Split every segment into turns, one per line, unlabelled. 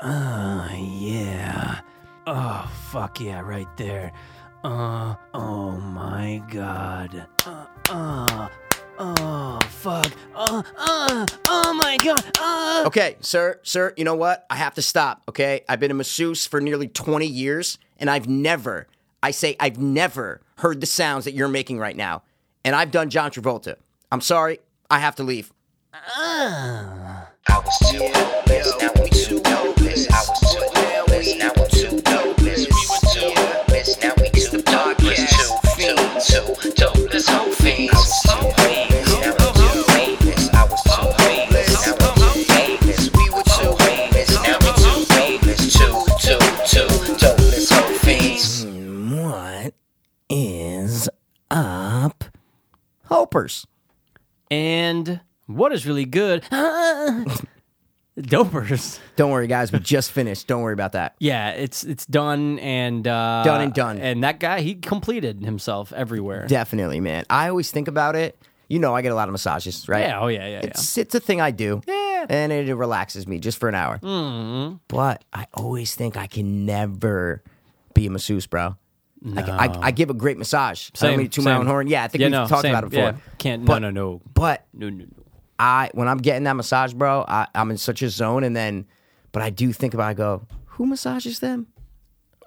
Uh, yeah. Oh, fuck yeah, right there. Uh, oh my god. Uh, uh, oh, fuck. Uh, uh, oh my god. Uh.
Okay, sir, sir, you know what? I have to stop, okay? I've been a masseuse for nearly 20 years, and I've never, I say, I've never heard the sounds that you're making right now. And I've done John Travolta. I'm sorry, I have to leave.
I was too hopeless, now I'm too hopeless. I was too hopeless, now I'm too hopeless. We were too hopeless, now we two darkless, two fiends, two dopeless hoe fiends. I was so hopeless, now I'm too hopeless. I was too hopeless, now I'm too hopeless. We were too hopeless, now we two hopeless, two, two, two dopeless hoe fiends.
What is up?
Hopers.
And what is really good? Dopers.
Don't worry, guys, we just finished. Don't worry about that.
Yeah, it's it's done and uh,
Done and done.
And that guy, he completed himself everywhere.
Definitely, man. I always think about it. You know, I get a lot of massages, right?
Yeah, oh yeah, yeah, yeah.
It's, it's a thing I do.
Yeah. Mm-hmm.
And it relaxes me just for an hour. But I always think I can never be a masseuse, bro. Like, I, I, give a great massage. I
Same,
don't mean to toot my
same.
own horn. Yeah, I think
Yeah,
we've
no,
talked
same.
about it before.
Yeah, can't- no,
But-
no, no.
But
No, no, no.
I when I'm getting that massage, bro, I, I'm in such a zone, and then, but I do think about. I go, who massages them?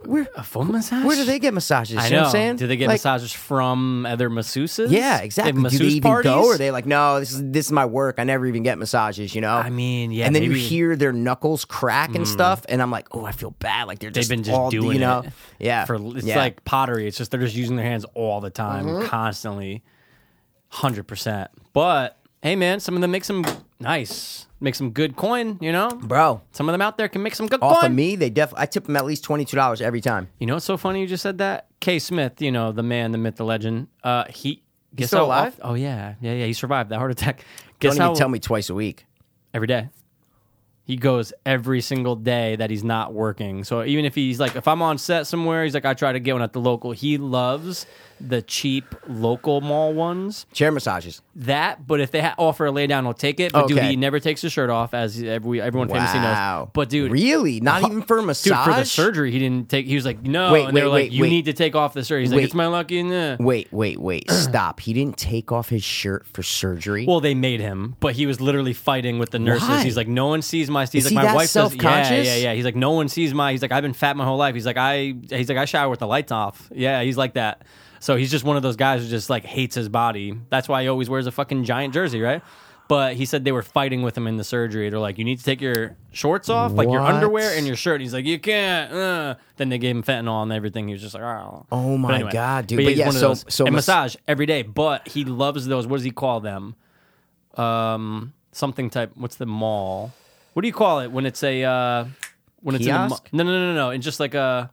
Where
A foot massage?
where do they get massages?
I
You know, what
know.
I'm saying?
Do they get
Like,
massages from other masseuses?
Yeah,
They have
exactly.
Masseuse
do they even
parties?
go? Or are they like, no, this is this is my work. I never even get massages. You know?
I mean, yeah,
And then
maybe- Hmm.
you hear their knuckles crack and stuff, and I'm like, oh, I feel bad. Like they're
They've
just
been just
all,
doing
you know?
it.
Yeah.
For it's
yeah. Mm-hmm.
like pottery. It's just they're just using their hands all the time, constantly, hundred percent. But hey, man, some of them make some nice, make some good coin. You know,
bro.
some of them out there can make some good
Off
coin.
of me, they def. I tip them at least twenty two dollars every time.
You know what's so funny? You just said that Kay Smith. You know, the man, the myth, the legend. Uh, he guess
still
how
alive?
oft- oh yeah, yeah, yeah. He survived that heart attack.
Don't
Guess
even
how?
tell me twice a week.
every day. He goes every single day that he's not working. So even if he's like, if I'm on set somewhere, he's like, I try to get one at the local. He loves the cheap local mall ones.
Chair massages.
That, but if they ha- offer a lay down, he'll take it. But dude,
Okay.
he never takes his shirt off, as every, everyone famously knows.
Wow.
But dude,
really? Not even for a massage?
dude, for the surgery, he didn't take. He was like, no.
Wait,
and they
wait,
were like,
wait,
you
wait.
need to take off the surgery. He's like,
Wait.
it's my lucky. Nah.
Wait, wait, wait. Stop. He didn't take off his shirt for surgery.
Well, they made him, but he was literally fighting with the nurses.
Why?
He's like, no one sees my. He's
Is
like,
he
my
that
wife
self-conscious?
Does, yeah, yeah, yeah. He's like, no one sees my. He's like, I've been fat my whole life. He's like, I. He's like, I shower with the lights off. Yeah, he's like that. So he's just one of those guys who just like hates his body. That's why he always wears a fucking giant jersey, right? But he said they were fighting with him in the surgery. They're like, you need to take your shorts off, like your
What?
underwear and your shirt. He's like, you can't. Uh. Then they gave him fentanyl and everything. He was just like, oh,
Oh my God, dude. But
he's
yeah,
one of
so-
those-
so
and
mas-
massage every day, but he loves those. What does he call them? um something type what's the mall what do you call it when it's a uh when it's in a, mu-
Kiosk?
no no no no no it's just like a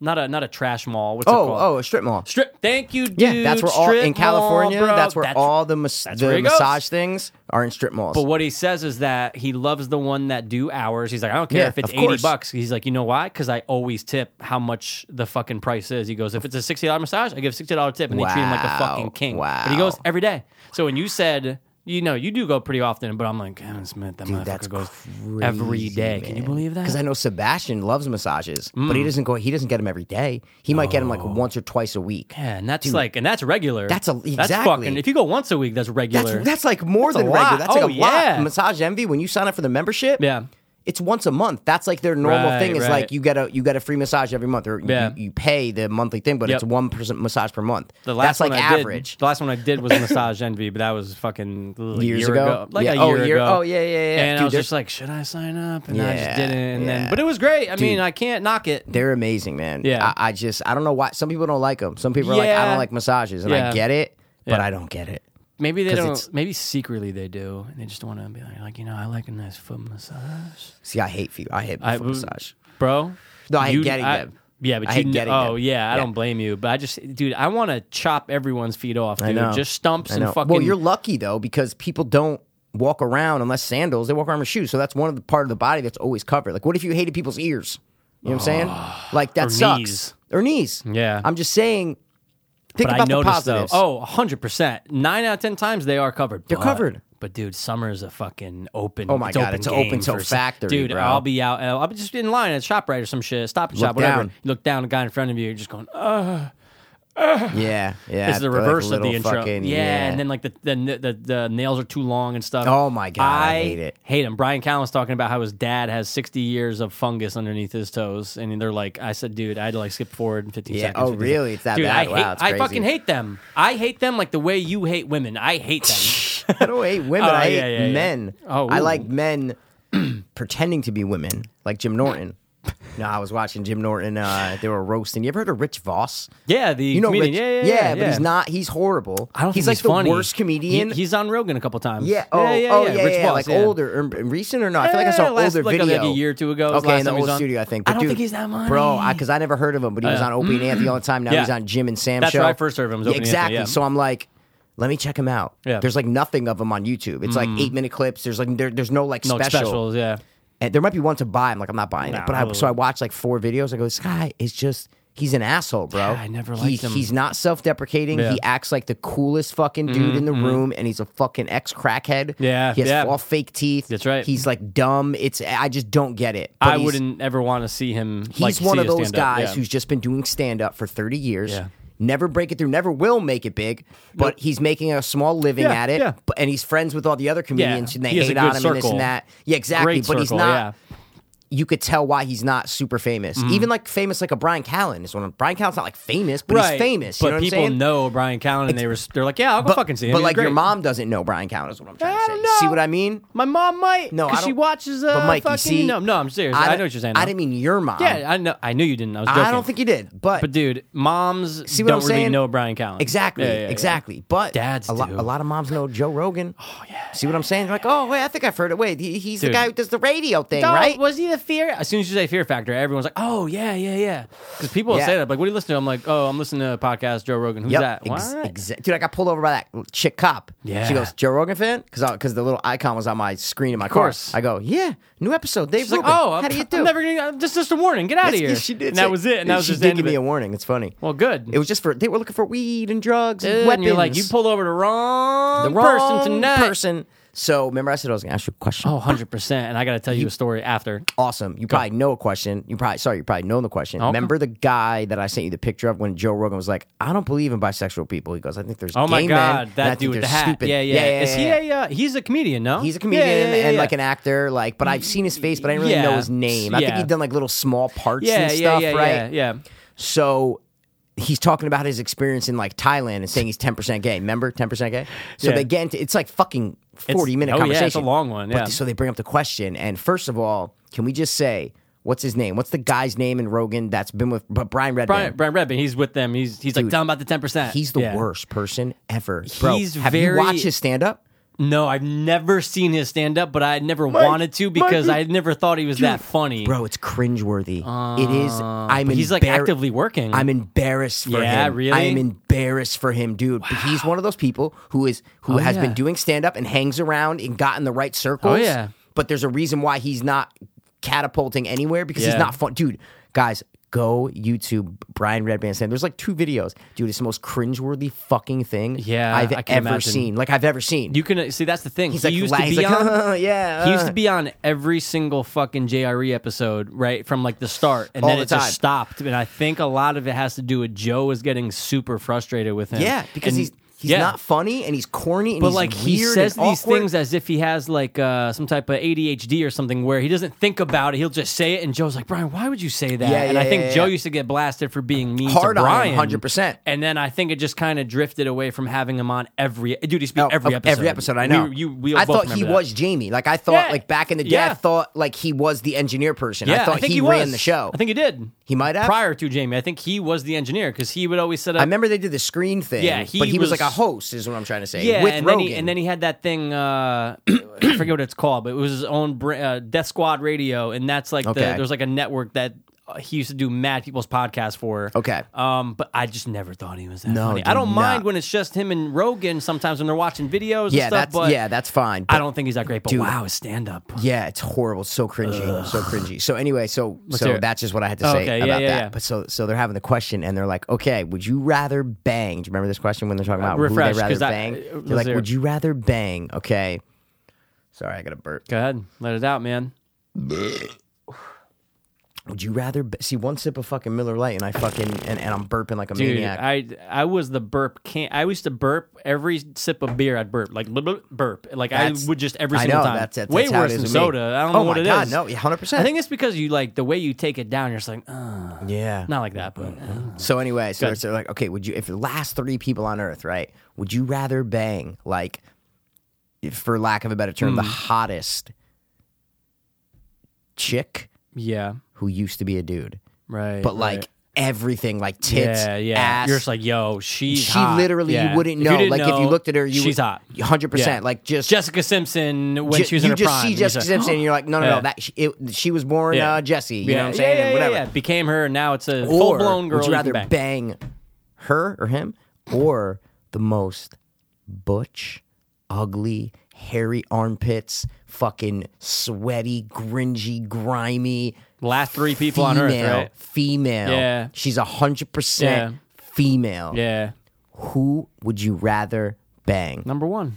not a not a trash mall what's it
oh,
called
oh, a strip mall.
strip thank you dude
yeah, that's where all
Strip
in California.
mall, bro.
that's where all the mas-
that's
the
where he goes.
massage things are in strip malls.
but what he says is that he loves the one that do hours. He's like, I don't care
Yeah,
if it's
of
eighty
course.
bucks. He's like, you know why? Because I always tip how much the fucking price is. He goes, if it's a sixty dollar massage, I give a sixty dollar tip, and they treat him like a
Wow.
fucking king. But he
Wow.
goes every day. So when you said, you know, you do go pretty often, but I'm like, Kevin Smith, that
that's
motherfucker goes every day. Can you believe that? Mm.
Because I know Sebastian loves massages, but he doesn't go. He doesn't get them every day. He might get them like once or twice a week.
Oh. yeah, and that's like, and that's regular.
That's a-
That's
exactly.
fucking. If you go once a week, that's regular.
That's that's like more
a
than regular.
lot.
That's like
Oh,
a
yeah.
lot. Massage Envy when you sign up for the membership,
Yeah.
it's once a month. That's like their normal
Right,
thing. Is
right.
like you get a you get a free massage every month, or you-
Yeah.
you, you pay the monthly thing, but
Yep.
it's one person massage per month.
The last
that's like
one I
average.
Did, the last one I did was Massage Envy, but that was fucking a
Years
year
ago?
like
Yeah.
a
Oh,
year,
year-
ago.
oh, yeah, yeah, yeah.
And I
Dude,
was
they're-
just like, should I sign up? And then I
Yeah,
just didn't. And then,
yeah.
but it was great. I mean,
Dude.
I can't knock it.
They're amazing, man.
Yeah.
I, I just I don't know why some people don't like them. Some people are like, I
Yeah.
don't like massages, and
Yeah.
I get it, but
Yeah.
I don't get it.
Maybe they
'Cause
don't.
it's-
Maybe secretly they do, and they just want to be like, like you know, I like a nice foot massage,
See, I hate feet. I hate
I-
foot massage.
bro.
No, I hate
you-
getting them.
Yeah, but
I
you
hate
kn-
getting
oh
them.
yeah, I
Yeah.
don't blame you, but I just, dude, I want to chop everyone's feet off, dude.
I know.
Just stumps
I
and
know.
fucking.
Well, you're lucky though because people don't walk around unless sandals. They walk around with shoes, so that's one of the part of the body that's always covered. Like, what if you hated people's ears? You know what I'm saying? Like that
Ah, Or
sucks.
knees.
Or knees.
Yeah.
I'm just saying. Think
but
about
I noticed oh,
the positives.
though. Oh, 100 percent. Nine out of ten times they are covered.
They're
But-
covered.
But dude, summer is a fucking open.
Oh my
it's
God,
open
it's
game
open till
for s-
factory,
dude.
bro.
I'll be out. I'll be just in line at Shoprite or some shit, Stop and
Look
Shop, whatever.
down.
You look down, the guy in front of you, you're just going,
Yeah, yeah.
It's the
like a
reverse of
little
the intro.
fucking-
yeah, and then like the the, the the nails are too long and stuff.
Oh my God, I
I
hate it.
Hate him. Brian Callen's talking about how his dad has sixty years of fungus underneath his toes, and they're like, I said, dude, I had to like skip forward fifteen
Yeah,
seconds.
oh,
15
really? It's that
dude,
bad?
I hate.
Wow, it's
I
crazy.
fucking hate them. I hate them like the way you hate women. I hate them.
I don't hate women.
Oh,
I hate
yeah, yeah, yeah.
men.
Oh,
I
ooh.
like men pretending to be women, like Jim Norton. no, I was watching Jim Norton. Uh, they were roasting. You ever heard of Rich Voss?
yeah, the
You know,
comedian.
Rich,
yeah, yeah, yeah,
but he's not. He's horrible.
I don't.
he's
think
like
he's
the
funny.
worst comedian.
He- he's on Rogan a couple times.
yeah, oh, oh, yeah,
Rich
yeah,
Voss,
like
yeah.
older, or recent or no? I feel like I saw
Eh,
an
last-
older
like,
video
like a year or two ago. It was
Okay,
last
in the
time he was
old
on.
studio, I think.
I
But
don't
dude,
think he's that funny.
bro. Because I, never heard of him, but he was on Open Anthony all the time. Now
Yeah.
he's on Jim and Sam
That's
show.
where I first heard of him, was
Yeah,
Open Anthony,
exactly.
yeah.
So I'm like, let me check him out.
Yeah. Mm-hmm.
There's like nothing of him on YouTube. It's like eight minute clips. There's like there, there's no like
No, it's
special.
specials. Yeah.
And there might be one to buy. I'm like, I'm not buying it. But I
No.
so I watched like four videos. I go, this guy is just he's an asshole, bro.
Yeah, I never
He-
liked him.
He's not self deprecating.
Yeah. Mm-hmm,
He acts like the coolest fucking dude in the room, and he's a fucking ex crackhead.
Yeah,
he has
yeah.
all fake teeth.
That's right.
He's like dumb. It's I just don't get it. But
I
he's-
wouldn't ever want to see him. like,
He's one
see
of
a
those
stand-up,
guys
yeah.
who's just been doing stand up for 30 years.
Yeah.
Never break it through, never will make it big, but he's making a small living
Yeah,
at it.
yeah.
But, and he's friends with all the other comedians and they
he has a
hate on him
good
and this
circle.
and that. Yeah, exactly.
Great
but he's
circle,
not, you could tell why he's not super famous.
Mm-hmm.
Even like famous, like a Brian Callen is one of Brian Callen's not like famous, but
yeah.
he's famous.
But
you know what I'm
people
saying?
know Brian Callen, and they were they're like, yeah, I'll go
but,
fucking see him.
But
He's
like your
great.
mom doesn't know Brian Callen is what I'm trying
I
to say.
don't know.
See what I mean?
my mom might.
No, I
'cause she
don't-
watches. Uh,
but Mike, you
fucking,
see,
no, no, I'm serious. I, know what you're saying.
I
no.
didn't mean your mom.
Yeah, I know. I knew you didn't. I was joking.
I don't think you did, but
But dude, moms
See what
don't
I'm
really
saying?
know Brian Callen.
Exactly,
Yeah, yeah, yeah.
exactly. But
Dads
a, lot,
do.
a lot of moms know Joe Rogan. Oh yeah. See what I'm saying? They're like, oh wait, I think I've heard it. Wait, he, he's the
Dude.
guy who does the radio thing,
Oh,
right?
Was he the fear? As soon as you say Fear Factor, everyone's like, "Oh yeah, yeah, yeah." Because people will
Yeah.
say that, like, "What do you listen to?" I'm like, "Oh, I'm listening to a podcast, Joe Rogan. Who's that?"
ex-
What?
exa- Dude, I got pulled over by that chick cop.
Yeah.
She goes, Joe Rogan fan? Because because the little icon was on my screen in my car.
course.
I go, yeah, new episode. Dave
She's like,
Rubin.
"Oh,
how
I'm,
do you do?
I'm never gonna. Just, just a warning. Get out of
That's-
here."
She did.
And
say-
that was it. And that was
she
just the
did
end
give
of
me
it.
a warning. It's funny.
Well, good.
It was just for they were looking for weed and drugs and
Good,
weapons.
and you're like, you pulled over the wrong
the wrong
person tonight.
person. So remember, I said I was gonna ask you a question.
Oh, 100 percent. And I got to tell you a story after.
awesome. You probably know a question. You probably sorry, you probably know the question. Remember the guy that I sent you the picture of when Joe Rogan was like, "I don't believe in bisexual people." He goes, "I think there's
Oh my
gay men,
god,
and I
that
think
dude with
they're
the hat.
stupid."
Yeah, yeah.
yeah,
Is
yeah.
he a? Uh, he's a comedian, no?
He's a comedian
Yeah, yeah, yeah,
and
yeah.
like an actor, like. But I've seen his face, but I didn't really
Yeah.
know his name. I think
Yeah.
he'd done like little small parts
yeah,
and
yeah,
stuff,
yeah,
right?
Yeah, yeah.
So he's talking about his experience in like Thailand and saying he's 10% gay. Remember 10% gay? So
Yeah.
they get into it's like fucking 40 minute
oh, yeah, it's
conversation.
a long one, yeah.
But, so they bring up the question. And first of all, can we just say, what's his name? What's the guy's name in Rogan that's been with but Brian Redman?
Brian, Brian Redman, he's with them. He's he's like, tell him about the 10. percent
He's the worst person ever. Bro,
He's
have you
very-
watched his stand up?
No, I've never seen his stand up, but I never wanted to because I never thought he was that funny.
Bro, it's cringeworthy. it is. I'm.
Uh, but he's like
embar-
actively working.
I'm embarrassed for
Yeah,
him.
really?
I am embarrassed for him, dude. But he's one of those people who is who has
Oh, yeah.
been doing stand up and hangs around and got in the right circles.
Oh, yeah.
But there's a reason why he's not catapulting anywhere because he's
Yeah.
not fun, dude. Guys. Go YouTube Brian Redman stand. There's like two videos, dude. It's the most cringeworthy fucking thing
Yeah,
I've
I
ever
can imagine.
seen. Like I've ever seen.
You can see that's the thing.
He's
he
like
used
la-
to be
he's like,
on.
yeah,
he used
uh.
to be on every single fucking JRE E episode, right from like the start, and
All
then
the
it just
time.
stopped. And I think a lot of it has to do with Joe is getting super frustrated with him.
yeah, because
And-
he's he's
yeah.
not funny and he's corny and
But
he's
like
weird
he says
and
these
awkward.
things as if he has like uh, some type of ADHD or something where he doesn't think about it. He'll just say it, and Joe's like, "Brian, why would you say that?"
Yeah,
and
yeah,
I think
yeah,
Joe
yeah.
used to get blasted for being mean
Hard
to
on him,
Brian,
100%.
And then I think it just kind of drifted away from having him on every dude. He's
Oh,
been every
of
episode.
Every episode, I know.
We, you, we
I
both
thought he
remember that.
was Jamie. Like I thought,
Yeah.
like back in the day, I
Yeah.
thought like he was the engineer person.
Yeah,
I thought
think
he,
was.
ran the show.
I think he did.
He might have.
prior to Jamie. I think he was the engineer because he would always set up.
I remember they did the screen thing.
Yeah, he
but he was,
was-
like a host, is what I'm trying to say.
Yeah,
with
and
Rogan.
then he and then he had that thing. Uh, I forget what it's called, but it was his own br- uh, Death Squad Radio, and that's like
Okay.
the, there's like a network that uh, he used to do mad people's podcasts for.
Okay.
um, but I just never thought he was that
No,
funny.
dude,
I don't mind
nah.
when it's just him and Rogan sometimes when they're watching videos. and
yeah,
stuff,
that's
but
yeah, that's fine.
I
but-
don't think he's that great. But
Dude.
wow, his stand up.
Yeah, it's horrible. It's so cringy. So cringy. So anyway, so
hear
so
it.
that's just what I had to
Oh,
say
okay, yeah,
about
yeah,
that.
yeah.
But so so they're having the question and they're like, okay, would you rather bang? Do you remember this question when they're talking about who
Uh, refresh,
they rather
'cause I-
bang?
uh,
They're
let's
like,
hear it.
would you rather bang? Okay, Sorry, I got a burp.
Go ahead, let it out, man.
Would you rather b- see one sip of fucking Miller Lite and I fucking and, and I'm burping like a
Dude,
maniac?
I I was the burp can I used to burp every sip of beer. I'd burp like blub, blub, burp like
That's-
I would just every
I
single
know,
time.
that's- that's-
Way
that's how it
worse
is
than
with me.
soda. I don't
Oh
know what
my
it is.
God, no, 100%.
I think it's because you like the way you take it down. You're just like, uh,
yeah.
not like that, but uh.
So anyway, so,
Good.
so like, okay, would you if the last three people on Earth, right? Would you rather bang like, if- for lack of a better term, the
Hmm.
hottest chick
yeah,
who used to be a dude,
right.
but like
right.
everything, like tits,
yeah, yeah.
ass,
You're just like, yo, she's
she
hot.
literally
Yeah.
you wouldn't
If
know.
didn't
like if you
know,
looked at her, you
she's
would,
hot.
hundred
Yeah.
percent. Like just
Jessica Simpson when
ju-
she was
you
in her
just
prime.
see
You're
Jessica
like,
Simpson, and you're like, no, no,
Yeah.
no, that she, it, she was born
Yeah.
uh, Jesse. You know
Yeah,
what I'm
yeah,
saying?
yeah,
Whatever.
yeah. Became her, and now it's a
Or
full blown girl.
Would you
you
rather
can bang.
her or him or the most butch, ugly, hairy armpits, fucking sweaty, gringy, grimy
Last three people on Earth,
female-
right?
Female.
Yeah.
She's a hundred percent female.
Yeah,
Who would you rather bang?
number one.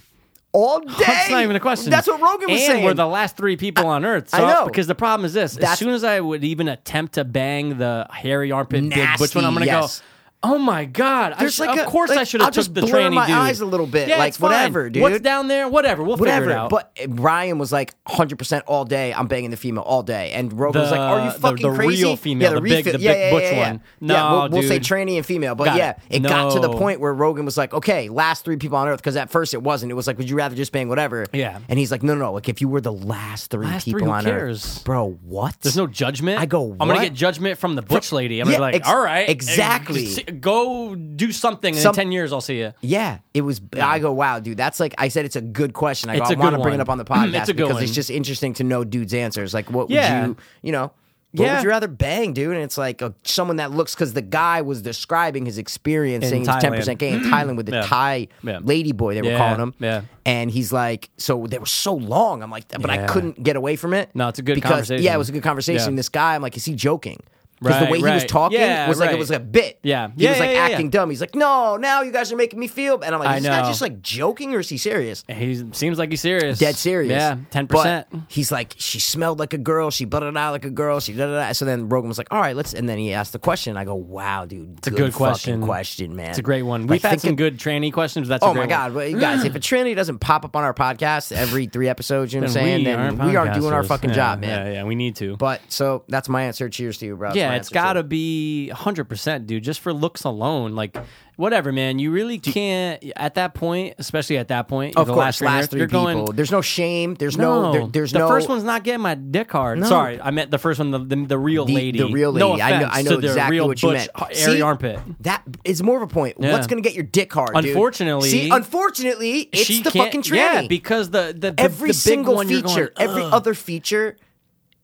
All day.
That's not even a question.
That's what Rogan was
and
saying.
We're the last three people on Earth. So
I know.
Because the problem is this:
That's-
as soon as I would even attempt to bang the hairy armpit, big butch one, I'm
Nasty,
gonna
yes.
go. Oh my god! I
There's
sh-
like
of
a-
course
like,
I should have
I'll
took
just
the
blur
tranny
my
dude.
eyes a little bit,
Yeah,
like,
it's fine.
whatever, dude.
What's down there? Whatever. We'll figure it
whatever.
out.
But Ryan was like 100% all day. I'm banging the female all day. And Rogan was
The-
like, Are you
the-
fucking
the
crazy?
real female, the big-
refi-
the
yeah,
big
yeah,
butch
yeah, yeah.
one.
yeah,
No,
we'll, we'll say
dude.
tranny and female. But
Got it.
yeah, it, got to the
No.
point where Rogan was like, Okay, last three people on earth. Because at first it wasn't. It was like, Would you rather just bang whatever?
Yeah.
And he's like, No, no, no. Like, if you were the last three
Last three,
people
who
on
cares?
earth, bro, what?
There's no judgment.
I go,
I'm
"What?"
gonna get judgment from the butch lady. I'm
Yeah,
gonna be like,
ex-
all right,
exactly.
ex- Go do something, and
Some-
in ten years I'll see you.
Yeah, it was. I go, wow, dude. That's like I said. It's a good question. I, go,
It's
I
a good
want to bring it
one.
up on the podcast
It's a good
because
one.
it's just interesting to know dudes' answers. Like, what
Yeah.
would you, you know, what
Yeah.
would you rather bang, dude? And it's like a, someone that looks because the guy was describing his experience,
In
saying he's ten
Thailand.
percent gay in Thailand with the
Yeah.
Thai
Yeah.
lady boy they were
Yeah,
calling him.
yeah.
and he's like, so they were so long. I'm like, but I
Yeah.
couldn't get away from it.
No, it's a good
because, Yeah, it
conversation.
was a good conversation.
Yeah.
This guy, I'm like, is he joking? Because the
Right,
way he was
right.
talking
Yeah,
was like it
right.
was a bit.
Yeah.
he
Yeah,
was
yeah,
like
yeah,
acting
yeah.
dumb. He's like, no, now you guys are making me feel. bad." And I'm like,
I
is this guy
know.
just like joking or is he serious?
He seems like he's serious.
Dead serious.
Yeah, ten percent.
But He's like, she smelled like a girl. She butted out like a girl. She da da da. So then Rogan was like, all right, let's. And then he asked the question. I go, wow, dude, it's
a good question.
question, man.
It's a great one.
Like,
We've had
think
some
of-
good tranny questions. But that's a
Oh
great
my God, well, you guys! If a Trinity doesn't pop up on our podcast every three episodes, you know what I'm
One.
saying,
we
then
aren't
we aren't doing our
podcasters.
fucking
yeah,
job, man.
Yeah, yeah, we need to.
But so that's my answer. Cheers to you, bro. That's
yeah,
my
it's
answer,
got
too.
to be 100%, dude, just for looks alone. Like, whatever, man. You really can't, at that point, especially at that point,
Of
the
course,
last three, years,
last 3
you're
people.
going,
there's no shame. There's no.
No,
there- there's
the
no.
first one's not getting my dick hard. Sorry, I meant the first one, the, the, the real
the,
lady.
the real lady.
No
I know,
offense
I
to
know
the
exactly
real
what you
butch,
meant.
Airy
See,
armpit.
That is more of a point.
Yeah.
What's going to get your dick hard? dude?
Unfortunately-
see, unfortunately, it's
she
the
can't-
fucking tranny.
Yeah, because the, the, the
every
the big
single
one, you're
feature,
going,
every
"Ugh."
other feature.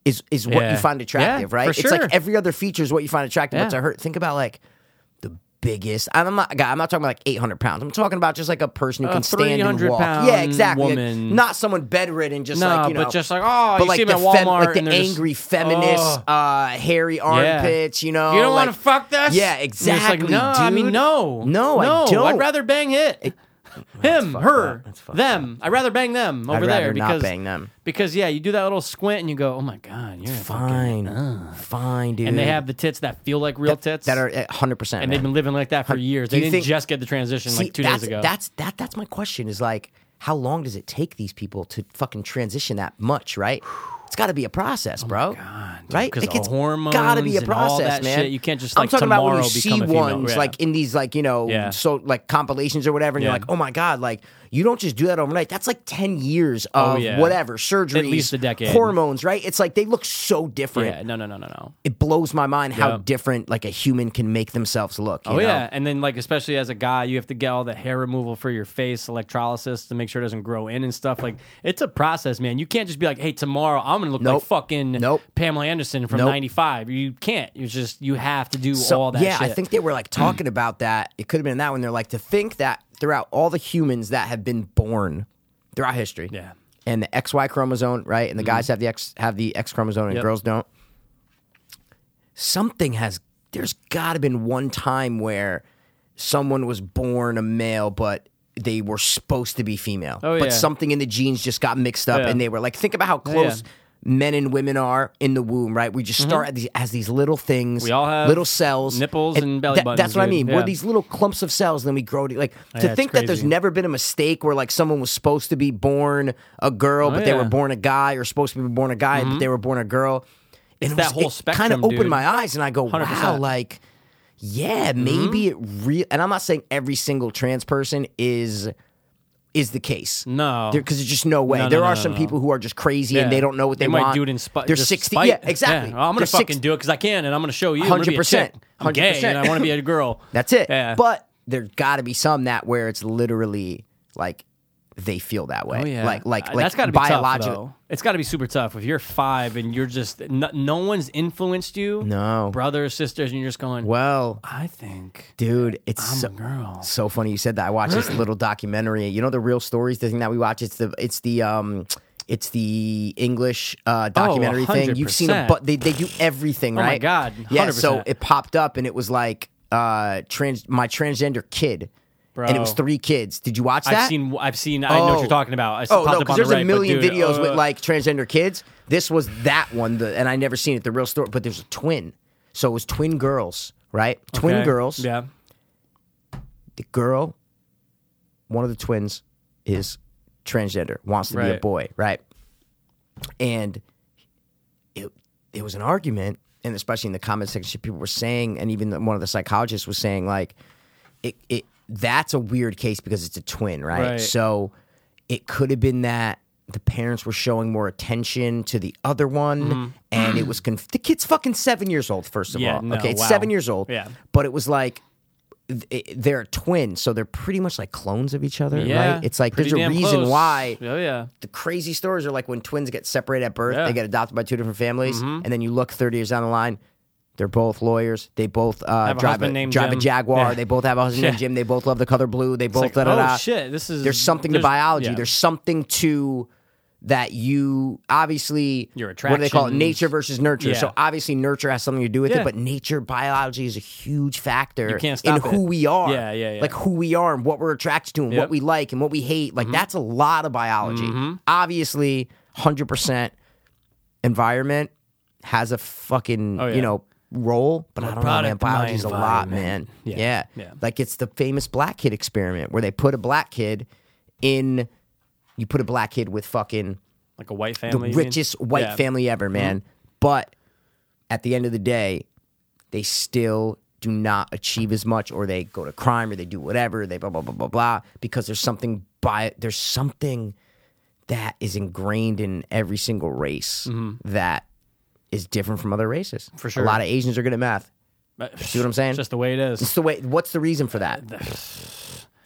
Is, is what
Yeah.
you find attractive,
Yeah,
right?
for
It's like
sure.
every other feature is what you find attractive. What's
Yeah.
a hurt? Think about like the biggest. I'm not. God, I'm not talking about like 800 pounds. I'm talking about just like a person who
A
can stand and
300
walk.
pound
yeah, exactly. Like,
woman.
not someone bedridden, just
No,
like you know,
but just like, oh,
but
you
like
see
the
them at
fem-
Walmart
like the
and they're just,
angry feminist, uh, hairy armpits. You know,
You don't want
Oh, like-
to fuck this?
Yeah,
And it's like,
exactly.
no, I mean,
dude.
no.
No, I
no,
don't.
I'd rather bang it. Him, her,
That's fucked
them. I'd rather bang them over
I'd rather
there
not
because
bang them.
because yeah, you do that little squint and you go, oh my god, you're a fucking-"
Fine, fine, dude.
And they have the tits that feel like real tits
that are 100. percent
and they've been living like that for years.
do
They
you
didn't
think-
just get the transition like two
that's,
days ago.
That's that. That's my question. Is like, how long does it take these people to fucking transition that much? Right? It's got to be a process, bro.
Oh God, dude,
right?
'cause
Like,
the
it's
hormones
gotta be a
and all
process,
that
man.
shit. You can't just,
I'm
like,
talking about when you
tomorrow
see
become a female.
ones
Yeah.
like in these like you know
Yeah.
so like compilations or whatever, and you're
Yeah.
like, oh my god, like you don't just do that overnight. That's like ten years of
Oh, yeah.
whatever surgeries,
least a decade.
hormones, right? It's like they look so different.
yeah, no, no, no, no, no.
It blows my mind how
Yeah.
different like a human can make themselves look. you
Oh
know?
yeah, and then like especially as a guy, you have to get all the hair removal for your face, electrolysis to make sure it doesn't grow in and stuff. Like it's a process, man. You can't just be like, "Hey, tomorrow I'm gonna look
Nope.
like fucking
Nope.
Pamela Anderson from
Nope.
'95." You can't. You just you have to do
So-
all that.
Yeah, I
shit.
think they were like talking about that. It could have been that one. They're like to think that throughout all the humans that have been born throughout history,
Yeah. Mm-hmm.
and the XY chromosome, right, and the guys have the X have the X chromosome and
Yep.
girls don't. Something has there's got to been one time where someone was born a male, but they were supposed to be female,
Oh,
but
yeah.
something in the genes just got mixed up,
Yeah. Mm-hmm.
and they were like, think about how close. Men and women are in the womb, right? We just start at these, as these little things.
We all have
little cells,
nipples and belly
That's
buttons,
what I
dude.
mean. We're
Yeah.
these little clumps of cells, and then we grow to like to
it's
think that there's
crazy.
never been a mistake where like someone was supposed to be born a girl, but they
Oh, yeah. Mm-hmm.
were born a guy, or supposed to be born a guy, but they were born a girl. And it
that
was-
whole
Kind
spectrum,
of opened
dude. Mm-hmm.
my eyes, and I go, wow,
100%.
like yeah, maybe it real. And I'm not saying every single trans person is is the case.
No.
because there's just no way.
No, no,
there
no,
are
no,
some
no.
people who are just crazy and
Yeah.
they don't know what they,
might
want.
do it in spite.
They're
just
sixty.
spite.
Yeah, exactly.
Well, I'm
They're
gonna fucking
60
do it because I can, and I'm gonna show you. I'm gonna be a
100%.
chick. I'm gay, and I want to be a girl.
That's it.
Yeah.
But there's got to be some that where it's literally like they feel that way.
Oh, yeah.
Like like
Uh,
like
that's got to be tough.
biological.
Though. It's got to be super tough if you're five and you're just no, no one's influenced you.
No.
brothers, sisters, and you're just going.
well,
I think
dude, it's
I'm
so,
a girl.
so funny you said that. I watched this little documentary. You know the real stories, the thing that we watch. It's the it's the um it's the English
Oh,
uh, documentary thing. You've seen it,
100%.
but they they do everything,
my
right?
God,
yeah. So
100%.
it popped up, and it was like uh trans my transgender kid, and it was
Bro.
three kids. Did you watch that?
I've seen. I've seen. I know what
Oh.
you're talking about. I
Oh
popped
no,
up on the
because there's
right,
a
but
million
dude,
videos
uh,
with like transgender kids. This was that one, the, and I never seen it. The real story, but there's a twin, so it was twin girls, right? Twin
okay.
girls.
Yeah.
The girl, one of the twins, is transgender, wants to be a
Right.
boy, right? And it it was an argument, and especially in the comment section, people were saying, and even the- one of the psychologists was saying, like, it it that's a weird case because it's a twin, right?
Right.
So it could have been that the parents were showing more attention to the other one, and it was conf- the kid's fucking seven years old. First of
Mm-hmm. Yeah,
all,
no,
okay, it's
wow.
seven years old.
Yeah.
but it was like. th- it- They're twins, so they're pretty much like clones of each other,
Yeah.
right? It's like
Pretty
there's a
damn
reason
close.
why
Oh yeah.
the crazy stories are like when twins get separated at birth,
Yeah. Mm-hmm.
they get adopted by two different families, and then you look 30 years down the line, they're both lawyers. They both uh,
Have a
drive,
husband
a,
named
drive a
Jim.
Jaguar.
Yeah.
They both have a husband named
Yeah.
Jim. They both love the color blue. They both da da da.
oh shit! This is
There's something to
there's-
biology.
yeah.
There's something to that you obviously
Your
what do they call it?
attractions.
Nature versus nurture.
Yeah.
So obviously nurture has something to do with
Yeah.
it, but nature biology is a huge factor
can't
in
stop it.
who we are.
Yeah, yeah, yeah.
Like who we are and what we're attracted to and what
Yep. Mm-hmm.
we like and what we hate. Like that's a lot of biology. Obviously, hundred percent environment has a fucking
Oh, yeah.
you know role, but I don't know, Oh, man.
product of my
Biology's a lot, man.
environment.
Yeah.
Yeah. Yeah.
like it's the famous black kid experiment where they put a black kid in. You put a black kid with fucking
like a white
the
family. you mean?
richest white
Yeah. Mm-hmm.
family ever, man. But at the end of the day, they still do not achieve as much, or they go to crime, or they do whatever, they blah blah blah blah blah, because there's something by there's something that is ingrained in every single race that is different from other races.
Mm-hmm.
For
sure.
a lot of Asians are good at math. See what I'm saying?
It's just the way it is.
It's the way. What's the reason for that?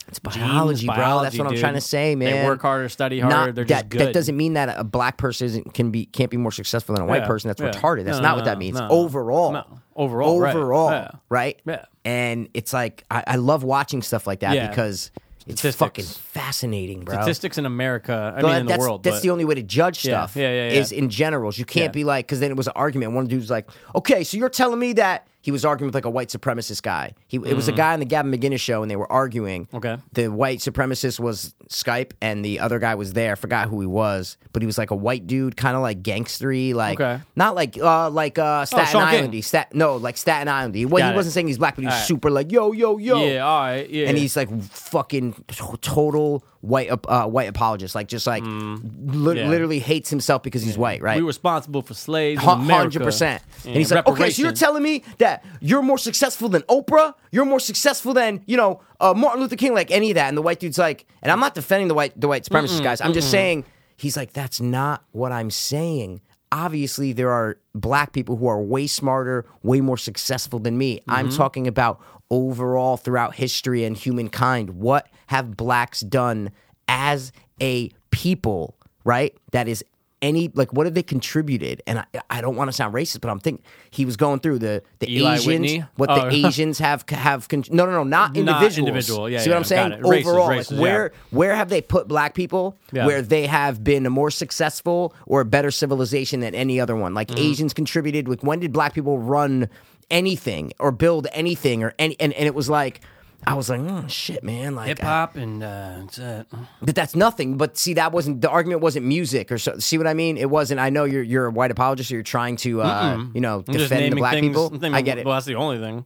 It's biology, bro. That's
biology,
what I'm
dude.
trying to say,
They
man.
work harder, study harder,
Not-
they're
that,
just good.
That doesn't mean that a black person isn't, can be can't be more successful than a white
Yeah,
person. That's
yeah.
retarded. That's
No,
not
no,
what
no,
that means.
no.
Overall,
No. Overall, right.
overall,
Yeah.
right?
Yeah.
And it's like I, I love watching stuff like that
Yeah.
because it's
Statistics.
fucking fascinating, bro.
Statistics in America, I
Well,
mean, in the
Oh. that's,
world.
That's
but-
the only way to judge stuff.
yeah, yeah, yeah.
Is in generals. You can't
Yeah.
be like, because then it was an argument. One dude's like, okay, so you're telling me that he was arguing with like a white supremacist guy. He, It was a guy on the Gavin McGinnis show, and they were arguing.
Mm-hmm. Okay.
The white supremacist was Skype, and the other guy was there. I forgot who he was, but he was like a white dude, kind of like gangstery, like
Okay. Oh,
not like uh like uh Staten
Sean King.
Island. Stat, no, like Staten Island. Well,
Got
he
it.
wasn't saying he's black, but he was
All right.
super like yo yo yo
yeah, all right. Yeah.
and he's like fucking t- total white ap- uh, white apologist, like just like lit-
Mm. yeah.
literally hates himself because he's white, right?
we were responsible for slaves. in America.
Hundred percent, and he's like, okay, so you're
reparations."
telling me that you're more successful than Oprah, you're more successful than you know uh, Martin Luther King, like any of that, and the white dude's like, and I'm not defending the white the white supremacist guys, I'm just saying he's like, that's not what I'm saying. Obviously, there are black people who are way smarter, way more successful than me. I'm
Mm-hmm.
talking about overall throughout history and humankind. What have blacks done as a people, right? That is any like what have they contributed? And I, I don't want to sound racist, but I'm thinking he was going through the the
Eli
Asians,
Whitney?
what
Oh.
the Asians have have con- no no no not individuals.
individual. Yeah,
See what
yeah,
I'm saying?
got it. Races,
Overall, like,
races, yeah.
where where have they put black people
Yeah.
where they have been a more successful or a better civilization than any other one? Like
Mm-hmm.
Asians contributed. Like when did black people run anything or build anything or any? And, and it was like I was like, oh, shit, man. Like,
Hip
I-
hop and uh, that's it.
But that's nothing. But see, that wasn't the argument. Wasn't music or so. See what I mean? It wasn't. I know you're you're a white apologist. Or you're trying to uh, you know
I'm just
defend the
naming
black
things.
people.
naming-
I get it.
Well, that's the only thing.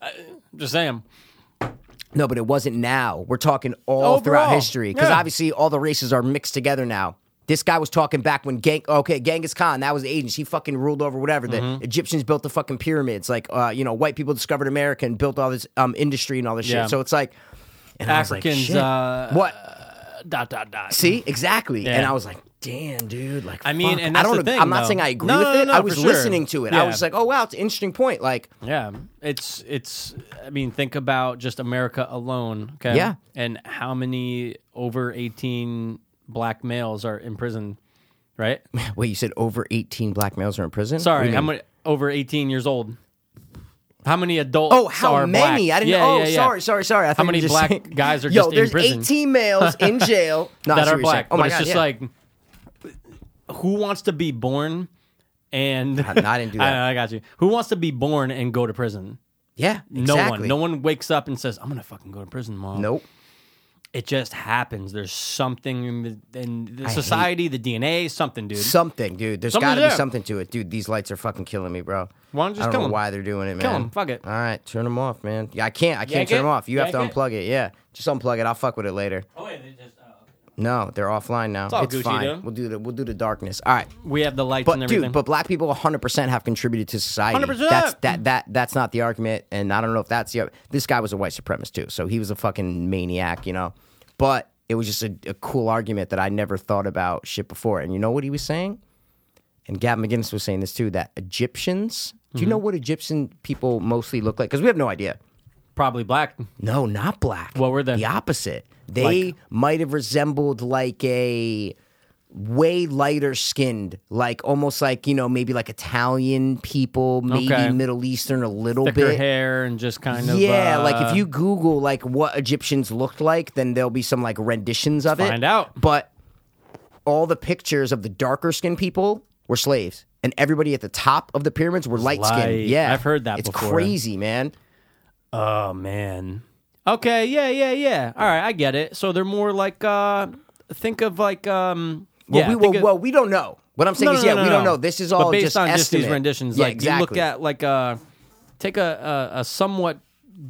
I, just saying.
No, but it wasn't now. We're talking all throughout
Overall,
history because
Oh, yeah.
obviously all the races are mixed together now. This guy was talking back when Gang, okay, Genghis Khan, that was the agents. He fucking ruled over whatever. The
Mm-hmm.
Egyptians built the fucking pyramids. Like, uh, you know, white people discovered America and built all this um, industry and all this
Yeah.
shit. So it's like, and I was like,
Africans,
shit.
uh,
what?
Dot dot dot.
See, exactly. And
Mm. Yeah.
I was like, damn, dude. Like,
I mean,
fuck.
and that's
I don't.
the
ag-
thing,
I'm not
though.
saying I agree
No,
with
no, no,
it.
no,
I
for
was
sure.
listening to it. I
Yeah.
was like, oh wow, it's an interesting point. Like,
Yeah, it's it's. I mean, think about just America alone. Okay.
Yeah.
And how many over eighteen black males are imprisoned? Right.
wait, you said over 18 black males are in prison? What do
Sorry,
you
how
mean?
many over eighteen years old? How many adults?
Oh, how
are
many?
black?
I didn't.
Yeah,
know. oh,
yeah, yeah.
sorry, sorry, sorry. I thought you were
many
just
black
saying-
guys are
Yo,
just in
there's
prison?
18 males in jail no, I
that
see
are
what you're saying.
black.
Oh
but
my
it's
god,
just
yeah.
like who wants to be born and
I- no, I didn't do that.
I, I got you. Who wants to be born and go to prison?
yeah,
No
exactly.
one. No one wakes up and says, "I'm gonna fucking go to prison tomorrow."
Nope.
It just happens. There's something in the, in the
hate-
society, the DNA, something, dude.
Something, dude. There's
Something's
got to be
there.
something to it, dude. These lights are fucking killing me, bro.
Why don't you just
I don't
kill
know
'em?
why they're doing it, man.
Kill 'em. Fuck it.
All right, turn them off, man. Yeah, I can't. I can't
Yank
turn them
it?
off. You have
Yank
to
it?
unplug it. Yeah, just unplug it. I'll fuck with it later.
oh, wait, they just, uh,
No, they're offline now. It's,
all Gucci,
fine.
dude.
We'll do the we'll do the darkness. All right.
we have the lights and
But
everything.
dude, but black people 100% have contributed to society.
100%.
That's that that that's not the argument and I don't know if that's the this guy was a white supremacist too. So he was a fucking maniac, you know. But it was just a, a cool argument that I never thought about shit before. And you know what he was saying? And Gavin McGinnis was saying this too that Egyptians, do
Mm-hmm.
you know what Egyptian people mostly look like? Cuz we have no idea.
Probably black.
No, not black.
What were they?
The opposite. They
Like-
might have resembled like a way lighter skinned, like almost like, you know, maybe like Italian people, maybe
Okay.
Middle Eastern a little
Thicker
bit.
hair and just kind of
Yeah,
uh,
like if you Google like what Egyptians looked like, then there'll be some like renditions of it.
Find out.
But all the pictures of the darker skinned people were slaves. And everybody at the top of the pyramids were light
Light.
skinned. Yeah.
I've heard that
it's
before.
crazy, man.
Oh man. Okay, yeah, yeah, yeah. All right, I get it. So they're more like uh think of like um
Well,
yeah,
we,
think
well,
of-
well, we don't know. What I'm saying
No,
is,
no,
yeah,
no,
we
no,
don't
no.
know. This is
But
all
based
just
on
estimate.
just these renditions,
Yeah,
like
exactly.
you look at like uh take a, a a somewhat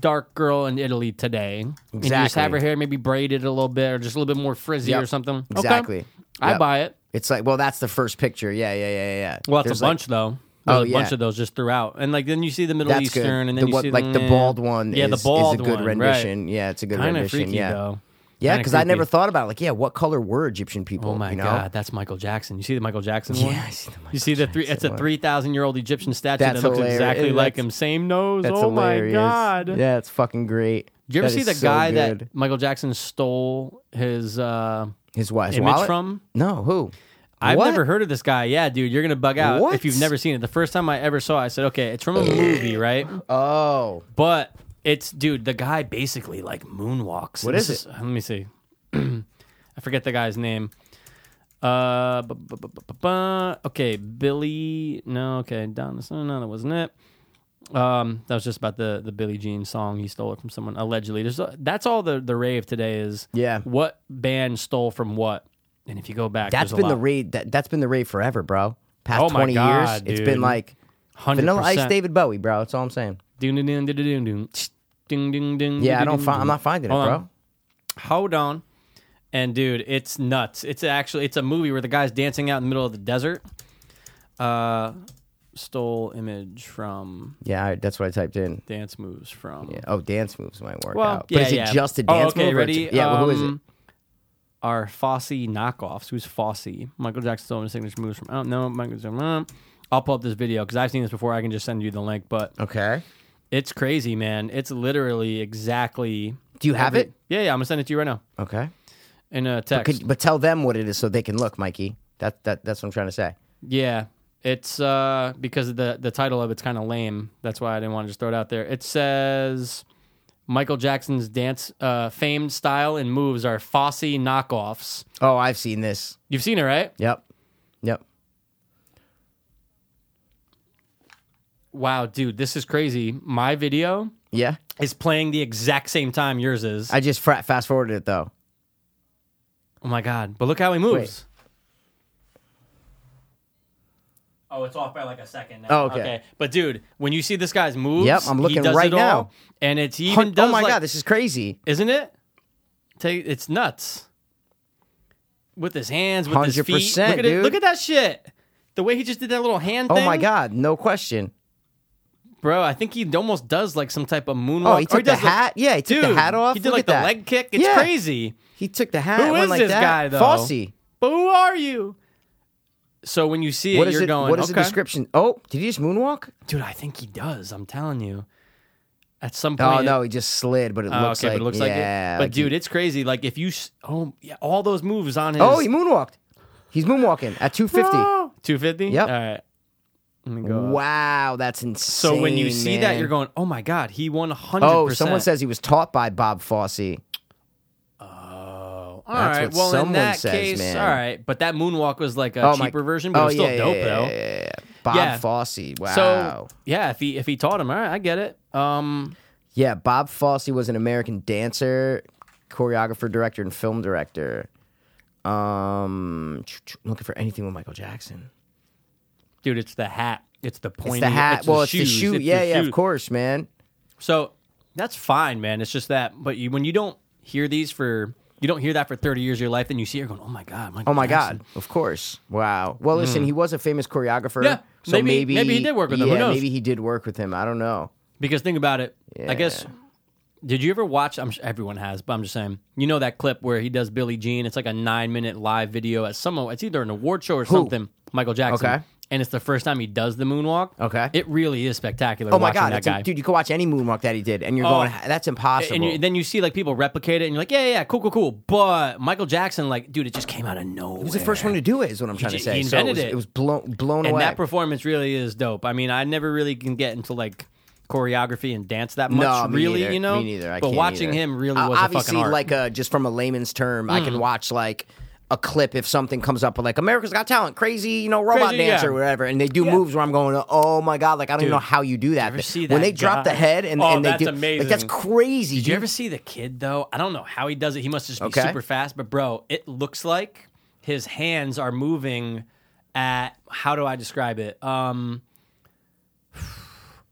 dark girl in Italy today. And you just have
Exactly.
her hair maybe braided a little bit or just a little bit more frizzy
Yep.
or something. Okay.
Exactly.
I
Yep.
buy it.
It's like, well, that's the first picture. Yeah, yeah, yeah, yeah, yeah.
Well, it's
There's
a bunch though.
Oh,
There's a bunch
yeah.
of those just throughout, and like then you see the Middle
That's good.
Eastern, and
The
then you
one-
see
like the
yeah.
bald one.
Yeah,
is-
the bald
is a good
one, right.
rendition. Yeah, it's a good
Kinda
rendition.
freaky,
yeah,
though.
yeah,
Kinda
because I never
creepy.
thought about it. Like, yeah, what color were Egyptian people?
Oh my
you know?
God, that's Michael Jackson. You see the Michael Jackson one?
Yeah, I see the Michael
you see the three?
Jackson
It's a
one.
three thousand year old Egyptian statue
That's
that looks
hilarious.
exactly like
That's-
him. Same nose.
That's
oh
hilarious.
my God.
Yeah, it's fucking great.
Did you ever
That
see
is
the
so
guy
good.
that Michael Jackson stole his uh,
his wife
image
wallet?
from?
No, who?
I've
What?
never heard of this guy. Yeah, dude, you're gonna bug out
What?
if you've never seen it. The first time I ever saw, it, I said, "Okay, it's from a movie, right?"
Oh,
But it's dude, the guy basically like moonwalks.
What
What is
is
Let me see. I forget the guy's name. Uh, bu- bu- bu- bu- bu- bu- okay, Billy. No, okay, Don. No, no, that wasn't it. Um, that was just about the the Billie Jean song. He stole it from someone allegedly. There's a, that's all the the rave today is.
Yeah.
what band stole from what? And if you go back, there's
that's
a
been the
lot.
raid. That, that's been the raid forever, bro. Past
Oh my
20 years,
God,
it's
dude.
been like
100%.
Vanilla Ice, David Bowie, bro. That's all I'm saying.
Ding ding ding ding ding ding. Ding ding ding.
Yeah, I
ding,
don't.
ding,
Fi-
ding.
I'm not finding it,
Hold
bro.
on. hold on and dude it's nuts it's actually it's a movie where the guy's dancing out in the middle of the desert uh stole image from
Yeah, I, that's what I typed in.
dance moves from
Yeah. Oh, dance moves might work
well
out. But
yeah,
is it
yeah.
just a
Oh,
dance
okay
move? or it's-
ready
Yeah. well, who is it?
Um, our Fosse knockoffs who's Fosse Michael Jackson stole his signature moves from I don't know Michael Jackson uh, I'll pull up this video because I've seen this before I can just send you the link but
Okay.
it's crazy man it's literally exactly
Do you have
every-
it?
yeah yeah I'm gonna send it to you right now
Okay.
in a text
Could, but tell them what it is so they can look, Mikey. That that that's what I'm trying to say.
Yeah. It's uh because the the title of it's kind of lame. That's why I didn't want to just throw it out there. It says Michael Jackson's dance uh famed style and moves are Fosse knockoffs.
Oh, I've seen this.
You've seen it, right?
Yep. Yep.
Wow, dude, this is crazy. My video
Yeah.
is playing the exact same time yours is.
I just fra- fast forwarded it though.
oh my god! But look how he moves. Oh, it's off by like a second. Now.
Oh, okay.
But dude, when you see this guy's moves,
Yep, I'm
he
looking
does
right
it all,
now.
and it's he even
Hun-
does
oh my
like,
god, this is crazy.
isn't it? Take it's nuts. With his hands, with his feet.
100%,
Look at it,
dude.
look at that shit. The way he just did that little hand
Oh
thing.
my god, no question.
bro! I think he almost does like some type of moonwalk.
Oh,
Or
he took the
does
hat. yeah, he took
dude,
the hat off.
He did
Look
like
at
the
that.
leg kick. It's
Yeah.
crazy.
He took the hat.
Who
went
is
like
this
that.
guy, though?
Fossey.
But who are you? So when you see
What
it,
is
you're
it?
going,
what is
okay.
the description? Oh, did he just moonwalk?
Dude, I think he does. I'm telling you. At some point.
Oh
it-
no, he just slid, but it
Oh,
looks
okay,
like
but it looks like
yeah,
it. But
like he-
dude, it's crazy. Like if you, s- oh yeah, all those moves on his.
oh, he moonwalked. He's moonwalking at 250.
Oh, 250?
Yep.
All right. Let me go. up.
Wow, that's insane.
So when you see that,
man.
you're going, oh my God, he won 100%.
Oh, someone says he was taught by Bob Fosse.
All
That's
right.
what
Well, in
someone
that
says,
case,
man.
all right. But that moonwalk was like a
Oh, my-
cheaper version, but it was
oh,
still
yeah,
dope,
yeah,
though.
yeah, yeah, yeah. Bob
Yeah.
Fosse. Wow.
So, yeah, if he if he taught him, all right, I get it. Um,
yeah, Bob Fosse was an American dancer, choreographer, director, and film director. Um, looking for anything with Michael Jackson.
dude, it's the hat. It's the
It's
pointy.
the hat. well, it's
shoes,
the shoe.
it's
yeah, yeah,
shoe.
of course, man.
So that's fine, man. It's just that, but you, when you don't hear these for, you don't hear that for 30 years of your life, then you see it you're going, oh my God. Michael
Oh my
Jackson.
God! Of course. Wow. Well, listen, he was a famous choreographer.
Hmm. Yeah,
So
maybe-
maybe
maybe he did work with him. Who
Yeah,
knows?
maybe he did work with him. I don't know.
Because think about it. I guess.
Yeah.
Did you ever watch? I'm sure everyone has, but I'm just saying. You know that clip where he does Billie Jean? It's like a nine minute live video at some. It's either an award show or something. Michael Jackson.
Okay.
And it's the first time he does the moonwalk.
Okay.
It really is spectacular.
Oh my
watching
God,
that
it's a-
guy.
dude! You could watch any moonwalk that he did, and you're
Oh.
going, "That's impossible."
and you, then you see like people replicate it, and you're like, yeah, yeah, yeah, cool, cool, cool. But Michael Jackson, like, dude, it just came out of nowhere.
He was the first one to do it, is what I'm trying
ju-
to say.
he
So it
invented
was,
it.
it was blown blown
and
away.
that performance really is dope. I mean, I never really can get into like choreography and dance that much.
no, me
really,
neither.
you know,
me neither. I
but
can't
watching
either.
him really
Uh,
was a
obviously
fucking art. Mm.
like uh, just from a layman's term. I can watch like a clip if something comes up like America's Got Talent, crazy, you know, robot
Crazy,
dancer
yeah.
or whatever, and they do moves where I'm going, oh my god, like I don't even know how you do that.
ever see that
when they drop the
guy?
head and,
Oh,
and they
that's
do, like that's
amazing.
crazy.
Did you ever see the kid though? I don't know how he does it. He must just be
Okay.
super fast, but bro, it looks like his hands are moving at how do I describe it? Um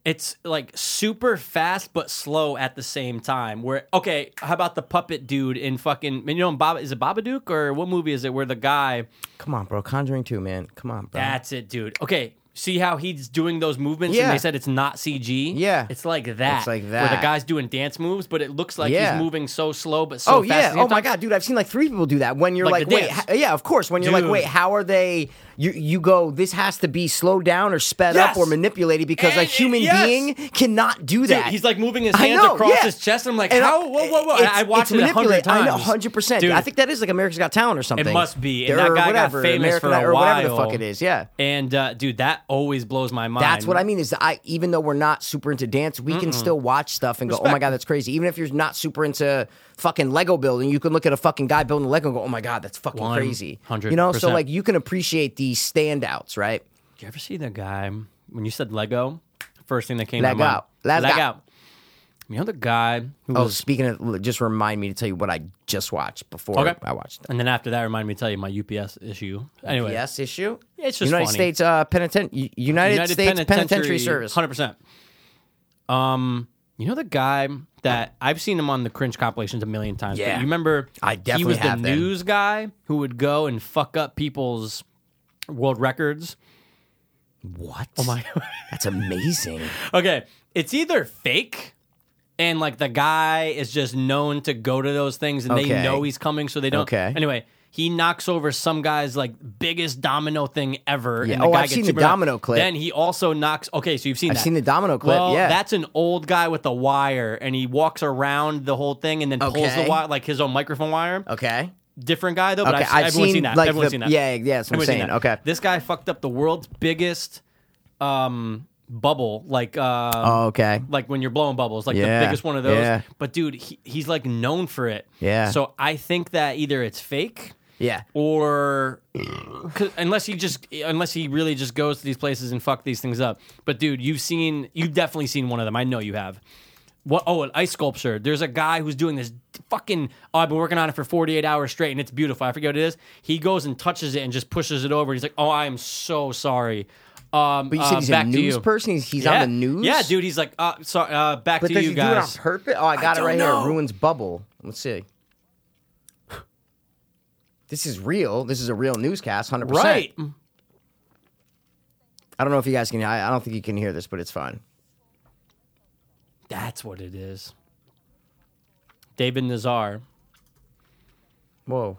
it's like super fast but slow at the same time. Where okay, how about the puppet dude in fucking you know in Bob is it Babadook or what movie is it where the guy
Come on, bro, Conjuring Two, man. Come on, bro.
that's it, dude. Okay, see how he's doing those movements,
Yeah.
and they said it's not CG.
Yeah.
it's like that.
It's like
Where the
that.
guy's doing dance moves, but it looks like
Yeah.
he's moving so slow but so
Oh
fast. at
yeah!
the same
Oh my
time.
god, dude! I've seen like three people do that. When you're
Like
like,
the
wait,
dance.
ha- yeah, of course. When you're like,
Dude.
wait, how are they? You you go. This has to be slowed down or sped up
Yes.
or manipulated because a
And-
human
yes.
being cannot do
Dude,
that.
he's like moving his
I
hands
know,
across
yeah.
his chest. I'm like,
And I-
how? Whoa, whoa, whoa! And
it's-
I watched
it's
it a hundred
manipulated.
times.
I know, hundred percent.
Dude,
I think that is like America's Got Talent or something.
must be. And
Or
that guy got
whatever,
famous
American
for a
Idol, or whatever the
while.
fuck it is. Yeah.
And uh, dude, that always blows my mind.
That's what I mean. Is that I even though we're not super into dance, we can still watch stuff and go, "Oh my
Respect.
god, that's crazy." Even if you're not super into fucking Lego building, you can look at a fucking guy building a Lego and go, "Oh my god, that's fucking
One
crazy."
hundred
You know, so
percent.
like you can appreciate these standouts, right?
Did you ever see the guy when you said Lego? First thing that came to
Leg
my mind.
out. Leg out.
You know the guy who
Oh,
was
speaking of, just remind me to tell you what I just watched before
Okay.
Oh, I watched. it.
And then after that, remind me to tell you my UPS issue. Anyway,
Yes, issue.
It's just
United
funny.
States uh, peniten- U- United, States Penitentiary, Service.
hundred percent. Um, you know the guy that I've seen him on the cringe compilations a million times. but
Yeah.
you remember?
I
he
definitely
was
have
the
then.
news guy who would go and fuck up people's world records.
What? Oh my, that's amazing.
Okay, it's either fake. And like the guy is just known to go to those things, and they
Okay.
know he's coming, so they don't.
Okay.
Anyway, he knocks over some guy's like biggest domino thing ever.
Yeah.
And the
Oh,
guy
I've
gets
seen the
super mad.
domino clip.
Then he also knocks. Okay, so you've seen
I've
that.
seen the domino clip.
Well,
yeah,
that's an old guy with a wire, and he walks around the whole thing and then pulls the
Okay.
wire, like his own microphone wire.
okay.
Different guy though, but
Okay,
I've, everyone's seen, that.
like
everyone's
the,
seen that.
Yeah, yeah, that's what I'm
Everyone's seen
saying.
that.
Okay.
This guy fucked up the world's biggest um, bubble, like uh,
Oh, okay.
like when you're blowing bubbles, like
Yeah,
the biggest one of those.
yeah.
But dude, he, he's like known for it.
Yeah.
So I think that either it's fake
Yeah.
or 'cause- unless he just unless he really just goes to these places and fuck these things up. But dude, you've seen you've definitely seen one of them. I know you have. What? Oh, an ice sculpture. There's a guy who's doing this fucking. Oh, I've been working on it for 48 hours straight, and it's beautiful. I forget what it is. He goes and touches it and just pushes it over. He's like, "Oh, I am so sorry." Um,
But you said
uh,
he's a
back to
news
you.
person. He's, he's on the news.
Yeah, dude. He's like, uh, sorry, uh, back
But
to
does
you
he do it on
guys.
purpose? Oh, I got it
don't
right
know.
here. Ruins bubble. Let's see. This is real. This is a real newscast, hundred percent.
right.
I don't know if you guys can. I, I don't think you can hear this, but it's fine.
That's what it is. David Nazar.
Whoa.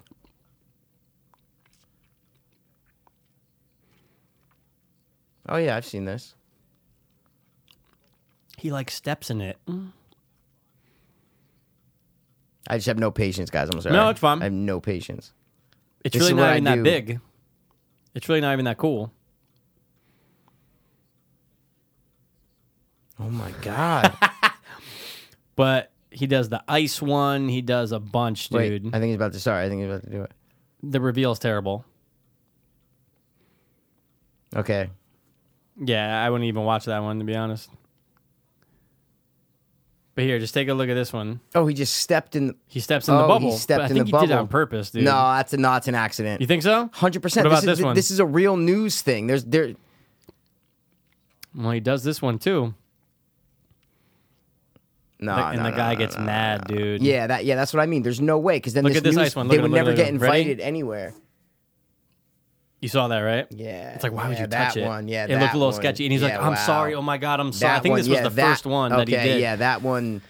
Oh yeah, I've seen this.
He like steps in it.
I just have no patience, guys. I'm sorry.
No, it's fine.
I have no patience.
It's
This
really
is what
not
I
even that
do.
big. It's really not even that cool.
Oh my god.
But he does the ice one. He does a bunch,
Wait,
dude.
I think he's about to. Sorry, I think he's about to do it.
the reveal's terrible.
Okay.
Yeah, I wouldn't even watch that one to be honest. But here, just take a look at this one.
Oh, he just stepped in. The,
He steps in
oh,
the bubble.
He stepped
But I
in
think
the
he
bubble
did it on purpose, dude.
No, that's a, no, it's an accident.
You think so?
Hundred percent.
What about
is,
this one?
This is a real news thing. There's there.
Well, he does this one too.
No,
and
no,
the
no,
guy
no,
gets
no, no.
mad, dude.
Yeah, that yeah, that's what I mean. There's no way because then
Look
this
at this
news,
ice one. Look
they
at
would
it, look
never
at it.
get
Ready?
invited anywhere.
You saw that, right?
Yeah,
It's like, why would
yeah,
you
that
touch it?
One, yeah,
it looked
that
a little
one.
sketchy. And he's like,
Yeah,
I'm
wow.
sorry. Oh my God, I'm sorry. I
That
think this
one,
was
yeah,
the
that-
first one
okay,
that he did.
Yeah, that one.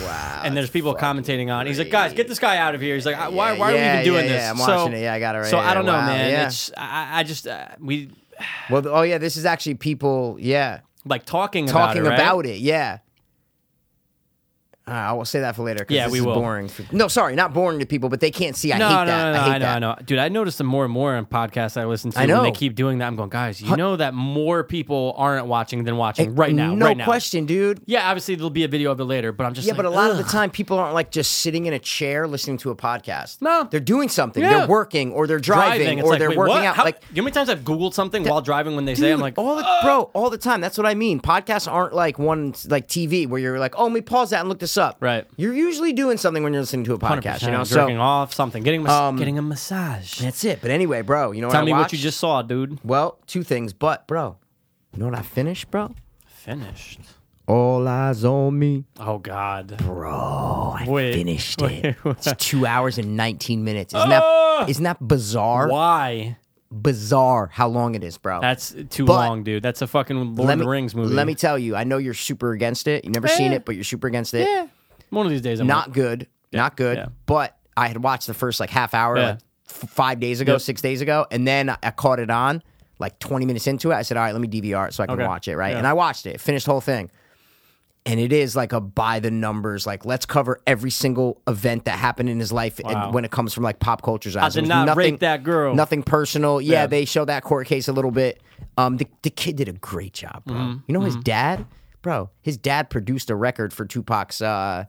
Wow.
and there's people
fucking
commentating on. it. He's like, guys, get this guy out of here. He's like, why, why are
yeah,
we even doing
yeah,
this?
yeah, I'm
so,
watching it. Yeah, I got it right
So I
here.
don't know,
Wow,
man.
yeah.
It's I, I just uh, we
Well, oh yeah, this is actually people. Yeah,
like talking
talking
about it. right?
about it. Yeah. Uh, I will say that for later. 'cause
Yeah,
this
we
is
will.
boring. for- no, sorry, not boring to people, but they can't see. I
No,
hate
no,
that.
no, no,
I hate
know,
that.
I know. Dude, I notice the more and more on podcasts I listen to,
I
when
know.
they keep doing that, I'm going, guys, you know that more people aren't watching than watching right now,
no
right now.
question, dude.
Yeah, obviously there'll be a video of it later, but I'm just
Yeah,
like,
but a lot
ugh.
of the time, people aren't like just sitting in a chair listening to a podcast.
No.
they're doing something.
Yeah.
They're working, or they're driving,
driving, it's
or
like,
they're
wait,
working
what?
out.
How-
like,
you know how many times I've Googled something while driving when they say,
dude,
I'm like,
all the, bro, all the time. That's what I mean. Podcasts aren't like one like TV where you're like, oh, let me pause that and look this up.
Right.
You're usually doing something when you're listening to a podcast. You know,
jerking
so
off something, getting mas-
Um,
getting a massage.
that's it. But anyway, bro, you know what
Tell
I
me what
watched?
you just saw, dude.
Well, two things, but bro, you know what I finished, bro?
Finished.
All eyes on me,
Oh God.
bro. I
Wait.
finished
Wait,
it.
what?
It's two hours and nineteen minutes. Isn't
Ah!
that isn't that bizarre?
Why?
bizarre how long it is, bro.
That's too
But-
long, dude. That's a fucking Lord
let
of
me,
the Rings movie.
Let me tell you, I know you're super against it. You've never seen
Eh.
it, but you're super against it.
Yeah. One of these days, I'm
Not good. not good.
yeah.
But I had watched the first like half hour
Yeah.
like f- five days ago,
Yep.
six days ago, and then I caught it on like 20 minutes into it. I said, all right, let me DVR it so I can
Okay.
watch it, right?
Yeah.
And I watched it, finished the whole thing. And it is like a by the numbers, like let's cover every single event that happened in his life,
Wow.
and when it comes from like pop culture's eyes,
did
There was
not rape
nothing-
that girl.
Nothing personal. Yeah,
Yeah.
they show that court case a little bit. Um, the, the kid did a great job, bro.
Mm-hmm.
You know his dad, bro. His dad produced a record for Tupac's, uh,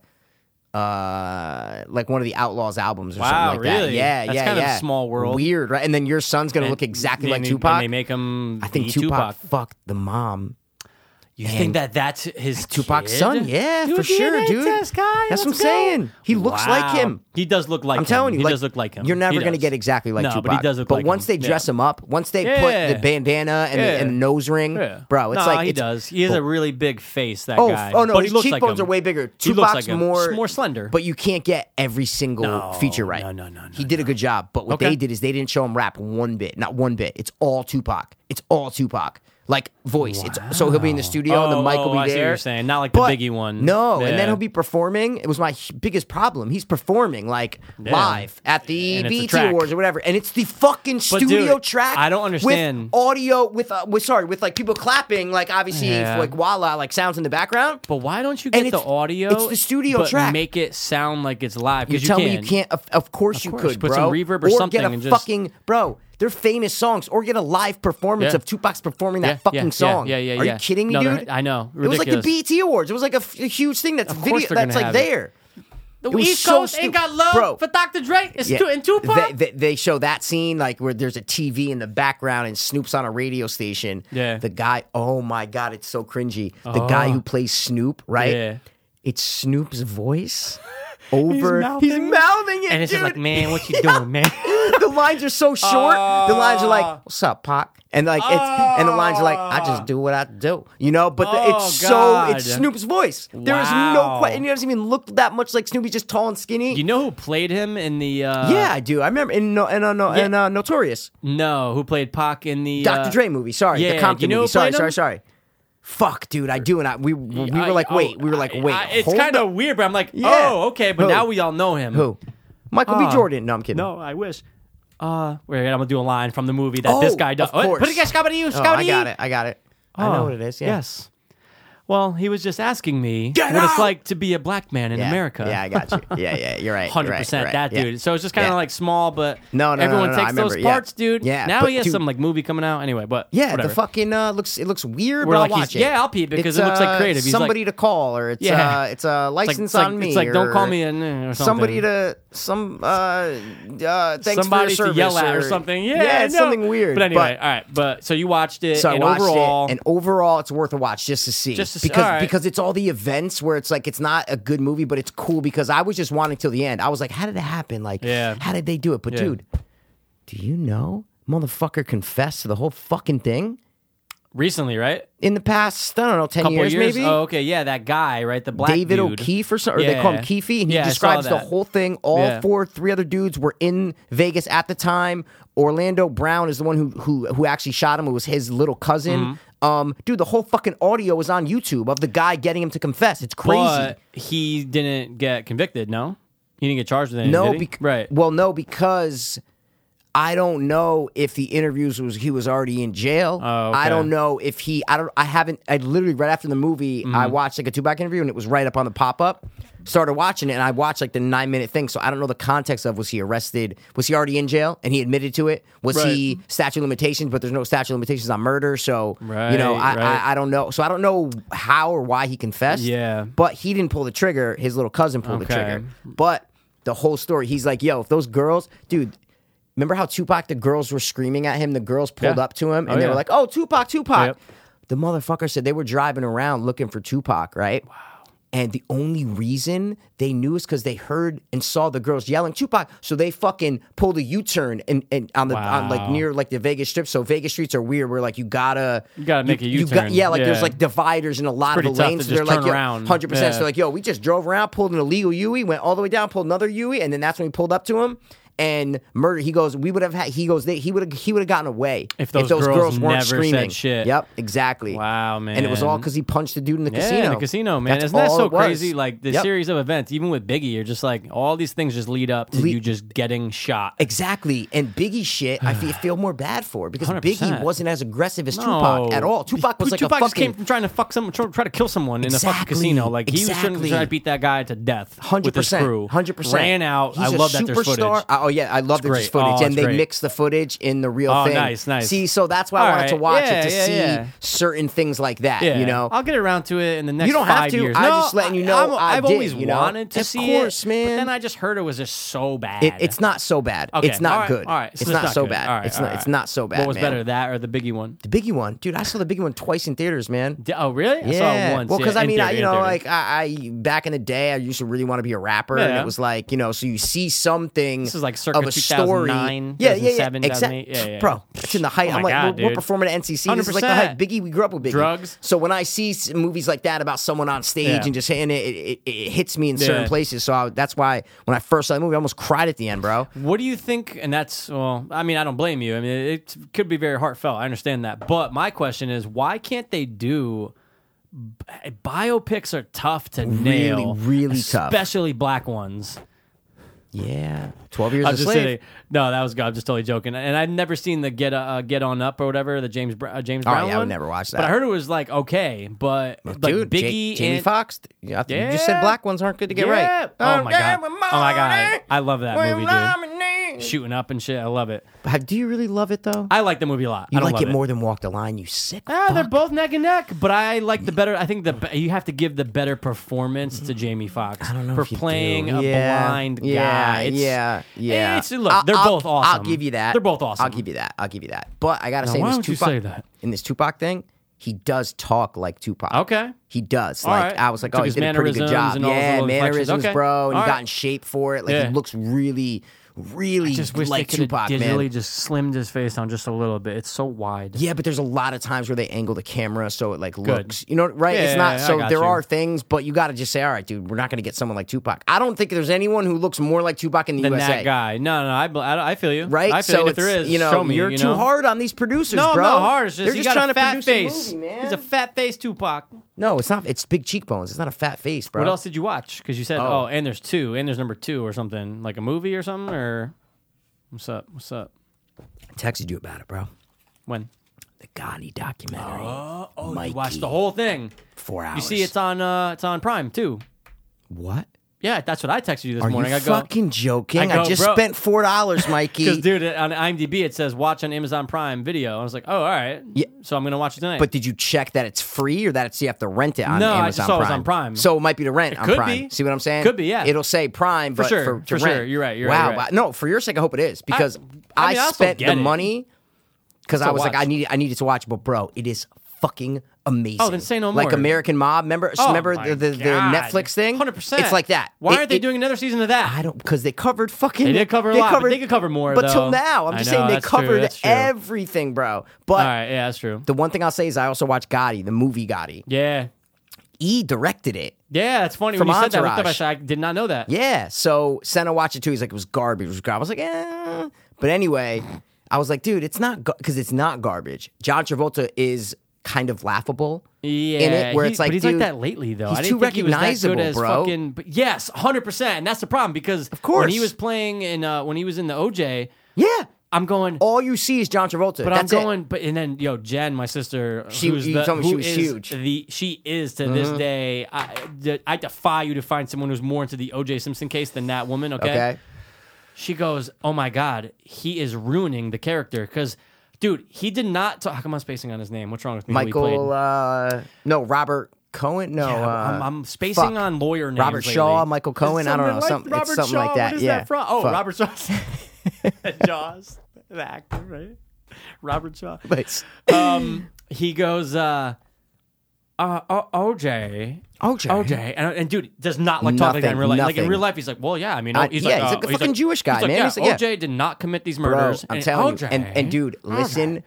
uh, like one of the Outlaws albums or
Wow,
something like that.
really?
Yeah,
That's
yeah,
kind of a
yeah.
small world.
Weird, right? And then your son's gonna
And
look exactly
they-
like
they-
Tupac.
And they make him.
I
the
think Tupac,
Tupac.
fucked the mom.
You think that that's his
Tupac's
kid?
son? Yeah,
Do a
for sure,
DNA
dude.
test, guy.
That's what
Let's
I'm saying.
go.
He looks like
Wow.
him.
He does look like
I'm
him.
telling you,
he
like,
does look like him.
You're never
He
going to
does.
get exactly like
no,
Tupac.
but he does look
But
like
once
him.
they dress
yeah.
him up, once they
Yeah.
put the bandana and,
Yeah.
the, and the nose ring,
Yeah.
bro, it's
nah,
like
he
it's-
does. He has
but-
a really big face. That
Oh,
guy.
f- oh no,
but
his
he looks
cheekbones
like him.
are way bigger.
He looks
Tupac's
like him.
more
S- more slender.
but you can't get every single
No,
feature right.
no, no, no, no,
He did a good job, but what
Okay.
they did is they didn't show him rap one bit, not one bit. It's all Tupac. It's all Tupac. Like voice, it's so he'll be in the studio and
Oh,
the mic will
oh,
be
I see what
there.
you're saying. Not like the
But-
Biggie one.
No, and
Yeah.
then he'll be performing. It was my h- biggest problem. He's performing like live at the
And it's a
BET
track.
Awards or whatever, and it's the fucking
But, dude,
studio track.
I don't
with
understand.
audio with uh, with sorry with like people clapping like obviously
Yeah.
like voila like sounds in the background.
But why don't you
And
get the
it's-
audio?
it's the studio
but
track.
Make it sound like it's live. 'cause
You
you
tell
can.
me you can't. Of, of course you
course,
could,
put
bro.
some reverb or something
get a
and just-
fucking bro. They're famous songs, or get a live performance
Yeah.
of Tupac's performing
Yeah,
that fucking
yeah, yeah,
song.
yeah, yeah,
Are
yeah.
you kidding me,
No, they're-
dude?
I know.
It was like the
Ridiculous.
BT Awards. It was like a, f- a huge thing. That's
course
video.
they're gonna
That's like
have it.
there.
The
It was
East
so
Coast
stu-
ain't got love
Bro.
for Dr. Dre. It's too and Tupac.
They, they, they show that scene like where there's a TV in the background and Snoop's on a radio station.
Yeah.
The guy, oh my god, it's so cringy. The guy
Oh.
who plays Snoop, right?
Yeah.
it's Snoop's voice over.
mouthing it.
it,
And it's just
dude.
like, man, what you doing, man?
the lines are so short. the lines are
Ah.
like, "What's up, Pac?" And like, it's and the lines are like, "I just do what I do," you know. But the,
Oh,
it's so
God.
it's Snoop's voice. There is no
Wow.
question. He doesn't even look that much like Snoop. He's just tall and skinny.
you know who played him in the? Uh,
yeah, I do. I remember in no and uh, no and uh, Notorious
No, who played Pac in the
Dr.
uh,
Dre movie. Sorry,
yeah,
the
you
Compton
know who
movie. Sorry,
played him?
sorry, sorry. Fuck, dude, I do, and I we we we
I-
were like,
oh,
wait, we were like,
I-
wait.
I- it's
hold
kind
up.
of weird, but I'm like,
Yeah.
oh, okay. But
Who?
now we all know him.
who? Michael B.
Ah.
Jordan. No, I'm kidding.
No, I wish. Uh, wait, I'm gonna do a line from the movie that this
Oh,
guy does.
of course.
Put it against Scabadi,
Oh, I got it. I got it. I know
E. Oh,
what it is. Yeah.
Yes. Well, he was just asking me
Get
what
out!
it's like to be a black man in
Yeah.
America.
Yeah, I got you. Yeah, yeah, you're right.
Hundred
you're right,
percent
you're right,
that
yeah.
dude. So it's just kind of
Yeah.
like small, but
No, no, no,
everyone
no, no, I
takes those
remember, yeah.
parts, dude.
Yeah,
now
but
he has
dude-
some like movie coming out anyway. But
Yeah,
whatever.
the fucking uh, looks. It looks weird.
We're
but
like,
I'll
he's-
watch it.
yeah, I'll peep it 'cause
It's,
it looks like
uh,
creative. He's like-
somebody to call, or it's
Yeah.
uh, it's a
It's like,
license
it's like-
on me.
It's like don't call
or
me a, or something.
Somebody to some uh, uh thanks
somebody
for your
to yell
service
at or,
or,
something. Yeah,
Yeah, it's
no.
something weird.
But anyway, all right. But so you watched it.
so I
and
watched
overall,
it, and overall, it's worth a watch just to see,
Just to see,
because
all right.
because it's all the events where it's like it's not a good movie, but it's cool because I was just wanting till the end. I was like, how did it happen? Like,
Yeah.
how did they do it? But
Yeah.
dude, do you know, motherfucker confessed to the whole fucking thing
recently, right?
in the past? I don't know, ten
Couple
years,
years.
maybe.
Oh, okay. Yeah, that guy, right? The black
David
dude.
O'Keefe or something, or they call him
Yeah.
Keefe, and he
Yeah, I saw
describes the
that.
whole thing. All
Yeah.
four, three other dudes were in Vegas at the time. Orlando Brown is the one who who who actually shot him. It was his little cousin.
Mm-hmm.
Um, dude, the whole fucking audio is on YouTube of the guy getting him to confess. It's crazy.
But he didn't get convicted. No, he didn't get charged with anything. did
no,
he?
bec-
right.
Well, no, because. I don't know if the interviews was he was already in jail.
Oh, okay.
I don't know if he. I don't. I haven't. I literally right after the movie,
Mm-hmm.
I watched like a two back interview, and it was right up on the pop up. Started watching it, and I watched like the nine minute thing. So I don't know the context of was he arrested? Was he already in jail? And he admitted to it. Was he statute of limitations? But there's no statute of limitations on murder, so you know I,
Right, right.
I I don't know. So I don't know how or why he confessed.
Yeah.
but he didn't pull the trigger. His little cousin pulled the
Okay.
trigger. But the whole story, he's like, yo, if those girls, dude, remember how Tupac, the girls were screaming at him? The girls pulled
Yeah.
up to him
Oh,
and they were
yeah.
like, oh, Tupac, Tupac.
Yep.
The motherfucker said they were driving around looking for Tupac, right? Wow. And the only reason they knew is because they heard and saw the girls yelling Tupac. So they fucking pulled a U turn and, and on the on like
Wow.
near like the Vegas strip. So Vegas streets are weird. We're like you gotta you
gotta make a
you
U-turn.
yeah, like there's
Yeah.
like dividers in a lot
Pretty
of the
tough
lanes.
to
so they're
just
like
turn around.
hundred percent. So
Yeah.
like like, yo, we just drove around, pulled an illegal Yui, went all the way down, pulled another Yui, and then that's when we pulled up to him and murder. He goes, we would have had. He goes, they, he would have. He would have gotten away
If those girls never said shit.
Yep, exactly.
Wow,
And it was all
man.
because he punched the dude in the
Yeah,
casino.
in the casino, man.
That's
Isn't that
all
so
it was.
crazy? Like the
Yep.
series of events, even with Biggie, you're just like all these things just lead up to you just getting shot.
Exactly. And Biggie shit, I feel, feel more bad for because Biggie
100%.
wasn't as aggressive as
No.
Tupac at all. Tupac was like
Tupac
a
just came
fucking
from trying to fuck someone, try to kill someone in a fucking
Exactly,
casino. Like he was certainly
exactly.
trying to beat that guy to death.
Hundred
with his crew.
percent, hundred percent.
Ran out.
He's
I
a
love that there's
superstar.
footage.
Uh, oh yeah, I love that there's
great.
footage,
Oh,
and
it's
they
great.
mix the footage in the real
Oh,
thing.
nice, nice.
See, so that's why I
All
wanted to
right.
watch
Yeah,
it to
yeah,
see
yeah.
certain things like that.
Yeah,
You know,
I'll get around to it in the next.
You don't have
five
to.
Years.
I'm
No,
just letting you know
I'm-
I
I've
did,
always
you know?
wanted to
Of
see
course,
it,
man.
But then I just heard it was just so bad.
It- it's not so bad.
Okay,
It's not
all right,
good.
All right,
it's, not so
good.
bad.
All right,
it's
all
not.
right.
It's not so bad.
What was
man.
better, that or the Biggie one?
The Biggie one, dude. I saw the Biggie one twice in theaters, man.
D- Oh, really? I saw it once.
Well,
yeah,
because I
in
mean, I,
theater,
you
in
know,
theater.
like I, I back in the day, I used to really want to be a rapper, and
Yeah.
it was like, you know, so you see something.
This is like circa
of a story.
2009,
yeah, yeah, yeah,
2007,
exact-
2008. Yeah, yeah.
bro. It's in the height.
Oh
I'm
my
like,
God,
we're, we're
dude.
performing at NCC. This is like the
100%.
height. Biggie, we grew up with Biggie.
Drugs.
So when I see s- movies like that about someone on stage
Yeah.
and just hitting it, it, it, it hits me in certain
Yeah.
places. So I, that's why when I first saw the movie, I almost cried at the end, bro.
What do you think? And that's well, I mean, I don't blame you. I mean, it could be very heartfelt. I understand that, but my question is, why can't they do? bi- Biopics are tough to nail,
really tough.
especially black ones.
Yeah, Twelve Years
I'm
a
just
Slave.
saying, no, that was good. I'm just totally joking. And I've never seen the get uh, get on up or whatever the James Br- uh, James
Oh,
Brown
yeah, I would
one.
never watch
But
that.
I heard it was like okay, but like
Dude, Ja-
Biggie
Jamie
and
Foxx. Yeah, I think You just said
Yeah.
black ones aren't good to get
yeah.
right.
Oh my god, oh my god, I love that movie, dude.
movie,
Shooting up and shit, I love it.
Have- Do you really love it though?
I like the movie a lot.
you
I don't
like
love
it more than Walk the Line, you sick.
Ah, they're
fuck.
both neck and neck, but I like the better. I think the be- you have to give the better performance to Jamie Foxx
Mm-hmm. don't know
for
if you do.
playing a
Yeah,
blind
yeah,
guy.
yeah, yeah.
It's, look,
I'll-
they're
I'll-
both awesome.
I'll give you that.
They're both awesome.
I'll give you that. I'll give you that. But I gotta
Now,
say, in
why
this
would you
Tupac,
say that?
in this Tupac thing? he does talk like Tupac.
Okay.
He does.
All
like
right.
I was like,
Took
oh, he
his
did a pretty
mannerisms
good job.
and all those
yeah,
little inflections.
mannerisms,
Okay.
bro. And
All
he got
right.
in shape for it. Like
Yeah.
he looks really, really
Just wish
like
they could
Tupac,
digitally
man.
just slimmed his face down just a little bit. It's so wide.
Yeah, but there's a lot of times where they angle the camera so it like looks, you know, right?
Yeah,
it's not
I
so
got
there
you.
are things, but you got to just say, all right, dude, we're not going to get someone like Tupac. I don't think there's anyone who looks more like Tupac in the
Than
USA.
that guy. No, no, I, bl- I, I feel you.
right?
I feel
so
you. If
it's,
there is,
you know,
show me.
you're
you
too
know?
hard on these producers,
No,
bro.
I'm not hard. It's just,
They're
he
just
got
trying
a
to
fat
produce
face.
a movie, man.
He's a fat face Tupac.
no, it's not. It's big cheekbones. It's not a fat face, bro.
What else did you watch? Because you said,
Oh.
oh. and there's two, and there's number two or something, like a movie or something, or what's up? What's up?
I texted you about it, bro?
When?
The Gandhi documentary.
Oh,
Mikey.
you watched the whole thing.
four hours.
You see, it's on, uh, it's on Prime too.
what?
Yeah, that's what I texted you this
Are
morning.
you
I go,
fucking joking? I,
I go,
just
bro.
spent four dollars,
Because,
Mikey.
dude, it- on IMDb it says watch on Amazon Prime Video. I was like, oh, all right.
Yeah.
So I'm gonna watch it tonight.
But did you check that it's free or that it's you have to rent it on
No,
Amazon
I just saw it was
Prime?
on Prime.
So it might be to rent on
could
Prime.
be.
See what I'm saying?
Could be, yeah.
It'll say Prime, but
sure,
for, to
for sure.
rent.
You're right, you're right,
wow,
you're right.
wow. No, for your sake, I hope it is because I,
I mean, I also
spent
get
the
it.
money because I was like,
watch.
I need, I needed to watch, but bro, it is fucking amazing.
Oh, then say no
Like
more.
American Mob, remember?
Oh,
remember
my
the, the, the
God.
Netflix thing?
100%.
It's like that.
Why
It-
aren't they
it-
doing another season of that?
I don't because they covered fucking.
They did cover a lot, but they could cover more,
But
though.
till now, I'm
I
just
know,
saying they
that's true,
covered
that's true.
everything, bro. But
all right. Yeah, that's true.
the one thing I'll say is I also watched Gotti, the movie Gotti.
Yeah.
E directed it.
Yeah, it's funny
From
when you said that. I, looked up, I,
Entourage.
said, I did not know that.
Yeah. So Senna watched it too. He's like, it was garbage. It was garbage. I was like, eh. But anyway, I was like, dude, it's not because it's not garbage. John Travolta is kind of laughable in
Yeah,
it, where
he-
it's like,
but he's
dude,
like that lately though.
he's
I
too
didn't think he was that good
recognizable,
as
bro.
fucking. But yes, hundred percent. And that's the problem because of
course.
when he was playing in uh, when he was in the OJ,
Yeah.
I'm going.
All you see is John Travolta.
But
Oh, That's
I'm
it.
going. But and then yo, Jen, my sister,
She-
who's
you
the,
told me she
who
was
is
huge. Mm-hmm.
The she is to this day. I, d- I defy you to find someone who's more into the O.J. Simpson case than that woman. Okay.
Okay.
She goes, "Oh my god, he is ruining the character because." Dude, he did not talk. How come I'm spacing on his name? What's wrong with me? who he played?
Michael, uh, no, Robert Cohen. No.
Yeah,
uh,
I'm, I'm spacing
fuck.
on lawyer names.
Robert
lately.
Shaw, Michael Cohen. I don't know.
like
something,
Robert
it's something
Shaw,
like that.
What is
yeah.
that from? Oh,
Fuck.
Robert Shaw. Jaws, the actor, right? Robert Shaw.
But-
Um, he goes, uh, uh, O- OJ.
OJ.
OJ. And, and dude, does not like talking like that in
Nothing,
real life. Like
nothing.
in real life, he's like, well, yeah, I mean,
I-
he's
yeah,
like,
he's
uh,
like a fucking Jewish guy,
he's like,
man.
Yeah,
He's like, yeah.
OJ did not commit these
Bro,
murders.
I'm
and
telling
OJ,
you. And, and dude, listen,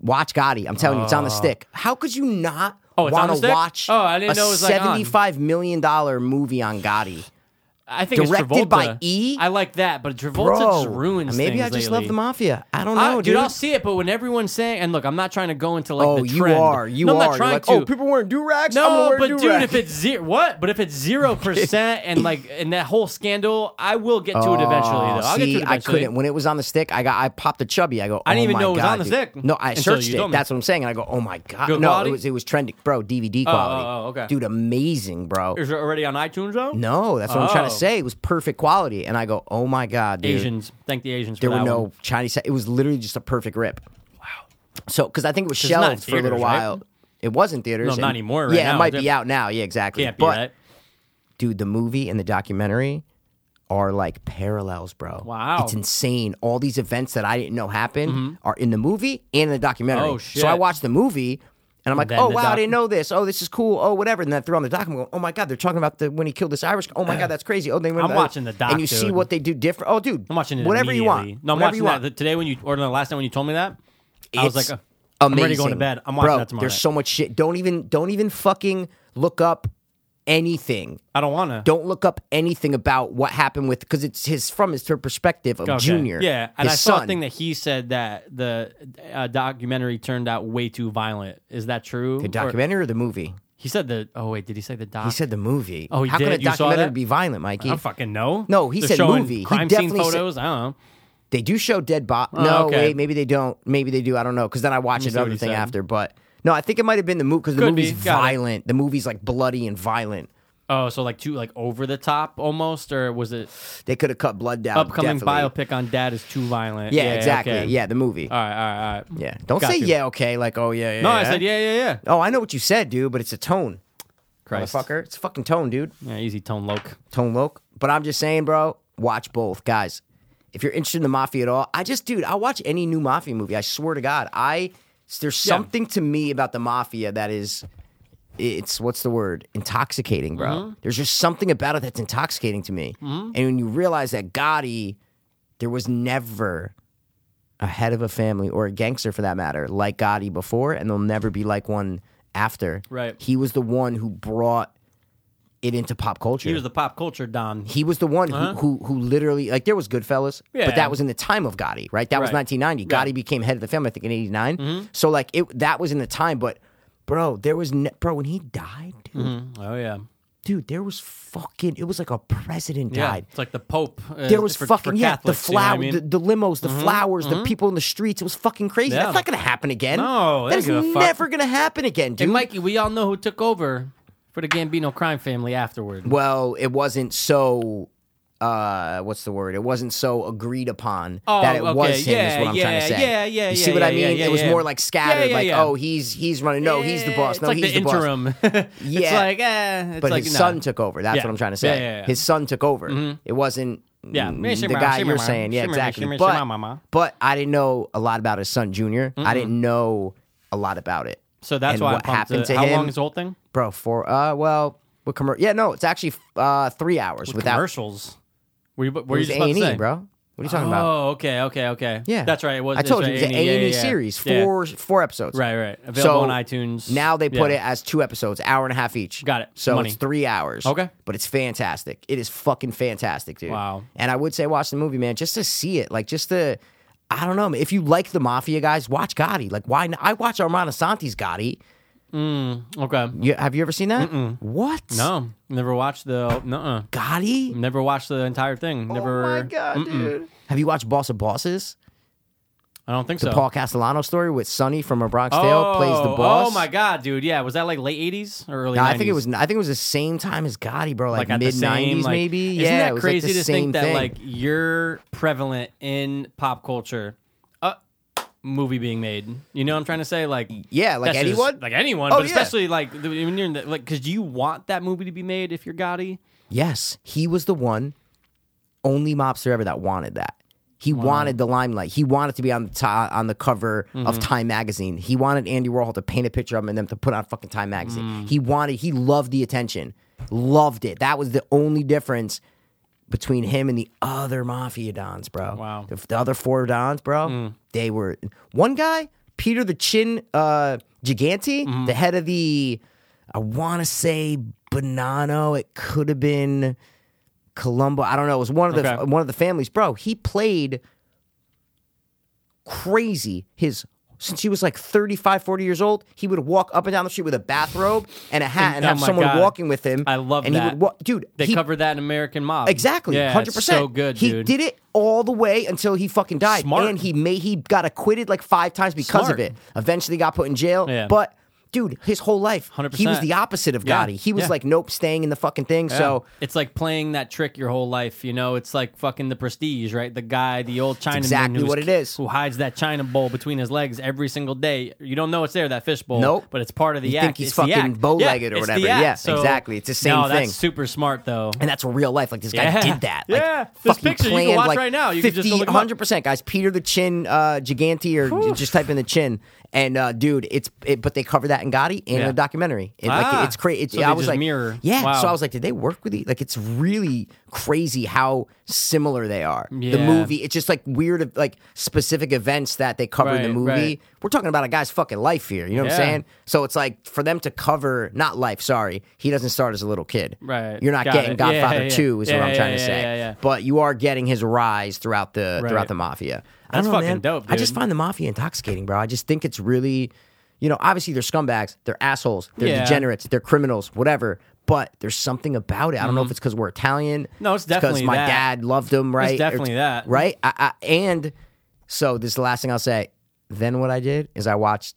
watch Gotti. I'm telling you, it's on the stick. How could you not
Uh. Oh, it's on
want
the
to
stick?
watch
Oh, I didn't
a
know it was, like, on.
seventy-five million dollar movie on Gotti?
I think it's
directed by
Travolta.
E?
I like that, but Travolta
Bro,
just ruins
maybe
things
I
lately.
just love the mafia. I don't know,
I, dude, I'll see it, but when everyone's saying, and look, I'm not trying to go into like
oh,
the
you
trend.
are. You
no,
are.
I'm not
You're
trying
like,
to.
Oh, people wearing do rags. I'm gonna
no,
wear
but
do-rag.
dude, if it's zero, what? But if it's zero percent and like and that whole scandal, I will get to it eventually. Though
Oh,
I'll
see,
get to it
I
eventually.
couldn't. When it was on the stick, I got I popped a chubby. I go.
I didn't
oh
even
my
know it was
God,
on the
dude.
stick
No, I
until
searched
you
it.
told me.
That's what I'm saying. And I go, oh my god.
Good
no,
quality?
it was it was trending, bro. DVD quality.
oh, okay.
Dude, amazing, bro.
Is it already on iTunes though?
No, that's what I'm trying to
Oh.
say. It was perfect quality, and I go, oh my god, dude.
Asians. Thank the Asians.
There
for
were
that
no
one.
Chinese. It was literally just a perfect rip. Wow. So, because I think it was
it's not
shelved
in
for a little
theaters, right?
while. It was in theaters.
No,
and-
not anymore right
yeah,
now,
it might
is
be
it?
out now. Yeah, exactly.
Can't be
but
right.
dude, the movie and the documentary are like parallels, bro.
Wow. Mm-hmm.
It's insane. All these events that I didn't know happened are in the movie and in the documentary.
Oh,
So I
shit.
watched the movie and I'm like,
then
oh,
the
wow, I
doc-
didn't know this. Oh, this is cool. Oh, whatever. And then I throw on the doc and go, oh, my God, they're talking about the when he killed this Irish. Oh, my God, that's crazy. Oh, they went
I'm
that-
watching the doc,
And you see
dude.
what they do different. Oh, dude.
I'm watching it.
Whatever you want.
immediately. No, I'm
whatever
watching
you want.
that The- today when you or the last night when you told me that. I was
It's
like, uh, I'm ready to go
amazing.
to bed. I'm watching
Bro,
that tomorrow.
There's
night.
so much shit. Don't even don't even fucking look up anything.
I don't want to.
Don't look up anything about what happened with because it's his from his perspective of
Okay.
Junior.
Yeah, and
his
I
son.
saw a thing that he said that the uh, documentary turned out way too violent. Is that true?
the
Or-
documentary or the movie?
he said the. Oh wait, did he say the doc?
He said the movie.
Oh, he
How can
did?
a
You saw
documentary
that?
be violent, Mikey?
I don't fucking know.
No, he
They're
said
showing
movie. He
Crime scene
definitely said-
photos. I don't know.
They do show dead body. no,
Oh, okay.
wait, maybe they don't. Maybe they do. I don't know. Because then I watched
me see what
another
he
thing
said.
after. But no, I think it might have been the movie because the
Could be.
movie's
Got it.
violent. The movie's like bloody and violent.
Oh, so like too like over the top almost, or was it
They could have cut blood down.
upcoming
definitely.
biopic on Dad is too violent?
Yeah, exactly.
okay.
Yeah, the movie.
All right, all right, all right.
yeah. Don't
got
say
you.
yeah, okay, like oh yeah, yeah.
No, I said yeah, yeah, yeah.
Oh, I know what you said, dude, but it's a tone,
Christ,
motherfucker. It's a fucking tone, dude.
Yeah, easy tone, loke.
Tone loc. But I'm just saying, bro, watch both, guys. If you're interested in the mafia at all, I just, dude, I watch any new mafia movie. I swear to God, I There's something to me about the mafia that is, it's what's the word? Intoxicating, bro.
Mm-hmm.
There's just something about it that's intoxicating to me. And when you realize that Gotti, there was never a head of a family or a gangster for that matter like Gotti before, and there'll never be like one after.
Right.
He was the one who brought it into pop culture
He was the pop culture don.
he was the one who, who who literally like there was Goodfellas,
Uh-huh. Yeah.
but that was in the time of Gotti, right? That was
Right. Mm-hmm.
1990.
Yeah.
Gotti became head of the family, I think, in '89. So like it that was in the time, but bro, there was ne- bro when he died, dude,
Oh yeah,
dude, there was fucking it was like a president
yeah.
died.
It's like the Pope. uh,
There was
for- for
fucking yeah, the
Catholics, you know what I
flower,
mean? Mm-hmm.
the, the limos, the flowers, the people in the streets. It was fucking crazy.
Yeah.
That's not gonna happen again.
No, they
that is
don't give a fuck.
never gonna happen again, dude.
And Mikey, we all know who took over for the Gambino crime family afterward.
well, it wasn't so. Uh, what's the word? It wasn't so agreed upon
Oh,
that it
okay.
was him. is
Yeah,
what I'm trying to
yeah,
say.
yeah, yeah,
You
yeah,
see what
yeah,
I mean?
yeah, yeah,
it was
yeah.
more like scattered.
Yeah, yeah,
like,
yeah.
oh, he's he's running. No, he's the boss.
It's
No,
like
he's
the,
boss.
interim. it's
Yeah.
like, eh, it's
But
like,
his
nah.
son took over. That's
Yeah.
what I'm trying to say.
Yeah, yeah, yeah.
His son took over. It wasn't
Yeah.
mm,
Yeah,
the
shimmer,
guy
shimmer,
you're
mom.
saying. Yeah,
Shimmer,
exactly.
shimmer,
but,
shimmer, mama.
but I didn't know a lot about his son, Junior. I didn't know a lot about it.
So that's
and
why I'm
what
pumped
happened to
How
him-
long is the whole thing?
bro. For uh, well, with commercial. Yeah, no, it's actually uh three hours without
Commercials. Were you, were
It
you
was
just
A
about to
and E,
say?
bro. What are you talking about?
Oh, okay, okay, okay.
Yeah,
that's right. It was.
I told
it's
you it was an
A&E, yeah,
A and E
yeah, yeah.
series,
Yeah.
four four episodes.
Right, right. Available
So
on iTunes.
Now they put
Yeah.
it as two episodes, hour and a half each.
Got it.
So
Money.
it's three hours.
Okay.
but it's fantastic. It is fucking fantastic, dude.
Wow.
And I would say watch the movie, man, just to see it, like just the. I don't know. man. If you like the mafia guys, watch Gotti. Like, why? Not? I watch Armando Santi's Gotti.
Okay.
You, have you ever seen that? What?
No, never watched the. No,
Gotti.
never watched the entire thing. Never.
Oh my god, dude. Have you watched Boss of Bosses?
I don't think so.
Paul Castellano story with Sonny from A Bronx
oh,
Tale plays the boss.
Oh my god, dude. Yeah, was that like late '80s or early?
No,
90s?
I think it was. I think it was the same time as Gotti, bro. Like,
at the
mid
same,
nineties,
like-
maybe.
Isn't
yeah,
that
it was like
crazy
the
to
same
think that
thing.
like you're prevalent in pop culture? Uh, movie being made. You know what I'm trying to say? Like
Yeah, like
that's just-
anyone?
like anyone,
Oh,
but
yeah.
especially like the- when you're in the, like because do you want that movie to be made if you're Gotti?
yes, he was the one, only mobster ever that wanted that. He wanted the limelight. He wanted to be on the to- on the cover of Time magazine. He wanted Andy Warhol to paint a picture of him and them to put on fucking Time magazine. He wanted. He loved the attention. Loved it. That was the only difference between him and the other mafia dons, bro.
Wow.
The, the other four dons, bro, they were one guy, Peter the Chin uh Gigante, the head of the I want to say Bonanno, it could have been Colombo. I don't know. It was one of the
Okay.
one of the families, bro. He played crazy his since he was like 35 40 years old he would walk up and down the street with a bathrobe and a hat and,
oh
have
my
someone
God.
walking with him
I love
and he
that.
would walk dude
They
he,
covered that in American Mob.
Exactly,
Yeah,
hundred
it's
percent.
So good,
He
dude.
did it all the way until he fucking died,
Smart.
and he may he got acquitted like five times because
Smart.
of it. Eventually, got put in jail.
Yeah.
But dude, his whole life, he was
100%.
the opposite of
Yeah,
Gotti. He was
yeah.
like, nope, staying in the fucking thing.
Yeah.
So
it's like playing that trick your whole life, you know. It's like fucking the prestige, right? The guy, the old Chinaman,
exactly
who's-
what it is.
who hides that China bowl between his legs every single day. You don't know it's there, that fish bowl.
Nope.
but it's part of the
You
act.
think he's
It's the
fucking
act.
bow-legged or
it's the
whatever.
act.
Yeah,
So-
exactly. It's the same
no,
thing.
That's super smart though.
And that's real life. Like this guy
Yeah.
did that.
Yeah.
Like,
This
fucking
picture you can
planned,
watch
like,
right now. You can just go look him up.
100%. Guys, Peter the Chin uh, Gigante or just type in the chin. And uh, dude, it's it, but they cover that in Gotti in
Yeah.
a documentary. It,
Ah.
like, it's crazy.
So they
I was
just
like,
mirror.
yeah.
Wow.
So I was like, did they work with these? Like, it's really crazy how similar they are. The
Yeah.
movie, it's just like weird, like specific events that they cover in the
Right,
movie.
right.
We're talking about a guy's fucking life here. You know what I'm
Yeah.
saying? So it's like for them to cover not life. Sorry, he doesn't start as a little kid.
Right.
You're not
Got
getting
it. Yeah,
Godfather
yeah, yeah.
2 is
Yeah,
what I'm
yeah,
trying to
yeah,
say.
yeah, yeah.
But you are getting his rise throughout the
Right.
throughout the mafia. I
That's
don't know,
fucking
man.
dope,
I just
dude.
find the mafia intoxicating, bro. I just think it's really you know, obviously they're scumbags, they're assholes, they're
Yeah.
degenerates, they're criminals, whatever. But there's something about it. I don't know if it's because we're Italian.
Mm-hmm. No, it's
because
definitely
my
that.
dad loved him, right? Or
definitely that.
right? I, I, and so this is the last thing I'll say. Then what I did is I watched,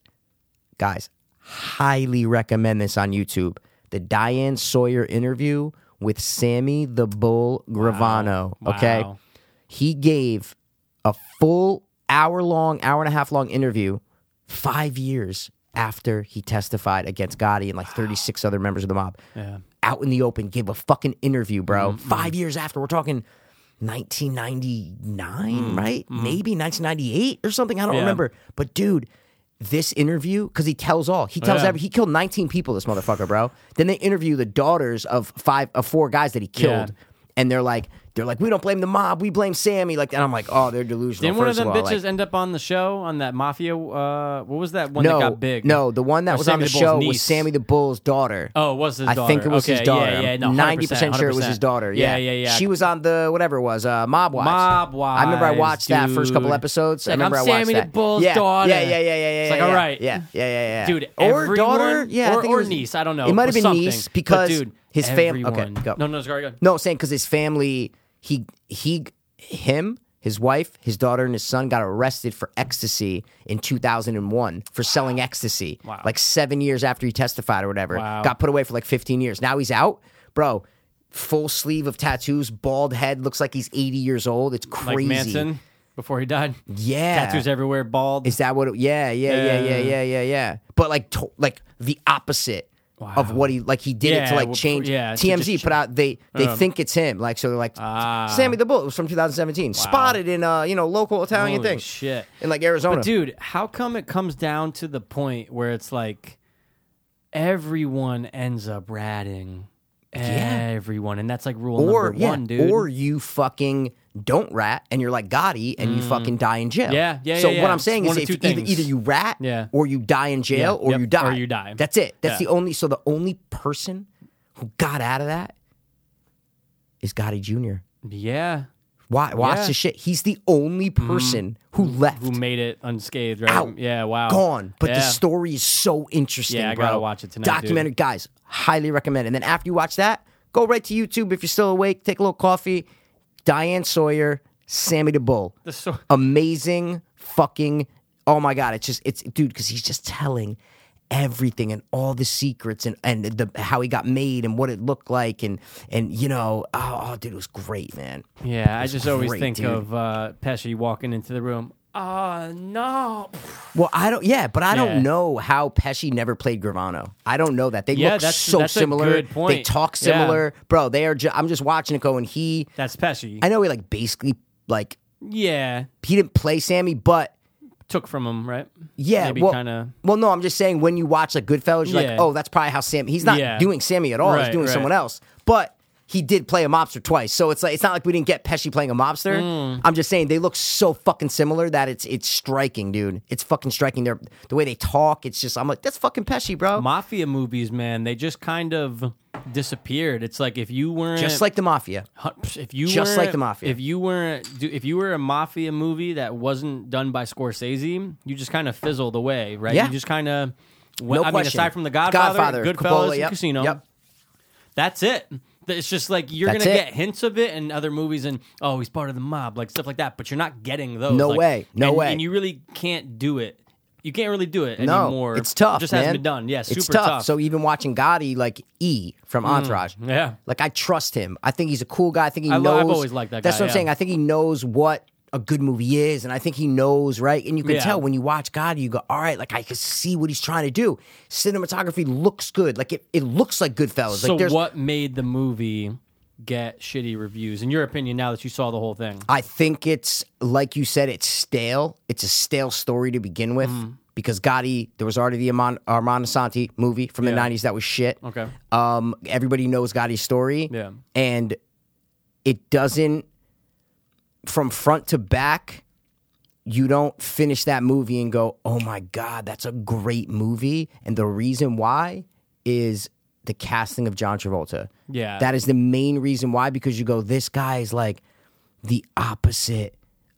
guys, highly recommend this on YouTube. The Diane Sawyer interview with Sammy the Bull Gravano. Okay.
Wow.
He gave a full hour long, hour and a half long interview five years after he testified against Gotti and like 36 other members of the mob
Yeah. Mm-hmm.
out in the open, gave a fucking interview, bro. Five years after, we're talking 1999, right? Maybe 1998 or something. I don't
Mm-hmm. Yeah.
remember. But dude, this interview because he tells all. He tells
Oh, Yeah.
every. He killed 19 people. This motherfucker, bro. Then they interview the daughters of five of four guys that he killed,
Yeah.
and they're like, they're like, we don't blame the mob, we blame Sammy. Like, and I'm like, oh, they're delusional.
Didn't one of
first
them
all.
bitches
Like,
end up on the show on that mafia? Uh, what was that one
no,
that got big?
no, the one that
Or
was on
Sammy
the
Bull's
show was
niece.
Sammy the Bull's daughter.
Oh, it was his daughter.
I think it was
okay,
his daughter.
Yeah, yeah, no,
90
100%,
percent sure it was his daughter. Yeah,
Yeah, yeah, yeah.
She was on the whatever it was, uh, Mob Wives.
Mob
I remember I watched that first couple
Wives,
episodes.
dude. Like,
I
I'm
remember I watched
Sammy the
that.
Bull's
yeah.
daughter.
Yeah, yeah, yeah, yeah, yeah.
It's like,
yeah,
all
yeah.
right.
Yeah, yeah, yeah, yeah.
dude.
or
everyone,
daughter. Yeah, I
or,
think it
or
was-
niece. I don't know.
It might
but
have been
something.
niece
But,
because
dude,
his family. Okay,
everyone-
go.
No, no, sorry, go ahead.
No, I'm saying because his family, he, he, him, his wife, his daughter, and his son got arrested for ecstasy in 2001 for selling ecstasy.
Wow.
Like seven years after he testified or whatever.
Wow.
Got put away for like 15 years. Now he's out, bro. Full sleeve of tattoos, bald head, looks like he's 80 years old. It's
Like
crazy.
Manson before he died.
Yeah.
tattoos everywhere, bald.
Is that what? It, yeah, yeah, yeah, yeah,
Yeah.
yeah, yeah, yeah. But like, to, like the opposite of what he like. He did it to
Yeah,
like
well,
change.
yeah, to
TMZ
just Um. Ah.
put out they they think it's him. Like so, they're like Sammy the Bull it was from 2017, spotted in uh you know local Italian
Holy
thing
shit.
in like Arizona.
But dude, how come it comes down to the point where it's like everyone ends up ratting everyone, and that's like rule
or
number
yeah,
one, dude.
or you fucking don't rat and you're like Gotti and you fucking die in jail.
Mm. Yeah, yeah,
So
yeah,
what
yeah.
I'm saying
It's one
is
of
if
two
either,
things.
either you rat
Yeah.
or you die in jail
Yeah,
or
yep,
you die
or you die.
That's it. That's
Yeah.
the only. So the only person who got out of that is Gotti Jr.
yeah,
Why? Watch
Yeah. Mm-hmm.
the shit. He's the only person who left.
who made it unscathed, right?
Out.
Yeah, wow,
Gone, but the
Oh, Yeah.
story is so interesting.
Yeah, I
bro.
gotta watch it tonight, dude.
Documented, guys, highly recommend. And then after you watch that, go right to YouTube if you're still awake. Take a little coffee. Diane Sawyer, Sammy the Bull,
The so-
amazing fucking. Oh my god, it's just it's dude because he's just telling everything and all the secrets and and the how he got made and what it looked like and and you know oh, oh dude it was great man
Yeah, I just always
great,
think
dude.
of uh, Pesci walking into the room. Oh no!
Well, I don't. Yeah, but I
Yeah.
don't know how Pesci never played Gravano. I don't know that they
Yeah,
look
that's-
so
that's a
similar.
good
They
point.
talk
Yeah.
similar, bro. They are. Ju- I'm just watching it go, and he.
That's Pesci.
I know he like basically like
yeah,
he didn't play Sammy, but
took from him, right?
yeah,
maybe
well,
kind of.
Well, no, I'm just saying when you watch like Goodfellas, you're
Yeah.
like, oh, that's probably how Sammy. He's not
Yeah.
doing Sammy at all. he's
Right,
doing
right.
someone else, but. He did play a mobster twice, so it's like it's not like we didn't get Pesci playing a mobster.
Mm.
I'm just saying they look so fucking similar that it's it's striking, dude. It's fucking striking. They're, the way they talk, it's just I'm like that's fucking Pesci, bro.
Mafia movies, man, they just kind of disappeared. It's like if you weren't
just like the mafia.
if you
just
weren't-
like the Mafia.
If you weren't do- if you were a mafia movie that wasn't done by Scorsese, you just kind of fizzled away, right?
Yeah.
You just kind of.
No
I mean,
question.
aside from The Godfather,
Godfather, Coppola,
Goodfellas, and
yep,
Casino,
yep.
that's it. It's just like you're
That's
gonna
it.
get hints of it in other movies, and oh, he's part of the mob, like stuff like that. But you're not getting those.
No
like-
way. No
and-
way.
And you really can't do it. You can't really do it
No,
anymore.
it's tough.
It just
man.
hasn't been done. Yeah, super Mm,
it's tough. So even watching Gotti, like E from Entourage,
yeah.
like I trust him. I think he's a cool guy. I think he
I
knows.
lo- I've always liked that
That's
guy,
what I'm
yeah.
saying. I think he knows what a good movie is, and I think he knows right. And you can
Yeah.
tell when you watch Gotti, you go, all right, like I can see what he's trying to do. Cinematography looks good. Like it, it looks like Goodfellas.
So
like there's
what made the movie get shitty reviews? In your opinion, now that you saw the whole thing,
I think it's like you said, it's stale. It's a stale story to begin with
Mm.
because Gotti. There was already the Armand, Armand Asante movie from the '90s that was shit.
Okay.
Um, everybody knows Gotti's story.
Yeah.
And it doesn't from front to back. You don't finish that movie and go, "Oh my god, that's a great movie." And the reason why is the casting of John Travolta.
Yeah.
That is the main reason why, because you go, this guy is like the opposite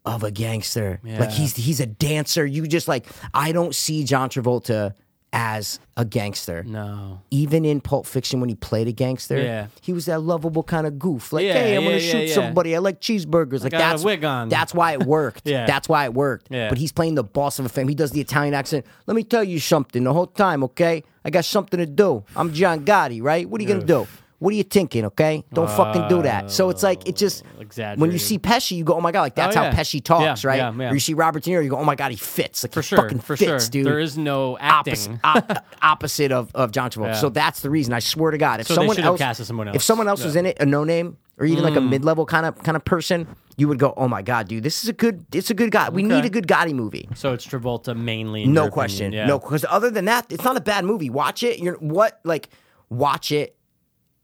of a gangster. Like he's he's a dancer. You just like I don't see John Travolta as a gangster.
no.
Even in Pulp Fiction, when he played a gangster,
Yeah.
he was that lovable kind of goof. Like,
Yeah,
hey, I'm gonna
yeah, yeah,
shoot
yeah.
somebody. I like cheeseburgers. Like
got a
that's
wig on.
That's why it worked.
Yeah.
That's why it worked.
Yeah.
But he's playing the boss of a family. He does the Italian accent. Let me tell you something the whole time, okay? I got something to do. I'm John Gotti, right? What are you gonna do? What are you thinking, okay? Don't fucking do that. So it's like it just when you
Oh, Exaggerated.
see Pesci, you go, Oh my god, like that's
Oh,
how
yeah.
Pesci talks,
Yeah,
right?
yeah, yeah.
Or you see Robert De Niro, you go, Oh my god, he fits. Like
For
he
sure,
fucking
for
fits,
sure.
dude.
There is no acting.
Opposite, op- opposite of, of John
Yeah.
Travolta. So that's the reason. I swear to God, if
So they
someone
should have
else,
casted someone
if
else. Mm.
someone else was in it, a no name, or even like a mid-level kind of kind of person, you would go, "Oh my god, dude, this is a good. It's a good guy. We need a good Gotti movie."
So it's Travolta mainly. in your
No
opinion,
question.
yeah.
No, because other than that, it's not a bad movie. Watch it. You're what like watch it,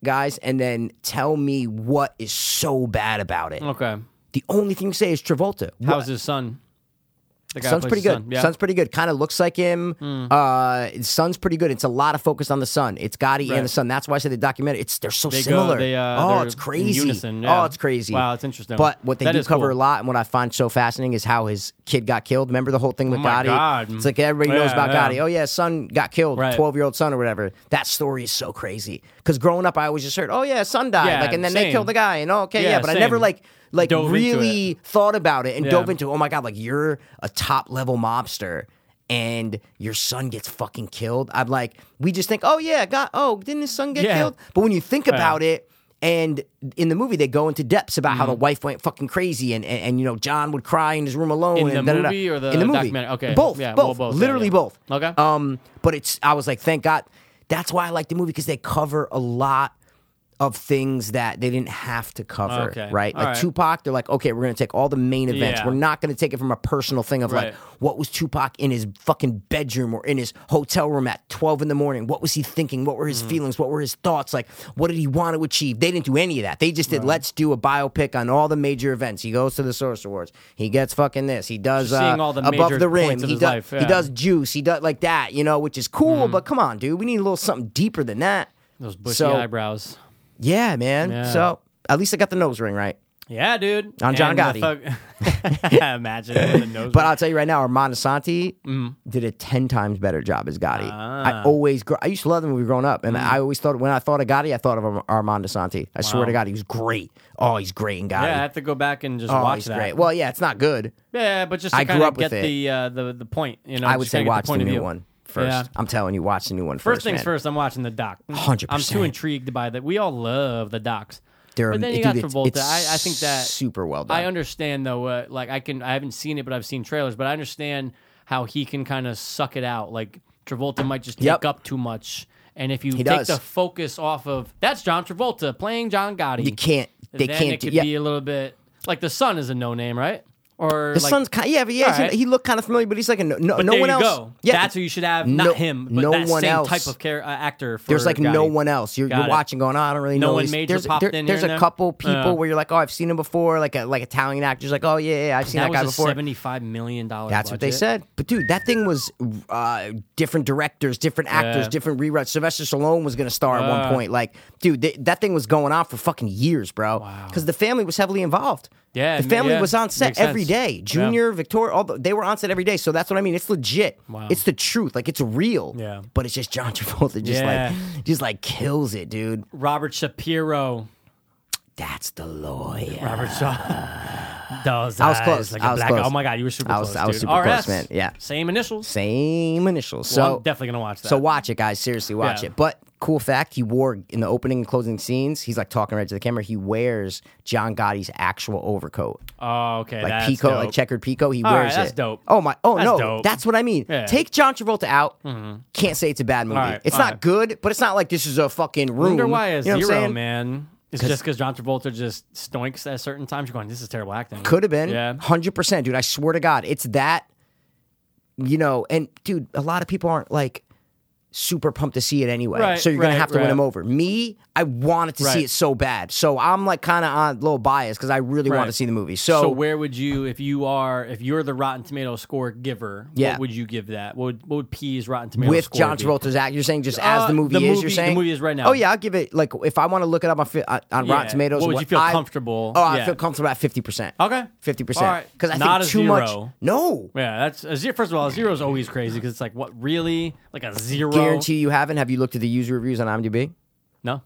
guys, and then tell me what is so bad about it.
Okay.
The only thing you say is Travolta.
How's his son? The guy who
Sun's
plays
pretty
his
good.
son, Yeah. Mm.
Sun's pretty good. Kind of looks like him. Uh, Sun's pretty good. It's a lot of focus on the sun. It's Gotti
Right.
and the sun. That's why I said the documentary. It's they're so
They go-
similar.
they, uh,
oh,
they're
it's
in
crazy.
unison, yeah.
Oh, it's crazy.
Wow, it's interesting.
But what they
That
do
is
cover a
cool.
lot, and what I find so fascinating is how his kid got killed. Remember the whole thing with
Oh my
Gotti?
God.
It's like everybody knows
Yeah,
about
yeah.
Gotti. Oh yeah, son got killed.
Right.
Twelve year old son or whatever. That story is so crazy. Because growing up, I always just heard, oh yeah, son died.
Yeah,
like and then they
same.
killed the guy. And oh, okay, yeah,
Yeah,
but I never
same.
like like
Dove into it.
really thought about it and
Yeah.
dove into oh my god like you're a top level mobster and your son gets fucking killed i'm like we just think oh yeah god oh didn't his son get
Yeah.
killed but when you think about it and in the movie they go into depths about
Mm-hmm.
how the wife went fucking crazy and, and and you know john would cry in his room alone
In
and
the
da-da-da.
movie or the
in the movie
documentary? Okay.
both
Yeah, well,
both,
both, yeah,
literally
yeah.
both
Okay.
um but it's i was like thank god that's why i like the movie because they cover a lot of things that they didn't have to cover
Okay.
right
All
like
right.
two Tupac, they're like, okay, we're going to take all the main events.
Yeah.
We're not going to take it from a personal thing of like,
Right.
what was Tupac in his fucking bedroom or in his hotel room at 12 in the morning? What was he thinking? What were
Mm.
his feelings? What were his thoughts? Like, what did he want to achieve? They didn't do any of that. They just did, let's do a biopic on all the major events. He goes to the Source Awards. He gets fucking this. He does
Just
uh,
seeing all the
Above
major
the Rim.
points of
He,
his
does-
life,
he
yeah. Mm-hmm.
does Juice. He does like that, you know, which is cool, but come on, dude. We need a little something deeper than that.
Those bushy
So-
eyebrows.
Yeah, man.
Yeah.
So at least I got the nose ring right.
Yeah, dude.
I'm John
And the thug- Imagine the nose.
But I'll tell you right now, Armando Santi
Mm-hmm.
did a ten times better job as Gotti.
Ah.
I always, gr- I used to love the movie growing up, and
Mm-hmm.
I always thought when I thought of Gotti, I thought of Ar- Armando Santi. I swear to God, he was great. Oh, he's great in Gotti.
yeah, I have to go back and just
oh,
watch
he's
that.
great. Well, yeah, it's not good.
yeah, but just to
I
kind
grew
of
up with
get
it.
the uh, the the point. You know,
I would
just kinda
say
get
watch the,
point of
new
view.
one first.
Yeah.
I'm telling you, watch the new one
First things
man.
first, I'm watching the doc. Mm,
100%.
I'm too intrigued by that. We all love the docs.
They're
but then
am-
you got
dude, it's-
Travolta.
it's
I, I think that
super well done.
I understand though. Uh, like I can, I haven't seen it, but I've seen trailers. But I understand how he can kind of suck it out. Like Travolta might just take
Yep.
up too much, and if you take
does.
the focus off of that's John Travolta playing John Gotti,
you can't. They
then
can't.
It
do,
could
yeah,
be a little bit like the son is a no name, right? Or
the
like,
son's kind. Yeah, but yeah, he's-
Alright.
he looked kind of familiar, but he's like a no. No,
But
no
there
one
you
else.
go.
Yeah,
that's who you should have, not
no-
him. But
no
that
one
same
else.
type of char- uh, actor. For
There's like no
Gotti.
one else. You're,
Got
you're
it.
watching, going, oh, I don't really
No
know.
one
these."
major
there's
popped
there-
in here
there's
and
a
there?
couple people
Yeah.
where you're like, oh, I've seen him before, like a, like Italian actors, like, oh yeah, yeah I've seen
That
that, guy
was a
before.
seventy-five million dollar.
That's what they said. But dude, that thing was uh, different directors, different actors,
Yeah. Uh.
different reruns. Sylvester Stallone was going to star at one point. Like, dude, th- that thing was going on for fucking years, bro. Because the family was heavily involved.
Yeah,
the
ma-
family
yeah.
was on set
Makes
every
sense.
day. Junior, Victoria, all the, they were on set every day. So that's what I mean. It's legit.
Wow.
It's the truth. Like it's real.
Yeah.
But it's just John Travolta just
Yeah.
like just like kills it, dude.
Robert Shapiro.
That's the lawyer.
Robert Shaw. Those
was
eyes,
close.
Like
I
a
was
black
close.
Oh my god, you were super
I was-
close.
I was
dude.
super close,
RS,
man. Yeah.
Same initials.
Same initials. So
Well, I'm definitely gonna watch that.
So watch it, guys. Seriously, watch
Yeah.
it. But cool fact: he wore in the opening and closing scenes. He's like talking right to the camera. He wears John Gotti's actual overcoat,
oh, okay.
like
that's
pico,
dope.
like checkered pico. He
All
wears
right,
it.
that's dope.
Oh my! Oh
That's
no,
dope.
that's what I mean.
Yeah.
Take John Travolta out. Can't say it's a bad movie.
right,
it's
all
not
right.
good, but it's not like this is a fucking room.
I wonder why a
you know what I'm
zero,
saying?
man. It's just because John Travolta just stoinks at certain times. You're going, this is terrible acting.
Could have been.
Yeah.
Hundred percent, dude. I swear to God, it's that. You know, and dude, a lot of people aren't like super pumped to see it anyway.
Right,
so you're gonna
right,
have to win
right.
them over. Me, I wanted to see
Right.
it so bad. So I'm like kind of on a little biased because I really want to
Right.
see the movie. So,
So where would you, if you are, if you're the Rotten Tomato score giver,
Yeah.
what would you give that? What would, what would P's Rotten Tomato
with
score
John
be?
Travolta's act, you're saying just as
Uh,
the movie
the
is,
movie-
you're
the
saying
movie is right now.
Oh yeah, I'll give it like if I want to look it up on, fi- on on
Yeah.
Rotten Tomatoes.
What would you feel
I-
comfortable?
Oh, I
Yeah.
feel comfortable at fifty percent.
Okay.
fifty
All
percent.
right.
Because I
Not
think
a
too much.
zero.
No,
Yeah, that's a zero. First of all, a zero is always crazy because it's like, what really? Like a zero?
guarantee you haven't. Have you looked at the user reviews on IMDb?
No.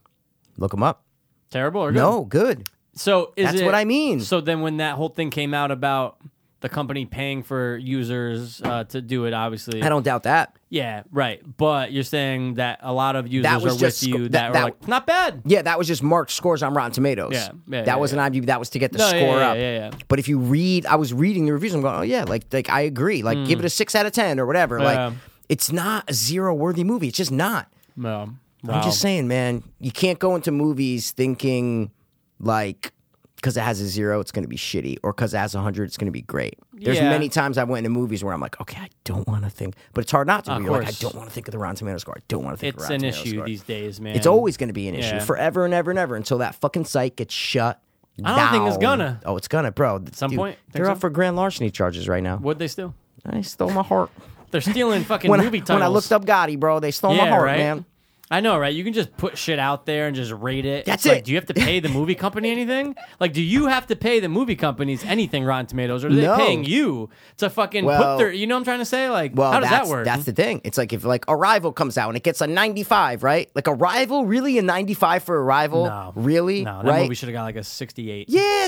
Look them up.
Terrible or good?
No, good.
So is
That's
it-
what I mean.
So then, when that whole thing came out about the company paying for users uh, to do it, obviously,
I don't doubt that.
yeah, right. But you're saying that a lot of users
That
are
was
with
just sc-
you
that-
that,
that-
were like, not bad.
Yeah, that was just Mark's scores on Rotten Tomatoes.
Yeah, yeah,
that
yeah,
wasn't IMDb. That was to get the
No, yeah,
score
yeah,
up.
yeah, yeah.
But if you read, I was reading the reviews. I'm going, oh yeah, like like I agree. Like give it a six out of ten or whatever.
Hmm. Yeah.
Like it's not a zero worthy movie. It's just not.
No,
I'm just saying, man. You can't go into movies thinking like because it has a zero, it's going to be shitty, or because it has a hundred, it's going to be great. There's
Yeah.
many times I went into movies where I'm like, okay, I don't want to think, but it's hard not to.
Of
Of You're like, I
course.
don't want to think of the Rotten Tomato score. I don't want to think. of
It's
the
an
Rotten Tomato
issue
score.
these days, man.
It's always going to be an issue
Yeah.
forever and ever and ever until that fucking site gets shut.
I don't think it's
down.
gonna.
Oh, it's gonna, bro.
some point? Think
they're up
so?
for grand larceny charges right now.
What'd they steal?
I stole my heart.
They're stealing fucking
When I,
movie titles.
when I looked up Gotti, bro, they stole my
Yeah,
heart,
right?
man.
I know, right? You can just put shit out there and just rate it.
That's
It's like,
it.
do you have to pay the movie company anything? Like, do you have to pay the movie companies anything, Rotten Tomatoes, or are they
No.
paying you to fucking put
Well-
their? You know what I'm trying to say? Like,
Well,
how does
that's,
that work?
That's the thing. It's like if like Arrival comes out and it gets a 95, right? Like Arrival, really a 95 for Arrival?
no,
Really?
No, that
right?
movie should have got like a 68.
yeah,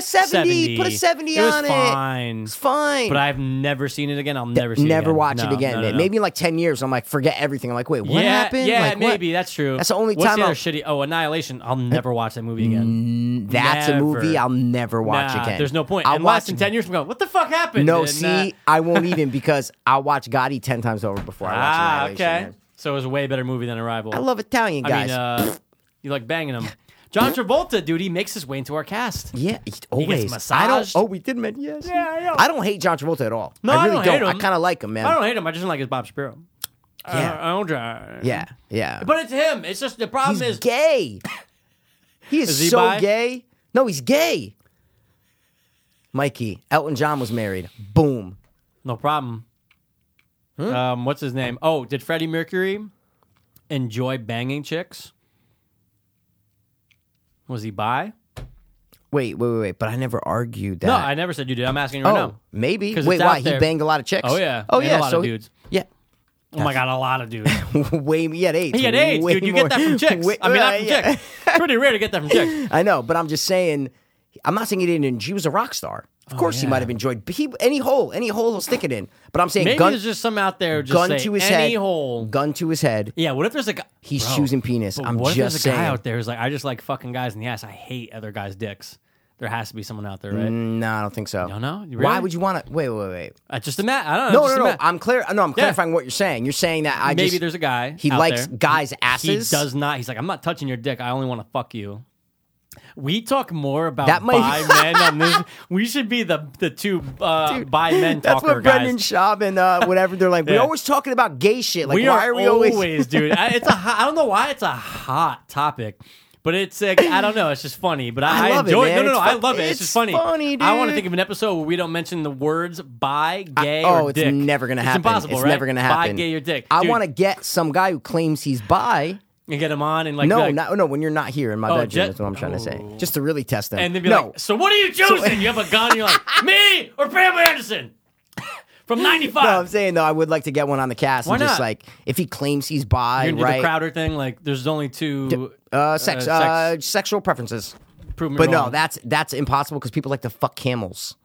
70.
70, Put a 70
It was
on
fine.
it. It's fine.
But I've never seen it again. I'll never see it
never
again.
watch
No,
it again.
no, no,
man.
no.
Maybe in like 10 years, I'm like, forget everything. I'm like, wait, what
yeah,
happened?
Yeah,
Like, what?
maybe that's true.
That's the only
What's
time
the
I'll-
other shitty? Oh, Annihilation. I'll never watch that movie again.
That's a movie
Never.
I'll never watch
Nah,
again.
There's no point.
I'll
Unless
watch
in ten years we go, what the fuck happened?
No,
And, uh,
see, I won't even because I'll watch Gotti 10 times over before I watch
ah,
Annihilation.
okay.
man.
So it was a way better movie than Arrival.
I love Italian
I
guys.
mean, uh, you like banging them. John Travolta, dude, he makes his way into our cast.
Yeah, he always. I don't.
massaged.
Oh, we did mention yes.
Yeah, I know.
I don't hate John Travolta at all.
No,
I
I
really
don't hate
I
him.
kind of like him, man.
I don't hate him. I just don't like his Bob Shapiro.
Yeah.
I, I don't try.
yeah, yeah.
But it's him. It's just the problem
he's
is
gay. He is,
Is he
so
bi?
gay. No, he's gay. Mikey, Elton John was married. Boom.
no problem. Um, what's his name? Oh, did Freddie Mercury enjoy banging chicks? Was he bi?
Wait, wait, wait, wait. But I never argued that.
No, I never said you did. I'm asking you
Uh, oh,
right now.
maybe.
'Cause
Wait,
it's out
why? He
there.
banged a lot of chicks.
Oh yeah.
Oh
And
yeah.
A lot
so
of dudes.
yeah.
Oh my god, a lot of dudes.
way he had AIDS.
He had AIDS,
Way
dude. You
more-
get that from chicks.
way-
I mean, not from
yeah.
chicks. Pretty rare to get that from chicks.
I know, but I'm just saying. I'm not saying he didn't. enjoy- He was a rock star. Of course, he
Oh, yeah.
might have enjoyed. But he any hole, any hole he'll stick it in. But I'm saying
Maybe
gun,
there's just some out there just
gun
say,
to his
any
head,
hole.
gun to his head.
yeah, what if there's a guy?
He's
Bro,
choosing penis.
but
I'm
what if
just
there's a guy
saying.
out there who's like, I just like fucking guys in the ass. I hate other guys' dicks. There has to be someone out there, right?
No, I don't think so.
don't know? You
Why
really?
would you want to? Wait, wait, wait.
I just ima- I don't know.
No,
just
no, no.
ima-
I'm clear. No, I'm clarifying what you're saying. You're saying that I
Maybe
just-
there's a guy.
he
out
likes
there.
guys'
He
asses.
does not. He's like, I'm not touching your dick. I only want to fuck you. We talk more about
That might-
bi men on this. We should be the the two uh, bi men
That's
talker
what
guys.
Brendan Schaub and uh, whatever they're like. We're
Yeah.
always talking about gay shit. Like,
we
why
are,
we
always,
always?
dude. I, it's a hot, I don't know why it's a hot topic, but it's like, I don't know. It's just funny. But I,
I love it,
enjoy
man.
No, no, no.
It's
I
fu-
love it. It's,
it's
just funny.
funny,
I want to
dude.
think of an episode where we don't mention the words "bi," "gay,"
oh,
or
it's
"dick."
never gonna happen.
It's impossible.
It's
right?
never gonna happen.
Bi, gay, or dick.
I
Dude,
want to get some guy who claims he's bi.
and get him on and like be
No,
like,
not, no, when you're not here in my
Oh,
bedroom,
ju-
is what I'm trying to say.
Oh.
Just to really test them.
and then be
no,
like, "So what are you choosing? you have a gun. And you're like me or Pamela Anderson from '95."
no, I'm saying though, I would like to get one on the cast
Why
and just
not?
like if he claims he's bi,
you can do
right?
the Crowder thing. Like, there's only two
uh, sex,
Uh,
uh,
sex.
sexual preferences.
prove me
But no,
wrong.
that's that's impossible because people like to fuck camels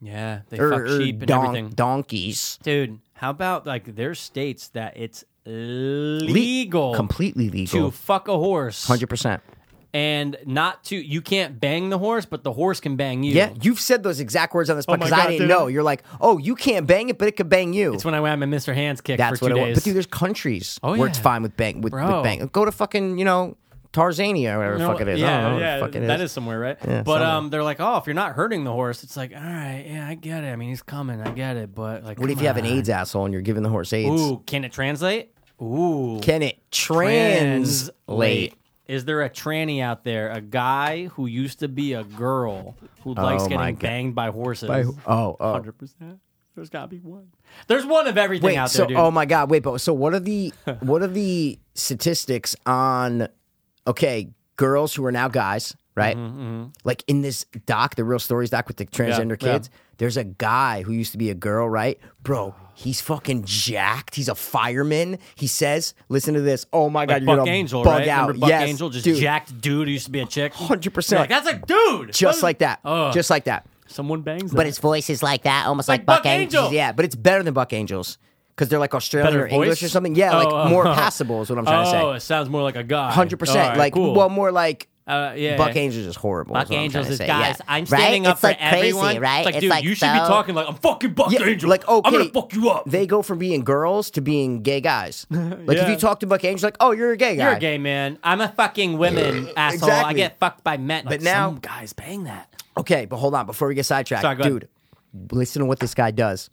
yeah, they
or,
fuck
or
sheep and
don-
everything.
donkeys.
Dude, how about like there's states that it's legal
completely
to
legal,
fuck a horse,
hundred percent.
and not to you can't bang the horse, but the horse can bang you. Oh
Yeah, you've said those exact words on this
my
podcast. I
God,
didn't
dude.
know. You're like, oh, you can't bang it, but it could bang you.
It's when I went on my Mr. Hands kick
That's
for
what
two
it was.
days.
But dude, there's countries
Oh,
where it's
yeah.
fine with bang with,
Bro.
with bang. Go to fucking you know Tarzania or whatever
You
the
know
fuck it
what?
is. I
Yeah,
don't know what
yeah,
the fuck it
that
is.
is somewhere, right?
Yeah,
but
somewhere.
um, they're like, oh, if you're not hurting the horse, it's like, all right, yeah, I get it. I mean, he's coming, I get it, but like,
What if you have an AIDS asshole and you're giving the horse AIDS?
Ooh, can it translate? Ooh,
Can it translate?
Is there a tranny out there, a guy who used to be a girl who likes
Oh my
getting
God.
banged by horses?
Oh, oh.
Hundred percent. There's gotta be one. There's one of everything
Wait,
out there,
so
dude.
oh my god, wait, but so what are the what are the statistics on okay, girls who are now guys, right? Like in this doc, the real stories doc with the transgender
Mm-hmm, yeah.
kids, there's a guy who used to be a girl, right? Bro, he's fucking jacked. He's a fireman. He says, listen to this. Oh my god,
Like
you're
Buck
gonna
Angel,
bug
right?
out.
Remember Buck
yes,
Angel, just
dude,
jacked dude who used to be a chick.
100%.
You're Like that's a dude.
just like that.
Oh,
Just like that.
someone bangs.
But
that.
his voice is like that, almost like,
Like Buck
Buck Angels.
Angel.
Yeah, but it's better than Buck Angels because they're like Australian
Better
or English
voice?
or something. Yeah, like
Oh, oh,
more
oh.
passable is what I'm trying
oh,
to say.
it sounds more like a guy. All
Hundred percent.
right,
Like
cool.
well, more like
Uh, yeah.
Buck
yeah.
Angels is horrible.
Buck
is what I'm
Angels
trying to
is
say.
guys.
Yeah.
I'm
Right?
standing up
It's
for
like crazy,
everyone.
right?
It's like,
It's
dude,
like
you should be
so-
talking like I'm fucking Buck
Yeah,
Angel.
like,
I'm gonna
okay,
fuck you up.
They go from being girls to being gay guys. Like if
Yeah.
you talk to Buck Angels, like, oh, you're a gay guy.
You're a gay man. I'm a fucking women asshole. I
Exactly.
get fucked by men. Like,
But now-
some guys bang that.
Okay, but hold on. Before we get sidetracked,
Sorry, go ahead.
dude, listen to what this guy does.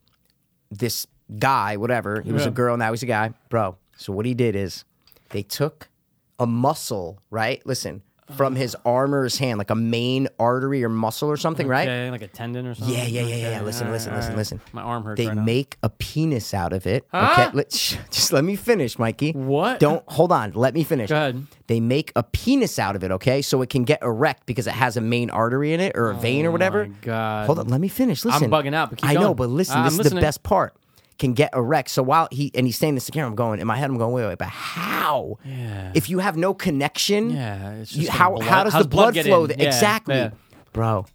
This guy, whatever, he was
Yeah.
a girl, now he's a guy, bro. So what he did is they took a muscle, right? Listen, from his arm or his hand, like a main artery or muscle or something, right?
Okay, like a tendon or something.
Yeah, yeah, yeah, yeah. yeah. Listen, listen, listen, listen.
My arm hurts
They
right now.
make a penis out of it.
Huh?
Okay, let, shh, just let me finish, Mikey.
What?
Don't hold on. Let me finish.
Go ahead.
They make a penis out of it. Okay, so it can get erect because it has a main artery in it or a
Oh
vein or whatever.
God.
Hold on. Let me finish. Listen,
bugging out, but keep
I know,
going. Uh,
but listen.
I'm
this is the
listening.
best part. Can get erect. So while he and he's saying this to camera, I'm going in my head. I'm going, wait, wait, but how?
Yeah.
If you have no connection,
Yeah, it's
you-
just gonna
how
blood-
how does
how's
the
blood
blood,
get
flow?
in?
th-
Yeah,
exactly,
yeah.
bro.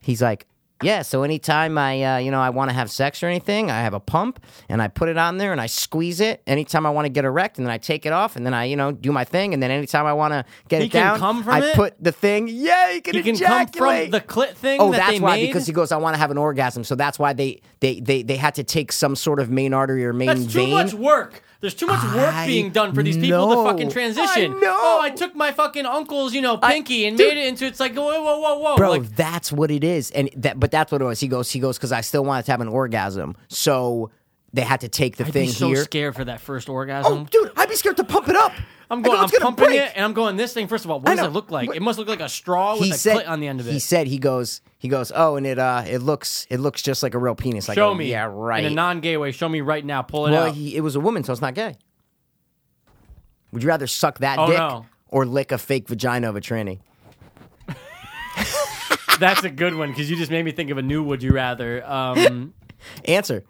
He's like, yeah. So anytime I, uh, you know, I want to have sex or anything, I have a pump and I put it on there and I squeeze it. Anytime I want to get erect, and then I take it off, and then I, you know, do my thing, and then anytime I want to get
He
it
can
down,
come from
I
it?
put the thing. Yeah, you can
You can come from
ejaculate.
the clit thing.
Oh,
that
that's
they
why
made?
because he goes, I want to have an orgasm. So that's why they they they they had to take some sort of main artery or main
That's too
vein.
much work. There's too much work
I
being done for these people
know.
to fucking transition.
I know.
Oh, I took my fucking uncle's, you know, pinky and
dude.
made it into it's like whoa, whoa, whoa, whoa.
Bro,
like,
that's what it is, and that but that's what it was. He goes, he goes, because I still wanted to have an orgasm, so they had to take the
I'd
thing
be so
here.
scared for that first
Oh,
orgasm.
dude, I'd be scared to pump it up.
I'm
I
going.
go,
I'm
"It's gonna
pumping
break."
it, and I'm going this thing. First of all, what
I
does
know.
it look like?
What-
It must look like a straw with
He
a
said
clit on the end of it.
He said he goes, he goes, oh, and it uh, it looks, it looks just like a real penis. Like,
show
oh,
me.
yeah, right.
In a non-gay way, show me right now. Pull it
well,
out.
he, it was a woman, so it's not gay. Would you rather suck that
Oh,
dick
no.
or lick a fake vagina of a tranny?
That's a good one because you just made me think of a new "Would You Rather." Um,
Answer.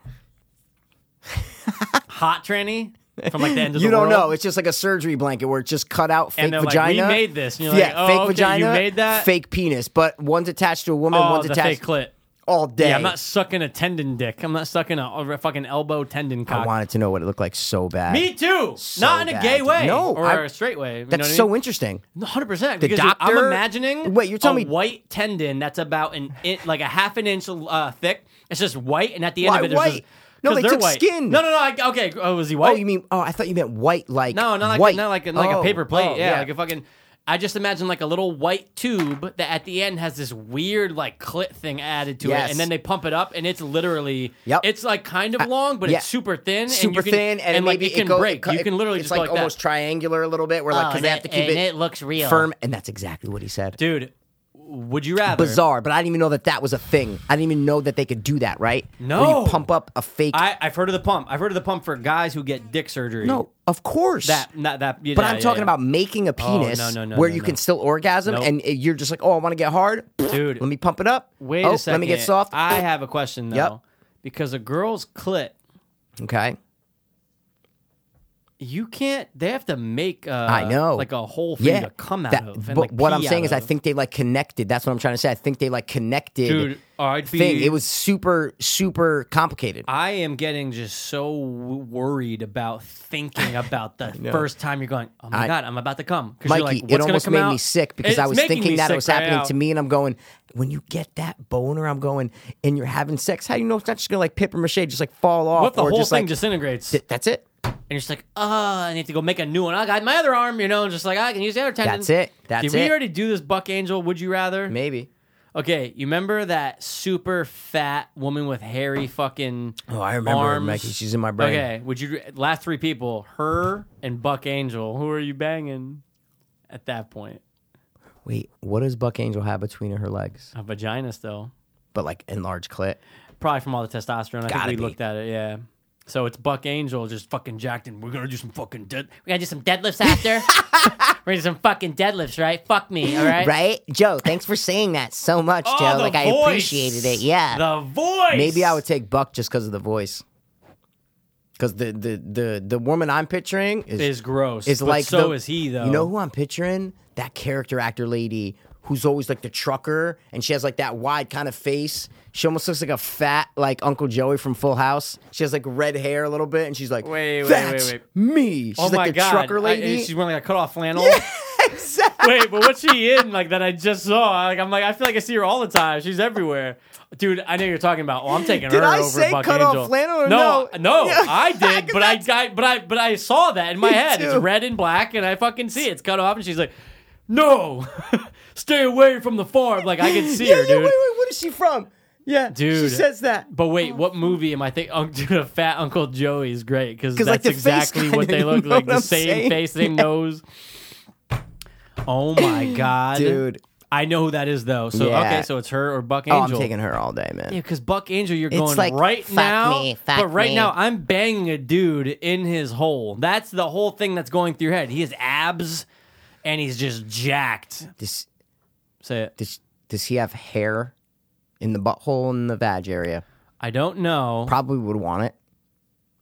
hot tranny from like the end of
You
the
don't
world.
know. It's just like a surgery blanket where it's just cut out fake
And they're like,
vagina.
"We made this." And you're
yeah,
like, "Oh,
fake
okay, you
vagina.
made that?"
Fake penis, but one's attached to a woman,
Oh,
one's
the
attached
fake clit.
all day.
Yeah, I'm not sucking a tendon dick. I'm not sucking a, a fucking elbow tendon
I
cock.
wanted to know what it looked like so bad.
Me too.
So
Not in a
bad,
gay
dude.
way.
No,
or
I-
a straight way. You
That's so interesting.
hundred percent.
The
Because dude, I'm
doctor-
imagining.
Wait, you're telling
a
me-
white tendon that's about an inch, like a half an inch uh, thick. It's just white, and at the end
Why
of it, there's
white?
Just,
No,
'cause
they
they're
took
white.
skin.
No, no, no. I, okay, oh, was he white?
Oh, you mean? Oh, I thought you meant white, like
No, not like
white.
not like a, like
Oh,
a paper plate.
oh,
yeah, like a fucking. I just imagine like a little white tube that at the end has this weird like clit thing added to it,
Yes.
and then they pump it up, and it's literally
Yep.
it's like kind of long, but
yeah.
it's super thin, and
super
you can,
thin, and,
like
maybe
it can
goes-
break.
co-
you can literally
it's
just
like,
go like
almost
that. Oh,
triangular a little bit. We're like because they have to keep it
looks real
firm, and that's exactly what he said.
dude. Would you rather?
bizarre, but I didn't even know that that was a thing. I didn't even know that they could do that, right? Where
No.
you pump up a fake.
I, I've heard of the pump. I've heard of the pump for guys who get dick surgery.
no, of course.
that not that. Yeah,
but
yeah,
I'm
yeah,
talking
yeah.
about making a
Oh,
penis
no, no, no,
where
no,
you
no.
can still orgasm,
Nope.
and it- you're just like, oh, I want to get hard,
Dude.
Let me pump it up.
Wait
oh,
a second.
Let me get soft.
I have a question though, because a girl's clit
okay.
You can't. They have to make. Uh,
I know,
like a whole thing
yeah,
to come out
That-
of.
But
And, like,
what
pee
I'm saying
out
is, I
of.
think they like connected. That's what I'm trying to say. I think they like connected.
Dude, I'd
thing.
be-
It was super, super complicated.
I am getting just so w- worried about thinking about the first time you're going. Oh my
I-
god, I'm about to come. 'Cause you're
Mikey,
like, "What's
it
gonna
almost
come
made
out?"
me sick because I
It's
was
making me
thinking that it
sick
was
right
happening
now.
to me, and I'm going, when you get that boner, I'm going, and you're having sex, how do you know it's not just gonna like paper mache just like fall off?
What if the
or
whole
just
thing
like,
disintegrates,
"Th- that's it.
and you're just like, oh, I need to go make a new one. I got my other arm, you know, and just like "Ah, I can use the other tendon.
That's it. That's
Did
it.
we already do this, Buck Angel? Would you rather?
Maybe.
Okay, you remember that super fat woman with hairy fucking
Oh, I remember her,
arms?
Mikey. She's in my brain.
Okay, would you last three people, her and Buck Angel, who are you banging at that point?
Wait, what does Buck Angel have between her legs?
A vagina still.
But like enlarged clit.
Probably from all the testosterone. I think
Gotta
we
be.
looked at it, yeah. So it's Buck Angel just fucking jacked and we're gonna do some fucking dead we're gonna do some deadlifts after. we're gonna do some fucking deadlifts, right? Fuck me, all right?
Right? Joe, thanks for saying that so much,
Oh,
Joe.
the
Like I
voice.
appreciated it. Yeah.
The voice
Maybe I would take Buck just because of the voice. Because the, the the the woman I'm picturing is
is gross.
It's
but
like
so
the-
is he though.
You know who I'm picturing? That character actor lady who's always like the trucker, and she has like that wide kind of face. She almost looks like a fat like Uncle Joey from Full House. She has like red hair a little bit, and she's like,
Wait, wait, wait,
"That's
wait.
me." She's
oh
like
my
the
god.
trucker
I-
lady.
she's wearing like a cut off flannel.
exactly.
Wait, but what's she in like that I just saw? Like I'm like I feel like I see her all the time. She's everywhere. Dude, I know you're talking about. Oh, I'm taking
Did
her
I
over
say
Buck
cut off
Angel.
flannel or no?
no,
Yeah.
I did,
'Cause
but I, I but I but I saw that in my
Me
head. It's
too.
red and black, and I fucking see it. it's cut off, and she's like, "No, stay away from the farm." Like I can see
yeah,
her,
yeah,
dude.
Wait, wait, what is she from? Yeah, she
Dude.
says that.
But wait, what movie am I thinking? Oh, dude, a fat Uncle Joey is great because
'Cause,
that's
like, the face
exactly what
kinda,
they
you
look
know
like.
what
The
I'm
same
saying?
face, same nose. Oh my god,
Dude.
I know who that is though. So
Yeah.
okay, so it's her or Buck
Oh,
Angel.
I'm taking her all day, man.
Yeah, because Buck Angel, you're
It's
going
like,
right
fuck
now.
me, fuck
but right
me.
now, I'm banging a dude in his hole. That's the whole thing that's going through your head. He has abs, and he's just jacked.
Does,
Say it.
does does he have hair in the butthole and the vag area?
I don't know.
Probably would want it,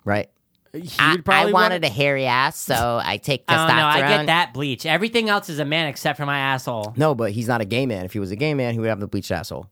right?
You'd
I, I
probably want-
wanted a hairy ass, so I take
Oh
testosterone.
no, I get that bleach. Everything else is a man except for my asshole.
No, but he's not a gay man. If he was a gay man, he would have the bleached asshole.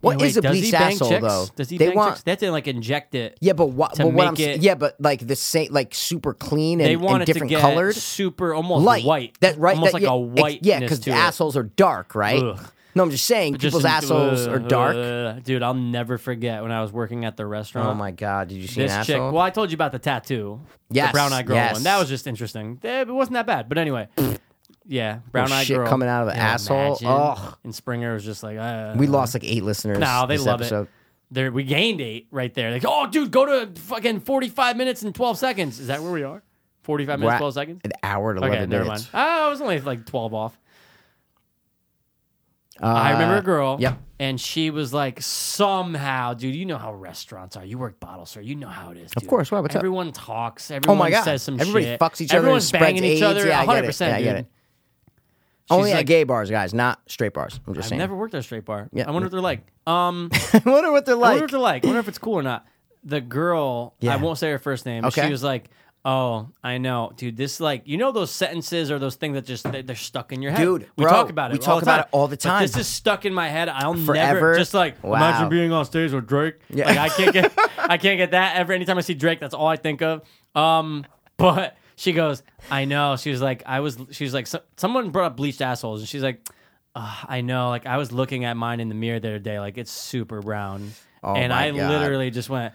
What is
Wait,
a
does he
bleached
bang
asshole
chicks?
though?
Does he
they
bang
want
chicks? They have to like inject it.
yeah, but what?
to
But what I'm
make it-
yeah, but like the same, like super clean and,
They want
and
it
different
to get
colored,
super, almost
light.
white.
That right?
almost like
that- yeah,
a
ex-
whiteness
Yeah, because
to it.
assholes are dark, right?
Ugh.
No, I'm just saying
Just uh,
people's
in-
assholes are dark.
Ugh. dude, I'll never forget when I was working at the restaurant.
oh my god, did you see
this
an
chick.
asshole?
Well, I told you about the tattoo.
Yes,
the brown eyed girl
yes.
one. That was just interesting. Eh, It wasn't that bad. But anyway, yeah, brown eyed
Oh, shit
girl
coming out of an
Yeah,
asshole.
imagine.
Ugh.
And Springer was just like, uh,
we lost like eight listeners.
No, they
this
love
episode.
it. There, we gained eight right there. Like, oh, dude, go to fucking forty-five minutes and twelve seconds. Is that where we are? Forty-five minutes,
We're at
twelve seconds.
An hour and
Okay,
eleven
never
minutes.
mind. Oh, I was only like twelve off.
Uh,
I remember a girl.
yep.
And she was like, somehow, dude, you know how restaurants are. You work bottle sir. You know how it is. Dude.
course, why, what's up? Oh
Everyone talks. Everyone
God.
says some
Everybody
shit.
fucks each other and
Everyone's
spreads
banging each
AIDS.
other.
Yeah, I get it.
100%.
Yeah, I get
dude.
it. Only
She's
at
like,
gay bars, guys, not straight bars. I'm just
I've
saying.
never worked at a straight bar.
Yeah.
I wonder what they're like. Um,
I wonder what they're
I
like.
wonder what they're like. I wonder if it's cool or not. The girl,
Yeah.
I won't say her first name.
Okay.
She was like, "Oh, I know, dude. This like, you know, those sentences or those things that just they, they're stuck in your head.
Dude,
we
bro,
talk about it.
we
all the
talk about
time.
it all the
But
time.
this is stuck in my head. I'll never
Forever?
just like
Wow.
imagine being on stage with Drake. Like I can't get, I can't get that ever. Anytime I see Drake, that's all I think of. Um, but she goes, I know. She was like, I was. She was like, so, someone brought up bleached assholes, and she's like. "Ugh, I know, like I was looking at mine in the mirror the other day, like it's super brown,
Oh
and
my
I
God.
literally just went,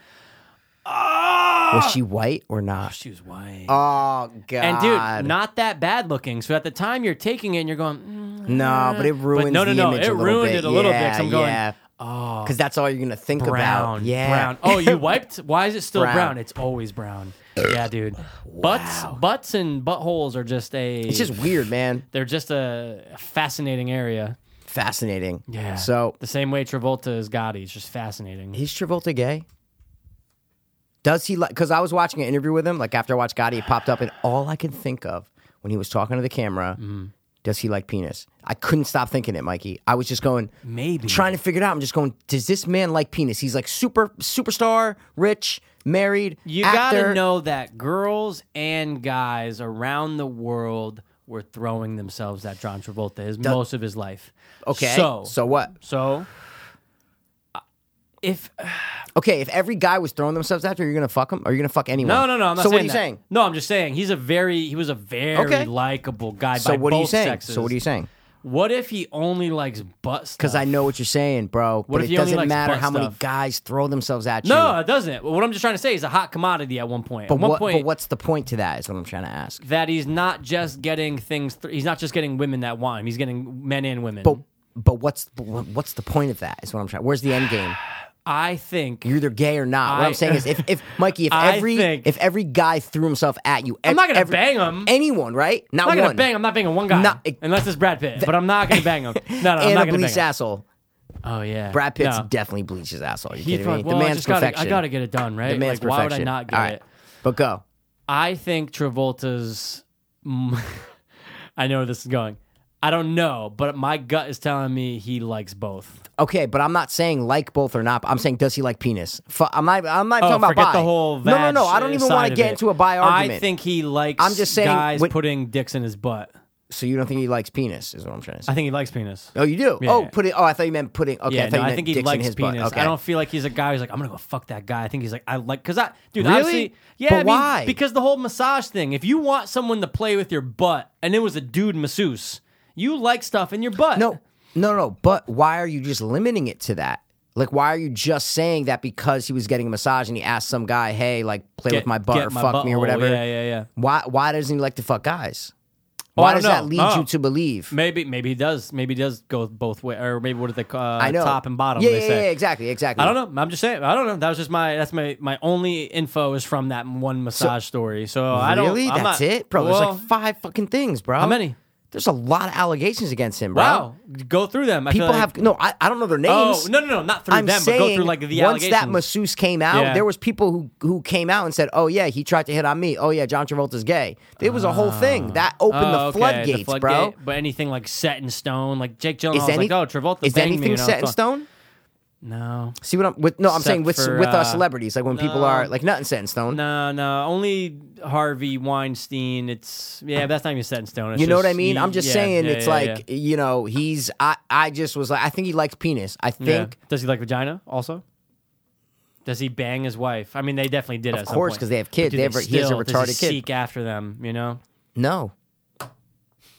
Was she white or not?
she was white.
Oh god.
and dude, not that bad looking. So at the time you're taking it and you're going, mm,
no, but it ruins
but no, no,
the
no,
image
it
a little
ruined
bit.
it a little bit.
yeah,
'cause I'm going,
yeah.
oh,
Because that's all you're gonna think
brown,
about. Yeah.
brown. Oh, you wiped? Why is it still brown?
Brown.
It's always brown. Yeah, dude. Butts, butts, and buttholes are just a.
It's just weird, man.
they're just a fascinating area.
Fascinating.
Yeah.
So
The same way Travolta is Gotti. It's just fascinating.
is Travolta gay? Does he like? Because I was watching an interview with him. Like after I watched Gotti, it popped up, and all I could think of when he was talking to the camera,
Mm-hmm.
does he like penis? I couldn't stop thinking it, Mikey. I was just going,
Maybe.
trying to figure it out. I'm just going, does this man like penis? He's like super superstar, rich, married.
You
actor.
gotta know that girls and guys around the world were throwing themselves at John Travolta his most of his life.
Okay.
So
so what?
so uh, if
Okay, if every guy was throwing themselves after, you're gonna fuck him? Are you gonna fuck anyone?
Oh, no no no I'm not
so
saying
what are you
that.
saying?
No, I'm just saying he's a very he was a very
Okay.
likable guy
So
by
what are you
both
saying?
sexes.
So what are you saying?
What if he only likes butt stuff?
Because I know what you're saying, bro.
What
but
if
it
he only
doesn't
likes
matter
butt
how many
stuff?
guys throw themselves at you.
no, it doesn't. What I'm just trying to say is a hot commodity at one point.
But
at one
what?
point,
But what's the point to that? Is what I'm trying to ask.
that he's not just getting things. Th- he's not just getting women that want him. He's getting men and women.
But but what's but what- what's the point of that? Is what I'm trying. Where's the end game?
I think
You're either gay or not. what
I-
I'm saying is, if, if Mikey, if
I
every
think-
if every guy threw himself at you,
I'm not gonna
every-
bang him.
Anyone, right? Not,
I'm not
one.
gonna bang. I'm not banging one guy,
Not- e- it-
unless it's Brad Pitt. but I'm not gonna bang him. No, no, I'm
and
not
a
gonna bang
bleached
him.
asshole.
Oh yeah,
Brad Pitt's
No.
definitely bleached his asshole. Are you
He
kidding
fuck-
me?
well,
the
I
man's
just gotta-
perfection.
I gotta get it done right.
The man's
like, Why would I
perfection.
not get
All right.
it?
But go.
I think Travolta's. mm, I know where this is going. I don't know, but my gut is telling me he likes both.
Okay, but I'm not saying like both or not. I'm saying does he like penis? Fu I'm not. I'm not even talking about
Oh, forget
bi.
the whole.
no, no,
vag
no. I don't even
side
want to
of
get
it.
into a bi argument.
I think he likes.
I'm just saying
guys
when-
putting dicks in his butt.
so. You don't think he likes penis? Is what I'm trying to say.
I think he likes penis.
oh, you do.
Yeah,
oh,
yeah.
put it. Oh, I thought you meant putting. Okay, I
Yeah,
thought
no,
you
I
meant
think he
dicks in
likes
his
penis.
butt. Okay.
I don't feel like he's a guy who's like, I'm gonna go fuck that guy. I think he's like, I like, cause I, dude,
Really?
honestly, yeah,
But
I mean,
why?
Because the whole massage thing. If you want someone to play with your butt, and it was a dude masseuse, You like stuff in your butt.
No, no, no. But why are you just limiting it to that? Like, why are you just saying that because he was getting a massage and he asked some guy, "Hey, like, play
Get-
with my butt
get
or
my
fuck me or
butthole.
whatever"?
Yeah, yeah, yeah.
Why? Why doesn't he like to fuck guys?
Oh, I
Why
don't
does that
know.
lead
Oh.
you to believe?
Maybe maybe he does. Maybe he does go both way, or maybe what are the uh,
I know
top and bottom?
Yeah,
they
yeah,
say.
yeah, exactly, exactly.
I don't know. I'm just saying. I don't know. That was just my. That's my my only info is from that one massage story. So I don't.
Really?
I'm
That's
not-
it, bro. There's
Well,
like five fucking things, bro.
How many?
There's a lot of allegations against him, bro.
wow. Go through them. I feel
People
like-
have no. I, I don't know their names.
Oh no no no! Not through
I'm
them,
saying
but go through like the
once that
allegations.
masseuse came out,
Yeah.
there was people who who came out and said, "Oh yeah, he tried to hit on me. Oh yeah, John Travolta's gay." It was a whole thing that opened
Oh,
the
okay,
floodgates, bro.
floodgate. But anything like set in stone, like Jake Gyllenhaal
Is
was
any-
like, oh, Travolta
is
banged me,"
anything
you know,
set in
so-
stone?
No,
See what I'm with? No, I'm
Except
saying with
for,
with
uh,
us celebrities, like when people are like nothing set in stone.
no, no. Only Harvey Weinstein. It's yeah, but that's not even set in stone. It's
You know what
just-
I mean?
you-
I'm just
yeah,
saying
yeah,
it's
yeah,
like
yeah.
you know he's I I just was like I think he likes penis. I
Yeah.
think
Does he like vagina also? Does he bang his wife? I mean, they definitely did.
Of course, 'cause they have kids. They have- he has a
does he
retarded kid.
Seek after them. You know.
no,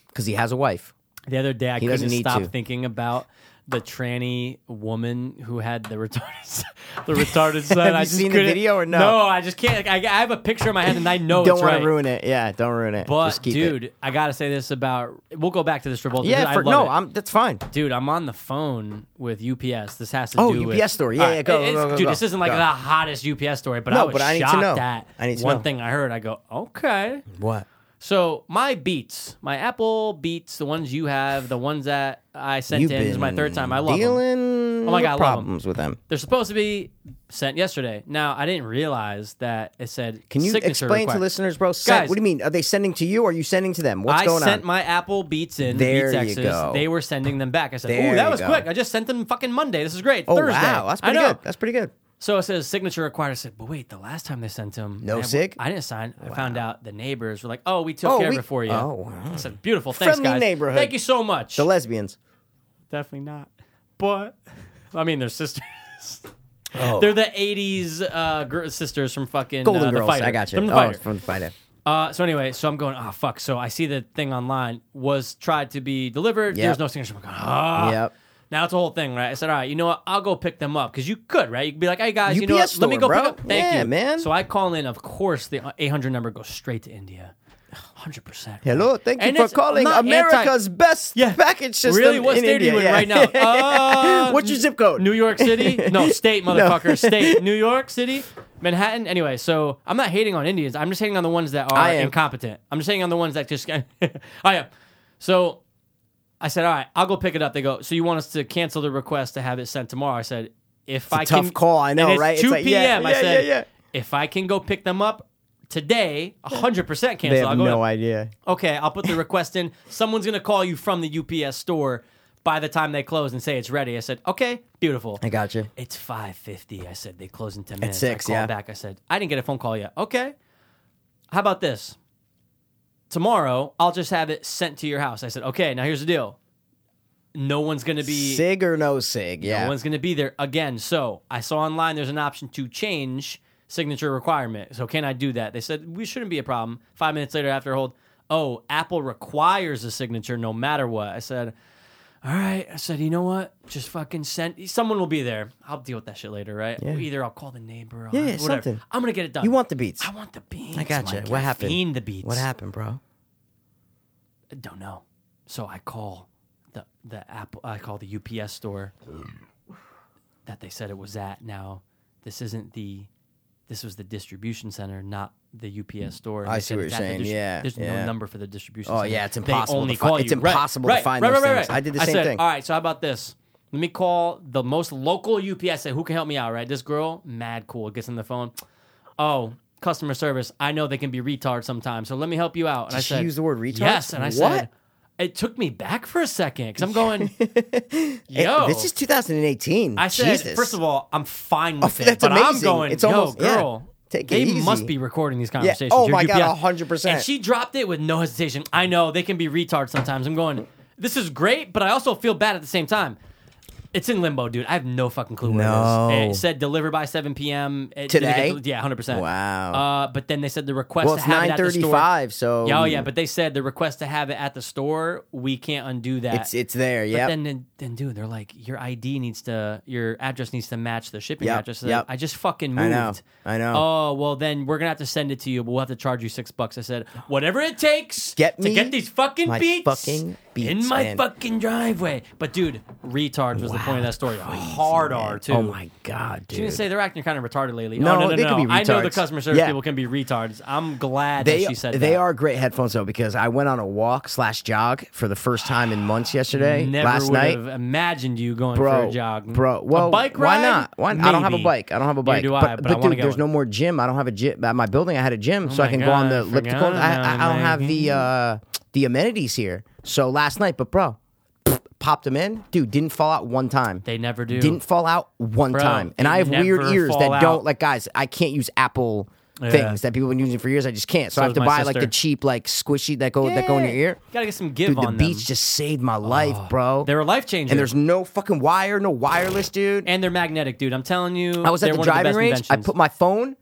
because he has a wife.
The other day, I
He doesn't
couldn't
need
stop
to.
thinking about the tranny woman who had the retarded, the retarded son.
Have
I
you
just
seen the
couldn't-
video or no?
No, I just can't. I, I have a picture in my head, and I know
Don't
it's
want
Oh, right.
to ruin it. Yeah, don't ruin it.
but
just keep it.
dude, I gotta say this about. We'll go back to this Travolta.
yeah,
I
for,
love
no,
it.
I'm that's fine.
dude, I'm on the phone with UPS. This has to
Oh,
do with
UPS story. Yeah,
All
yeah, go,
It- it's-
go, go,
dude.
go.
This isn't like
Go.
the hottest UPS story, but I
No,
was
but I need to
shocked
know.
at
I need to
one
know.
thing I heard. I go, okay,
What?
so my beats, my Apple beats, the ones you have, the ones that I sent
You've
in. This is my third
been
time. I love 'em.
dealing
Oh my God, I
with
love 'em.
problems with them.
They're supposed to be sent yesterday. Now I didn't realize that it said.
Can you
signature
explain to
required.
listeners, bro? Send,
Guys.
what do you mean? Are they sending to you? Or are you sending to them? What's
I
going
sent
on?
my Apple Beats in
There
Beats
you
X's.
go.
They were sending them back. I said,
There
"Oh, that
you
was
go.
quick. I just sent them fucking Monday. This is great.
oh
Thursday.
wow, that's
I
pretty
know.
good. That's pretty good.
So it says signature required. I said, but wait, the last time they sent him,
No
I-
sig?
I didn't sign. I found out the neighbors were like, oh, we took
Oh,
care
we-
of it for you.
oh, wow.
I said, beautiful. Thanks,
Friendly
guys.
neighborhood.
Thank you so much.
The lesbians.
Definitely not. But I mean, they're sisters. They're the '80s uh, gr- sisters from fucking
Oh. Golden
uh, the
Girls.
Fighter.
I got you.
From the
oh,
fighter.
from the fighter.
Uh, so anyway, so I'm going. Oh fuck! So I see the thing online was tried to be delivered.
Yep.
There's no signature. I'm going. Ah.
Yep.
Now it's a whole thing, right? I said, all right, you know what? I'll go pick them up because you could, right? You could be like, hey guys, you know what?
UPS
Let me
store,
go
bro.
pick up. Thank
Yeah,
you,
man.
So I call in. Of course, the 800 number goes straight to India. 100. percent
Hello, thank you for calling America's best
Yeah.
package system.
Really? What
in
state
India.
are you in
Yeah.
right now? Uh,
What's your zip code?
New York City? No, state, motherfucker. State. New York City? Manhattan? Anyway, so I'm not hating on Indians. I'm just hating on the ones that are
I am.
incompetent. I'm just hating on the ones that just. I am. So I said, all right, I'll go pick it up. They go, so you want us to cancel the request to have it sent tomorrow? I said, if I
tough
can.
call, I know,
and it's
right? It's
2
like, yeah,
p.m. I
yeah,
said,
yeah, yeah.
if I can go pick them up today, 100% cancel.
They
I'll
have
go
no idea.
okay, I'll put the request in. Someone's going to call you from the UPS store by the time they close and say it's ready. I said, okay, beautiful.
I got you.
It's 5.50. I said, they close in 10 minutes.
six,
I called
yeah.
back. I said, I didn't get a phone call yet. Okay. How about this? Tomorrow, I'll just have it sent to your house. I said, okay, now here's the deal. No one's going to be...
Sig or no sig? Yeah.
No one's going to be there again. So I saw online there's an option to change signature requirement. So can I do that? They said we shouldn't be a problem. Five minutes later after hold, oh, Apple requires a signature no matter what. I said, all right. I said, you know what? Just fucking send. Someone will be there. I'll deal with that shit later, right? Either I'll call the neighbor. Or
Yeah,
whatever.
something.
I'm gonna get it done.
you want the beats?
I want the beats.
I gotcha.
Mike.
What
I
happened?
fiend the beats.
What happened, bro?
I don't know. So I call the the Apple. I call the UPS store that they said it was at. Now this isn't the. This was the distribution center, not the UPS store. And
Hmm. I
they
see
said
what
it's
you're
at the
saying. Yeah,
there's
yeah.
no number for the distribution.
Oh,
center.
yeah, it's
They
impossible
only
to fi-
call
it's
you. Right,
impossible to
right,
find
right,
those
right, right,
things.
right.
I did the
I
same
said,
thing.
All right, so how about this? Let me call the most local UPS. Said, Who can help me out? Right, this girl, mad cool, gets on the phone. Oh, customer service. I know they can be retard sometimes, so let me help you out. And I
she
said,
use the word retard?
Yes, and I
What?
said, it took me back for a second because I'm going, yo.
This is 2018.
I said,
Jesus.
first of all, I'm fine with
Oh,
it,
that's
but I'm
amazing.
going,
It's
yo,
almost- yeah.
girl.
Take it
they
easy.
must be recording these conversations.
Oh
Your
my God,
UPS.
100%.
And she dropped it with no hesitation. I know they can be retards sometimes. I'm going, this is great, but I also feel bad at the same time. It's in limbo, dude. I have no fucking clue where
No.
it is. It said deliver by 7 p.m. It didn't
Today?
get del- yeah, 100%.
Wow.
Uh, but then they said the request
Oh. Well,
to
it's
have it at the store.
9:35, so
Yeah, oh, yeah, but they said the request to have it at the store, we can't undo that.
it's it's there.
But
Yeah.
then, then, then, dude, they're like, your ID needs to, your address needs to match the shipping
Yep,
address.
yep.
I just fucking moved.
I know, I know.
Oh well, then we're gonna have to send it to you, but we'll have to charge you six bucks. I said, whatever it takes,
Get
to
me
get these fucking
my
beats,
fucking beats,
in my
man.
fucking driveway. But dude, retard was the point of that story. Hard R too.
Oh my god,
She didn't
dude.
say they're acting kind of retarded lately.
No,
oh, no, no,
they
no.
could be
I know the
retards.
customer service
Yeah.
people can be retards. I'm glad
They,
that she said
they
that.
are great headphones though because I went on a walk slash jog for the first time in months yesterday
Never
last
would
night.
have imagined you going for
Bro,
a jog,
bro.
A
Well,
bike
why
ride?
not? Why I don't have a
Maybe.
bike. I don't have a bike.
Neither do I, but I wanna
dude,
get
there's
one.
no more gym. I don't have a gym. At my building, I had a gym, so I
my
can go on
God,
the
I
elliptical.
forgot
I, I, I
about
don't have the
that.
uh, the amenities here. So last night, but bro, popped them in. Dude, didn't fall out one time.
They never do.
Didn't fall out one
Bro,
time. And
they
I have weird
never
ears that
fall
don't
out.
like guys, I can't use Apple things that people have been using for years. I just can't. So, I have
does
to
my
buy like the
sister.
cheap like squishy that go that go in your ear.
Gotta get some give
Dude, the
on
beats
them. Oh.
just saved my life, bro.
They're a life changer.
and there's no fucking wire, no wireless, dude.
and they're magnetic, dude. I'm telling you,
I was
they're
at the
one of
driving
best
range. I
inventions.
put my phone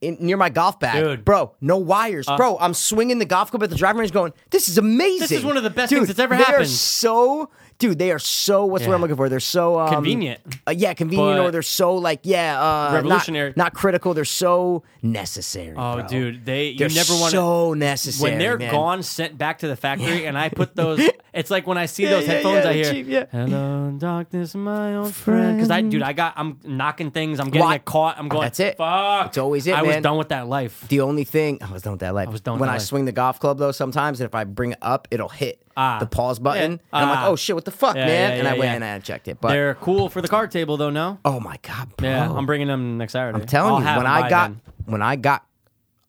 in near my golf bag,
Dude. Uh,
bro. No wires, bro. I'm swinging the golf club at the driving range, going, "This is amazing.
one of the best
Dude,
things that's ever
they Are
happened.
so, dude, they are so. What's the
Yeah.
word I'm looking for? They're so um,
Convenient.
uh, yeah, convenient,
But-
or they're so like, yeah, uh, not-
Revolutionary.
Not, critical. They're so necessary.
oh,
bro.
dude, they you
they're
never want
so necessary
when they're
man.
gone, sent back to the factory, and I put those. It's like when I see those
yeah,
headphones,
yeah,
I
the
hear
cheap, yeah.
"Hello, darkness, my old friend." Because I, dude, I got, I'm knocking things, I'm getting
Why-
it caught, I'm going.
Oh, That's it.
Fuck,
It's always it,
I was
man.
done with that life.
The only thing I was done with that life. I
was done with
when
that
I
life.
swing the golf club though, sometimes and if I bring it up, it'll hit
Ah.
the pause button.
Yeah.
And I'm like,
Ah.
oh shit, what the fuck,
Yeah,
man?
yeah,
and I
yeah,
went
yeah.
and I checked it. But
They're cool for the card table though. No,
oh my god, bro.
yeah, I'm bringing them next Saturday.
I'm telling
I'll
you,
have
when
them
I
by
got
then.
when I got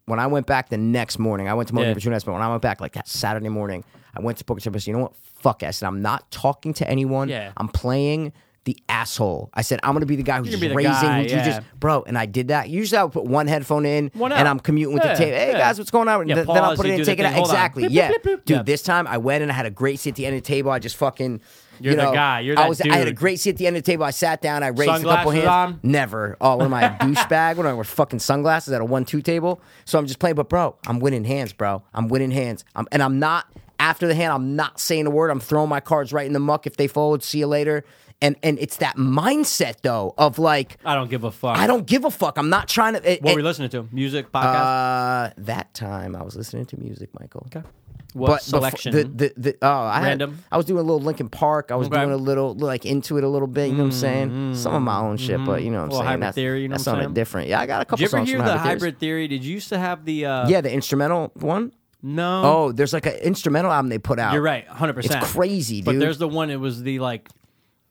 when I went back the next morning, I went to Motor
Yeah.
yeah. Neptune but when I went back like that Saturday morning, I went to Poker Chip. I said, you know what? Fuck it. I said, I'm not talking to anyone.
Yeah.
I'm playing the asshole. I said, I'm gonna be the guy who's
You're
just
gonna
raising
be the guy,
who
yeah.
just bro. And I did that. Usually I would put one headphone in
One
and
out.
I'm commuting with
Yeah,
the tape. Hey
yeah.
guys, what's going on?
Yeah,
Th- then I'll
pause,
put it
you
in
do
and
the
take it
thing,
out.
hold on.
Exactly.
Bloop,
yeah.
bloop, bloop, bloop.
Dude,
Yep.
this time I went and I had a great seat at the end of the table. I just fucking
You're
you
the
know,
guy. You're
I
that
was. I had a
dude.
great seat at the end of the table. I sat down. I raised a couple
Sunglasses
hands.
on?
Never. Oh, what am I, a douchebag? What am I, wear fucking sunglasses at a one-two table? So I'm just playing. But bro, I'm winning hands, bro. I'm winning hands. I'm, and I'm not after the hand. I'm not saying a word. I'm throwing my cards right in the muck. If they fold, see you later. And and it's that mindset though of like
I don't give a fuck.
I don't give a fuck. I'm not trying to. it-
What
it-
were we listening to? Music podcast.
uh, that time I was listening to music, Michael. Okay.
What selection?
The, the, the, oh, I had-
Random?
I was doing a little Linkin Park. I was
Okay. Mm-hmm.
doing a little like into it a little bit. You know what I'm saying? Some of my own shit, but you know what
Little
I'm saying.
Hybrid
that's
Theory, you know
that's
what I'm
something
saying?
different. Yeah, I got a couple
Did you ever
songs
hear
from
the
Hybrid, Theories.
hybrid theory? Did you used to have the uh,
Yeah, the instrumental one.
no?
Oh, there's like an instrumental album they put out.
Mm-hmm. You're right, hundred
It's
percent.
crazy,
But
dude.
there's the one. It was the like,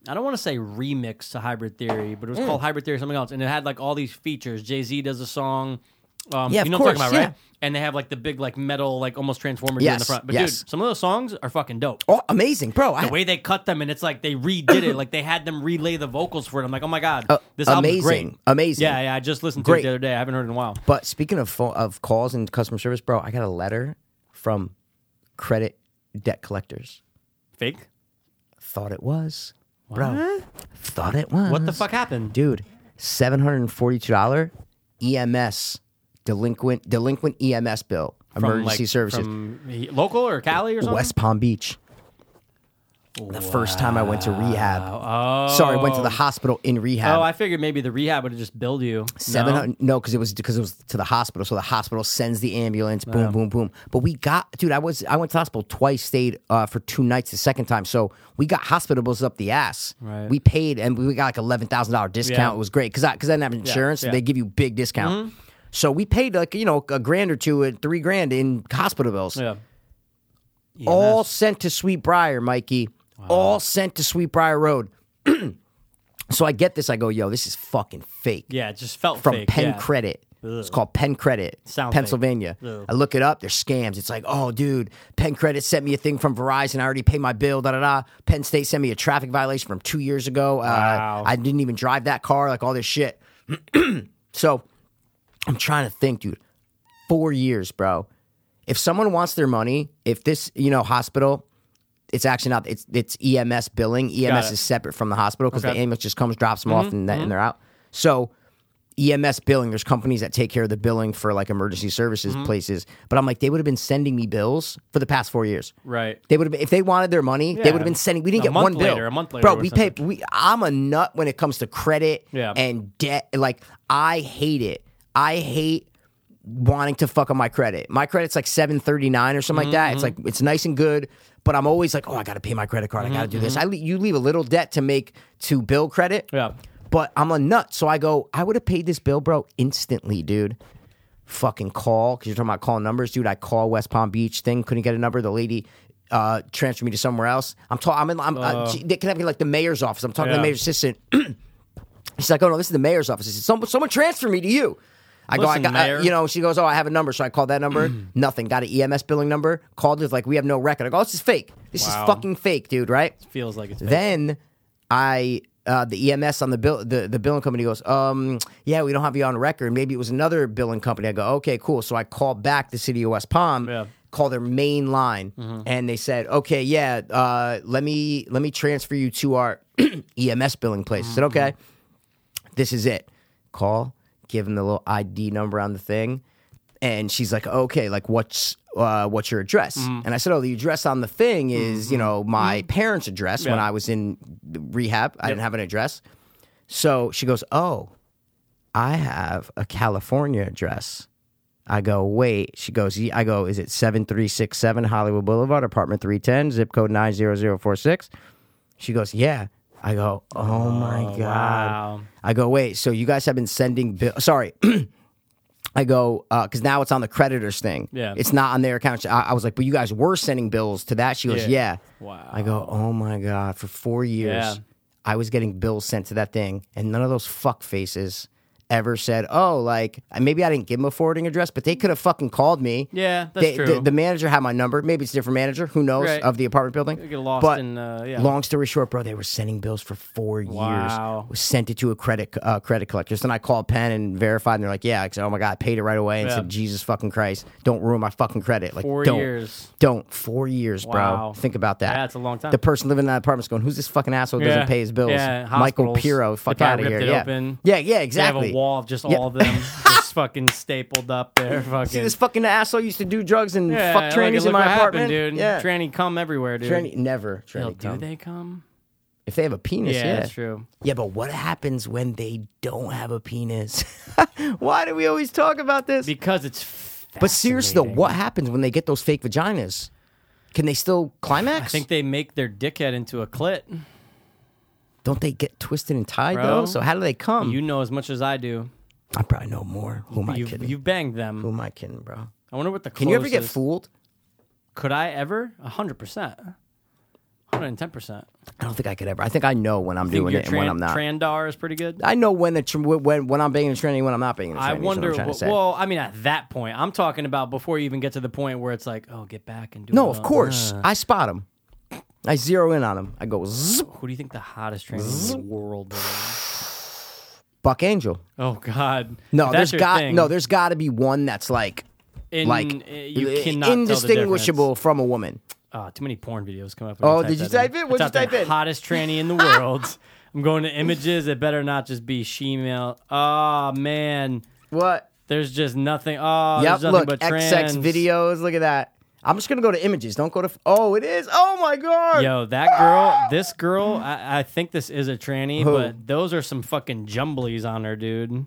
I don't want to say remix to Hybrid Theory, but it was
Mm.
called Hybrid Theory something else, and it had like all these features. Jay Z does a song. Um,
Yeah,
you
of
know what I'm
course,
talking about,
yeah.
right? And they have like the big like metal like almost transformer dude in the
Yes,
front. But
yes.
dude, some of those songs are fucking dope.
Oh, amazing, bro! I,
The way they cut them and it's like they redid it, like they had them relay the vocals for it. I'm like, oh my god, this
amazing,
album's great,
amazing.
Yeah, yeah. I just listened to it
Great.
the other day. I haven't heard it in a while.
But speaking of phone, of calls and customer service, bro, I got a letter from credit debt collectors.
Fake.
Thought it was, bro. Thought it was.
What the fuck happened?
dude? Seven hundred and forty-two dollar EMS delinquent delinquent EMS bill. emergency
like,
services.
from he- local or Cali or something.
West Palm Beach. The first time I went to rehab. Sorry, went to the hospital in rehab.
Oh, I figured maybe the rehab would have just billed you.
Seven
No?
hundred? No, because it was because it was to the hospital. So the hospital sends the ambulance. Boom, boom, boom. But we got, dude. I was I went to the hospital twice. Stayed uh, for two nights. The second time, so we got hospital bills up the ass.
Right.
We paid and we got like eleven thousand dollar discount.
Yeah.
It was great because I because I didn't have insurance. so
yeah. Mm-hmm.
They give you big discount. So we paid like you know a grand or two, uh, three grand in hospital bills.
Yeah.
All sent to Sweetbriar, Mikey. All sent to Sweetbriar Road. so I get this. I go, yo, this is fucking fake
Yeah, it just felt
from
fake.
Penn
yeah.
Credit. It's called Penn Credit,
Sounds
Pennsylvania.
fake. Ugh.
I look it up. They're scams. It's like, oh, dude, Penn Credit sent me a thing from Verizon. I already paid my bill. Da da da. Penn State sent me a traffic violation from two years ago.
Wow.
Uh, I didn't even drive that car. Like all this shit. so I'm trying to think, dude. Four years, bro. If someone wants their money, if this, you know, hospital it's actually not. It's it's EMS billing. EMS
it.
is separate from the hospital because
Okay. Mm-hmm.
the ambulance just comes, drops them off, and, that, and they're out. So EMS E billing. There's companies that take care of the billing for like emergency services
Mm-hmm.
places. But I'm like, they would have been sending me bills for the past four years.
Right.
They would have if they wanted their money, they
Yeah.
would have been sending. We didn't
A
get
month
one bill.
later, a month later
bro.
or
We pay. We, I'm a nut when it comes to credit
Yeah.
and debt. Like I hate it. I hate wanting to fuck on my credit. My credit's like 739 or something like that. It's like
Mm-hmm.
it's nice and good, but I'm always like, oh, I got to pay my credit card. I got to do this. I le- you leave a little debt to make to bill credit.
Mm-hmm. Yeah.
But I'm a nut, so I go. I would have paid this bill, bro, instantly, dude. Fucking call because you're talking about calling numbers, dude. I call West Palm Beach thing, couldn't get a number. The lady uh, transferred me to somewhere else. I'm talking. I'm in. I'm, uh, they can have me like the mayor's office. I'm talking to the
Yeah.
mayor's assistant. She's like, oh no, this is the mayor's office. I said, someone, someone transfer me to you. I go, I
Listen,
got, I-
mayor.
you know, she goes, oh, I have a number. So I called that number. Nothing. Got an EMS billing number. Called it like, we have no record. I go, "Oh, this is fake. This
Wow.
is fucking fake, dude, right?
Feels like it's.
Then I uh, the EMS on the bill the, the billing company goes, um, yeah, we don't have you on record. Maybe it was another billing company. I go, okay, cool. So I call back the city of West Palm,
Yeah.
um,
Mm-hmm.
call their main line, and they said, okay, yeah, uh, let me let me transfer you to our EMS billing place. I said, okay,
Mm-hmm.
this is it. Call, give them the little ID number on the thing, and she's like, okay, like what's uh, what's your address?
Mm-hmm.
And I said, oh, the address on the thing is you know my parents' address when
Yeah.
I was in rehab. I didn't have an address, so she goes, oh, I have a California address. I go, wait. She goes, "Ye-" I go, is it 7367 Hollywood Boulevard, apartment 310, zip code 90046? She goes, yeah. I go, oh, my God.
Wow.
I go, wait, so you guys have been sending bill Sorry. I go, because now it's on the creditors thing.
Yeah.
It's not on their account. I, I was like, but you guys were sending bills to that. She goes, yeah.
Yeah. Wow.
I go, oh my God, for four years,
Yeah.
I was getting bills sent to that thing, and none of those fuck faces ever said, oh, like, maybe I didn't give them a forwarding address, but they could have fucking called me.
Yeah, that's
They- the-
true.
The, manager had my number. Maybe it's a different manager. Who knows?
Right.
Of the apartment building.
You get lost
but
in, uh, yeah.
Long story short, bro, they were sending bills for four
Wow.
years. Was sent it to a credit uh, credit collector. So then I called Penn and verified, and they're like, "Yeah." I said, "Oh my god, I paid it right away." And
Yeah.
said, "Jesus fucking Christ, don't ruin my fucking credit." Like
Four
don't,
years.
Don't four years,
Wow.
bro. Think about that.
Yeah, it's a long time.
The person living in that apartment's going, "Who's this fucking asshole who
Yeah.
doesn't pay his bills?"
Yeah,
Michael
hospitals.
Piro,
They
fuck out
probably
of here.
ripped it
yeah.
open.
yeah, yeah,
They have
exactly.
a wall of just
Yeah.
all of them, just fucking stapled up there. Fucking.
See, this fucking asshole used to do drugs and
yeah,
fuck
like,
trannies
look
in my
what happened,
apartment,
dude.
Yeah,
Tranny come everywhere, dude.
Tranny- never. Tranny
Yo,
cum.
do they come?
If they have a penis, yeah.
Yeah, that's true.
Yeah, but what happens when they don't have a penis? Why do we always talk about this?
Because it's.
but seriously, though,
fascinating.
what happens when they get those fake vaginas? Can they still
I
climax?
think they make their dickhead into a clit.
Hmm. Don't they get twisted and tied
Bro,
though? So how do they come?
You know as much as I do.
I probably know more. Who am I
You
kidding?
you banged
Who
them.
am I kidding, bro?
I wonder what the.
Can you ever get
closest-
fooled?
Could I ever? hundred percent. Hundred and ten percent.
I don't think I could ever. I think I know when I'm doing
your
it and when
tran-
I'm not.
Trandar is pretty good.
I know when a tr- when when I'm banging a tranny and when I'm not banging a tranny.
I
is what
wonder.
I'm trying to
What,
say.
well, I mean, at that point, I'm talking about before you even get to the point where it's like, oh, get back and do.
no,
it
of
on-
course I spot them. I zero in on them. I go zzz,
Who do you think the hottest tranny in the world is?
Buck Angel.
Oh God.
No,
If
there's
that's your
got
thing,
no, there's got to be one that's like
in,
like
uh, you
i-
cannot tell the
indistinguishable
difference.
from a woman.
Ah, too many porn videos come up. when
Oh, did you
that in.
type it? What'd
I
you
typed in
type in?
Hottest tranny in the world. I'm going to images. It better not just be shemale. Oh man,
What?
there's just nothing. Oh,
Yep.
there's nothing
Look,
but trans.
XX videos. Look at that. I'm just gonna go to images. Don't go to. Oh, it is. Oh my god.
Yo, that girl, this girl, I, I think this is a tranny, but those are some fucking jumblies on her, dude.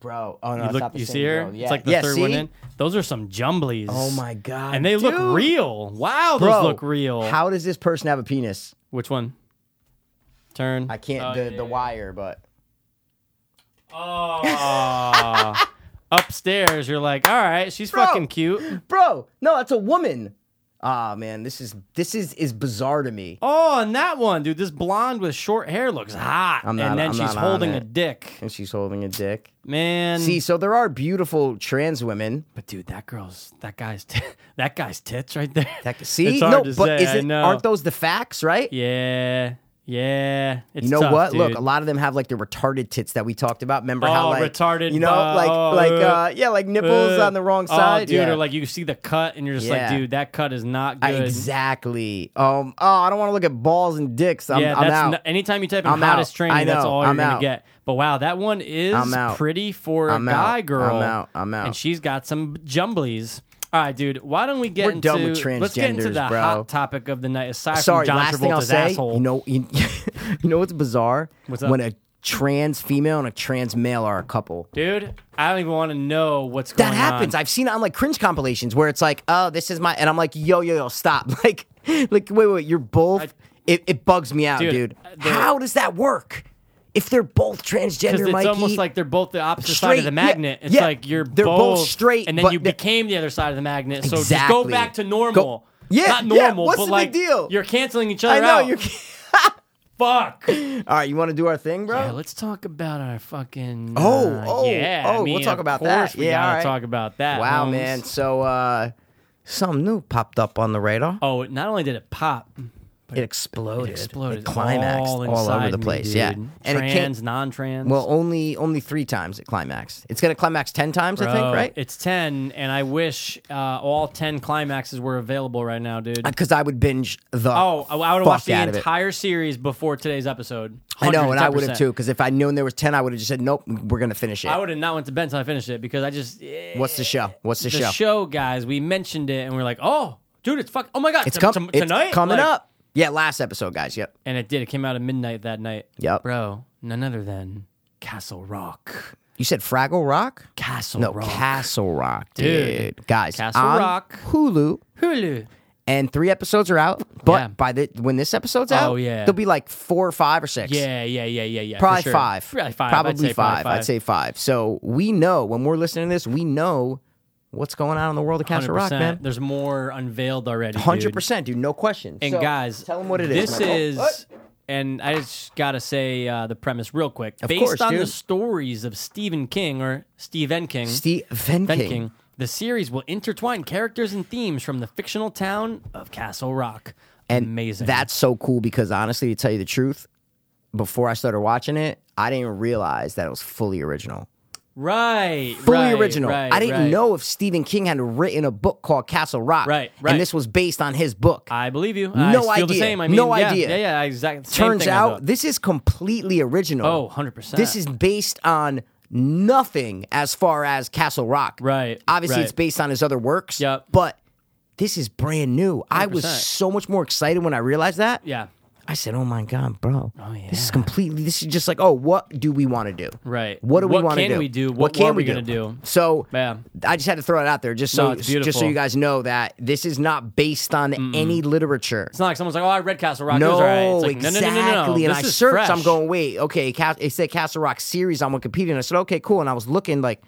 bro. Oh no,
You
it's not
look,
the
you
same
see her?
girl. Yeah.
It's like the
yeah,
third
see?
one in. Those are some jumblies.
Oh my god.
And they
dude.
look real. Wow,
Bro,
those look real.
How does this person have a penis?
Which one? Turn.
I can't. the the wire, but
Oh. Upstairs, you're like, all right, she's fucking cute.
bro, no, that's a woman. Ah man, this is this is is bizarre to me.
Oh, and that one, dude, this blonde with short hair looks hot.
I'm not-
and then
I'm
she's
not on
holding
it.
a dick.
And she's holding a dick.
Man.
See, so there are beautiful trans women.
But dude, that girl's that guy's t- that guy's tits right there.
That, see,
it's
no,
hard to
but
say,
is
I
it,
know.
aren't those the facts, right?
Yeah, Yeah, it's
You know
tough,
what?
Dude.
Look, a lot of them have like the retarded tits that we talked about. Remember how
Oh,
like
retarded
You know,
butt.
like
Oh,
like
uh,
uh, yeah, like nipples
Uh,
on the wrong
oh,
side,
dude.
Yeah.
Or like you see the cut, and you're just
Yeah.
like, dude, that cut is not
I-
good.
exactly. Um. Oh, I don't want to look at balls and dicks. I'm,
yeah,
I'm
that's
out.
no- anytime you type in
I'm
hottest
out.
training,
I
that's
know.
all you're
I'm
gonna
out.
get. But wow, that one is
I'm out.
pretty for
I'm
a
out.
guy
I'm
girl.
out. I'm out.
And she's got some jumblies. All right, dude. Why don't we get
We're
into
done with
let's get into
transgenders,
the
bro.
hot topic of the night? Aside
Sorry.
from John
last
Travolta's
thing I'll say.
asshole.
You know. You, you know what's bizarre?
What's up?
When a trans female and a trans male are a couple.
dude, I don't even want to know what's going
That happens.
on.
I've seen it on like cringe compilations where it's like, oh, this is my, and I'm like, yo, yo, yo, stop. Like, like, wait, wait, you're both. it, it bugs me out,
Dude,
dude.
uh, the-
How does that work? If they're both transgender,
Because it's
Mikey,
almost like they're both the opposite side of
Straight,
the
yeah,
magnet. it's
yeah.
like you're
They're both straight,
and then
but
you
the-
became the other side of the magnet. So just go
Exactly.
back to
Go-
normal.
Yeah,
not
yeah,
normal,
what's
but
the big
like
deal?
you're canceling each other
I know
out.
you're.
Fuck.
All right, you want to do our thing, bro?
Yeah, let's talk about our fucking.
Oh,
uh,
oh,
yeah. I
oh, we'll
mean,
talk
of
about that.
course We
Yeah,
gotta
alright.
talk about that.
wow,
Holmes.
man. So, uh, something new popped up on the radar.
Oh, it- not only did it pop,
it exploded.
exploded,
It climaxed
all,
all,
inside
over the
me,
place. yeah,
dude.
and it
trans,
can't.
non-trans.
Well, only only three times it climaxed. It's gonna climax ten times, I
Bro,
think, right?
Oh, It's ten, and I wish uh, all ten climaxes were available right now, dude.
Because Uh, I would binge the.
oh, I, I would
fuck
watch the
out of it.
entire series before today's episode.
I know, and I would have
110%.
too. Because if I known there was ten, I would have just said, "Nope, we're gonna finish it."
I would have not went to bed until I finished it because I just eh,
What's the show? What's the,
the
show?
show guys. We mentioned it, and we are like, oh, dude, it's fuck. Oh my god,
It's,
t-
com-
t-
it's
tonight
coming
Like,
up. Yeah, last episode, guys. Yep.
And it did. It came out at midnight that night.
Yep.
Bro, none other than Castle Rock.
You said Fraggle Rock?
Castle
No,
Rock.
Castle Rock, dude.
Dude.
Guys,
Castle
on
Rock.
Hulu,
Hulu.
and three episodes are out. But
Yeah.
by the when this episode's out,
Oh, yeah.
there'll be like four or five or six.
Yeah, yeah, yeah, yeah, yeah. for
Probably
sure.
five.
Probably five. I'd
Probably
say
five. I'd say five. So we know when we're listening to this, we know what's going on in the world of Castle Rock,
100%.
man.
There's more unveiled already.
Hundred
dude.
percent, dude. No question.
And
So,
guys,
tell them what it is.
this
Michael.
is.
What?
and I just gotta say uh, the premise real quick. Based
course,
on the
dude.
stories of Stephen King or Stephen King,
Steve Venking.
Stephen King, the series will intertwine characters and themes from the fictional town of Castle Rock.
And
Amazing.
That's so cool because honestly, to tell you the truth, before I started watching it, I didn't realize that it was fully original.
right,
Fully
right,
original.
right,
I didn't
right.
know if Stephen King had written a book called Castle Rock.
Right, right.
And this was based on his book.
I believe you. I
No
feel The
idea.
same. I mean,
No
yeah,
idea.
Yeah, yeah, exactly. Same
Turns
thing I
out
thought.
this is completely original.
Oh, 100%.
This is based on nothing as far as Castle Rock.
Right,
Obviously,
right.
it's based on his other works.
Yep.
But this is brand new. I was
100%.
so much more excited when I realized that.
yeah,
I said, "Oh my god, bro! This
yeah.
is completely. This is just like, oh, what do we want to do?
right.
What do we
What
want to
can
do?
we do? What were we gonna do?
So,
Yeah.
I just had to throw it out there, just
No,
so
it's
just so
beautiful.
you guys know that this is not based on any literature.
It's not like someone's like, "Oh, I read Castle Rock." it
No,
was all right. It's like,
exactly.
No, no, no, no, no.
And
This
I
is
searched.
fresh.
I'm going, wait, okay. Cas- It said Castle Rock series on Wikipedia, and I said, okay, cool. And I was looking like,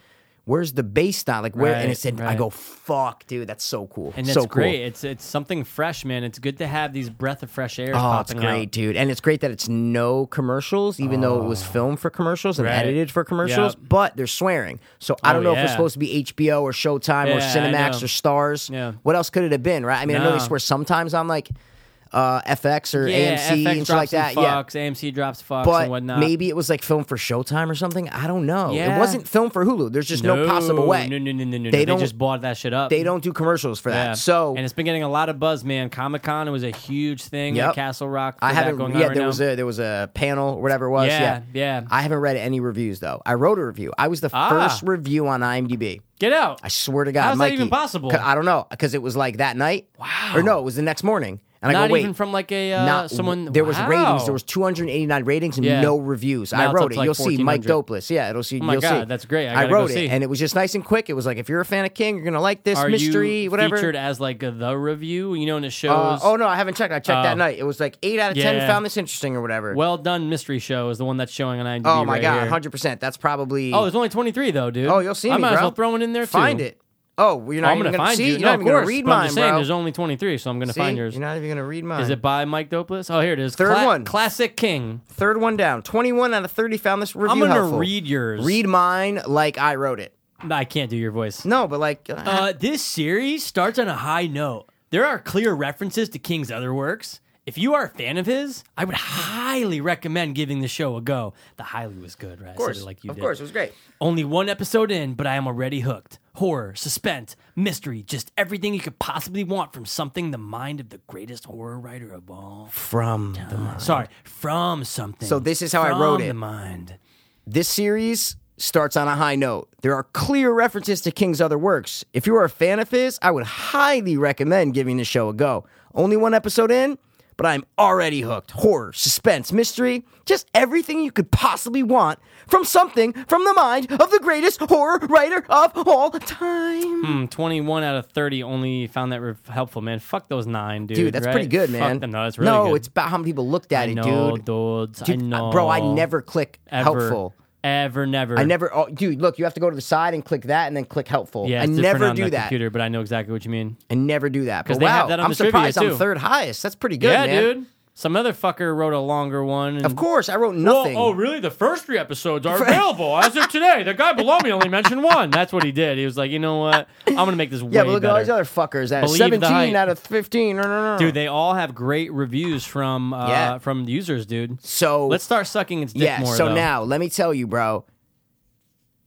where's the base on? Like where? and
Right,
it said, I
right.
go, fuck, dude, that's so cool.
and it's
so cool.
great. It's it's something fresh, man. It's good to have these breath of fresh air.
Oh, it's
popping
great,
Out.
dude. And it's great that it's no commercials, even though it was filmed for commercials and
Oh. Right.
edited for commercials,
Yep. Oh,
but they're swearing. So I don't know if
yeah.
it's supposed to be HBO or Showtime or
Yeah, I
Cinemax
know.
or Stars.
Yeah.
What else could it have been, right? I mean, I know
No.
they swear sometimes on like uh, FX or
Yeah,
AMC
FX
and
drops
shit like
some
that. Yeah.
Fucks, AMC drops fucks and
But
whatnot.
maybe it was like filmed for Showtime or something. I don't know.
Yeah.
It wasn't filmed for Hulu. There's just no, possible way.
No, no, no, no, no.
They
They,
don't-
just bought that shit up.
They don't do commercials for that.
Yeah.
So
and it's been getting a lot of buzz, man. Comic Con was a huge thing. at
Yep.
Castle Rock.
I
for that
haven't.
Going on
yeah,
right
there
now.
was a there was a panel, or whatever it was.
Yeah,
Yeah,
yeah.
I haven't read any reviews though. I wrote a review. I was the
Ah.
first review on IMDb.
Get out.
I swear to God,
How's that
Mikey,
even possible?
'Cause I don't know because it was like that night. Wow. Or no, it was the next morning. And I
Not
go, wait,
even from like a uh,
not-
someone.
There was
wow.
ratings. There was 289 ratings and
Yeah.
no reviews.
Now
I
it's up
wrote
to
it.
like
You'll see Mike
1400.
Dopelis. Yeah, it'll see.
my
you'll
God,
see.
that's great. I gotta
I,
go
wrote
see.
it, and it was just nice and quick. It was like, if you're a fan of King, you're gonna like this
Are
mystery,
you
whatever.
featured as like the review? You know, in the shows.
Uh, oh no, I haven't checked. I checked
Oh.
that night. It was like eight out of
Yeah.
ten found this interesting or whatever.
Well done, mystery show is the one that's showing on IMDb.
Oh my
right
god,
here.
hundred percent. That's probably.
Oh, there's only 23 though, dude.
Oh, you'll see
I
me,
might as
bro.
well throw one in there. Too.
find it. Oh, well, you're not
I'm
even
gonna,
gonna
find
see.
you.
You're
No,
not
of
even gonna
course.
read
but I'm
mine,
just saying,
bro.
there's only 23, so I'm gonna
See?
find yours.
You're not even gonna read mine.
Is it by Mike Dopeless? Oh, here it is.
Third one.
Classic King.
Third one down. Twenty-one out of thirty found this review
I'm gonna
helpful.
read yours.
Read mine like I wrote it.
I can't do your voice.
No, but like, uh,
Uh, this series starts on a high note. There are clear references to King's other works, If you are a fan of his, I would highly recommend giving the show a go. The highly was good, right?
Of course,
like you
of
did.
course, it was great.
Only one episode in, but I am already hooked. Horror, suspense, mystery, just everything you could possibly want from something the mind of the greatest horror writer of all.
From
Sorry, from something.
So this is how I wrote
From
it.
The mind.
this series starts on a high note. There are clear references to King's other works. If you are a fan of his, I would highly recommend giving the show a go. Only one episode in, but I'm already hooked. Horror, suspense, mystery, just everything you could possibly want from something from the mind of the greatest horror writer of all time.
Hmm, 21 out of 30 only found that re- helpful, man. Fuck those nine, dude.
Dude, that's
right?
pretty good,
Fuck
man.
them. No, that's really
no,
good.
it's about how many people looked at
I
it,
know,
dude.
dudes. I
Dude,
know.
Bro, I never click
ever,
helpful.
Ever, never.
I never, oh, dude. Look, you have to go to the side and click that, and then click helpful.
Yeah,
I
it's different
never
on
do
the
that.
computer, but I know exactly what you mean.
I never do that. But
they have
wow,
that on
I'm
the trivia,
surprised
too.
I'm third highest. That's pretty good,
yeah,
man.
dude. Some other fucker wrote a longer one. and-
Of course, I wrote nothing.
Oh, oh, really? The first three episodes are available as of today. The guy below me only mentioned one. That's what he did. He was like, you know what? I'm gonna make this
yeah,
way
but look at all these
better.
other fuckers. At
Believe the
17
hype.
out of 15. No, no, no.
Dude, they all have great reviews from uh,
Yeah.
from users, dude.
so
Let's start sucking its dick
yeah.
more.
so
though.
now let me tell you, bro.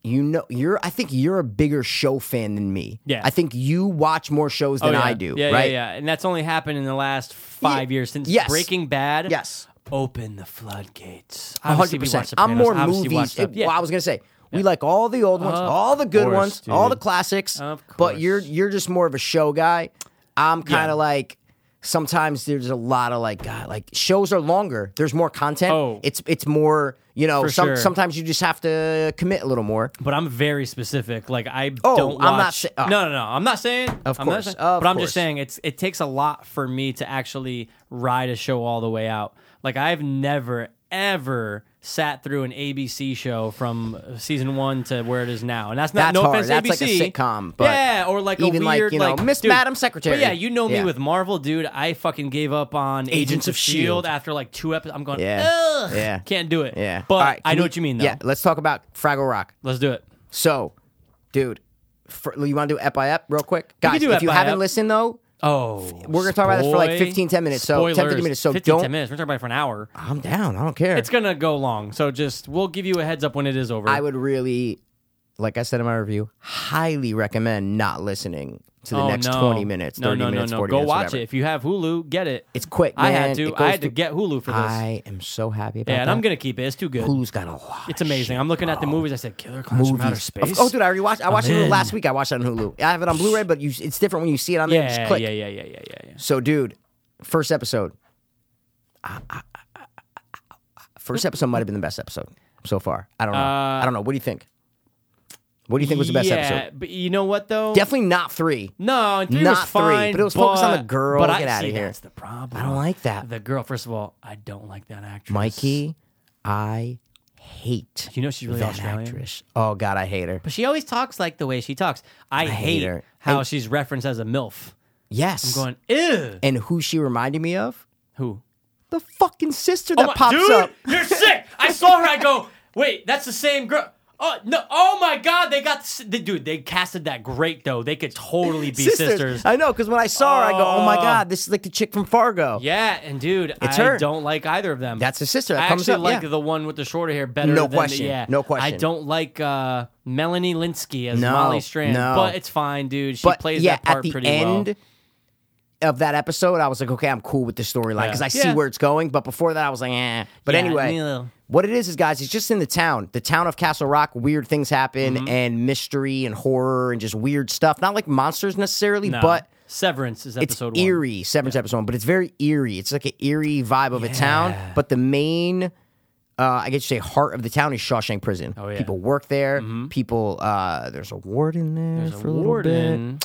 You know, you're. I think you're a bigger show fan than me.
Yeah. Oh,
I think you watch more shows than
yeah.
I do.
Yeah, yeah,
right.
yeah. And that's only happened in the last five
Ye-
years since
yes.
Breaking Bad.
Yes.
Open the floodgates. Obviously,
hundred
we watched
percent. I'm
Sopranos.
more
Obviously, we
movies.
watched stuff.
it-
Yeah.
Well, I was gonna say we like all the old ones, all the good
course,
ones, all the
dude.
classics.
Of
But you're
course.
you're just more of a show guy. I'm kind of
Yeah.
like sometimes there's a lot of like God, like shows are longer. There's more content.
Oh.
It's it's more you know.
For
Some,
sure.
Sometimes you just have to commit a little more.
But I'm very specific. Like I
Oh,
don't.
I'm not
watch-
sa- oh.
No, no, no. I'm not saying.
Of
I'm not
course,
saying-
of
but I'm
course.
just saying it's it takes a lot for me to actually ride a show all the way out. Like I've never ever sat through an ABC show from season one to where it is now, and that's not
That's
no
hard.
offense.
That's like a
ABC.
sitcom, but
yeah, or like
even
a
like,
weird,
you know, Miss
dude,
Madam Secretary.
But yeah, you know me
Yeah.
with Marvel, dude. I fucking gave up on Agents,
of
of
S.H.I.E.L.D.
E after like two episodes. I'm going,
E Yeah.
Ugh,
Yeah.
can't do it.
Yeah.
but
All right,
I
can
know
we-
what you mean though.
Yeah. Let's talk about Fraggle Rock.
Let's do it.
So, dude, fr- you want to do ep by ep real quick,
can
guys?
do
If
ep
you
by
haven't
ep.
listened though,
Oh,
We're gonna talk about this for like
spoil-
15, 10 minutes, so 10, 15 minutes, so
15,
don't-
10 minutes. We're talking about it for an hour.
I'm down. I don't care.
It's gonna go long, so just we'll give you a heads up when it is over.
I would really, like I said in my review, highly recommend not listening to the
Oh,
next
no.
20 minutes, 30
no, no,
minutes,
no, no.
40
Go
minutes.
watch
whatever.
it if you have Hulu. Get it.
It's quick,
I
man.
had
It
to.
goes
I had to
through-
get Hulu for this.
I am so happy about
yeah,
that.
and I'm gonna keep it. It's too good.
Hulu's got a lot.
It's
of
amazing. I'm looking at the movies. I said, "Killer Clowns from Outer
movies. Of-
Space."
Oh, dude, I already watched. I watched
I'm
it
in.
last week. I watched it on Hulu. I have it on Blu-ray, but you, it's different when you see it on there. you
yeah,
just click.
yeah, yeah, yeah, yeah, yeah, yeah.
So, dude, first episode. First episode might have been the best episode so far. I don't know.
Uh,
I don't know. What do you think? What do you think was the best
yeah,
episode?
But you know what though?
Definitely not three.
No, and three
Not
was
three,
fine,
but it was focused on the
but-
girl.
But I,
Get outta
see,
here.
That's the problem.
I don't like that.
the girl. First of all, I don't like that actress.
Mikey, I hate
You know she's really
that
Australian?
actress. Oh God, I hate her.
But she always talks like the way she talks. I, hate,
her.
how she's referenced as a MILF.
Yes.
Going, ew.
and who she reminded me of?
Who?
The fucking sister that
Oh my-
pops
dude,
up.
you're sick. I saw her. I go, wait, that's the same girl. Oh no! Oh my God! They got the, dude. They casted that great though. They could totally be sisters.
I know, because when I saw her, I go, oh my God, this is like the chick from Fargo.
Yeah, and dude,
It's
I
her.
don't like either of them.
That's the sister that
I
comes
actually
up,
like
yeah.
the one with the shorter hair better.
No
than the-
question,
yeah,
no question.
I don't like uh, Melanie Linsky as
No,
Molly Strand,
no.
but it's fine, dude. She
but
plays
yeah,
that part
at the
pretty
end
well.
of that episode, I was like, okay, I'm cool with the storyline because
Yeah.
I see
Yeah.
where it's going. But before that, I was like, eh. But
Yeah,
anyway,
yeah.
what it is is, guys, it's just in the town, the town of Castle Rock. Weird things happen
Mm-hmm.
and mystery and horror and just weird stuff. Not like monsters necessarily,
No.
but.
Uh, Severance is
It's
episode one.
eerie, seventh episode one, but it's very eerie. It's like an eerie vibe of a town. But the main, uh, I guess you say, heart of the town is Shawshank Prison.
Oh, yeah. Mm-hmm.
People work there. People, uh, there's a warden there
The
for a little bit
warden.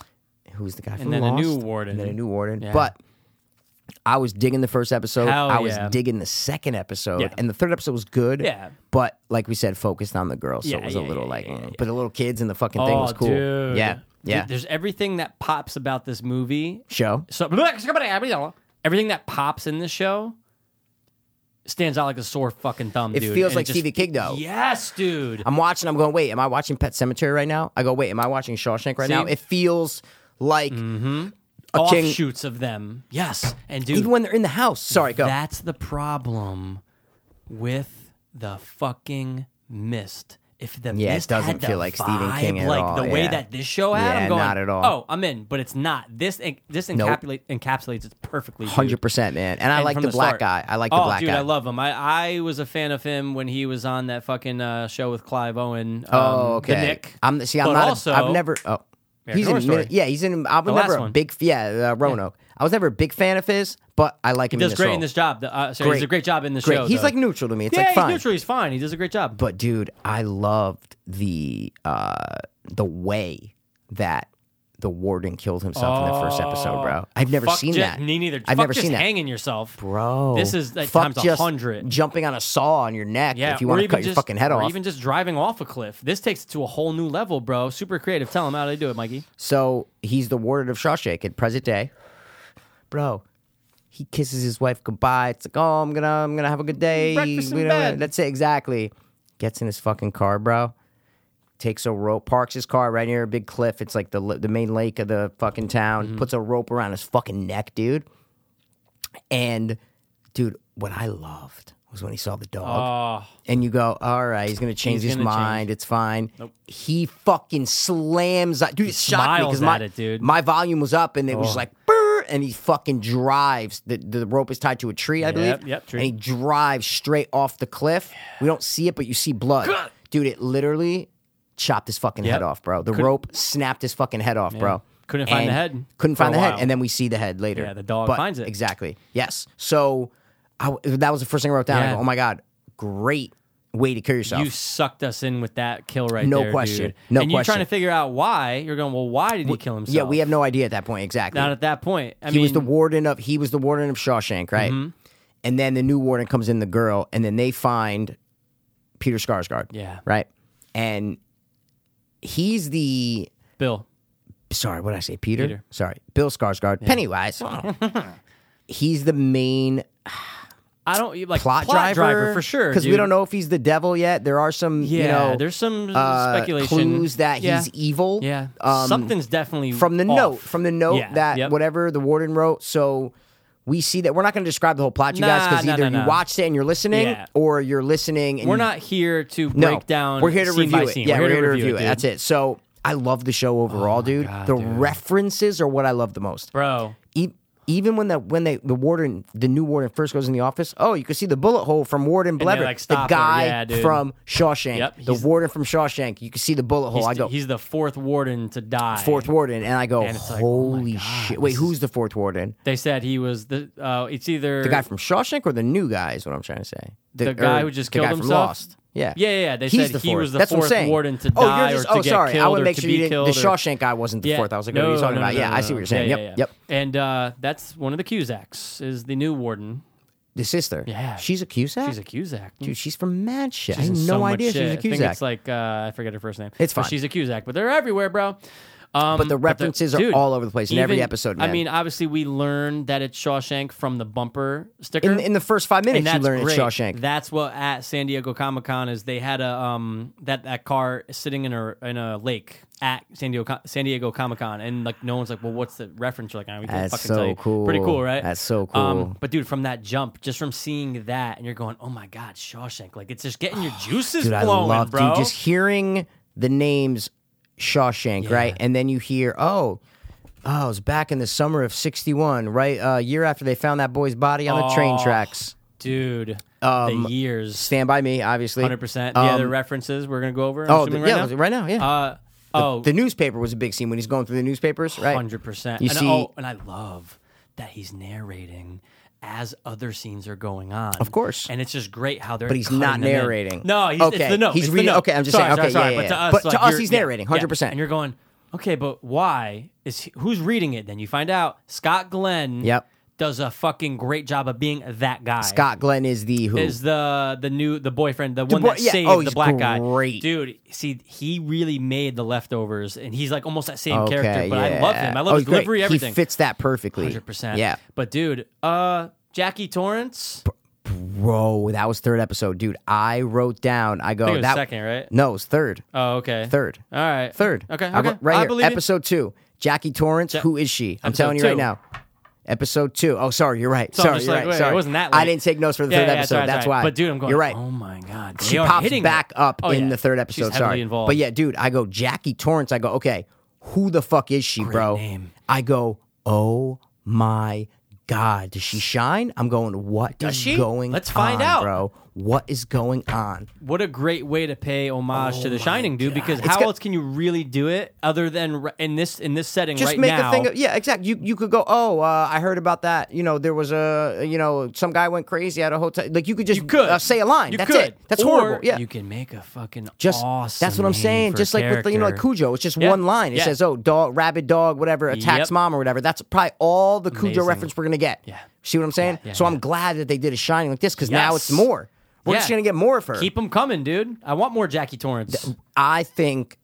who's the guy from
then a
Lost,
new warden.
and then a new warden. But I was digging the first episode.
Hell
I was
yeah.
digging the second episode,
Yeah.
and the third episode was good.
Yeah.
but like we said, focused on the girls, so it
Yeah,
was a
yeah,
little
yeah,
like,
yeah,
mm. but the little kids and the fucking thing was cool.
Oh, Dude.
Yeah, yeah.
Dude, There's everything that pops about this movie.
Show
So everything that pops in this show stands out like a sore fucking thumb.
it
dude.
feels
And
like
just-
Stevie King though.
Yes, dude.
I'm watching. I'm going. Wait, am I watching Pet Cemetery right now? I go. Wait, am I watching Shawshank right
See?
now? It feels like a king.
offshoots of them. Yes, and dude,
Even when they're in the house. Sorry, go.
That's the problem with the fucking mist. If the
it
mist
doesn't
had the
feel like Stephen
vibe,
King at
like
all,
the way
yeah.
that this show had,
Yeah,
I'm going,
not at all.
Oh, I'm in, but it's not. This en- this encapsulate, encapsulates it perfectly. dude.
100%, man. And I
And
like
from
the black
start.
guy. I like the
Oh,
black
dude,
guy.
I love him. I, I was a fan of him when he was on that fucking uh, show with Clive Owen. Um,
Oh, okay.
The Nick.
I'm see. I'm
But
not.
also-
a, I've never. Oh, he's
Horror
in.
Story.
Yeah, he's in. I was
The
never
last
a
one.
big. f- Yeah, uh, Roanoke. I was never a big fan of his, but I like him.
He does
in this
great
role.
in this job. The- uh, sorry, he
Great.
does a great job in this
Great.
show.
he's
though.
like neutral to me. It's
yeah,
like
he's
fine.
neutral. He's fine. He does a great job.
But dude, I loved the uh the way that the warden killed himself in the first episode, bro. I've never
Oh, Fuck
seen
ju-
that.
Me neither.
I've
Fuck
never
just
seen that.
hanging yourself,
Bro,
This is, like,
fuck
times a
just
hundred.
Jumping on a saw on your neck
Yeah,
if you
or
want to
even
cut your
just-
fucking head
or
off.
even just driving off a cliff. This takes it to a whole new level, bro. Super creative. Tell him how they do it, Mikey.
So he's the warden of Shawshank at present day. Bro, he kisses his wife goodbye. It's like, oh, I'm gonna, I'm gonna have a good day.
Breakfast in
know,
bed.
That's it, exactly. Gets in his fucking car, bro. Takes a rope, parks his car right near a big cliff. It's like the li- the main lake of the fucking town. Puts a rope around his fucking neck, dude. And dude, what I loved was when he saw the dog
Oh,
and you go, all right, he's gonna change
He's
his
gonna
mind. It's fine. He fucking slams, that- dude. It shocked me
smiles
because my
at it, dude.
my volume was up, and it was like, "Brr," and he fucking drives. The the rope is tied to a tree, I believe.
yep, tree.
And he drives straight off the cliff. We don't see it, but you see blood, dude. It literally chopped his fucking head
Yep.
off, bro. The rope snapped his fucking head off, bro.
Couldn't find the
And
head
Couldn't
for a
find the head,
while.
and then we see the head later.
Yeah, the dog
But-
finds it.
exactly. Yes. So. I, that was the first thing I wrote down. I
Yeah.
go, oh my god, great way to kill yourself.
you sucked us in with that kill right
No
there,
question.
dude.
No
and you're
question.
trying to figure out why. You're going, well, why did he kill himself?
yeah, we have no idea at that point exactly.
not at that point. I
he
mean, Mm-hmm.
was the warden of he was the warden of Shawshank, right? And then the new warden comes in, the girl, and then they find Peter Skarsgård,
yeah,
right? And he's the
Bill.
sorry, what did I say, Peter?
Peter.
Sorry, Bill Skarsgård, Pennywise. he's the main
I don't you- like
plot,
driver, for sure
because we
dude.
don't know if he's the devil yet. There are some,
Yeah,
you know,
there's some
uh,
speculation
clues that
Yeah.
he's evil.
Yeah,
Um,
something's definitely
from the
off.
note, from the note
Yeah,
that
yep.
whatever the warden wrote. So we see that we're not going to describe the whole plot, you guys, because
Nah, nah,
either
nah,
you
nah.
watched it and you're listening,
Yeah.
or you're listening. And
We're
you-
not here to break
no,
down.
We're here to
scene
review
by
it.
Scene.
Yeah,
we're,
here to
review it. dude. Oh
That's it. So I love the show overall, dude. the references are what I love the most,
bro.
E- even when the when they the warden the new warden first goes in the office, oh, you can see the bullet hole from Warden
they're
Blever,
like,
the
"Stop her."
guy
Yeah, dude.
from Shawshank,
Yep,
the
he's-
warden from Shawshank. You can see the bullet hole.
He's,
I go,
he's the fourth warden to die.
fourth warden, and I go,
it's like, oh my
holy
God,
shit! Wait, who's the fourth warden?
They said he was the. Uh, it's either
The guy from Shawshank or the new guy is what I'm trying to say.
The guy
or
who just
the
killed
guy
himself?
From Lost. Yeah,
Yeah, yeah, yeah. They
He's
said
the
he
fourth.
was the
That's what I'm
fourth
saying.
warden to
oh,
die
you're
or
just,
to
oh,
get
sorry. I
killed
would
or
make
to
sure
be
you didn't. The
killed or-
Shawshank guy wasn't the
Yeah.
fourth. I was like,
no,
what are you talking
no,
about?
no,
yeah,
no,
I see
no.
what you're saying.
Yeah,
yep,
yeah, yeah.
yep.
And uh, that's one of the Cusacks is the new warden.
The sister.
Yeah.
she's a Cusack.
She's a Cusack.
Dude, she's from mad shit. I
She's
had
in
no
so much
idea she was
shit.
a
I think
Cusack.
it's like uh, I forget her first name.
It's
But
fine.
she's a Cusack, but they're everywhere, bro. Um,
But the references are
dude,
all over the place in every
even-
episode,
I
man.
mean, obviously, we learned that it's Shawshank from the bumper sticker.
in, in the first five
and
minutes, you
that's
learn
great.
it's Shawshank.
That's what at San Diego Comic Con is. They had a um that that car sitting in a in a lake at San Diego Co- San Diego Comic Con, and like no one's like, well, what's the reference? You're like, I we can't
That's
fucking
so
tell you. Pretty
cool.
cool, right? Um,
That's so cool.
but dude, from that jump, just from seeing that, and you're going, oh my god, Shawshank! Like it's just getting your juices
dude, I
flowing,
love
bro.
dude. Just hearing the names Shawshank, right? And then you hear, oh, oh, it was back in the summer of '61, right? A year after they found that boy's body on the
Oh.
train tracks.
dude, the years,
Stand by me, obviously.
hundred percent. The
Um,
other references we're gonna go over. I'm
Oh, the,
assuming
yeah,
right now.
right now, yeah.
Uh, oh,
the newspaper was a big scene when he's going through the newspapers, right?
Hundred percent.
You
And
see-
oh, and I love that he's narrating as other scenes are going on. Of
course.
And it's just great how they're.
But he's
cutting
not
them in.
narrating.
No, he's,
Okay,
it's the note.
he's
it's the
reading-
note.
okay, I'm just
Sorry,
saying,
sorry,
okay,
sorry,
yeah, yeah, yeah.
But to us,
But to
like,
us,
you're-
he's
yeah,
narrating,
yeah.
100%.
And you're going, okay, but why is he- who's reading it? Then you find out Scott Glenn.
Yep.
Does a fucking great job of being that guy.
Scott Glenn is the who?
Is the the new the boyfriend the one
boy-
that
yeah.
saved
Oh,
the
he's
black guy?
great.
Dude, see, he really made the leftovers, and he's like almost that same
okay,
character. But
yeah.
I love him. I love
oh,
his
he's great.
delivery, everything.
He fits that perfectly.
Hundred percent.
Yeah,
But dude, uh, Jackie Torrance.
bro, that was third episode, dude. I wrote down. I go
I think it was
that
second, right?
No, it's third.
Oh, okay.
Third.
All right.
Third.
Okay.
I
Okay.
wrote- right
I
here.
believe you.
Episode two. Jackie Torrance, who is she? I'm
Episode
telling you
two.
right now. Episode two. Oh, sorry, you're right.
So I'm
sorry,
just
you're
like,
right.
wait, it
sorry,
wasn't that
I
late.
didn't take notes for the
Yeah,
third
yeah,
episode.
right,
That's, why.
But dude, I'm going.
You're right.
Oh my god, they
she
are
pops
hitting
back
her.
up
Oh,
in
yeah.
the third episode.
She's heavily
sorry,
involved.
but yeah, dude, I go Jackie Torrance. I go, okay, who the fuck is she, bro?
name.
I go, oh my god, does she shine? I'm going, what is
she?
going?
Let's find
on,
out.
bro. What is going on?
what a great way to pay homage to The Shining, dude. Because
Oh It's
how
got-
else can you really do it other than r- in this in this setting
Just
right
make
now?
a thing. Of, yeah, exactly. You you could go. Oh, uh, I heard about that. You know, there was a you know some guy went crazy at a hotel. Like you could just
you could
uh, say a line.
You
that's
could.
it. That's
Or
horrible. Yeah.
you can make a fucking
just
awesome
that's what I'm
name
saying.
for
Just
a
like with you know like
character.
Cujo, it's just
Yeah.
one line. It
Yeah.
says, "Oh, dog, rabid dog, whatever attacks
Yep.
mom or whatever." That's probably all the Cujo
Amazing.
reference we're gonna get.
Yeah.
See what I'm saying?
Yeah,
so
yeah.
I'm glad that they did a shining like this because now
Yes.
it's more. We're just
Yeah.
gonna get more of her.
Keep them coming, dude. I want more Jackie Torrance
I think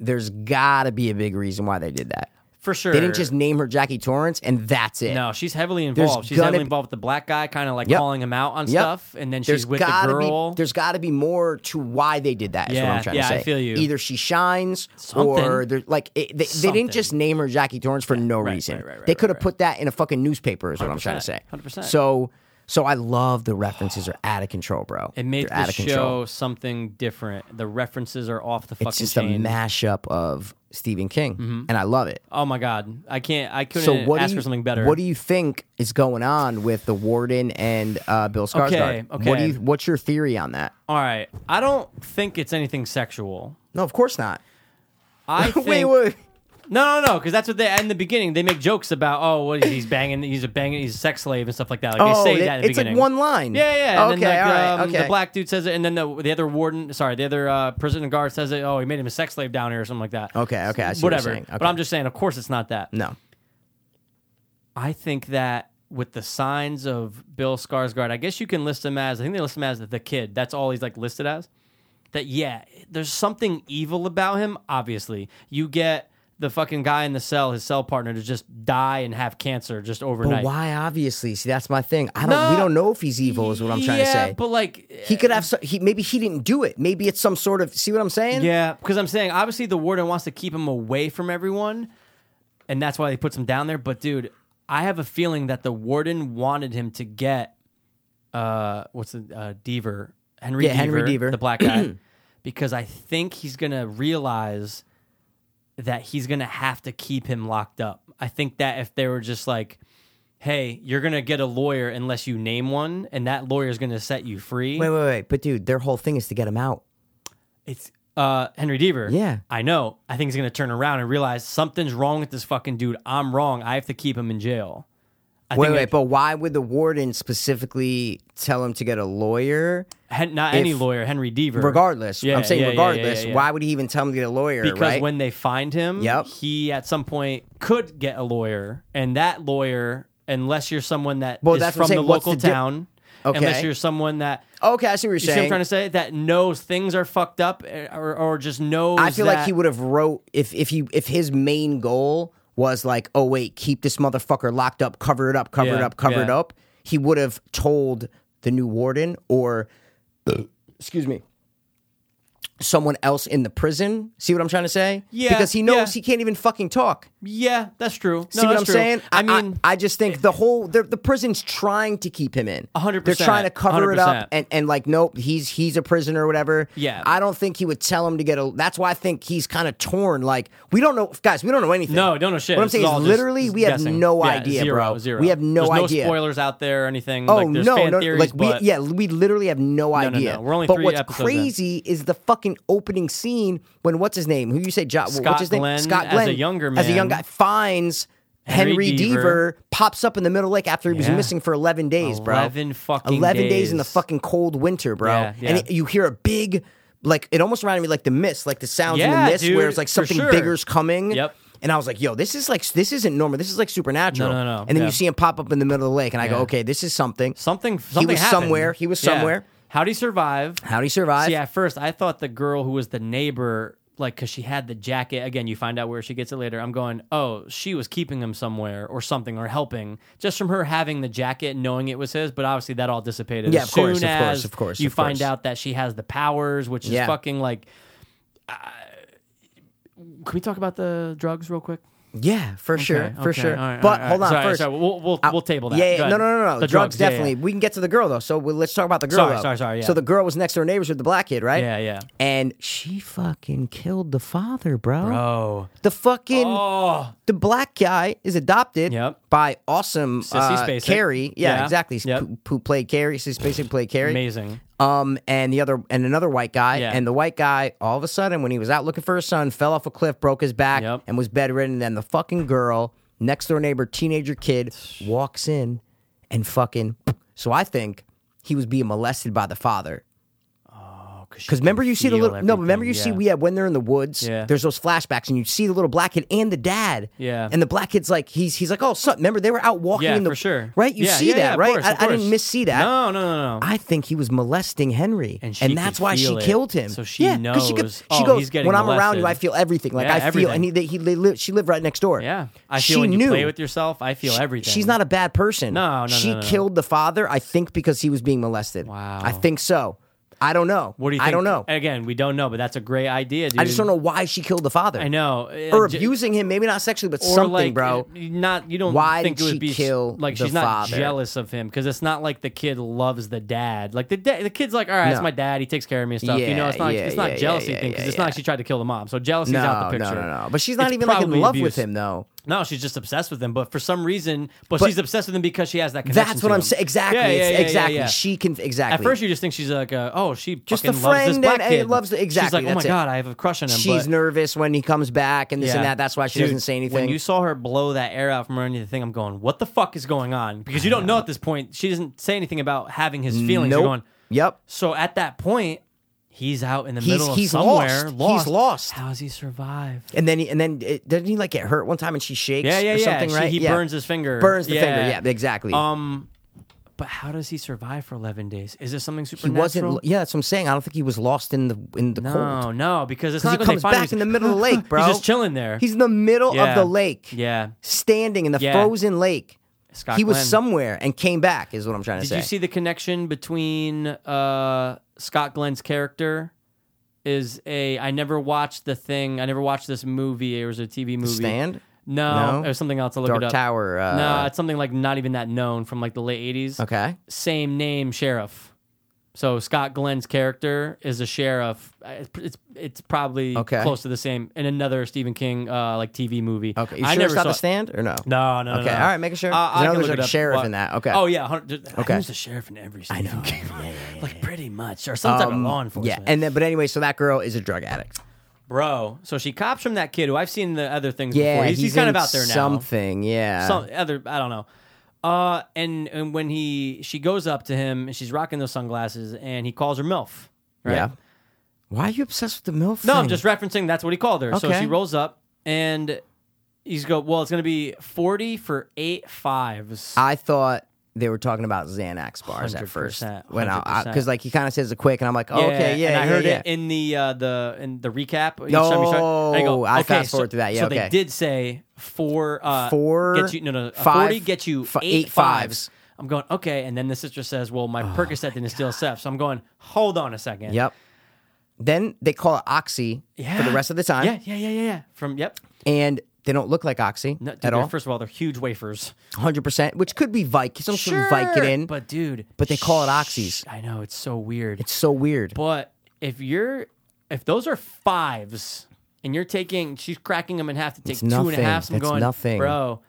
there's gotta be a big reason why they did that.
for sure.
They didn't just name her Jackie Torrance and that's it.
No, she's heavily involved. she's
gonna
heavily
be-
involved with the black guy, kind of like
Yep.
calling him out on
Yep.
stuff, and then she's
There's
with the
gotta
girl.
Be, there's got to be more to why they did that. Is what
Yeah,
I'm trying
yeah,
to
I
say.
feel you.
Either she shines, or
Something.
they're like it, they, they
Something.
didn't just name her Jackie Torrance for no reason.
right, right,
they
right,
could have
right.
put that in a fucking newspaper. Is what I'm trying to say.
100%.
So, so I love the references are out of control, bro.
it made
they're out
the
of
show
control.
something different. The references are off the fucking
It's just
chain.
a mashup of Stephen King, and I love it.
oh my god, I can't. I couldn't
So what
ask
do you,
for something better.
What do you think is going on with the warden and uh, Bill Skarsgård?
Okay,
What do
okay.
you, what's your theory on that?
All right, I don't think it's anything sexual.
No, of course not.
I
Wait,
think
wait.
no, no, no, because that's what they in the beginning they make jokes about. Oh, what is he's banging? He's a banging. He's a sex slave and stuff like that. Like
Oh,
they say
they-
that in the
it's like
beginning.
one line.
Yeah, yeah. And
Okay,
then, like,
all right,
um,
okay.
The black dude says it, and then the the other warden, sorry, the other uh, prison guard says it. Oh, he made him a sex slave down here or something like that.
Okay, okay, I see what you're
Whatever.
saying.
But
Okay.
I'm just saying, of course, it's not that.
No.
I think that with the signs of Bill Skarsgård, I guess you can list him as. I think they list him as the kid. That's all he's like listed as. That yeah, there's something evil about him. Obviously, you get the fucking guy in the cell, his cell partner, to just die and have cancer just overnight.
But why? Obviously, see, that's my thing. I don't. we
No.
don't know if he's evil. Is what I'm trying
yeah,
to say.
But like,
he could have. So, he maybe he didn't do it. Maybe it's some sort of. See what I'm saying?
Yeah, because I'm saying obviously the warden wants to keep him away from everyone, and that's why they puts him down there. But dude, I have a feeling that the warden wanted him to get uh what's the uh Deaver Henry
Yeah,
Deaver,
Henry Deaver.
the black guy because I think he's gonna realize that he's gonna have to keep him locked up. I think that if they were just like. Hey, you're gonna get a lawyer unless you name one, and that lawyer is gonna set you free.
Wait, wait, wait. But dude, their whole thing is to get him out.
It's uh, Henry Deaver.
Yeah.
I know. I think he's gonna turn around and realize something's wrong with this fucking dude. I'm wrong. I have to keep him in jail. I
Wait,
think
wait.
it-
but why would the warden specifically tell him to get a lawyer?
Hen- not any
if-
lawyer, Henry Deaver.
Regardless,
Yeah,
I'm saying
yeah, yeah, yeah,
regardless.
yeah, yeah.
Why would he even tell him to get a lawyer?
Because
right?
when they find him,
Yep.
he at some point could get a lawyer, and that lawyer, unless you're someone that
Well,
is
that's what
from
I'm
the
saying. What's
local
the di-
town,
Okay.
unless you're someone that
okay, I see what you're
you see
saying.
what I'm trying to say that knows things are fucked up, eh, or, or just knows.
I feel like
that-
he would have wrote if if he if his main goal was like, oh wait, keep this motherfucker locked up, cover it up, cover it
Yeah,
up, cover it
yeah.
up. He would have told the new warden or excuse me, someone else in the prison. See what I'm trying to say?
Yeah,
because he knows
yeah.
he can't even fucking talk.
Yeah, that's true. No,
See what
that's
I'm
true.
saying?
I mean,
I, just think the whole the, the prison's trying to keep him in.
100%,
They're trying to cover it up
100%.
and, and like, nope, he's he's a prisoner or whatever.
Yeah.
I don't think he would tell him to get a. That's why I think he's kind of torn. Like, we don't know, guys. We don't know anything.
No, don't know shit.
What I'm
This
saying
is
is,
all just
literally, we have
guessing.
no
Yeah,
idea,
zero,
bro.
Zero.
We have no
There's
idea.
No spoilers out there or anything.
Oh
like, there's
no,
fan
no,
theories,
like
but
we yeah, we literally have no
no, no.
idea.
We're only
but
three
what's
episodes in.
crazy is the fucking opening scene when what's his name? Who you say? Jo- what's
Scott
his name?
Glenn
Scott
as
Glenn,
a younger
as a young
man.
guy, finds Henry,
Henry
Deaver,
Deaver.
pops up in the middle of the lake after he was
Yeah.
missing for eleven days, bro.
11 fucking
eleven days. in the
days.
fucking cold winter, bro.
Yeah, yeah.
And it, you hear a big. Like it almost reminded me like the mist, like the sounds in
Yeah,
the mist, where
dude,
it's like
for
something
sure.
bigger's coming.
Yep.
And I was like, "Yo, this is like this isn't normal. This is like supernatural."
No, no, no.
And then
Yeah.
you see him pop up in the middle of the lake, and I go,
Yeah.
"Okay, this is something."
something. something
was
happened.
somewhere. He was
Yeah.
somewhere.
How'd he survive?
How'd he survive?
See, at first I thought the girl who was the neighbor, like, because she had the jacket. Again, you find out where she gets it later. I'm going, oh, she was keeping him somewhere or something or helping just from her having the jacket, and knowing it was his. But obviously that all dissipated.
Yeah,
as
of course,
soon
of course,
as
of course,
You
of
find
course.
out that she has the powers, which is
Yeah.
fucking like. Uh, can we talk about the drugs real quick?
Yeah, for sure,
Okay,
for
okay, all
sure.
right,
but
all right,
hold on
sorry,
first.
sorry, we'll- we'll-
I'll-
we'll table that.
Yeah, yeah,
Go
no,
ahead.
no, no, no.
The
drugs,
drugs, yeah, yeah.
definitely. We can get to the girl though. So we let's talk about the girl.
Sorry,
though.
sorry, sorry, yeah.
So the girl was next door neighbors with the blackhead, right?
Yeah, yeah.
And she fucking killed the father, bro.
Oh.
The fucking
Oh.
the black guy is adopted
Yep.
by awesome uh,
Spacek.
Carrie. Yeah,
Yeah.
exactly.
Yep.
Who, who played Carrie? Sissy Spacek played Carrie.
Amazing.
Um, and the other and another white guy,
Yeah.
and the white guy, all of a sudden, when he was out looking for his son, fell off a cliff, broke his back,
Yep.
and was bedridden. And then the fucking girl, next door neighbor, teenager kid, walks in and fucking. So I think he was being molested by the father. Because remember, you see the little no. Remember, you see we have when they're in the woods.
Yeah.
There's those flashbacks, and you see the little black kid and the dad.
Yeah.
And the black kid's like he's he's like oh son. Remember they were out walking
Yeah,
in the
for sure.
right. You
Yeah,
see
yeah, yeah,
that
of
right?
course,
I,
of
I didn't
course.
miss see that.
No, no, no, no.
I think he was molesting Henry,
And
and,
she
that's
could
why
feel
she
it.
killed him.
So she
yeah, 'cause She, could,
knows,
she
oh,
goes
he's getting
when I'm around you,
molested.
I feel everything. Like
Yeah,
I feel, and he,
everything.
they- he they live, she lived right next door.
Yeah. I
she
feel when
knew.
you play with yourself, I feel everything.
She's not a bad person.
No, no,
She
no, no.
killed the father, I think, because he was being molested.
Wow.
I think so. I don't know.
What do you think?
I don't know.
Again, we don't know, but that's a great idea, dude.
I just don't know why she killed the father.
I know.
Or
Uh, j-
abusing him, maybe not sexually, but
or
something,
like,
bro.
uh, Not you don't
Why
think
did
it would
she
be s-
kill
like
the
she's not
father?
jealous of him because it's not like the kid loves the dad. Like the da- the kid's like, all right, it's
No.
my dad. He takes care of me and stuff. you know,
Yeah,
it's not
yeah,
it's not
yeah,
jealousy
yeah,
thing because
yeah,
it's not
yeah.
like she tried to kill the mom. So jealousy's
no,
out the
no,
picture.
no, no. But she's not
It's
even like in
probably
love
abuse.
with him, though.
No, she's just obsessed with him. But for some reason, but, she's obsessed with him because she has that connection.
That's
to
what I'm
him.
saying. Exactly.
Yeah, yeah,
It's-
yeah, yeah,
exactly.
yeah.
She can exactly.
At first, you just think she's like, uh, oh, she
Just a
fucking loves this
friend
black
and-
kid.
and loves- exactly,
She's like, oh my
that's it.
god, I have a crush on him.
she's
but-
nervous when he comes back and this and that. That's why she
Dude,
doesn't say anything.
When you saw her blow that air out from underneath the thing, I'm going, what the fuck is going on? Because you don't know. at this point. She doesn't say anything about having his feelings. You're
Nope.
going,
Yep.
so at that point, he's out in the
He's-
middle of
he's
somewhere.
lost. He's lost.
How does he survive?
And then he, and then it, doesn't he like get hurt one time and she shakes?
Yeah, yeah,
or
yeah.
Something
She-
right?
he
Yeah.
burns his finger.
Burns the
Yeah.
finger. Yeah, exactly.
Um, but how does he survive for 11 days? Is there something
he
supernatural?
wasn't. Yeah, that's what I'm saying. I don't think he was lost in the in the
No,
cold.
no, because it's
Because
not
he
like when they
comes
find him,
back in the middle of the lake, bro.
He's just chilling there.
He's in the middle
Yeah.
of the lake,
yeah.
standing in the
Yeah.
frozen lake.
Scott
he was
Glenn.
somewhere and came back. Is what I'm trying to
Did
say.
you see the connection between uh, Scott Glenn's character? Is a I never watched the thing. I never watched this movie. It was a TV movie.
Stand?
No,
No?
it was something else. I look
Dark
it up.
Tower. Uh,
no, it's something like not even that known from like the late eighties.
Okay.
Same name, sheriff. So Scott Glenn's character is a sheriff. It's it's, it's probably
Okay.
close to the same in another Stephen King uh, like TV movie.
Okay. You
I
sure
never
it's not
saw it.
the stand or no?
No, no, no,
Okay,
no.
all right, making sure. 'Cause I know
can
there's
look
like a
it up.
sheriff
What-
in that, okay.
Oh yeah. hun- just-
Okay.
There's a sheriff in every. I know. like pretty much, or some type of law
Um, Yeah.
enforcement.
And then, but anyway, so that girl is a drug addict.
bro, so she cops from that kid who I've seen the other things
Yeah,
before. He's, he's, kind
in
of out there now.
Something. Yeah.
Some other. I don't know. Uh, and and when he she goes up to him and she's rocking those sunglasses and he calls her milf. Right?
Yeah. Why are you obsessed with the milf?
No, I'm
thing?
just referencing that's what he called her. So
Okay.
she rolls up and he's go. Well, it's gonna be forty for eight fives.
I thought they were talking about Xanax bars at first
100%,
when I because
100%.
like he kind of says it quick, and I'm like, oh, okay, yeah,
And I
yeah,
heard
yeah.
it in the uh, the in the recap. each
No,
time you start-
I
okay,
fast forward
so,
through that. Yeah,
so
okay.
they did say four, uh,
Four,
get you no no a
five,
forty get you
fi-
eight
eight fives. Oh
fives. I'm going okay, and then the sister says, "Well, my Percocet didn't steal Seth," so I'm going, "Hold on a second.
Yep. Then they call it oxy for the
Yeah.
rest of the time,
yeah, yeah, yeah, yeah, yeah. From yep,
and they don't look like oxy
No, dude,
at
they're-
all,
First of all, they're huge wafers.
hundred percent, which could be Vic, some sort of Vicodin, but
but dude,
but they call it
shh,
oxys.
I know it's so weird.
it's so weird.
But if you're if those are fives and you're taking she's cracking them in half to take two and a half.
nothing.
so I'm
That's
going
nothing.
bro,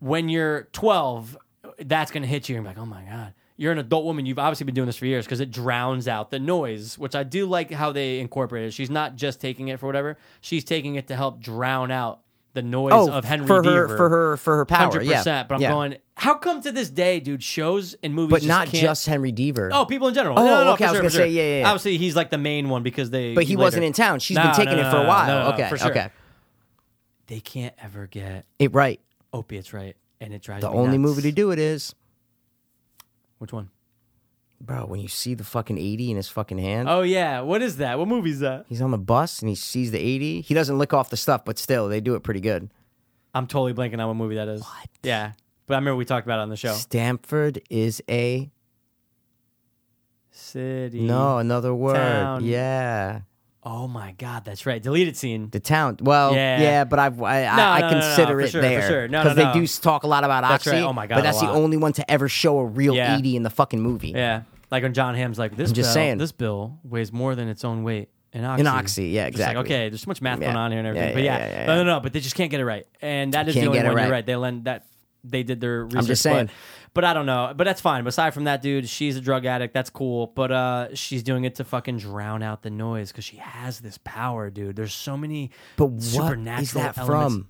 when you're twelve, that's gonna hit you. I'm like, oh my God. You're an adult woman. You've obviously been doing this for years because it drowns out the noise, which I do like how they incorporate it. She's not just taking it for whatever; she's taking it to help drown out the noise
oh,
of Henry
for her
Beaver.
for her for her power,
hundred
yeah.
percent. But I'm
yeah.
going. How come to this day, dude? Shows and movies,
but
just
not
can't-
just Henry Deaver.
Oh, people in general.
Oh,
no, no, no,
okay,
for
I was
sure,
gonna
for sure.
say, yeah, yeah, yeah.
Obviously, he's like the main one because they.
but he
later-
wasn't in town. She's
No,
been taking
no,
it for
no,
a
no,
while.
no, no,
okay,
for sure.
okay.
They can't ever get
It right.
opiates right, and it drives
The
me
only
nuts.
movie to do it is,
Which one?
bro. When you see the fucking eighty in his fucking hand,
Oh yeah, what is that? What movie is that?
he's on the bus and he sees the eighty. He doesn't lick off the stuff, but still, they do it pretty good.
I'm totally blanking on what movie that is. What? Yeah, but I remember we talked about it on the show.
Stanford is a
City.
no another word.
Town.
Yeah,
Oh my god, that's right. Deleted scene.
The town. Well,
Yeah.
yeah, but I've, I, I,
No,
I
no, no, no,
consider
for
it
sure, for
there
sure. No, no,
they
no.
do s- talk a lot about
That's
Oxy.
right. Oh my God,
but that's
a
the
lot.
only one to ever show a real
Yeah.
Edie in the fucking movie.
Yeah, like when John Hamm's like this.
just
bill,
saying.
this bill weighs more than its own weight in oxy.
oxy, yeah,
Just like,
exactly.
okay, there's so much math
Yeah.
going on here and
Yeah,
everything.
yeah,
but yeah,
yeah, yeah,
no,
yeah.
no, no. But they just can't get it right, and that is
Can't
the only
get it
one you're
right.
right. They lend that they did their research.
I'm just
but-
saying.
But I don't know. But that's fine. Aside from that, dude, she's a drug addict. That's cool. But uh, she's doing it to fucking drown out the noise because she has this power, dude. There's so many
But what
supernatural
is that
elements
from?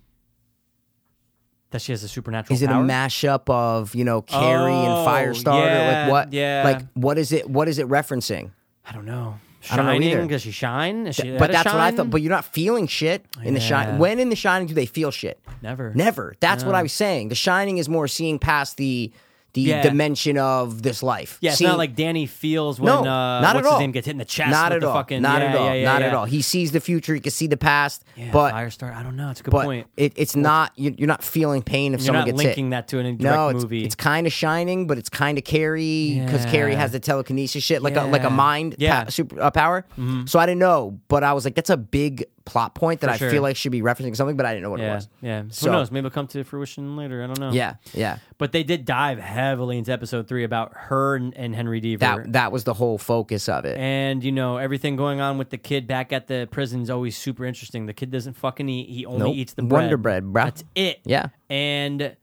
that she has a supernatural.
Is it a
power?
mashup of you know Carrie
Oh,
and Firestarter?
yeah,
like what?
yeah.
Like what is it? What is it referencing?
I don't know.
I don't know
Shining?
either.
Does she shine? Is she
but
had a
that's what I
shine?
thought. But you're not feeling shit in the
Yeah.
shine. When in the shining do they feel shit?
Never.
Never. That's what I was saying. The shining is more seeing past the the
Yeah.
dimension of this life.
Yeah, it's
Seeing-
not like Danny feels when
no,
uh,
not
what's
at all.
his name gets hit in the chest.
Not
with
at
the
all.
Fucking,
not
yeah,
at all.
Yeah, yeah,
not at
yeah.
all. He sees the future. He can see the past.
Yeah,
but
Firestar. I don't know. It's a good
but
point.
it, it's not. you- You're not feeling pain if
You're
someone
not
gets
linking
hit.
that to an direct
no, it's,
movie.
it's kind of shining, but it's kind of Carrie because Carrie
Yeah.
has the telekinesis shit, like a like
Yeah.
a mind
Yeah. Mm-hmm.
pa- super uh, power. So I didn't know, but I was like, that's a big plot point that I
sure.
feel like should be referencing something, but I didn't know what it
yeah,
was.
yeah.
So-
Who knows? Maybe it'll come to fruition later. I don't know.
Yeah, yeah.
But they did dive heavily into episode three about her and, and Henry Deaver.
That that was the whole focus of it.
and you know everything going on with the kid back at the prison is always super interesting. The kid doesn't fucking eat; he only
Nope.
eats the bread.
Wonder bread, bruh.
That's it.
Yeah.
And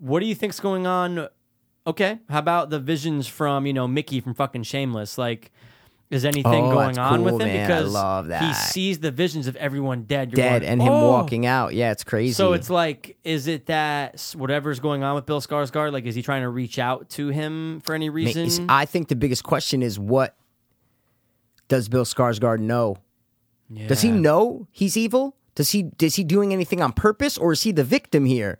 what do you think's going on? Okay, how about the visions from you know Mickey from fucking Shameless? Like, is anything
Oh,
going
that's
on with
cool,
him?
man. I
Because
love
he
that.
sees the visions of everyone dead, You're
Dead
going,
and him
"Oh!"
walking out. Yeah, it's crazy.
So it's like, is it that s- whatever's going on with Bill Skarsgård? Like, is he trying to reach out to him for any
Ma- it's-
reason?
I think the biggest question is what does Bill Skarsgård know? Does he
Yeah.
know he's evil? Does he is he doing anything on purpose or is he the victim here?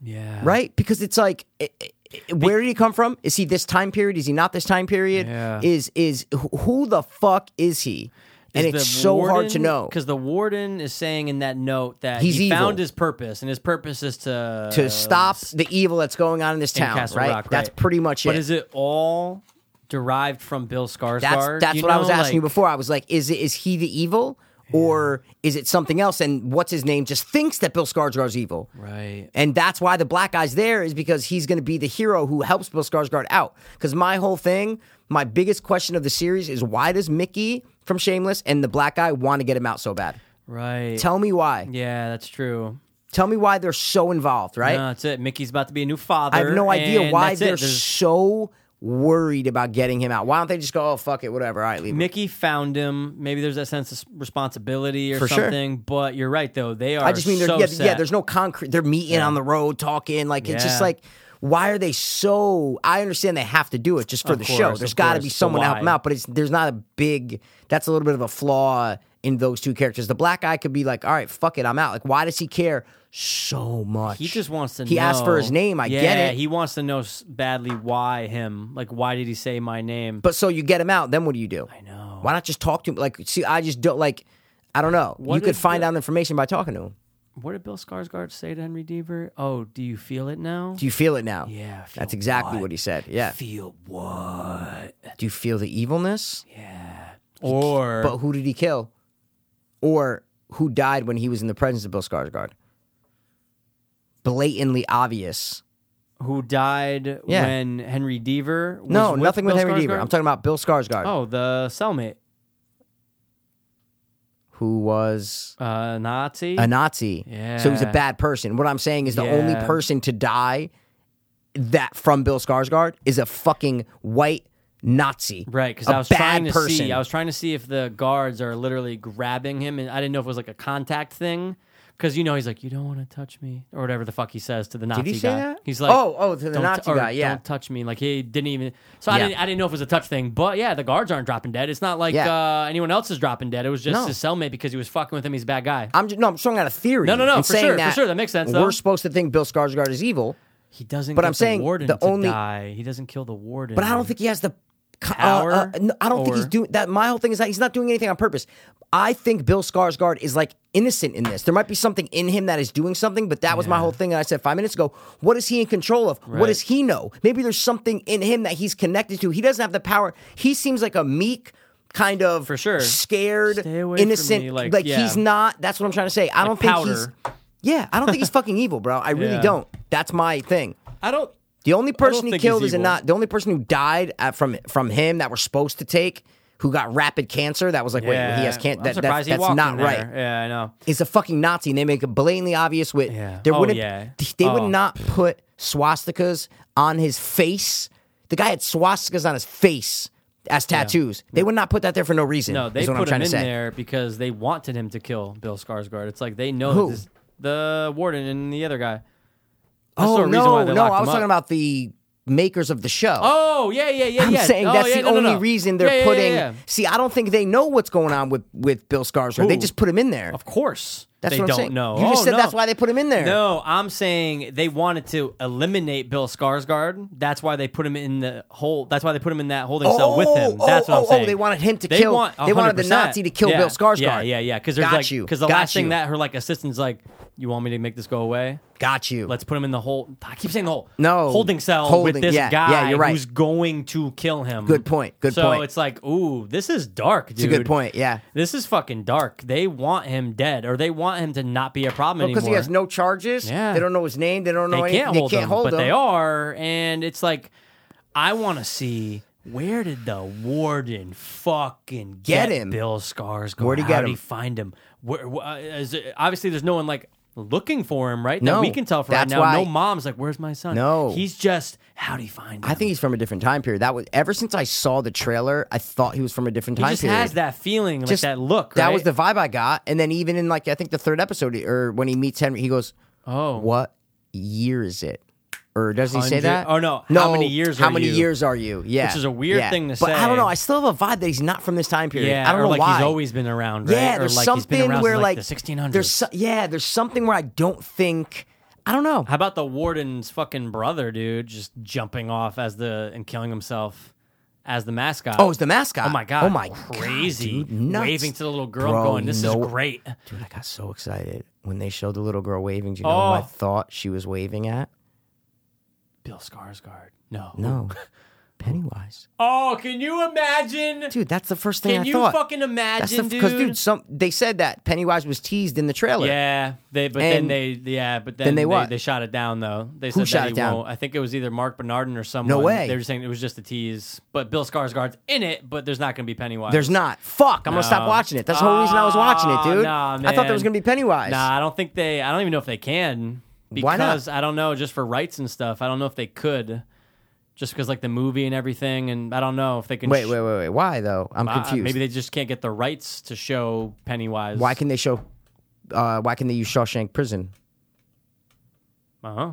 Yeah.
Right? Because it's like i- i- i- where did he come from? Is he this time period? Is he not this time period?
Yeah.
Is is wh- who the fuck is he? And it's so hard to know.
because the warden is saying in that note that
He's
he
evil.
found his purpose, and his purpose is to
to stop the evil that's going on in this town,
Castle
right?
Rock,
That's
right.
pretty much
But
it.
is it all derived from Bill Skarsgård?
That's that's
You
what I was
know,
asking you
like-
before. I was like, is it is he the evil or is it something else? And what's his name just thinks that Bill Skarsgård's evil,
Right.
and that's why the black guy's there is because he's going to be the hero who helps Bill Skarsgård out. Because my whole thing, my biggest question of the series is why does Mickey from Shameless and the black guy want to get him out so bad?
Right.
Tell me why.
yeah, that's true.
Tell me why they're so involved, right?
No, that's it. Mickey's about to be a new father.
I have no idea
and
why
that's it.
they're
There's-
so worried about getting him out. Why don't they just go, oh fuck it, whatever, all right, leave him.
Mickey found him. Maybe there's that sense of s- responsibility or
For sure.
something. But you're right, though. They are.
I just mean,
so
they're, yeah, yeah,
set.
there's no concrete. They're meeting on the road, talking. Like, it's just
Yeah.
like, why are they so? I understand they have to do it just for
Of
the
course,
show.
of
There's got to
course,
be
but
someone to help
why?
them out, but it's there's not a big. That's a little bit of a flaw in those two characters. The black guy could be like, all right, fuck it, I'm out. Like, why does he care so much?
He just wants to.
He
know.
asked for his name. I get
Yeah,
it.
He wants to know s- badly why him. Like, why did he say my name?
But so you get him out, then what do you do? I
know.
Why not just talk to him? Like, see, I just don't like. I don't know. you could
is
find
the-
out information by talking to him.
what did Bill Skarsgård say to Henry Deaver? Oh, do you feel it now?
Do you feel it now?
yeah, feel
That's exactly
what?
what he said. Yeah.
Feel what?
Do you feel the evilness?
Or
But who did he kill? Or who died when he was in the presence of Bill Skarsgård? Blatantly obvious.
who died
Yeah.
when Henry Deaver? Was
No, nothing with
Bill
Henry Deaver.
Skarsgård?
I'm talking about Bill Skarsgård,
Oh, the cellmate,
who was
uh, Nazi.
a Nazi. So he's a
Yeah.
bad person. What I'm saying is the only
Yeah.
person to die that from Bill Skarsgård is a fucking white Nazi.
Right, because
A
I was
bad
trying to
person.
see. I was trying to see if the guards are literally grabbing him, and I didn't know if it was like a contact thing. Because you know he's like, you don't want to touch me, or whatever the fuck he says to the Nazi
he say
guy.
that?
He's like,
Oh, oh, to the
"Don't t-
Nazi
or
guy, yeah.
don't touch me. Like he didn't even. So I
Yeah.
didn't. I didn't know if it was a touch thing, but yeah, the guards aren't dropping dead. It's not like
Yeah.
uh, anyone else is dropping dead. It was just
No.
his cellmate because he was fucking with him. He's a bad guy.
I'm just, no, I'm throwing out a theory.
No, no, no,
and
for
saying
sure, for
that
sure. That makes sense, though.
We're supposed to think Bill Skarsgård is evil,
He doesn't.
But
get
I'm
the
saying
warden
the
to
only-
die. He doesn't kill the warden.
But I don't think he has the co- uh,
Power
uh, no, I don't think he's
or-
doing that. My whole thing is that he's not doing anything on purpose. I think Bill Skarsgård is like innocent in this. There might be something in him that is doing something, but that was my whole thing. And I said five minutes ago, what is he in control of? What does he know? Maybe there's something in him that he's connected to. He doesn't have the power. He seems like a meek, kind of
For sure.
scared,
Stay away from
innocent.
me,
Like,
like,
he's
yeah.
not. That's what I'm trying to say. I don't think he's.
powder.
Yeah, I don't think he's fucking evil, bro. I really
Yeah.
don't. That's my thing.
I don't.
The only person he
think he's
killed is a
evil.
not. The only person who died at, from from him that we're supposed to take, who got rapid cancer, that was like, wait, he has
I'm
cancer. That, that's
surprised he
that's
walked
not
in
right.
there. Yeah, I know.
It's a fucking Nazi, and they make it blatantly obvious with
Yeah.
there
Oh,
wouldn't
yeah.
th- they
Oh.
would not put swastikas on his face. The guy had swastikas on his face as tattoos. They would not put that there for no reason.
No, they
is what I'm
put
trying
him
to
in
say.
there because they wanted him to kill Bill Skarsgård. It's like they know
Who?
that this, the warden and the other guy. That's the
Oh
reason why
no,
they
no,
locked
I
him
was
up.
talking about the makers of the show.
Oh yeah, yeah, yeah.
I'm
yeah.
saying
Oh,
that's
yeah,
the
no, no,
only
no.
reason they're
Yeah, yeah,
putting.
yeah, yeah.
See, I don't think they know what's going on with with Bill Skarsgård. They
Who?
just put him in there.
Of course,
That's
they
what I'm
don't
saying.
know.
You just
Oh,
said
no.
that's why they put him in there.
No, I'm saying they wanted to eliminate Bill Skarsgård. That's why they put him in the hole. That's why they put him in that holding cell with him.
oh,
That's
oh,
what I'm
oh,
saying.
they wanted him to kill- they wanted the
100%.
Nazi to kill
Yeah,
Bill Skarsgård.
Yeah, yeah, yeah. Because there's
Got
like
you,
because the
got
last
you.
thing that her like assistant's like, you want me to make this go away?
Got you.
Let's put him in the hole. I keep saying the hole.
No.
holding cell
Holding,
with this
yeah,
guy
yeah, you're right.
who's going to kill him.
Good point, good
so
point.
it's like, ooh, this is dark, dude.
That's a good point. Yeah.
This is fucking dark. They want him dead, or they want him to not be a problem
because
anymore.
he has no charges.
Yeah.
They don't know his name. They don't know
they
anything.
can't
they
hold
can't
him,
hold
but
him.
they are, and it's like, I want to see where did the warden fucking
Get
get,
him.
Bill Skarsgård.
Where'd he
How
get
did he
him?
find him? Where, wh- uh, is it- obviously, there's no one like looking for him, right?
No,
that we can tell from right
that's
now.
why-
No mom's like, "Where's my son?"
No.
he's just how do he find him?
I think he's from a different time period. That was ever since I saw the trailer, I thought he was from a different
he
time
just
period.
has that feeling, like
Just-
that look.
That
right?
was the vibe I got. And then even in like I think the third episode or when he meets Henry, he goes,
Oh.
what year is it?" Or does he say
Hundred-
that?
oh, no.
no!
How many years
How
are
many
you?
years are you? Yeah,
Which is a weird
yeah.
thing to
But I
say.
don't know. I still have a vibe that he's not from this time period.
yeah.
I don't
or
know
like
why.
he's always been around. Right?
yeah,
Or,
there's
like, he's
something
been around
where
since,
like,
like the 1600s.
There's so- yeah, there's something where I don't think. I don't know.
How about the warden's fucking brother, dude, just jumping off as the and killing himself as the mascot?
Oh, it's the mascot.
Oh my god!
Oh my
crazy!
God, dude, nuts.
Waving to the little girl,
Bro,
going, "This
no-
is great."
Dude, I got so excited when they showed the little girl waving. Do you know who I
Oh.
thought she was waving at?
Bill Skarsgård. No.
No, Pennywise.
Oh, can you imagine?
Dude, that's the first thing
can
I
you
thought.
fucking imagine,
the,
dude?
dude, some they said that Pennywise was teased in the trailer.
Yeah, they. But
And-
then they. Yeah, but then,
they
they,
what?
They, shot it down though. They said
shot
that
it
he
down?
won't. I think it was either Mark Bernardin or someone.
way.
They were saying it was just a tease, but Bill Skarsgård's in it. But there's not going to be Pennywise.
There's not. Fuck, I'm gonna stop
No.
watching it. That's the whole reason I was watching it,
Oh,
dude.
nah,
I thought there
man.
was gonna be Pennywise.
Nah, I don't think they. I don't even know if they can. Because
Why not?
I don't know, just for rights and stuff. I don't know if they could, just because like the movie and everything, and I don't know if they can.
Wait,
sh-
wait, wait, wait. Why though? I'm
uh,
confused.
maybe they just can't get the rights to show Pennywise.
why can they show? Uh, why can they use Shawshank Prison?
Uh huh.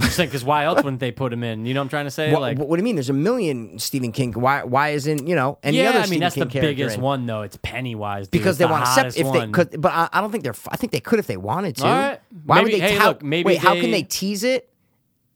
Just think, because why else wouldn't they put him in? You know what I'm trying to say?
What,
like,
what do you mean? There's a million Stephen King. Why? Why isn't you know any
yeah,
other
I mean
Stephen
that's
King
the
character
biggest
in?
one though. It's Pennywise dude.
because
It's
they
the
want to
hottest
separate. If they
one.
could, but I, I don't think they're. I think they could if they wanted to.
All right.
Why
Maybe-
would they?
hey,
how,
look, maybe
wait, how can
they-
they tease it,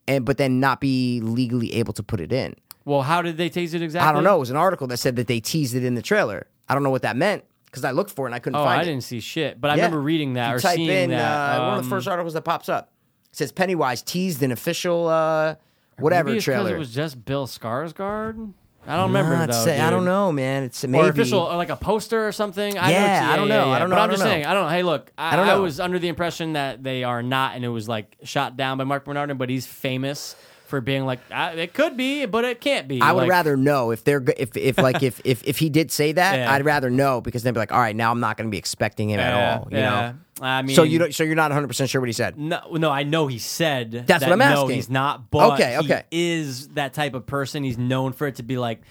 and but then not be legally able to put it in?
well, how did they taste it exactly?
I don't know. It was an article that said that they teased it in the trailer. I don't know what that meant because I looked for it and I couldn't
Oh,
find
I
it.
didn't see shit, but I
Yeah.
remember reading that
You
or
type
seeing
in,
that.
Uh, one of the
um,
first articles that pops up it says Pennywise teased an official uh,
Maybe
whatever
it's 'cause
trailer.
It was just Bill Skarsgård. I don't remember
Nah, it's-
though.
I don't
dude.
know, man. It's maybe
Or official, or like a poster or something. I
Yeah,
know
I don't know. I don't know.
But
I
I'm
don't
just
know.
saying. I don't know. Hey, look, I,
I
I,
don't know.
was under the impression that they are not, and it was like shot down by Mark Bernardin, but he's famous for being like, I, it could be, but it can't be.
I would
Like,
rather know if they're go- if if like if if if he did say that,
Yeah.
I'd rather know because then be like, all right, now I'm not going to be expecting him
yeah,
at all. You
yeah.
know.
I mean,
so you don't, so you're not 100 percent sure what he said.
No, no, I know he said
That's
that
what I'm
No,
asking.
he's not. But
Okay,
he
okay.
is that type of person. He's known for it to be like.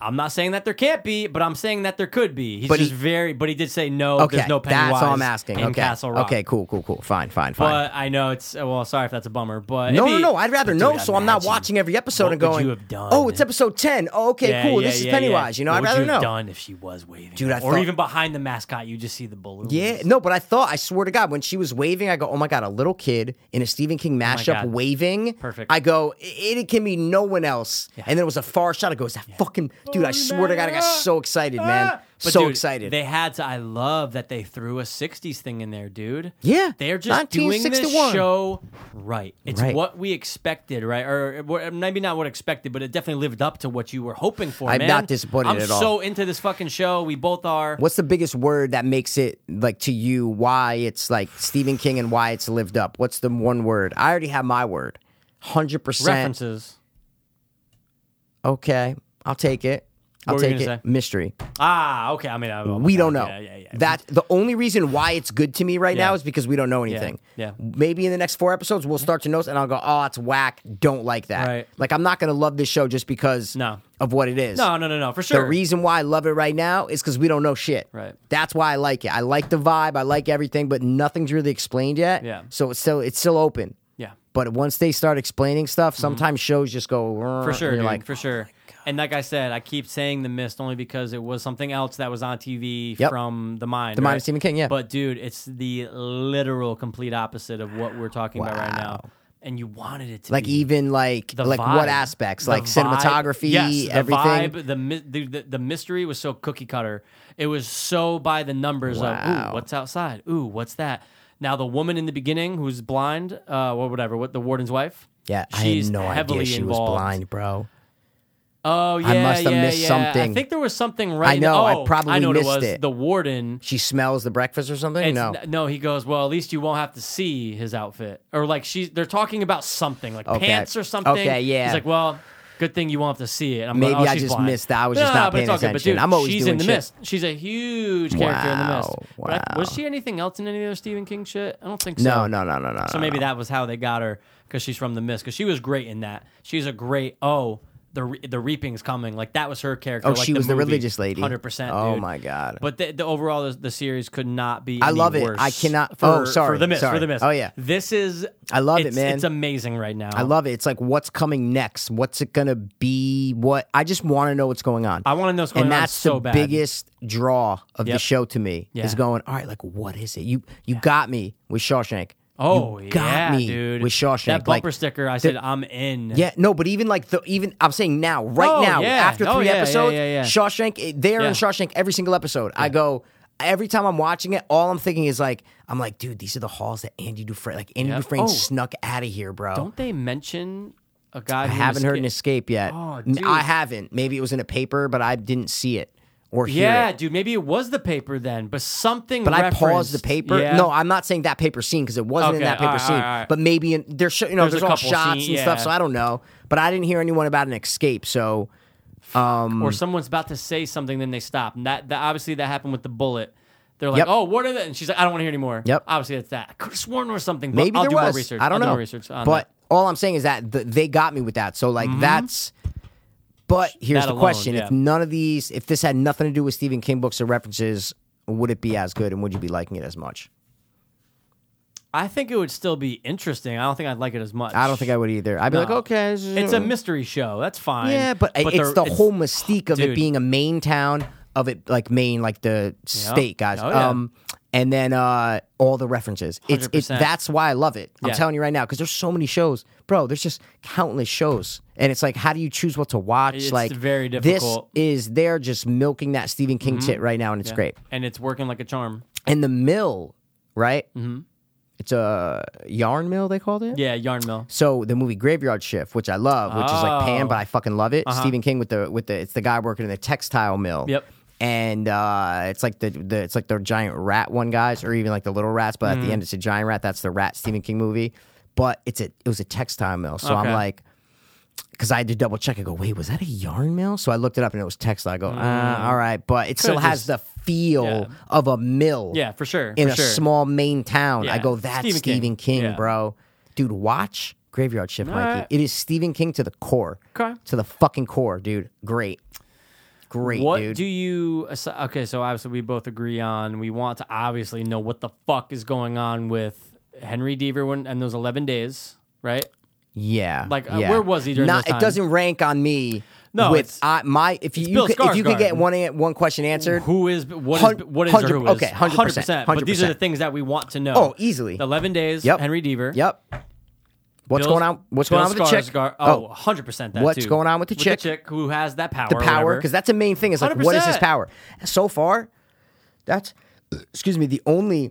I'm not saying that there can't be, but I'm saying that there could be. He's
But he-
just very. But he did say no.
Okay,
there's no Pennywise.
that's all I'm asking.
In
okay,
Castle Rock.
okay, cool, cool, cool. Fine, fine, fine.
But I know it's uh, well. Sorry if that's a bummer, but
no,
it'd
no,
be-
no. I'd rather
Dude,
know, so I'm not
imagine
watching every episode
what
and
would
going,
you have done?
"Oh, it's episode 10. Oh, okay,
Yeah,
cool.
yeah,
this is
yeah, yeah.
Pennywise." You know,
What
I'd
would
rather
you
know.
have Done if she was waving,
Dude, I
or
thought-
even behind the mascot, you just see the balloon.
Yeah, no, but I thought, I swear to God, when she was waving, I go, oh my God, a little kid in a Stephen King mashup
Oh God.
waving.
Perfect.
I go, it, it can be no one else. And then it was a far shot. I go, is that fucking, dude, I swear to God, I got so excited,
Oh,
man.
Ah. But
so
dude,
excited.
They had to. I love that they threw a '60s thing in there, dude.
Yeah,
they're just doing this
1961.
show right. It's
Right.
what we expected, right? Or what- maybe not what expected, but it definitely lived up to what you were hoping for.
I'm
man.
not disappointed
I'm
at all.
so into this fucking show. We both are.
What's the biggest word that makes it like to you why it's like Stephen King and why it's lived up? What's the one word? I already have my word. 100%.
references?
Okay. I'll take it. I'll
What were you
take it.
gonna say?
Mystery.
Ah, okay. I mean, I,
We don't know.
Oh, Yeah, yeah, yeah.
That the only reason why it's good to me right
Yeah.
now is because we don't know anything.
yeah.
Maybe in the next four episodes we'll start to notice and I'll go, "Oh, it's whack. Don't like that."
Right.
Like I'm not going to love this show just because
No.
of what it is.
no, no, no, no, for
The
sure.
reason why I love it right now is because we don't know shit.
Right.
That's why I like it. I like the vibe. I like everything, but nothing's really explained yet.
Yeah.
So it's still it's still open.
yeah,
But once they start explaining stuff, sometimes shows just go
Mm-hmm. for sure,
You're
dude,
like, "Oh
for sure. And like I said, I keep saying the mist only because it was something else that was on TV
Yep.
from the mind.
The
right?
Mind of Stephen King, yeah.
But dude, it's the literal complete opposite of what we're talking about right now. And you wanted it to
like
be.
even like
the
like
vibe.
what aspects?
The
Like
vibe-
cinematography,
yes, the
everything.
Vibe, the, mi- the, the the mystery was so cookie cutter. It was so by the numbers of
Wow.
ooh, what's outside? Ooh, what's that? Now the woman in the beginning who's blind, uh, or whatever, what the warden's wife.
Yeah, I
she's
had no
heavily
idea she
involved.
was blind, bro.
Oh yeah,
must have
yeah,
missed
yeah. I
something.
think there was something right. in-
know, I
oh,
probably
I know what
missed
it was
it.
the warden.
She smells the breakfast or something.
It's-
no,
no, he goes. Well, at least you won't have to see his outfit, or like she's. They're talking about something like
Okay.
pants or something.
Okay, yeah.
He's like, well, good thing you won't have to see it. I'm
Maybe
like, oh,
I
she's
just
blind.
missed that. I was
No,
just
no,
not
but it's
paying
all good. But
attention.
dude,
I'm always
she's in
doing
the
shit.
mist. She's a huge character in the
Wow,
mist. But I- was she anything else in any other Stephen King shit? I don't think so.
no, no, no, no, no.
So maybe that was how they got her because she's from the mist. Because she was great in that. She's a great oh. The, re- the reaping's coming like that was her character.
Oh,
like
she was the
movie.
religious lady.
100%.
Oh
dude.
my God.
But the, the overall the, the series could not be.
I
any
love it.
worse
I cannot-
For,
oh, sorry,
For the mist. For
sorry.
the mist.
Oh, yeah.
This is.
I love it,
it's-
man.
It's amazing right now.
I love it. It's like what's coming next? What's it gonna be? What I just want to know what's going on.
I wanna know what's going
and
on
that's
so
the
bad.
biggest draw of the
Yep.
show to me
Yeah.
is going. All right, like what is it? You you got me with Shawshank.
Oh
you got
yeah,
me
dude.
with Shawshank.
That
Like,
bumper sticker. I said I'm in.
Yeah, no, but even like the even I'm saying now, right
Oh,
now,
yeah.
after
Oh,
three
yeah, yeah,
episodes,
yeah, yeah.
Shawshank, it- they're
Yeah.
in Shawshank every single episode. I go every time I'm watching it, all I'm thinking is like, I'm like, dude, these are the halls that Andy Dufresne, like Andy
Yeah.
Dufresne
Oh.
snuck out of here, bro.
Don't they mention a guy?
I haven't heard an escape yet.
Oh,
N- I
dude.
haven't. Maybe it was in a paper, but I didn't see it or hear
Yeah,
it.
dude. Maybe it was the paper then, but something.
But I paused the
referenced-
paper.
Yeah.
No, I'm not saying that paper scene because it wasn't in
Okay,
that paper
alright,
scene.
alright, alright.
But maybe in, there's sh- you know
There's
there's,
a
all
couple
shots
scene-
and stuff,
yeah.
so I don't know. But I didn't hear anyone about an escape, so
or
mm.
someone's about to say something, then they stop. And that, that obviously that happened with the bullet. They're like,
Yep.
"Oh, what are that?" And she's like, "I don't want to hear anymore."
Yep.
Obviously, that's that. I could have sworn or something. But
Maybe
I'll
there
do
was.
more research.
I don't
I'll
know.
Do more research on
but
that. Mm-hmm.
all I'm saying is that th- they got me with that. So like that's. But here's
That
the
alone,
question:
yeah.
If none of these, if this had nothing to do with Stephen King books or references, would it be as good, and would you be liking it as much?
I think it would still be interesting. I don't think I'd like it as much.
I don't think I would either. I'd be like, okay, this is-
It's a mystery show. That's fine.
yeah, but, I- it's the whole mystique of it
Dude.
being a main town of it, like Maine, like the state guys.
Oh, yeah.
Um, and then uh, all the references. It's it's
100%.
that's why I love it. I'm
Yeah.
telling you right now because there's so many shows, bro. There's just countless shows, and it's like, how do you choose what to watch?
It's
like
very difficult. Mm-hmm.
This is they're just milking that Stephen King tit right now, and it's great.
and it's working like a charm.
And the mill, right? Mm-hmm. It's a yarn mill. They called it.
Yeah, yarn mill.
So the movie Graveyard Shift, which I love, which is like Pan,
Oh.
but I fucking love it. Stephen King with the with the it's the guy working in the textile mill.
Yep.
And uh, it's like the, the it's like the giant rat one guys, or even like the little rats, but
Mm.
at the end it's a giant rat. That's the rat Stephen King movie. But it's a it was a textile mill, so I'm
Okay.
like. Because I had to double check. I go, wait, was that a yarn mill? So I looked it up and it was textile. I go, ah, all right, but it still
Could've
has
Mm. just-
the feel
Yeah.
of a mill
Yeah, for sure.
in
for
a
sure.
small main town. I
Yeah.
go, that's Stephen
Stephen
King,
King. Yeah.
bro. Dude, watch Graveyard Shift, Mikey.
right.
It is Stephen King to the core.
Okay.
To the fucking core, dude. Great. Great,
What
dude.
do you? assi- Okay, so obviously we both agree on we want to obviously know what the fuck is going on with Henry Deaver when, and those eleven days, right?
yeah.
like, uh,
yeah.
where was he during
Not,
this time?
It doesn't rank on me.
No,
with
it's-
I, my if you,
Bill
could- if you could get
Skarsgård.
one an- one question answered,
Who is what is
Hun-
what is or
hundred-
who is?
okay, 100%,
But these are the
100%.
things that we want to know.
Oh, easily.
The Eleven days.
Yep.
Henry Deaver.
yep,
Bill's-
What's going on? What's going
Bill
on with the chick?
Skarsgård- Oh, 100% that
What's
too.
going on with the chick?
The chick who has that power.
the
or
power
whatever.
because that's the main thing. Is like what is his
100%.
power? So far, that's excuse me, the only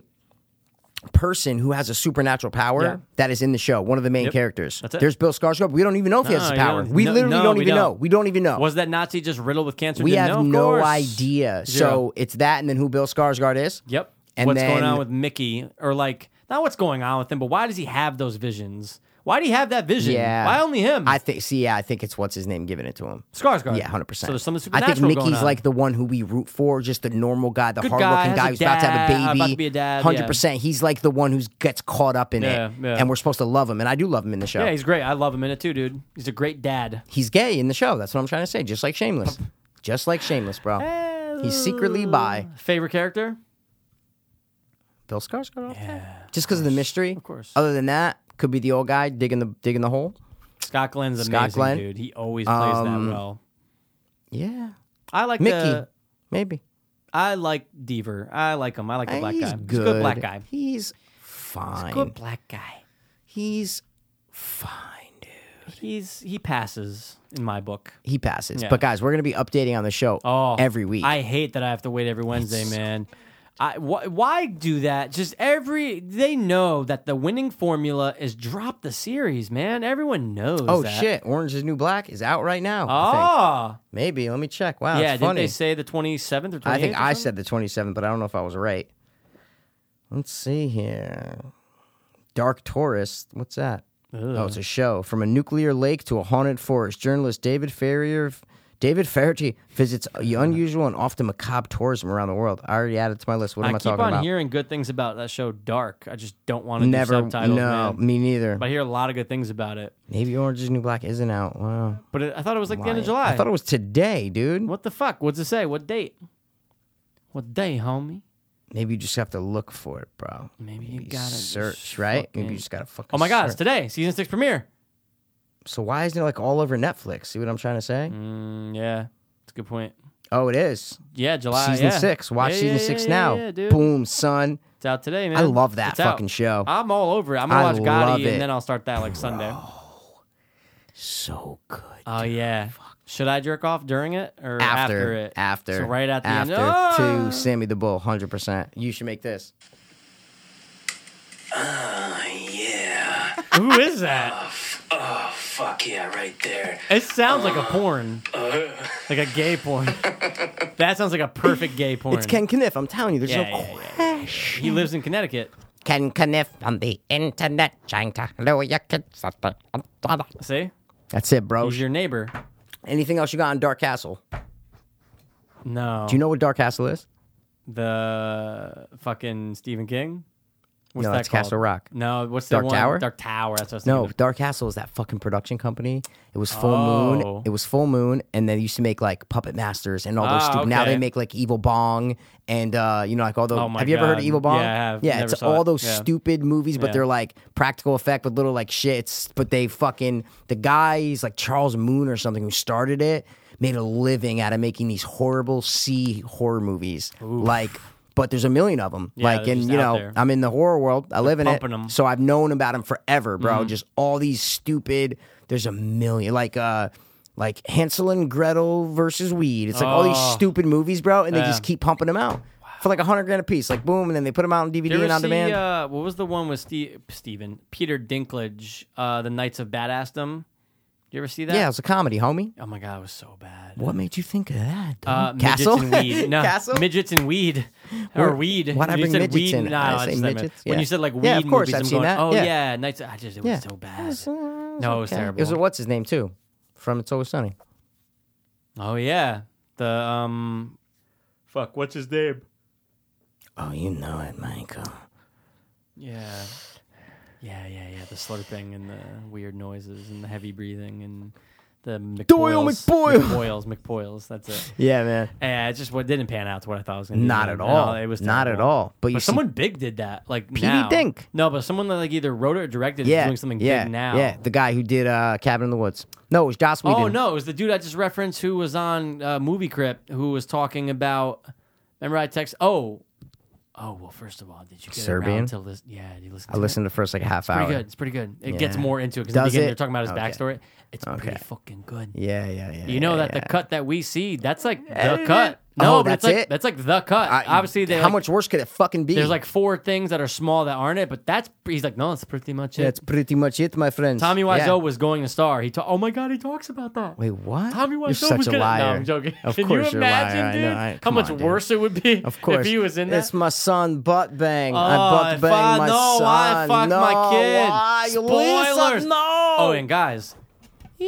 person who has a supernatural power
Yeah.
that is in the show. One of the main
Yep.
characters.
That's it.
There's Bill Skarsgård. We don't even know if he has
No,
his
you
power.
don't-
We
no-
literally
no,
don't
we
even know.
don't.
We don't even know.
Was that Nazi just riddled with cancer?
we
Didn't know?
have
Of
no
course.
idea.
Zero.
So it's that, and then who Bill Skarsgård is.
Yep.
And
what's
then-
going on with Mickey? Or like not what's going on with him, but why does he have those visions? Why do he have that vision?
Yeah.
Why only him?
I think. See, yeah, I think it's what's his name giving it to him.
Skarsgård.
Yeah, hundred percent.
So there's something
I
supernatural
think Mickey's
going on.
like the one who we root for, just the normal guy, the
Good guy,
hard-looking
has
guy
a
who's about to have
dad,
a baby.
about to be a dad, yeah.
Hundred percent. He's like the one who gets caught up in
Yeah,
it,
yeah.
and we're supposed to love him, and I do love him in the show.
Yeah, he's great. I love him in it too, dude. He's a great dad.
he's gay in the show. That's what I'm trying to say. Just like Shameless, just like Shameless, bro. He's secretly by
Favorite character?
Bill Skarsgård. Yeah. Just because of the mystery. Of
course.
Other than that, could be the old guy digging the digging the hole.
Scott Glenn's amazing,
Scott Glenn.
dude. He always plays that well.
Yeah,
I like
Mickey,
The,
maybe.
I like Deaver. I like him. I like the black
he's
guy.
good.
He's a good black guy.
He's fine.
Good black guy.
He's fine, dude.
He's he passes in my book.
He passes.
Yeah.
But guys, we're gonna be updating on the show
Oh,
every week.
I hate that I have to wait every Wednesday, man. I wh- why do that? Just every they know that the winning formula is drop the series, man. Everyone knows.
oh
that.
shit! Orange is the New Black is out right now. I think.
Oh
maybe. Let me check. Wow,
yeah,
it's
didn't they
funny.
say the twenty seventh or twenty
I
eighth?
think I said the 27th, but I don't know if I was right. Let's see here. Dark Taurus. What's that? Oh, it's a show from a nuclear lake to a haunted forest. Journalist David Ferrier. David Ferrier visits the unusual and often macabre tourism around the world. I already added it to my list. What am I,
I keep
talking
on
about?
hearing good things about that show Dark. I just don't want to
Never.
do subtitles,
no,
man.
me neither.
But I hear a lot of good things about it.
Maybe Orange is the New Black isn't out. Wow.
But it, I thought it was like the end of July.
I thought it was today, dude.
what the fuck? What's it say? What date? What day, homie?
Maybe you just have to look for it, bro.
Maybe you
Maybe
gotta just
search, right? Maybe
fucking-
you just gotta fucking.
Oh my god, it's
search.
today, season six premiere.
So why isn't it like all over Netflix? See what I'm trying to say?
Mm, yeah, it's a good point.
Oh, it is
Yeah, July.
season
yeah.
six. Watch
Yeah, yeah,
season
yeah,
six
yeah,
now.
Yeah, dude.
Boom, son.
It's out today, man.
I love that
It's out.
fucking show.
I'm all over it. I'm gonna
I
watch
love
Gotti
it.
and then I'll start that like Sunday.
So good.
Oh yeah. Should I jerk off during it or after,
after,
it?
after,
So right at the
after
end. Oh!
to Sammy the Bull, hundred percent. You should make this.
Who is that?
Oh, Fuck yeah, right there. Uh,
It sounds like a porn, like a gay porn. that sounds like a perfect gay porn.
It's Ken Kniff. I'm telling you, there's
Yeah,
no
yeah,
question.
He lives in Connecticut.
Ken Kniff on the internet trying to lure your kids. out the- out the-
See,
That's it, bro.
who's your neighbor?
Anything else you got on Dark Castle?
No,
Do you know what Dark Castle is?
the fucking Stephen King. What's
No,
that
it's Castle
called?
Rock.
No, what's the
Dark
one?
Tower?
Dark Tower. That's what I was
No,
thinking of.
Dark Castle is that fucking production company. It was Full Moon.
Oh.
It was Full Moon, and they used to make like Puppet Masters and all those
Ah,
stupid. Now they
okay.
make like Evil Bong and uh, you know like all those.
Oh my
have you ever heard of
God.
Evil Bong?
Yeah, I have. Never
it's
saw
all
it.
those
Yeah.
stupid movies, but
Yeah.
they're like practical effect with little like shits. But they fucking the guys like Charles Moon or something who started it made a living out of making these horrible C horror movies. Like, but there's a million of them. like,
they're
and
just
you
out
know,
there.
I'm in the horror world. I live in it,
pumping 'em. Mm-hmm.
so I've known about him forever, bro. Just all these stupid. There's a million, like uh, like Hansel and Gretel versus Weed. It's like all these
Oh.
stupid movies, bro, and they
Yeah.
just keep pumping them out for like a hundred grand a piece, like boom, and then they put them out on DVD
Did you
and
ever
on
see,
demand.
uh, what was the one with Steve, Steven, Peter Dinklage, uh, The Knights of Badassdom? You ever see that?
yeah, it's a comedy, homie.
Oh my god, it was so bad.
What made you think of that? dude?
Uh,
Castle
midgets and weed. No,
Castle.
midgets and weed,
Where-
or weed.
why'd I
When you
bring
said
midgets
weed,
in?
Nah,
I
I
say
just meant-
midgets,
When
yeah.
you said like weed
Yeah, of course,
movies,
I've
I'm
seen
going,
that,
oh
yeah.
yeah, Knights. I just it was
Yeah.
so
It
bad.
was, uh,
No, it was
okay.
terrible.
It was a- what's his name too, from It's Always Sunny.
oh yeah, the um, fuck, what's his name?
Oh, you know it, Michael.
Yeah. Yeah, yeah, yeah. The slurping and the weird noises and the heavy breathing and the McBoyles.
Doyle McBoyle.
McBoyles, McBoyles. That's it.
Yeah, man.
Yeah, it just what didn't pan out to what I thought it was going to.
Not at all.
it was
not at
terrible.
all. But you
But
see-
someone big did that. Like now.
Dink.
No, but someone that like either wrote it or directed
yeah,
is doing something
yeah,
big now.
Yeah, the guy who did uh, Cabin in the Woods. No, it was Joss Whedon.
Oh no, it was the dude I just referenced who was on uh, Movie Crypt who was talking about. Remember I text. Oh, Oh well, first of all, did you get
Serbian?
around to listen? Yeah, you listen.
I listened to the first like half
Pretty
hour.
good. It's pretty good. It gets
Yeah.
more into it because
Does
the beginning
it?
they're talking about his
Okay.
backstory. It's
Okay.
pretty fucking good.
Yeah, yeah, yeah.
You know
yeah,
that
yeah.
the cut that we see, that's like the cut. No,
Oh,
but it's
that's
like
it?
that's like the cut.
I-
Obviously, they
how
like-
much worse could it fucking be?
There's like four things that are small that aren't it, but that's he's like, no, that's pretty much it.
that's pretty much it, my friends.
Tommy Wiseau
Yeah.
was going to star. He ta- oh my god, he talks about that.
Wait, what?
Tommy
You're
Wiseau
such
was
a
gonna-
liar.
No, I'm joking.
Of
Can
course
you
are a liar.
imagine,
I
dude,
know. I-
how
come
much
on, dude.
worse it would be
Of course.
if he was in that?
It's my son, butt bang. I
Oh,
butt
if
bang
I-
my
no, I
son.
fucked
no,
my kid.
Why? You leave some-
Spoilers.
No.
Oh, and guys,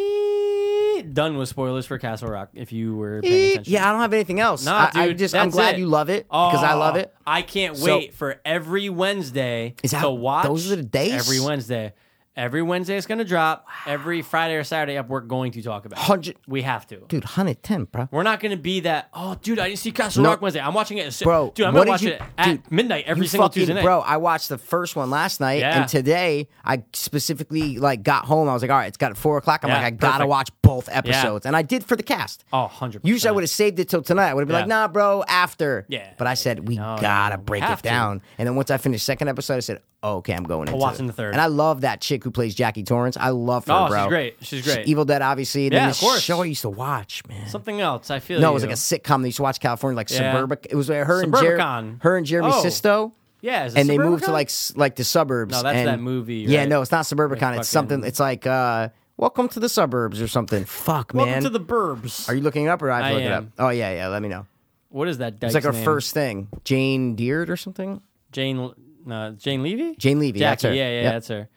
ee- done with spoilers for Castle Rock. If you were paying attention,
yeah, I don't have anything else.
Nah,
I, I
dude,
just, I'm
that's
glad
it.
you love it because I
Oh,
love it.
I can't
So-
wait for every Wednesday
Is that-
to watch.
those are the days?
Every Wednesday. Every Wednesday it's going to drop. Every Friday or Saturday up, we're going to talk about it.
Hundred-
We have to.
Dude, 110, bro.
We're not going to be that, oh, dude, I didn't see Castle
No.
Rock Wednesday. I'm watching it. as-
Bro,
dude, I'm
what
going to
did
watch
you-
it at
dude,
midnight every
You
single
fucking-
Tuesday night.
Bro, I watched the first one last night,
Yeah.
and today I specifically like got home. I was like, all right, it's got at four o'clock. I'm
Yeah,
like, I gotta
perfect.
watch both episodes, and I did for the cast.
Oh, 100%.
Usually I would have saved it till tonight. I would have been
Yeah.
like, nah, bro, after.
Yeah.
But I said, we
No, no,
gotta
no, we
break
have
it
to.
down. And then once I finished second episode, I said, okay, I'm going into
watching
it.
the third.
And I love that chick who plays Jackie Torrance. I love her,
Oh, she's
bro.
great. She's great.
Evil Dead, obviously. And
Yeah,
then
of
this
course.
show I used to watch, man.
Something else. I feel
No, it was
you.
like a sitcom they used to watch California, like
Yeah.
Suburbic. It was uh, her and Jer-
Suburbicon.
her and Jeremy
Oh.
Sisto.
Yeah, is it
and they moved to
Suburbicon?
like s- like the suburbs.
No, that's
and-
that movie,
Yeah,
right?
no, it's not Suburbicon. It's something.
fucking-
It's like uh, Welcome to the Suburbs or something. Fuck, man.
Welcome to the Burbs.
Are you looking it up or I have to
I
look it up?
am.
Oh yeah, yeah. Let me know.
what is that?
It's like our first thing. Jane Deard or something.
Jane, uh, Jane Levy?
Jane Levy.
Jackie,
that's her.
yeah, yeah,
Yep.
that's her.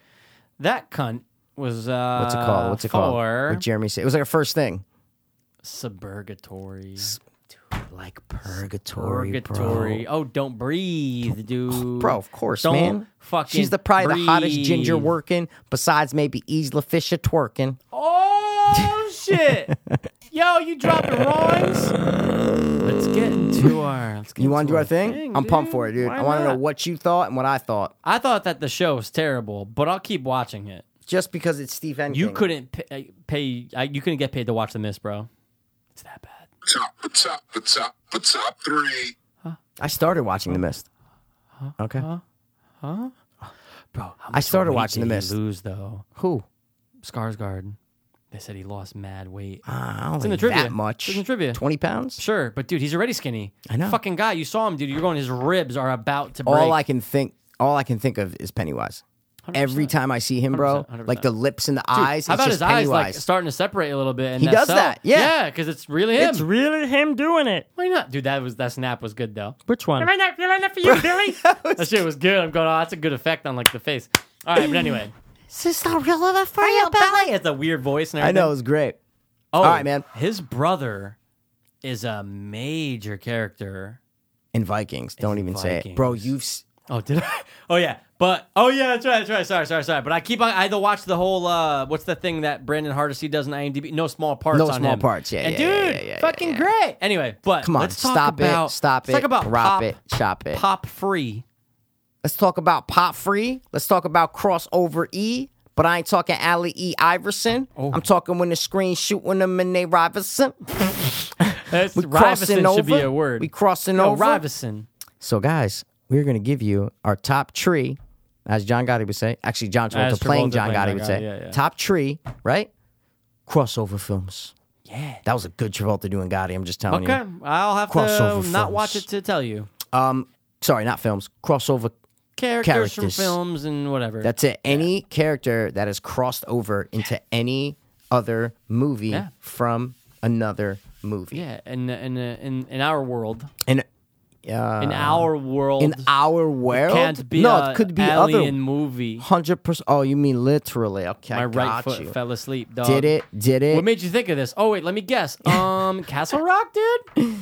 That cunt was uh
What's it called? What's it
for
called? With Jeremy. Sa- It was like our first thing.
Suburgatory.
Like purgatory,
Purgatory. Oh, don't breathe, dude.
Bro, of course,
Don't
man.
Fucking
She's the probably the hottest
breathe.
ginger working, besides maybe Isla Fisher twerking.
Oh shit! Yo, you dropping rhymes? Let's get into our. Let's get
You
into
want to do our thing? I'm pumped for it, dude.
Why
I want to know
not?
what you thought and what I thought.
I thought that the show was terrible, but I'll keep watching it.
Just because it's Steve Henkin.
You couldn't pay. pay I, you couldn't get paid to watch the miss, bro. It's that bad.
top, the top, the top, the top three.
I started watching The Mist. Okay.
Bro, how
I
much
started
weight
watching
did
The
he
Mist.
Lose though,
Who?
Skarsgård. They said he lost mad weight.
I don't
It's in the
think
trivia.
that much.
It's in the trivia.
Twenty pounds.
Sure, but dude, he's already skinny.
I know.
Fucking guy, you saw him, dude. You're going. His ribs are about to break.
All I can think, all I can think of is Pennywise. Every time I see him, bro,
100%, 100%.
like the lips and the
Dude,
eyes.
How
it's
about
just
his
Pennywise.
eyes like starting to separate a little bit? And
He does
cell?
that, yeah.
yeah, because it's really him.
really him doing it.
Why not, dude? That was that snap was good though.
Which one?
Am I not feeling it for you, Billy?
That shit was good. I'm going. Oh, that's a good effect on like the face. All right, but anyway,
Is this not real enough for you,
he has a weird voice and
I
everything.
know it was great.
Oh,
All right, man.
His brother is a major character.
And Vikings, don't even say it, bro. You've s-
Oh, did I? Oh yeah, but oh yeah, that's right, that's right. Sorry, sorry, sorry. But I keep on. I had to watch the whole. uh What's the thing that Brandon Hardesty does in IMDb? No small parts.
No
on
Small
him.
Parts, yeah,
and
yeah,
dude,
yeah, yeah, yeah, yeah,
fucking
yeah.
great. Anyway, but
come on,
let's talk
stop
about
it, stop it,
Let's talk about
drop
pop,
it, chop it.
pop free.
Let's talk about pop free. Let's talk about crossover E. But I ain't talking Allie E. Iverson.
Oh.
I'm talking when the screen shoot when the Monet Robinson.
That's
We crossing
Riveson
over.
should be a word.
We crossing
no,
over.
Riveson.
So, guys, we're gonna give you our top tree, as John Gotti would say. Actually, John
As
Travolta playing
Travolta
John
playing
Gotti
John
would
Gotti,
say.
yeah, yeah.
Top tree, right? Crossover films.
Yeah.
That was a good Travolta doing Gotti. I'm just telling
Okay,
you.
I'll have
Crossover
to not
films.
watch it to tell you.
Um, sorry, not films. Crossover.
Characters, from
Characters.
films and whatever.
That's it. Any character that has crossed over into any other movie
Yeah.
from another movie.
yeah, in in in, in our world,
And uh,
in our world,
in our world,
can't be
no,
a
it could be
alien
other
movie.
hundred percent. Oh, you mean literally? Okay,
My
I
right
got
foot
you.
fell asleep. Dog.
Did it? Did it?
What made you think of this? Oh wait, let me guess. Um, Castle Rock, dude.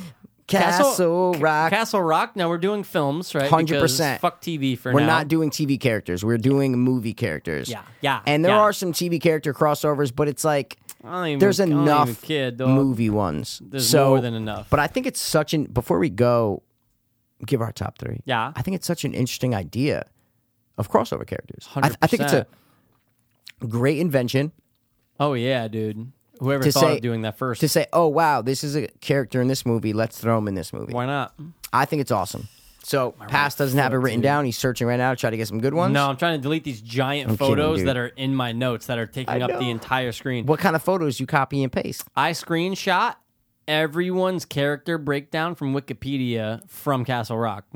Castle,
Ca-
Rock.
Castle Rock. Now we're doing films, right?
100%.
Because Fuck TV for
We're
now.
not doing TV characters. We're doing movie characters.
Yeah, yeah,
And there
yeah.
are some TV character crossovers, but it's like
I don't even-
there's
I don't even
enough
kid, dog.
movie ones.
There's
so,
more than enough.
But I think it's such an. Before we go, give our top three.
Yeah.
I think it's such an interesting idea of crossover characters. I, I think it's a
100%.
great invention.
Oh yeah, dude. Whoever
To
thought
say-
of doing that first?
to say, oh wow, this is a character in this movie. Let's throw him in this movie.
Why not?
I think it's awesome. So Pass doesn't have it written down. He's searching right now to try to get some good ones.
No, I'm trying to delete these giant
kidding,
photos
dude.
that are in my notes that are taking
I
up the
know.
entire screen.
What kind of photos you copy and paste?
I screenshot everyone's character breakdown from Wikipedia from Castle Rock,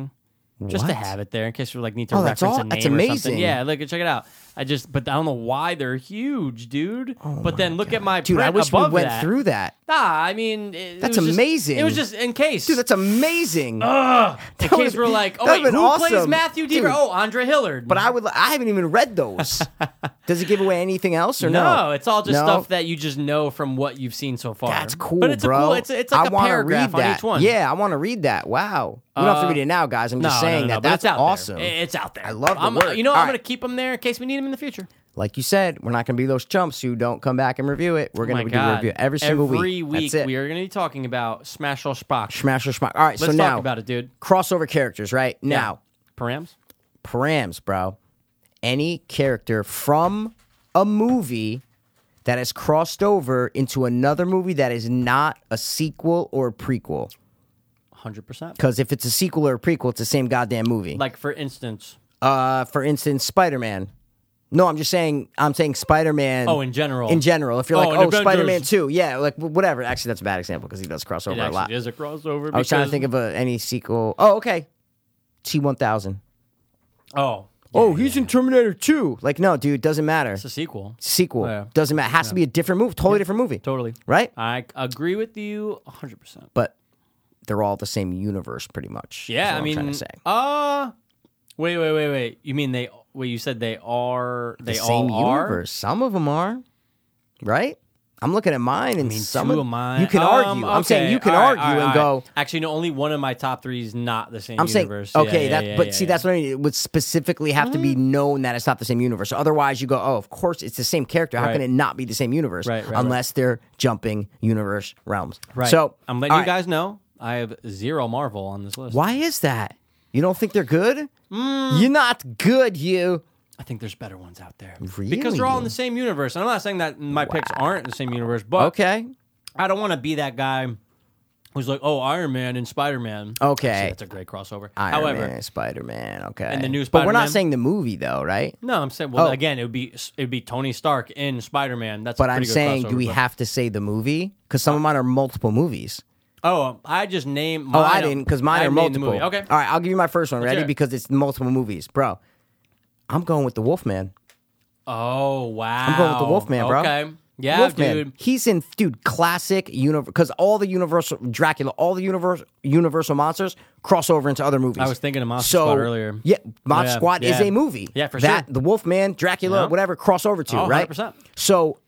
just to
What?
have it there in case you like need to
Oh,
reference
that's
a
all-
name
that's
or something.
amazing.
Yeah, look, check it out. I just, but I don't know why they're huge, dude. but then look at my
Oh Dude, I
print
wish we
above
went
that.
through that.
Nah, I mean, it, it
That's
was just-
amazing.
it was just in case.
Dude, that's amazing.
in
that
case
would've-
we're like, oh
that
wait,
would've
who
been
plays
awesome.
Matthew
Dude.
Deaver? Oh, Andre Hillard.
but I would. I haven't even read those. Does it give away anything else or no?
No, it's all just
No?
stuff that you just know from what you've seen so far.
That's cool,
but it's
bro.
A cool, it's, it's like
I
a
wanna
paragraph
read that.
on each one.
Yeah, I want to read that. Wow. We don't have to
Uh,
read it now, guys. I'm
No,
just
no, no,
saying
no,
that.
but
That's
it's out there.
awesome.
I- It's out there.
I love the
I'm, uh,
work.
You know,
All
I'm
right.
going to keep them there in case we need them in the future.
Like you said, we're not going to be those chumps who don't come back and review it. We're
Oh my
going to do
God.
review every single
Every
week.
week
That's it.
we are going to be talking about Smash or Spock.
Smash or smash. All right,
Let's
so
talk
now
about it, dude.
crossover characters, right? Now,
Params?
params, bro. Any character from a movie that has crossed over into another movie that is not a sequel or a prequel.
100%.
Because if it's a sequel or a prequel, it's the same goddamn movie.
Like, for instance,
uh, for instance, Spider Man. No, I'm just saying. I'm saying Spider Man.
Oh, in general.
In general, if you're
Oh,
like,
in
oh,
Avengers.
Spider Man two, yeah, like w- whatever. Actually, that's a bad example because he does cross
it
over a lot.
actually is a crossover.
I was trying to think of a, any sequel. Oh, okay, T one thousand.
Oh,
Oh, he's in Terminator two. Like, no, dude, doesn't matter.
it's a sequel.
Sequel
Yeah.
doesn't matter. Has to be a different movie, totally different movie,
Totally.
right?
I agree with you 100%.
But they're all the same universe, pretty much. is
Yeah,
what
I
I'm
mean,
trying to say.
uh, wait, wait, wait, wait. You mean they? Wait, you said they are? They
the same
all are.
universe. Some of them are, right? I'm looking at mine, and some
Two of mine.
You can
Um,
argue. I'm saying
okay,
you can
all right,
argue
all right,
and
all
go.
right. Actually, no. Only one of my top three is not the same.
I'm saying
universe. Yeah,
okay,
yeah,
that.
yeah,
but
yeah,
see,
yeah.
that's what I mean. It would specifically have to be known that it's not the same universe. Otherwise, you go, oh, of course, it's the same character. How can
Right.
it not be the same universe?
Right, right, right.
unless they're jumping universe realms.
right.
So
I'm letting
all
you
right.
guys know I have zero Marvel on this list.
Why is that? You don't think they're good?
Mm.
You're not good. You.
I think there's better ones out there because
Really?
they're all in the same universe. And I'm not saying that my picks aren't in the same universe, but
Okay.
I don't want to be that guy who's like, oh, Iron Man and Spider Man.
Okay.
that's a great crossover.
Iron
However,
Man, Spider Man. Okay.
And the new
But we're not
Spider-Man?
saying the movie though, right?
No, I'm saying. Well,
Oh.
again, it would be it would be Tony Stark in Spider Man. That's a
But
pretty
I'm
good
saying, do
crossover,
we
but-
have to say the movie? Because some of mine are multiple movies.
Oh, I just named. Mine
Oh, I didn't, because mine
I
are
named the
multiple.
movie. Okay.
All right, I'll give you my first one. Ready?
hear it.
Because it's multiple movies, bro. I'm going with the Wolfman.
Oh wow.
I'm going with the Wolfman, bro.
Okay. Yeah,
Wolfman.
dude.
He's in dude classic universe because all the Universal Dracula, all the universe Universal monsters cross over into other movies.
I was thinking of Monster
so,
Squad earlier.
Yeah, Monster
Yeah,
Squad is
yeah.
a movie.
Yeah, for
that,
sure.
The Wolfman, Dracula,
Yeah.
whatever, cross over to
Oh,
right.
100%.
So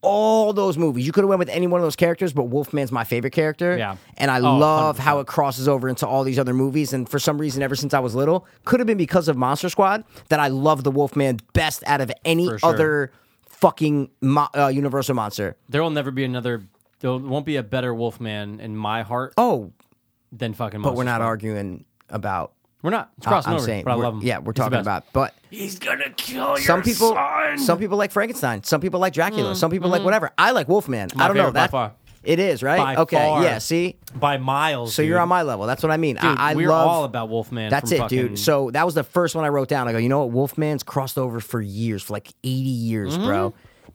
all those movies, you could have went with any one of those characters, but Wolfman's my favorite character.
Yeah.
and I
Oh,
love how it crosses over into all these other movies. And for some reason, ever since I was little, could have been because of Monster Squad that I love the Wolfman best out of any
For sure.
other fucking mo- uh, Universal monster.
There will never be another. There won't be a better Wolfman in my heart
Oh,
than fucking.
but we're not arguing about.
We're not. It's
I-
crossing
I'm
over.
saying,
but I
we're-
love him.
yeah, we're
He's the
talking
best.
about, but
He's gonna kill your
some people,
son.
some people like Frankenstein, some people like Dracula, some people like whatever. I like Wolfman. I don't know
Mm, mm-hmm. favorite by
that
far.
it is right.
By
okay,
far.
yeah. See,
by miles.
so you're
dude.
on my level. That's what I mean.
Dude,
I, I
we're
love
all about Wolfman.
That's
from
it,
fucking-
dude. So that was the first one I wrote down. I go, you know what? Wolfman's crossed over for years, for like 80 years, bro.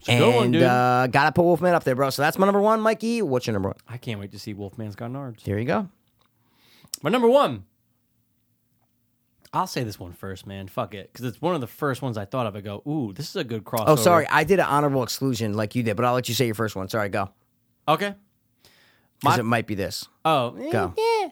Mm-hmm. a good one,
And
dude.
uh, gotta put Wolfman up there, bro. So that's my number one, Mikey. What's your number one?
I can't wait to see Wolfman's Got Nards.
Here you go.
My number one. I'll say this one first, man. Fuck it, because it's one of the first ones I thought of. I go, ooh, this is a good crossover.
Oh, sorry, I did an honorable exclusion like you did, but I'll let you say your first one. Sorry, go
Okay.
because
My-
it might be this.
Oh,
Go.
yeah.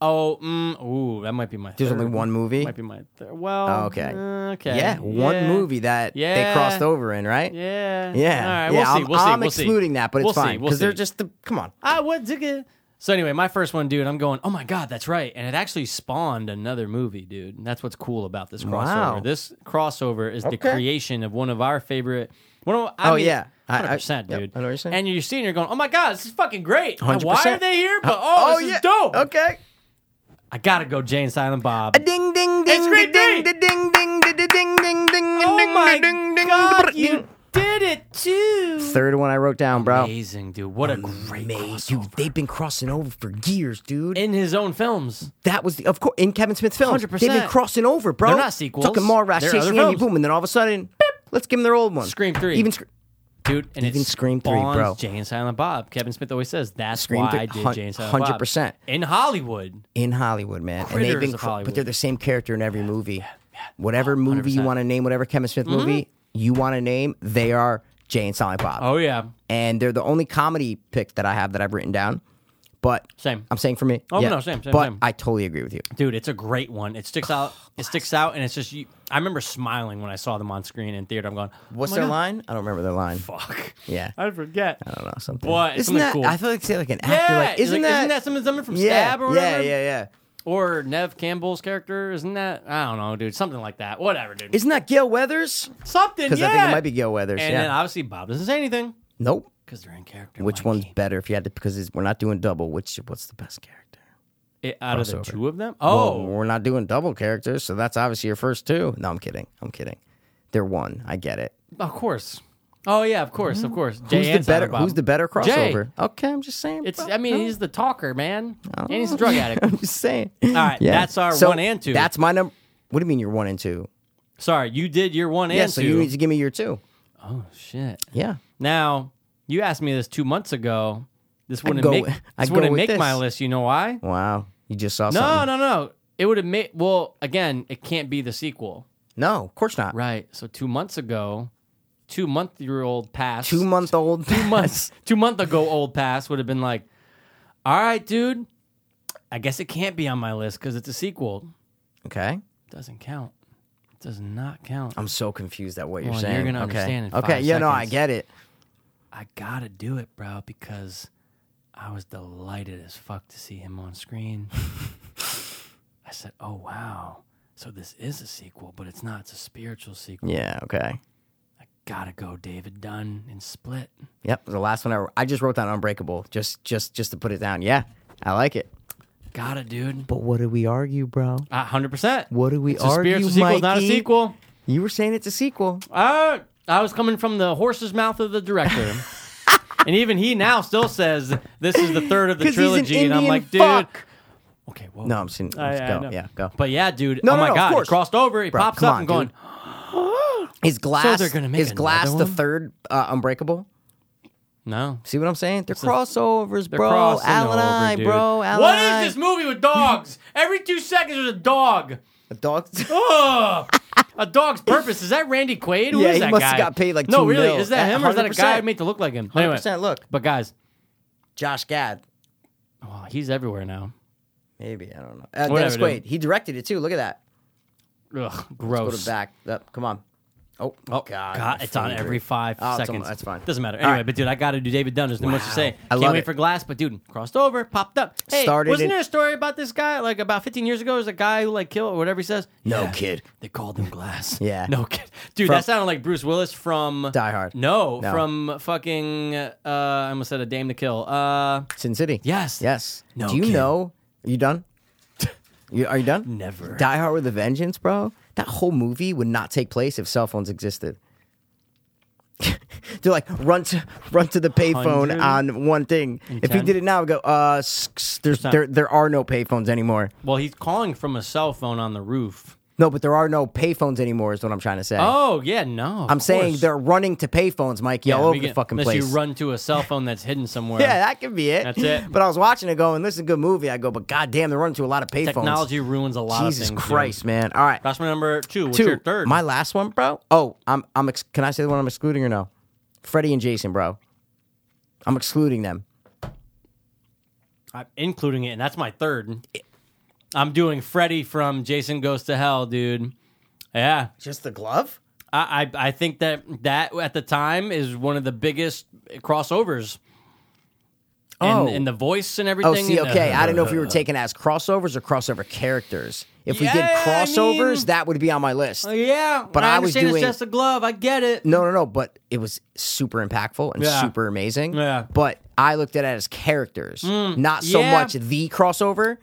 Oh, mm, ooh, that might be my.
There's
third.
only one movie.
Might be my third. Well, mm,
Oh, okay.
okay.
Yeah, one movie that they
Yeah.
crossed over in, right?
Yeah. All
Yeah.
right.
yeah,
We'll see.
I'm,
we'll see.
I'm
we'll see.
excluding that, but it's
We'll see,
fine
we'll
they're
see.
just the come on.
I would dig it. So anyway, my first one, dude. I'm going. Oh my god, that's right. And it actually spawned another movie, dude. And that's what's cool about this crossover.
Wow.
This crossover is the
Okay.
creation of one of our favorite. One of, I
Oh,
mean,
yeah. I- I-
hundred percent,
yep,
dude.
I know what you're saying.
And you're seeing, you're going, oh my god, this is fucking great. And Why
100%.
are they here? But oh, this
yeah.
is dope.
Okay.
I gotta go, Jane, Silent Bob.
A ding ding ding
It's Oh great
ding ding ding ding ding ding ding ding ding ding ding ding ding ding ding ding ding
did it too.
Third one I wrote down, bro.
Amazing, dude. What a great
Amazing.
crossover.
Dude, they've been crossing over for years, dude.
in his own films.
that was the, of course in Kevin Smith's films. they have been
100%.
crossing over, bro.
They're not sequels.
Took a more rash,
They're other
chasing Amy
films.
Boom, and then all of a sudden, beep, let's give them their old one.
Scream three.
even Scre-
Dude, and
Even
it
Scream three,
spawns
bro.
Jay and Silent Bob. Kevin Smith always says that's
Scream
why
three-
I did
hun-
Jane Jay and Silent
100%.
Bob. in Hollywood.
in Hollywood, man, and they've
Critters
been,
of
cro- but
Hollywood.
they're the same character in every movie. Whatever movie you
100%.
want to name, whatever Kevin
Mm-hmm.
Smith movie you want to name, they are Jay and Silent Bob,
Oh yeah,
and they're the only comedy pick that I have that I've written down. But
Same.
I'm saying for me,
Oh,
yeah.
no, same, same,
but
same.
I totally agree with you.
dude, it's a great one. It sticks out. It sticks out, and it's just. You, I remember smiling when I saw them on screen in theater. I'm going,
What's
oh my
their
God,
line? I don't remember their line.
Fuck.
Yeah, Oh.
I forget. I
don't know something.
What?
Isn't
Something
that?
cool.
I feel like say like an actor.
Yeah,
Like, isn't,
like,
that,
isn't that something, something from
yeah,
Stab or
yeah,
whatever?
yeah, yeah.
Or Nev Campbell's character? Isn't that? I don't know, dude. Something like that. Whatever, dude.
Isn't that Gail Weathers?
something.
Because
yeah.
I think it might be Gail Weathers.
And
yeah.
then obviously Bob doesn't say anything
nope.
because they're in character.
Which
Mikey.
one's better? If you had to, because it's, we're not doing double. Which what's the best character?
It- out of the
crossover?
two of them?
Well,
Oh,
we're not doing double characters, so that's obviously your first two. No, I'm kidding. I'm kidding. They're one. I get it.
of course. Oh yeah, of course, of course. Jay
Who's
and
the better?
Silent Bob.
Who's the better
Jay.
crossover? Oh. Okay, I'm just saying.
It's.
bro.
I mean, he's the talker, man, and he's a drug addict.
I'm just saying. All
right, that's our one and two.
That's my number. What do you mean you're one and two?
Sorry, you did your one
Yeah,
and
so
two.
you need to give me your two.
oh shit.
Yeah.
Now you asked me this two months ago. This wouldn't
go
make.
with- I
This
go
wouldn't
with
make
this.
my list. You know why?
Wow. You just saw
No,
something.
no, no. It would have made. Well, again, it can't be the sequel,
No, of course not.
right? So two months ago, two month year old past.
Two month old.
two months two month ago old pass would have been like all right dude i guess it can't be on my list because it's a sequel
Okay.
doesn't count does not count
I'm so confused at what you're
Well, you're
saying.
gonna
okay.
understand in
okay.
five
yeah. No, I
seconds.
get it.
i gotta do it bro because i was delighted as fuck to see him on screen i said oh wow so this is a sequel but it's not it's a spiritual sequel
Yeah. Okay.
gotta go david dunn and split
Yep. The last one I, I just wrote down Unbreakable just just just to put it down. Yeah. I like it.
gotta dude
But what do we argue, bro?
Uh, 100%
What do we
it's a
argue,
spiritual sequel it's not a
Mikey?
sequel
You were saying it's a sequel.
Uh, I was coming from the horse's mouth of the director. and even he now still says this is the third of the
'Cause he's an
trilogy. and I'm
Indian
like, dude.
fuck.
Okay, well.
No, I'm saying
I- I
go.
know.
Yeah, go.
But yeah, dude.
No,
oh
no,
my
no, of
God. It
course.
crossed over. It
Bro,
pops
come
up
on,
and going,
dude. Is glass
they're gonna make
is glass
another
the
one?
third uh, Unbreakable?
no.
See what I'm saying? They're crossovers,
They're
bro.
crossing
Al and
over,
I,
dude.
bro. Al
What
and I.
is this movie with dogs? Every two seconds there's a dog.
A dog.
Ugh. A dog's purpose. Is that Randy Quaid? Who is
Yeah, he
that
must have
guy?
got paid like
No,
two
really.
mil.
Is that him or is that a guy
100%.
made to look like him? Anyway,
100% look.
but guys,
Josh Gad.
oh, he's everywhere now.
Maybe I don't know. Uh,
Whatever,
Dennis Quaid. He directed it too. Look at that.
Ugh,
Put
gross.
it back. Up. Come on. Oh,
Oh
God,
God!
my
it's on
finger.
every five
Oh, it's
seconds.
on- that's fine.
Doesn't matter.
All
Anyway,
right.
but dude, I got to do David Dunn. There's no much to say.
I
Can't
love
wait
it.
for Glass, but dude, crossed over, popped up. Hey,
Started
wasn't
it-
there a story about this guy like about 15 years ago? There's a guy who like killed or whatever he says.
No
Yeah.
kid.
They called him Glass.
Yeah.
No kid. Dude,
From-
that sounded like Bruce Willis from
Die Hard.
No,
No.
from fucking. Uh, I almost said a Dame to Kill. Uh,
Sin City.
Yes.
Yes.
No
Do you
kidding.
know? Are you done? you, are you done?
Never.
Die Hard with a Vengeance, bro. That whole movie would not take place if cell phones existed. They're like run to run to the payphone
Hundred
on one thing. If we
10?
did it now, we go. Uh, s- s- there's
Percent.
there there are no payphones anymore.
well, he's calling from a cell phone on the roof.
No, but there are no payphones anymore. Is what I'm trying to say.
Oh yeah, no. of
I'm saying
course.
they're running to payphones, Mikey, all
we
over the
get-
fucking
unless
place.
you run to a cell phone that's hidden somewhere.
yeah, that could be it.
That's it.
But I was watching it going, this is a good movie. I go, but goddamn, they're running to a lot of payphones.
Technology ruins a lot
Jesus
of things. dude.
Christ, man. All right.
That's my number two. What's
Two.
your third?
My last one, bro. Oh, I'm I'm ex- can I say the one I'm excluding or no? Freddie and Jason, bro. I'm excluding them.
I'm including it, and that's my third. I'm doing Freddy from Jason Goes to Hell, dude. Yeah,
Just the glove?
I, I I think that that at the time is one of the biggest crossovers.
Oh.
and, and the voice and
Oh,
everything.
see,
and the-
okay. I didn't know if we were taking as crossovers or crossover characters. If we did
Yeah, I
crossovers,
mean-
that would be on my list.
yeah,
But I was
understand
doing-
it's just a glove. I get it.
No, no, no. But it was super impactful and
Yeah.
super amazing.
Yeah. Mm,
But I looked at it as characters, not so
yeah.
much the crossover.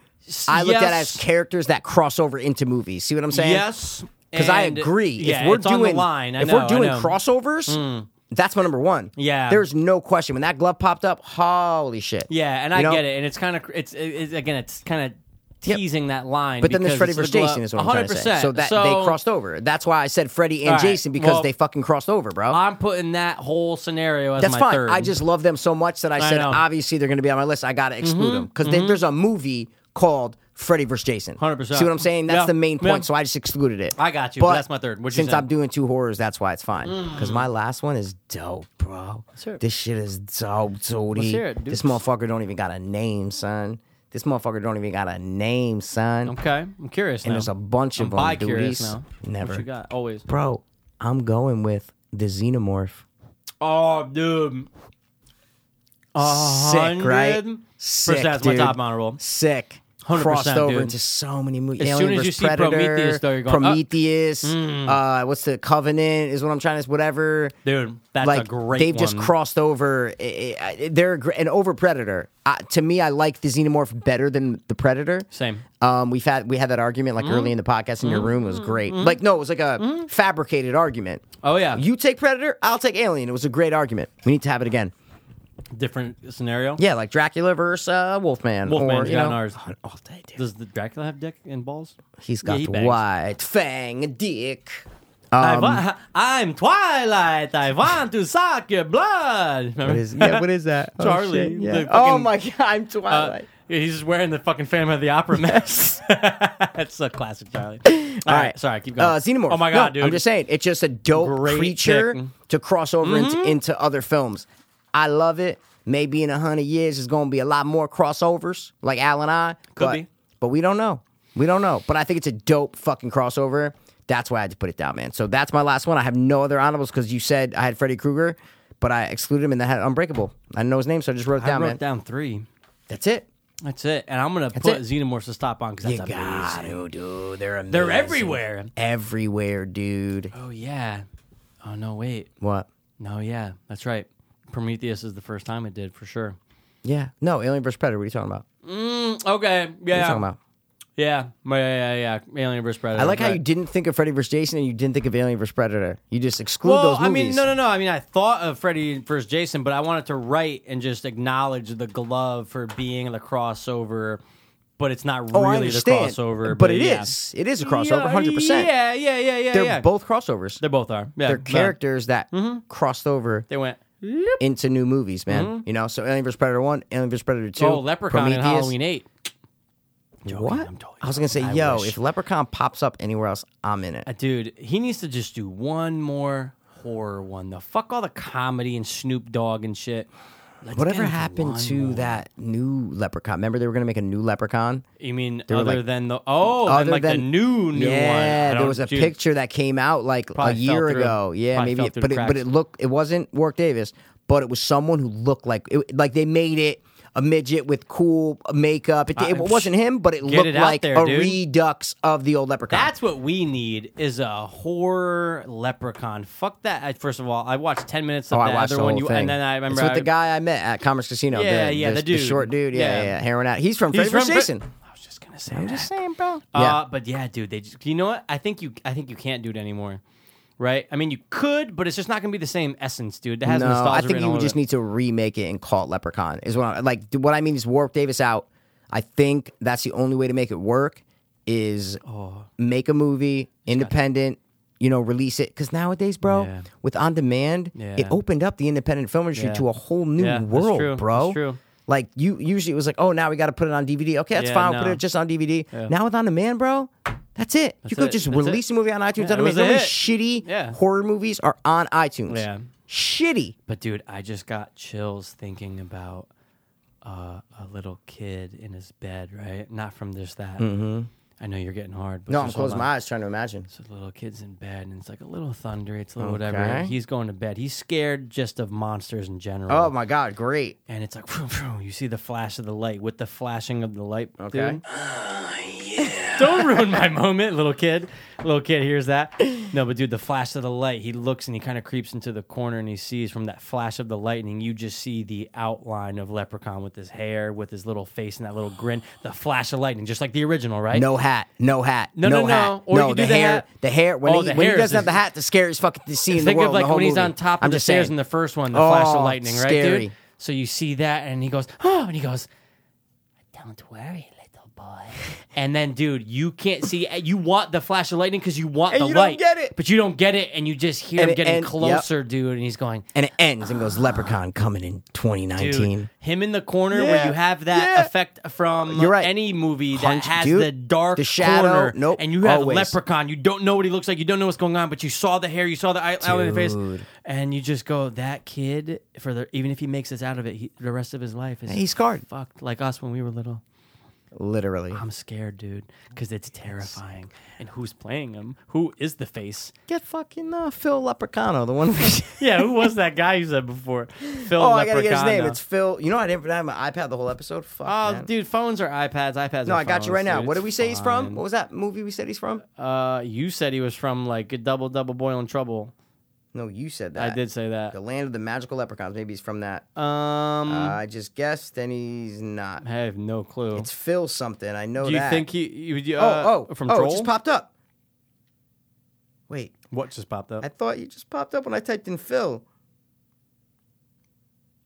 I looked at it as
yes.
characters that crossover into movies. See what I'm saying?
Yes,
Because I
and-
agree.
Yeah,
if we're
it's
doing
on the line. I
if
know,
we're doing
I know.
crossovers, That's my number one.
Yeah.
There's no question. When that glove popped up, holy shit.
Yeah, and
You
I
know?
get it, and it's kind of it's, it- it's again, it's kind of teasing that line.
But then there's
because
Freddie
it's the
versus
glo-
Jason is what I'm trying to say.
100%.
So that they crossed over. That's why I said Freddie and
All right,
Jason because
well,
they fucking crossed over, bro.
I'm putting that whole scenario as
That's
my
fine.
third.
I just love them so much that I
I
said
know. Mm-hmm.
obviously they're going to be on my list. I got to exclude them because there's a movie called Freddy vs. Jason.
100%.
See what I'm saying? That's
Yeah.
the main point.
Yeah.
So I just excluded it.
I got you, but that's my third. What'd you
since
say? Mm.
I'm doing two horrors, that's why it's fine. Because my last one is dope, bro.
hear it.
This shit is dope, dude.
hear it, dude.
This motherfucker don't even got a name, son. This motherfucker don't even got a name, son.
okay. I'm curious now.
and there's a bunch
I'm
of them.
bi-curious
duties.
now.
Never,
What you got? Always.
bro. I'm going with the xenomorph.
Oh, dude.
Sick, right?
100%.
Sick,
that's my
dude.
top honorable.
Sick.
100%,
Crossed over
dude.
into so many movies.
As
Alien
soon as
vs.
you see
Predator,
Prometheus, though, you're going, mm. "Oh."
Prometheus. Uh, what's the Covenant? Is what I'm trying to. Whatever.
Dude, that's
like
a great
they've just
one.
crossed over. I- I- I- They're gr- an over Predator. Uh, to me, I like the Xenomorph better than the Predator.
Same.
Um, we've had we had that argument like
Mm.
early in the podcast in your room. It was great. Like no, it was like a fabricated argument.
Oh, yeah.
You take Predator, I'll take Alien. It was a great argument. We need to have it again.
Different scenario.
Yeah, like Dracula versus uh, Wolfman. or,
Wolfman's
you
got
know,
an ours.
all day, dude.
Does the Dracula have dick and balls?
He's got
Yeah, he
the
bangs.
white fang and dick.
I
Um,
wa- I'm Twilight. I want to suck your blood. Remember?
is that?
Oh, Charlie, shit, yeah. the
Oh
fucking-
my god, I'm
Uh,
Twilight.
yeah, he's just wearing the fucking Phantom of the Opera mask. That's a classic, Charlie. All
All
right,
right.
sorry, keep going.
Uh, Xenomorph.
Oh my god,
No,
dude!
I'm just saying, it's just a dope
Great Mm-hmm.
creature
pick.
to cross over into, into other films. I love it. Maybe in a hundred years, there's going to be a lot more crossovers, like Al and I. but,
be.
but we don't know. We don't know. But I think it's a dope fucking crossover. That's why I had to put it down, man. So that's my last one. I have no other honorables because you said I had Freddy Krueger, but I excluded him and I had Unbreakable. I didn't know his name, so I just wrote it
I
down,
wrote
man.
down three.
That's it.
That's it, and I'm gonna put
it.
Xenomorphs to stop on because
You
that's
got
amazing.
to, dude. They're amazing.
They're everywhere.
Everywhere, dude.
Oh yeah. Oh no, wait.
What?
No, yeah, that's right. Prometheus is the first time it did for sure.
Yeah. No, Alien vs. Predator. What are you talking about? What
Okay,
are you
yeah,
talking about?
yeah, yeah, yeah, yeah. Alien vs Predator.
I like how
right.
you didn't think of Freddy vs. Jason and you didn't think of Alien vs. Predator. You just exclude
Well,
those
I mean,
movies.
no, no, no. I mean, I thought of Freddy versus Jason, but I wanted to write and just acknowledge the glove for being the crossover, but it's not
Oh, I
really the
understand.
crossover.
but,
But,
it is.
yeah.
It is a crossover,
Yeah,
100%.
Yeah, yeah, yeah, yeah.
They're
yeah. Mm-hmm.
both crossovers.
They
They're,
both are. Yeah, but
characters that crossed over
They went.
into new movies, man.
Mm-hmm.
You know, so Alien vs. Predator 1, Alien vs. Predator 2.
Oh, Leprechaun and
Prometheus.
Halloween Eight. Joking,
What?
I'm totally
I was going to say,
joking. I
yo,
wish.
if Leprechaun pops up anywhere else, I'm in it.
Uh, dude, he needs to just do one more horror one. The fuck all the comedy and Snoop Dogg and shit. Let's get
Whatever
into
happened
one
to
more.
that new Leprechaun? Remember they were going to make a new Leprechaun?
You mean
were,
other
like-
than the oh, and
other
like the
than-
new new one? I
yeah, there
don't-
was a
dude,
picture that came out like a
Probably fell
year
through.
ago. Yeah,
Probably
maybe,
fell
it,
through
but
the
it, but
cracks.
it looked it wasn't Work Davis, but it was someone who looked like it, like they made it a midget with cool makeup. It, it
Uh,
wasn't him, but it
get
looked
it out
like
there,
a
dude.
redux of the old leprechaun.
That's what we need is a horror leprechaun. Fuck that! I, first of all, I watched ten minutes of
oh,
that
I watched
other
the whole
one, you,
thing.
and then I remember
it's with
I-
the guy I met at Commerce Casino.
Yeah,
the,
yeah,
the,
the dude.
short dude. Yeah, yeah,
Yeah.
yeah, heroin out. He's from
He's
Freddy vs.
from Brit-
Jason.
I was just gonna say. I'm just
Same, bro.
Uh,
Yeah,
but yeah, dude, they just you know what? I think you I think you can't do it anymore. Right? I mean, you could, but it's just not going to be the same essence, dude. It has
no,
nostalgia.
I think
written
you
all
would
over
just
it.
need to remake it and call it Leprechaun. Is what I, like th- what I mean is warp Davis out. I think that's the only way to make it work is
Oh.
make a movie independent. You know, release it because nowadays, bro,
Yeah.
with on demand, it
Yeah.
opened up the independent film industry
Yeah.
to a whole new
Yeah, that's
world,
true,
bro.
that's true.
Like you usually it was like, oh, now we got to put it on DVD. Okay, that's
Yeah,
fine. We'll put
no.
it just on DVD. Now with on demand, bro, that's it. you could
it,
just
that's it.
release a movie on iTunes.
Yeah, it
on demand.
was
You know
a
how many
hit.
shitty
Yeah.
horror movies are on iTunes.
Yeah.
Shitty.
But dude, I just got chills thinking about uh, a little kid in his bed, right? Not from just that. Mm-hmm. I know you're getting hard, but
No, I'm
just
closing
hold
my
on.
eyes trying to imagine.
So the little kid's in bed, and it's like a little thunder. It's a little whatever.
Okay.
He's going to bed. He's scared just of monsters in general.
Oh my god, great.
and it's like vroom, vroom, you see the flash of the light with the flashing of the light.
Okay.
dude. Don't ruin my moment, little kid. Little kid hears that. No, but dude, the flash of the light, he looks and he kind of creeps into the corner and he sees from that flash of the lightning, you just see the outline of Leprechaun with his hair, with his little face and that little grin. The flash of lightning, just like the original, right?
No hat, no hat,
No, no, no.
hat.
Or you
the
do the
hair,
hat.
the hair. When,
Oh,
he,
the
when he
hair
doesn't
is-
have the hat, the scariest fucking scene in the
Think of
world. in
like
the whole
when he's
movie.
on top of
I'm
the
just
stairs
saying.
in the first one, the
Oh,
flash of lightning, right,
scary.
dude? So you see that, and he goes, "Oh," and he goes, "Don't worry, little boy." And then, dude, you can't see. eh, You want the flash of lightning because you want
And
the
you don't
light,
get it.
but you don't get it, and you just hear him
And it-
getting
and- yep.
closer, dude. And he's going,
and it ends and goes Leprechaun coming in 2019.
dude, him in the corner
Yeah,
where you have that
yeah.
effect from
You're right.
any movie that
Punch-
has
dude,
the dark
the shadow,
corner,
nope,
and you have
always.
leprechaun. You don't know what he looks like. You don't know what's going on, but you saw the hair, you saw the eye outline of the face,
Dude.
and you just go, "That kid, for the even if he makes us out of it, he, the rest of his life is
He's scarred, Um,
fucked like us when we were little."
literally.
I'm scared, dude, because it's terrifying. And who's playing him? Who is the face?
Get fucking uh, Phil Leprechauno, the one.
Yeah, who was that guy you said before? Phil.
oh, I gotta get his
Leprechaun.
name. It's Phil. You know I didn't have my iPad the whole episode. Fuck.
Oh,
man.
dude, phones are iPads. iPads.
No,
are
I got you
phones,
right now.
dude.
What did
It's
we say he's from?
fine.
What was that movie we said he's from?
Uh, you said he was from like a double double boil and trouble.
No, you said
I
that.
did say that.
The land of the magical leprechauns. Maybe he's from that.
Um,
I just guessed, and he's not.
I have no clue.
Uh, It's Phil something. I know
Do you
that.
think he? You, you,
oh,
uh,
oh,
from
oh!
Troll?
It just popped up. Wait,
what just popped up?
I thought you just popped up when I typed in Phil.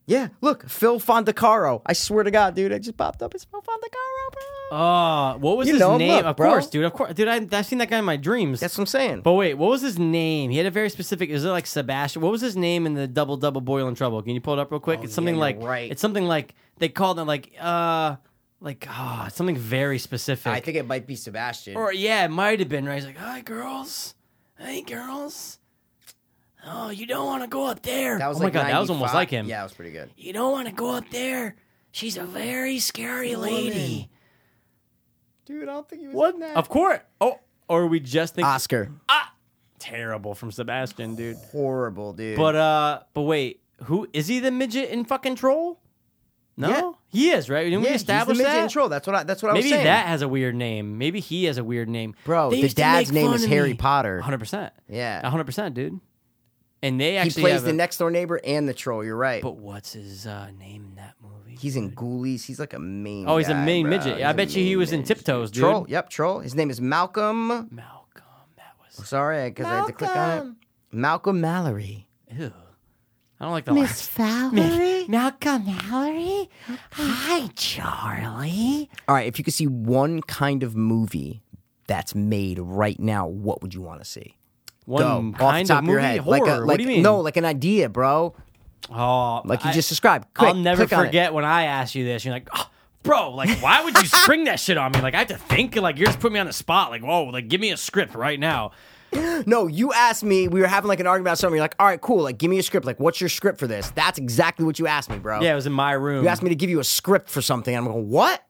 Yeah, look, Phil Fondacaro. I swear to God, dude, I just popped up. It's Phil Fondacaro, bro.
Oh, what was
You
his
know him,
name?
look,
of
bro.
course, dude. Of course, dude. I I seen that guy in my dreams.
That's what I'm saying.
but wait, what was his name? He had a very specific. Is it like Sebastian? What was his name in the double double boil and trouble? Can you pull it up real quick? it's something
you're
like
right.
It's something like they called it like uh like ah something very specific.
I think it might be Sebastian.
Or yeah, it might have been right. He's like, "Hi, girls. Hey, girls. Oh, you don't want to go up there.
that was
oh
like
my god, that was almost
95.
like him.
Yeah, that was pretty good.
You don't want to go up there. She's a very scary lady.
Dude, I don't think he was
What? Of course. Oh, or we just think
Oscar.
terrible from Sebastian, dude.
Horrible, dude.
But uh, but wait, who is he? The midget in fucking troll? No,
Yeah.
he is right. Didn't
yeah,
we
he's the
establish
midget
that?
in Troll. That's what I. That's what I
Maybe
was saying.
that has a weird name. Maybe he has a weird name.
Bro,
They
the
used to
dad's
make
name
fun
is
of
Harry
me.
Potter.
100%.
Yeah.
100%, dude. And they
He
actually
plays
have
the
a-
next door neighbor and the troll. You're right.
But what's his uh, name in that movie?
He's in Ghoulies. He's like a main.
Oh, he's a
guy,
main
bro.
midget.
He's
I
a
bet you he
main
was in
midget.
Tiptoes, dude.
Troll. Yep, troll. His name is Malcolm.
Malcolm. That was.
Sorry, because I had to click on it. Malcolm Mallory.
Ew. I don't like the Miss Valerie? Malcolm Mallory? Hi, Charlie.
All right, if you could see one kind of movie that's made right now, what would you want to see? Go
One
off the
kind
top
of
of
movie
your head.
horror.
Like a, like,
what do you mean?
No, like an idea, bro.
oh,
Like you
I-
just described. Quick,
I'll never
click on it.
forget when I asked you this. You're like, "Oh, bro, like, why would you spring that shit on me? Like, I have to think. Like, you're just putting me on the spot. Like, whoa, like, give me a script right now.
No, you asked me. We were having like an argument about something. You're like, all right, cool. Like, give me a script. Like, what's your script for this? That's exactly what you asked me, bro.
Yeah, it was in my room.
You asked me to give you a script for something. I'm going, what?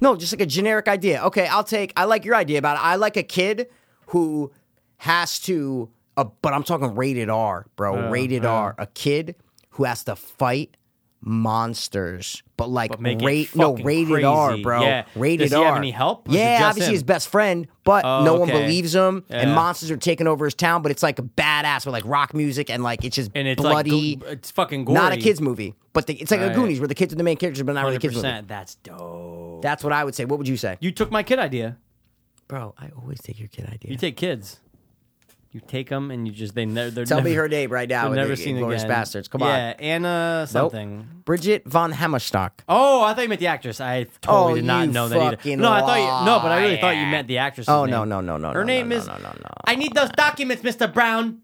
No, just like a generic idea. Okay, I'll take, I like your idea about it. I like a kid who has to, uh, but I'm talking rated R, bro.
Oh,
rated R. A kid who has to fight monsters, but like
make it
rate, no,
fucking
rated R,
crazy.
bro.
Yeah.
Rated
Does he
R.
have any help, or is it
Yeah,
just
obviously
him?
his best friend, but
Oh,
no one
okay.
believes him, and
Yeah.
monsters are taking over his town. But it's like a badass with like rock music and like it's just
and it's
bloody.
like gl- it's fucking gory.
Not a kids movie, but the, it's like a
Right.
Goonies where the kids are the main characters, but not really a kids movie.
100%. That's dope.
That's what I would say. What would you say,
You took my kid idea.
bro? I always take your kid idea.
You take kids. You take them and you just they ne- they're
Tell
never,
me her name right now.
I've
in
never
the-
seen
in Glorious
again.
Bastards. Come
Yeah, Anna
on, Nope.
something.
Bridget von Hammerstock.
Oh, I thought you meant the actress. I totally
Oh,
did not
you
know that either.
fucking
No, I thought you, no, but I really thought you
liar.
meant the actress.
Oh, no, no, no, no,
Her
no,
name
no,
is.
no, no, no.
I need those documents, Mister Brown.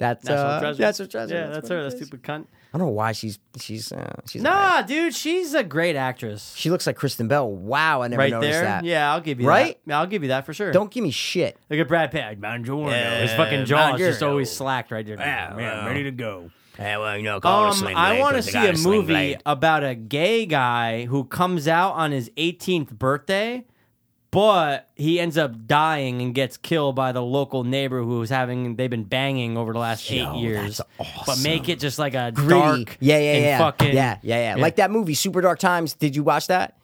That's
National
uh,
treasure.
That's her treasure.
Yeah, that's
what
her.
it
That
is.
stupid cunt.
I don't know why she's she's uh, she's. alright.
Nah, dude, she's a great actress.
She looks like Kristen Bell. Wow, I never
Right
noticed
there.
that.
Yeah, I'll give you
Right?
that. I'll give you that for sure.
Don't give me shit.
Look at Brad Pitt. Buongiorno. His fucking jaw is just always slacked right there. Yeah, Oh, man, ready to go. Um, I want to see a movie about a gay guy who comes out on his 18th birthday, but he ends up dying and gets killed by the local neighbor who's having they've been banging over the last
Yo,
eight years.
that's awesome.
But make it just like a
Gritty.
dark,
yeah, yeah,
and
yeah,
fucking
yeah, yeah, yeah. Like that movie, Super Dark Times. Did you watch that?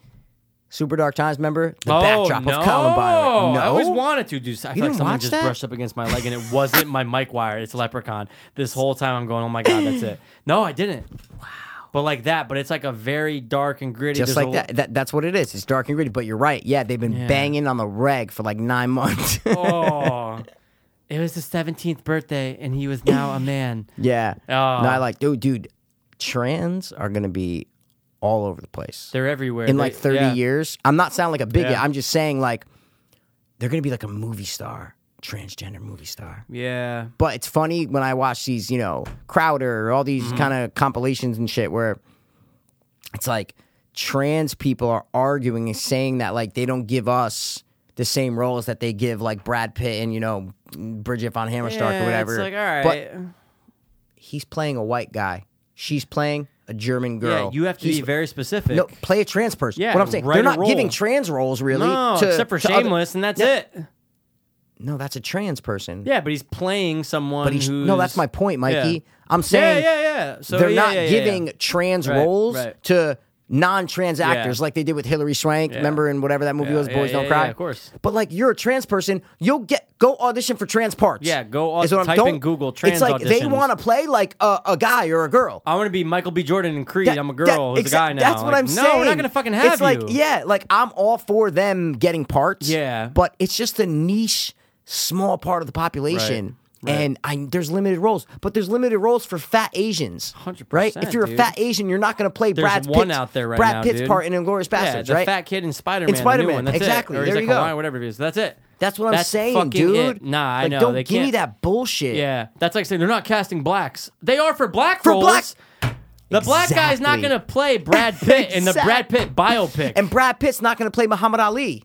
Super Dark Times member, the
oh,
backdrop
no.
of Columbine. No,
I always wanted to do. I feel like
didn't
someone
watch
just
that?
brushed up against my leg, and it wasn't my mic wire. It's Leprechaun. This whole time I'm going, oh my god, that's it. No, I didn't. Wow. But like that, but it's like a very dark and gritty.
just
there's
like
a-
that. that. That's what it is. It's dark and gritty. But you're right. Yeah, they've been banging on the reg for like nine months.
Oh. It was his 17th birthday, and he was now a man.
yeah.
Oh.
No, I like, dude, dude, trans are gonna be all over the place
They're everywhere.
in
They-
like 30
yeah.
years. I'm not sounding like a bigot.
Yeah.
I'm just saying like they're gonna be like a movie star, transgender movie star.
Yeah.
But it's funny when I watch these, you know, Crowder or all these
Mm-hmm.
kind of compilations and shit where it's like trans people are arguing and saying that like they don't give us the same roles that they give like Brad Pitt and, you know, Bridget von Hammerstark
Yeah,
or whatever.
It's like, all right.
But he's playing a white guy. She's playing a German girl.
yeah, you have to
He's-
be very specific.
no, play a trans person.
Yeah,
what I'm saying,
write
they're
a
not
role.
giving trans roles really.
No,
to-
except for
to other-
Shameless, and that's it.
no, that's a trans person.
Yeah, but he's playing someone
but he's,
who's.
no, that's my point, Mikey. I'm
Yeah,
saying
yeah, yeah. So
they're
yeah,
not
yeah, yeah,
giving
yeah.
trans
Right,
roles
right.
to non-trans actors like they did with Hillary Swank. Remember in whatever that movie
Yeah,
was,
yeah,
Boys
yeah,
Don't
yeah,
Cry.
of course.
But like you're a trans person, you'll get go audition for trans parts.
Yeah, go
Is what I'm-
type
don't-
in Google trans
It's like they
auditions.
want to play like a, a guy or a girl.
I want to be Michael B. Jordan in Creed.
That-
I'm a
that-
girl. who's a
exa-
guy now.
That's what
Like,
I'm
no,
saying.
we're not gonna fucking have
It's like,
you.
yeah, like I'm all for them getting parts.
Yeah.
but it's just a niche, small part of the population. And I, there's limited roles, but there's limited roles for fat Asians,
100%,
right? If you're a
dude.
fat Asian, you're not going to play
There's
Brad
one
Pitt's,
out there right
Brad
now,
Pitt's
dude.
part in Inglorious Bastards,
yeah,
right?
The fat kid in Spider Man.
Spider-Man,
One, that's it.
exactly,
Or he's
there
like
you go.
Hawaiian, whatever it is. That's it.
That's what I'm
That's
saying,
fucking
dude.
It. Nah, I
Like,
know.
Don't
they
give
can't.
me that bullshit.
Yeah, that's like saying they're not casting blacks. They are for black
For
roles.
black-
The black guy's not
Exactly.
going to play Brad Pitt in the
Exact-
Brad Pitt biopic.
And Brad Pitt's not going to play Muhammad Ali.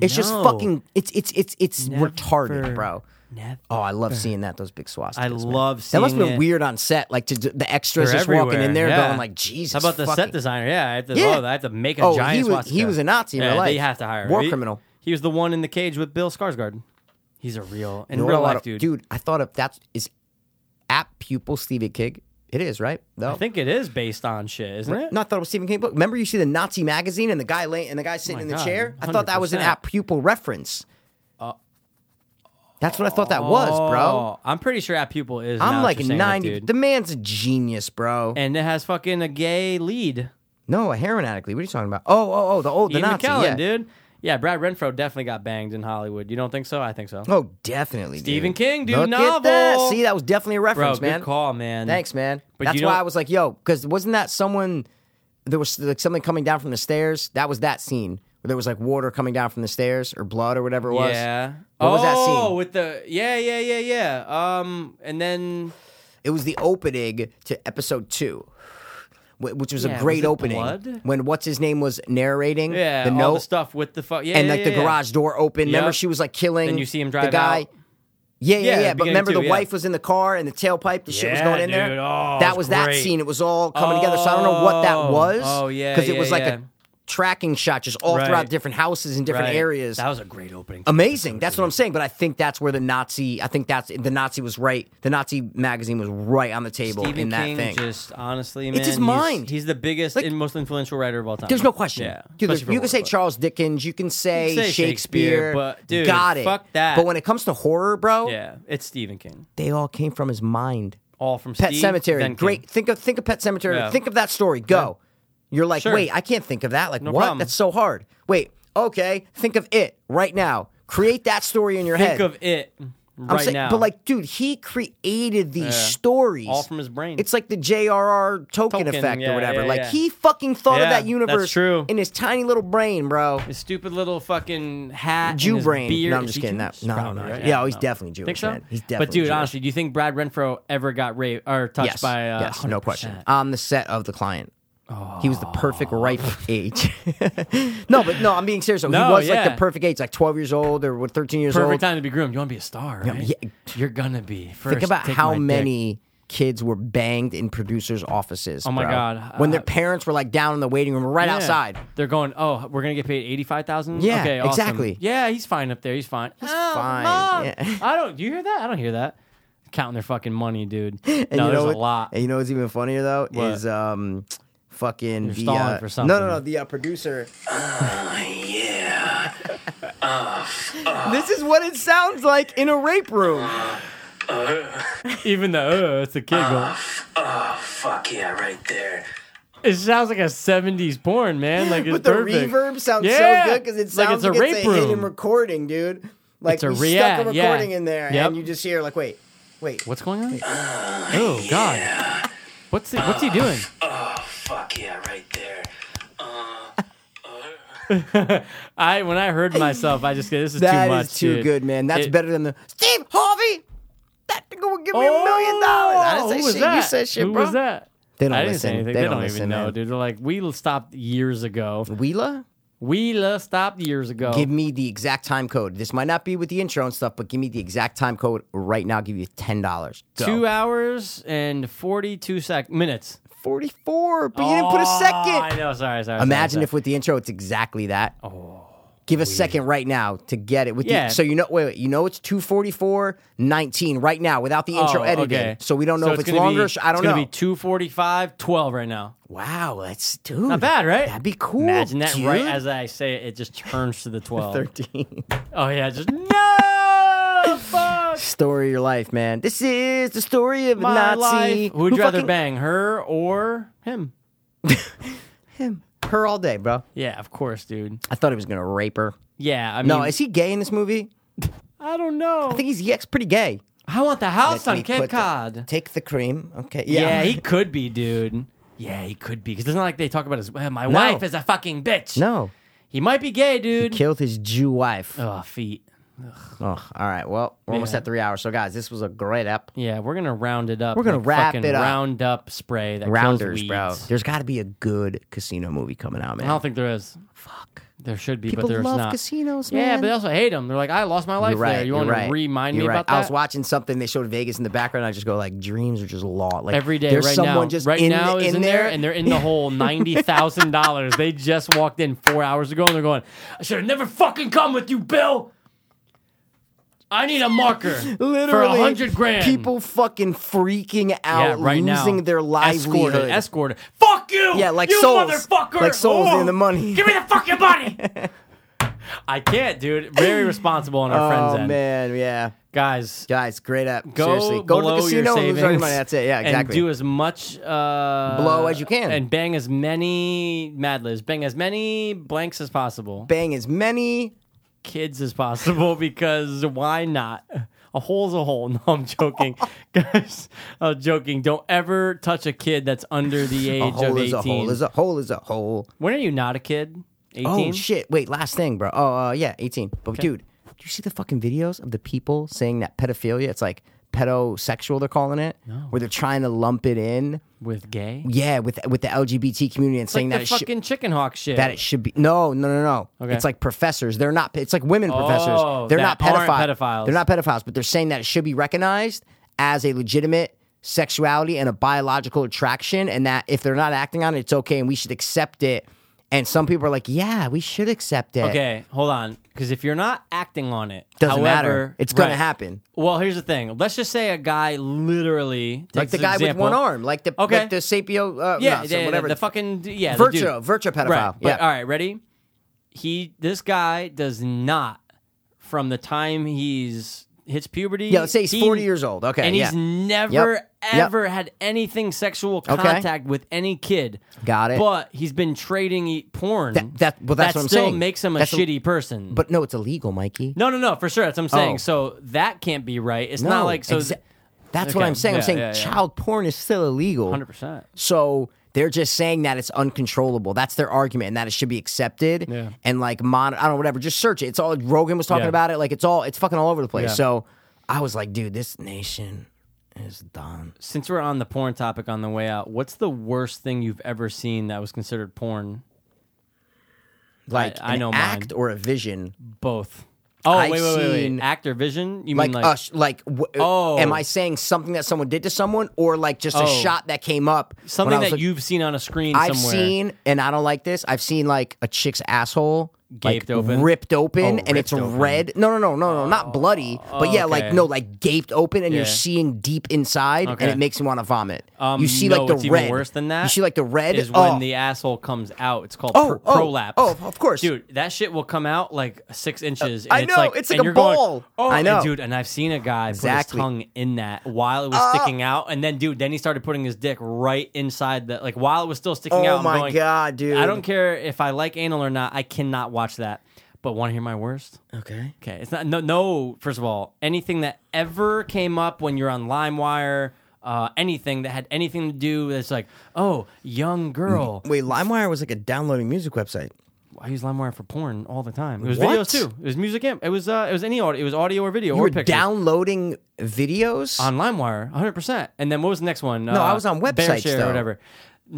It's just
No.
fucking. It's it's it's it's retarded,
Never.
bro.
Never.
Oh, I love seeing that those big swastikas.
I
man.
love
that. Must have
seeing
been
it.
weird on set, like to, the extras
They're
just walking
everywhere,
in there,
yeah.
going like, "Jesus."
How about the set
fucking-
design? Yeah, I have to,
Yeah.
oh, I have to make a
Oh, he
giant
was- he
swastika.
was a Nazi in
yeah,
real
They
life.
have to hire him.
War
He-
criminal.
He was the one in the cage with Bill Skarsgård. He's a real in
You know
real
what I
life
wanna-
dude.
Dude, I thought of that is at pupil Stephen King. It is right. No,
I think it is based on shit, isn't it?
No, I thought it was Stephen King book. Remember, you see the Nazi magazine and the guy laying and the guy
Oh
sitting
my
in the
God,
chair. I thought that was an
100%.
at pupil reference. That's what I thought that was, bro.
Uh, Oh, I'm pretty sure At Pupil is. now
I'm
that
like
you're saying that,
ninety.
dude.
the man's a genius, bro.
and it has fucking a gay lead.
no, a heroin addict. What are you talking about? Oh, oh, oh, the old, the
Ian
Nazi,
McKellen,
yeah.
dude. Yeah, Brad Renfro definitely got banged in Hollywood. You don't think so? I think so.
Oh, definitely.
Stephen
dude.
King, dude,
Look at that.
novel.
See, that was definitely a
Bro,
reference,
good
man.
call, man.
Thanks, man.
But
That's
you
why
don't-
I was like, yo, because wasn't that someone? There was like something coming down from the stairs. That was that scene where there was like water coming down from the stairs or blood or whatever it was.
Yeah.
What
oh,
was that scene?
with the yeah, yeah, yeah, yeah. Um, and then
It was the opening to episode two, wh- which was
Yeah,
a
was
great
it
opening.
blood?
When what's his name was narrating
yeah,
the
all
note
the stuff with the fuck yeah,
and
yeah,
like
yeah,
the
yeah.
garage door open. Remember,
Yep.
she was like killing.
Then you see him drive
the guy.
out.
Yeah, yeah,
Yeah,
yeah.
the
But
beginning
remember,
too,
the
yeah.
wife was in the car and the tailpipe. The shit was
Yeah,
going in
dude.
there.
Oh, it
that
was
was that
great.
scene. It was all coming together. So I don't know what that
Oh.
was.
Oh, yeah,
because it
yeah,
was like
yeah.
a tracking shot, just all
Right.
throughout different houses and different
Right.
areas.
That was a great opening.
Amazing. That's what I'm saying. But I think that's where the Nazi. I think that's the Nazi was right. The Nazi magazine was right on the table
Stephen
in that
King
thing.
just honestly, man,
It's his
he's-
mind.
He's, the biggest and most influential writer of all time.
There's no question.
Yeah,
Dude,
especially for
you can say
horror, but-
Charles Dickens, you can say,
You can say
Shakespeare,
Shakespeare, but, dude,
got it.
fuck that.
But when it comes to horror, bro,
Yeah, it's Stephen King.
they all came from his mind.
All from
Pet
Steve, then
Cemetery,
King.
great. Think of think of Pet Cemetery.
Yeah.
Think of that story. Go. You're like,
Sure.
wait, I can't think of that. Like, what?
problem.
That's so hard. Wait, okay, think of it right now. Create that story in your
Think
head.
of it
I'm
right
saying-
now.
But like, dude, he created these stories
all from his brain.
It's like the J.R.R. Tolkien,
Tolkien,
effect
yeah,
or whatever.
yeah,
like
yeah.
he fucking thought of
Yeah,
that universe
that's true.
in his tiny little brain, bro.
his stupid little fucking hat,
Jew
and his
brain.
Beard.
No, I'm
Is
just
he
kidding.
Jewish?
No, no,
Probably,
no.
right?
Yeah, oh, he's definitely Jewish,
Think so?
man. He's
But
definitely
dude,
Jewish.
honestly, do you think Brad Renfro ever got raped or touched
yes,
by? Uh,
yes, no question.
100%?
On the set of the client. He was the perfect ripe age. no, but no, I'm being serious. though.
No,
he was like
yeah.
the perfect age, like 12 years old or what, 13 years
Perfect
old.
time to be groomed. You want to be a star, right?
yeah.
You're gonna be. First,
Think about
take
how
my dick.
many kids were banged in producers' offices. Oh
my God.
When
Uh,
their parents were like down in the waiting room, right
Yeah.
outside.
They're going. Oh, we're gonna get paid eighty five thousand.
Yeah,
okay, awesome.
exactly.
Yeah, he's fine up there. He's fine. He's
fine, yeah.
I don't. You hear that? I don't hear that. Counting their fucking money, dude. no,
you know
there's
what-
a lot.
And you know what's even funnier though is um, fucking the
stalling
uh,
for
no no no
something.
the uh, producer. yeah. this is what it sounds like in a rape room.
Even though uh, it's a giggle.
Fuck yeah, right there.
It sounds like a '70s porn, man. Like it's
But the
perfect.
reverb sounds
Yeah.
so good because it
Like, it's
sounds
a
like
rape
it's a hidden
room.
recording, dude. Like
It's a
we
re-
stuck
yeah,
a
yeah.
recording in there,
Yep.
and you just hear like, wait, wait,
What's going on? oh God. What's he, what's he doing?
Fuck yeah, right there.
I when I heard myself, I just this is
That
too
is
much.
too
dude.
good, man. That's
It-
better than the Steve Harvey. That nigga will give me
Oh,
a million dollars. I didn't say
who was
shit.
that?
You said shit,
who
bro.
was that?
They don't
I didn't
listen.
say anything.
They,
They, don't,
listen,
even know,
man.
dude. They're like, we stopped years ago.
Wheela,
We la- stopped years ago.
give me the exact time code. This might not be with the intro and stuff, but give me the exact time code right now. I'll give you ten dollars.
two hours and forty-two sec minutes.
forty-four, but you didn't put a
Oh, I
second.
know. Sorry, sorry.
Imagine
sorry,
if with the intro it's exactly that. Oh. Give a second right now to get it with
Yeah.
the so you know wait, wait you know it's 244 19 right now without the intro
Oh,
edited
okay.
so we don't know if it's,
gonna
longer
Be,
sh- I don't
it's
know
It's gonna be 2:45, 12 right now.
Wow, that's dude.
Not bad, right?
That'd be cool.
Imagine that
dude.
right as I say it, it just turns to the 12.
13.
Oh yeah, just no fuck
story of your life, man. This is the story of a
my
Nazi.
life. Who'd
who
you rather
fucking-
bang, her or him?
Her all day, bro.
Yeah, of course, dude.
I thought he was gonna rape her.
Yeah, I mean,
No, is he gay in this movie?
I don't know.
I think he's yeah, it's pretty gay.
I want the house
Let
on
me
Cape
put the-
Cod.
take the cream. Okay.
yeah.
Yeah.
he could be, dude. Yeah, he could be. Because it's not like they talk about his. "Well, my
No.
wife is a fucking bitch.
no.
he might be gay, dude.
Killed his Jew wife.
oh, feet.
Ugh, all right. Well, we're almost
Yeah.
at three hours. So, guys, this was a great app.
Yeah, we're gonna round it up.
We're gonna
like
wrap
fucking
it up.
Round up spray that kills
Rounders, bro.
weeds.
There's got to be a good casino movie coming out, man.
I don't think there is.
Fuck.
There should be,
People
but there's
love
not.
casinos, man.
Yeah, but they also hate them. They're like, I lost my life
You're right.
there. You
are
want
right.
to remind
You're
me
right.
about that?
I was watching something. They showed Vegas in the background. I just go like, dreams are just law. Like
Every day,
there's
right
someone
now,
just
right
in,
now is
in
in there, and they're in the hole ninety thousand dollars. They just walked in four hours ago, and they're going, "I should have never fucking come with you, Bill. I need a marker for a
Literally,
hundred grand."
People fucking freaking
yeah,
out,
right
losing
now,
their livelihood.
escorted, escorted. Fuck you!
Yeah, like
you
souls.
motherfucker,
Like souls
Oh,
in the money.
Give me the fucking money. I can't, dude. Very responsible on our friends'
oh
end,
man, yeah,
guys.
guys, great app.
Go
Seriously, go to
below
the casino
your
and
savings.
lose all your money. That's it. Yeah,
And
exactly.
do as much uh,
Blow as you can.
and bang as many Mad Libs, bang as many blanks as possible,
Bang as many.
kids as possible, because why not? A hole's a hole. No, I'm joking, guys. I'm joking. Don't ever touch a kid that's under the age
A
of
hole
18.
is a hole. Is a hole. Is a hole.
when are you not a kid? 18.
Oh shit! Wait, last thing, bro. Oh uh, yeah, eighteen. But dude, do you see the fucking videos of the people saying that pedophilia? It's like pedosexual. They're calling it, where they're trying to lump it in.
with gay.
Yeah, with with the LGBT community and saying
Like
that
the
it should
fucking chicken hawk shit.
that it should be no no no no.
Okay. Oh,
It's like professors. They're not. It's like women professors. They're
that
not
aren't
pedophiles.
pedophiles.
They're not pedophiles, but they're saying that it should be recognized as a legitimate sexuality and a biological attraction, and that if they're not acting on it, it's okay, and we should accept it. And some people are like, yeah, we should accept it.
Okay, hold on. Because if you're not acting on it,
Doesn't
however,
matter. It's gonna
Right.
happen.
Well, here's the thing. Let's just say a guy literally
Like
takes
the
this
guy with
example.
one arm, like the
Okay.
like the sapio, uh,
Yeah,
no, so
yeah, yeah,
whatever.
The fucking yeah, the dude.
virtue, virtue pedophile.
Right. But,
yeah.
All right. Ready? He. This guy does not. From the time he's hits puberty.
Yeah, let's say he's
he-
40 years old. Okay,
And
yeah.
he's never
Yep. Yep.
ever had anything sexual
Okay.
contact with any kid.
Got it.
But he's been trading e- porn.
That- that- well, that's
that
what I'm
still
saying.
makes him a
That's a-
shitty person.
But no, it's illegal, Mikey.
No, no, no, for sure. That's what I'm saying.
Oh.
So that can't be right. It's not like so.
exa- that's what
Okay,
I'm saying. I'm
yeah,
saying
yeah, yeah.
child porn is still illegal.
Hundred percent.
So they're just saying that it's uncontrollable. That's their argument, and that it should be accepted.
Yeah.
And like, mon- I don't know, whatever. Just search it. It's all Rogan was talking
Yeah.
about it. Like, it's all it's fucking all over the place.
Yeah.
So I was like, dude, this nation is done.
Since we're on the porn topic on the way out, what's the worst thing you've ever seen that was considered porn?
Like,
I
an
know mine.
act or a vision.
Both. Oh
I've
wait, wait, wait,
seen-
wait. Actor vision? You
Like, uh,
mean like
us, like, w-
Oh.
am I saying something that someone did to someone, or like just a
Oh.
shot that came up? when I
something
was
that
look-
you've seen on a screen
I've
somewhere?
seen, and I don't like this. I've seen like a chick's asshole
Gaped
like
open?
ripped open,
Oh,
and it's
ripped open.
red. No, no, no, no, no, not bloody, but yeah, like
okay.
no, like gaped open, and you're
Yeah.
seeing deep inside,
Okay.
and it makes you want to vomit.
Um,
you see
no,
like the
it's even
red.
worse than that
You see like the red.
is when
oh.
the asshole comes out. It's called
Oh,
pro-
oh,
prolapse.
oh, of course.
dude. That shit will come out like six inches.
I
and
know,
It's like,
it's like
and
a
you're going,
ball.
oh,
I
and
know.
dude. And I've seen a guy
Exactly. Uh,
put his tongue in that while it was sticking out, and then dude, then he started putting his dick right inside that, like while it was still sticking out.
oh
I'm
my
going,
god, dude!
I don't care if I like anal or not. I cannot watch that. But want to hear my worst?
Okay.
Okay, it's not no no. First of all, anything that ever came up when you're on LimeWire, uh, anything that had anything to do with it's like, oh, young girl.
Wait, LimeWire was like a downloading music website.
I use LimeWire for porn all the time. It was
What?
videos too. It was music. and- It was uh, it was any audio. It was audio or video
You
or
were
pictures
downloading videos.
on LimeWire, 100. percent And then what was the next one? No,
I was on websites,
Bearshare
though.
or whatever.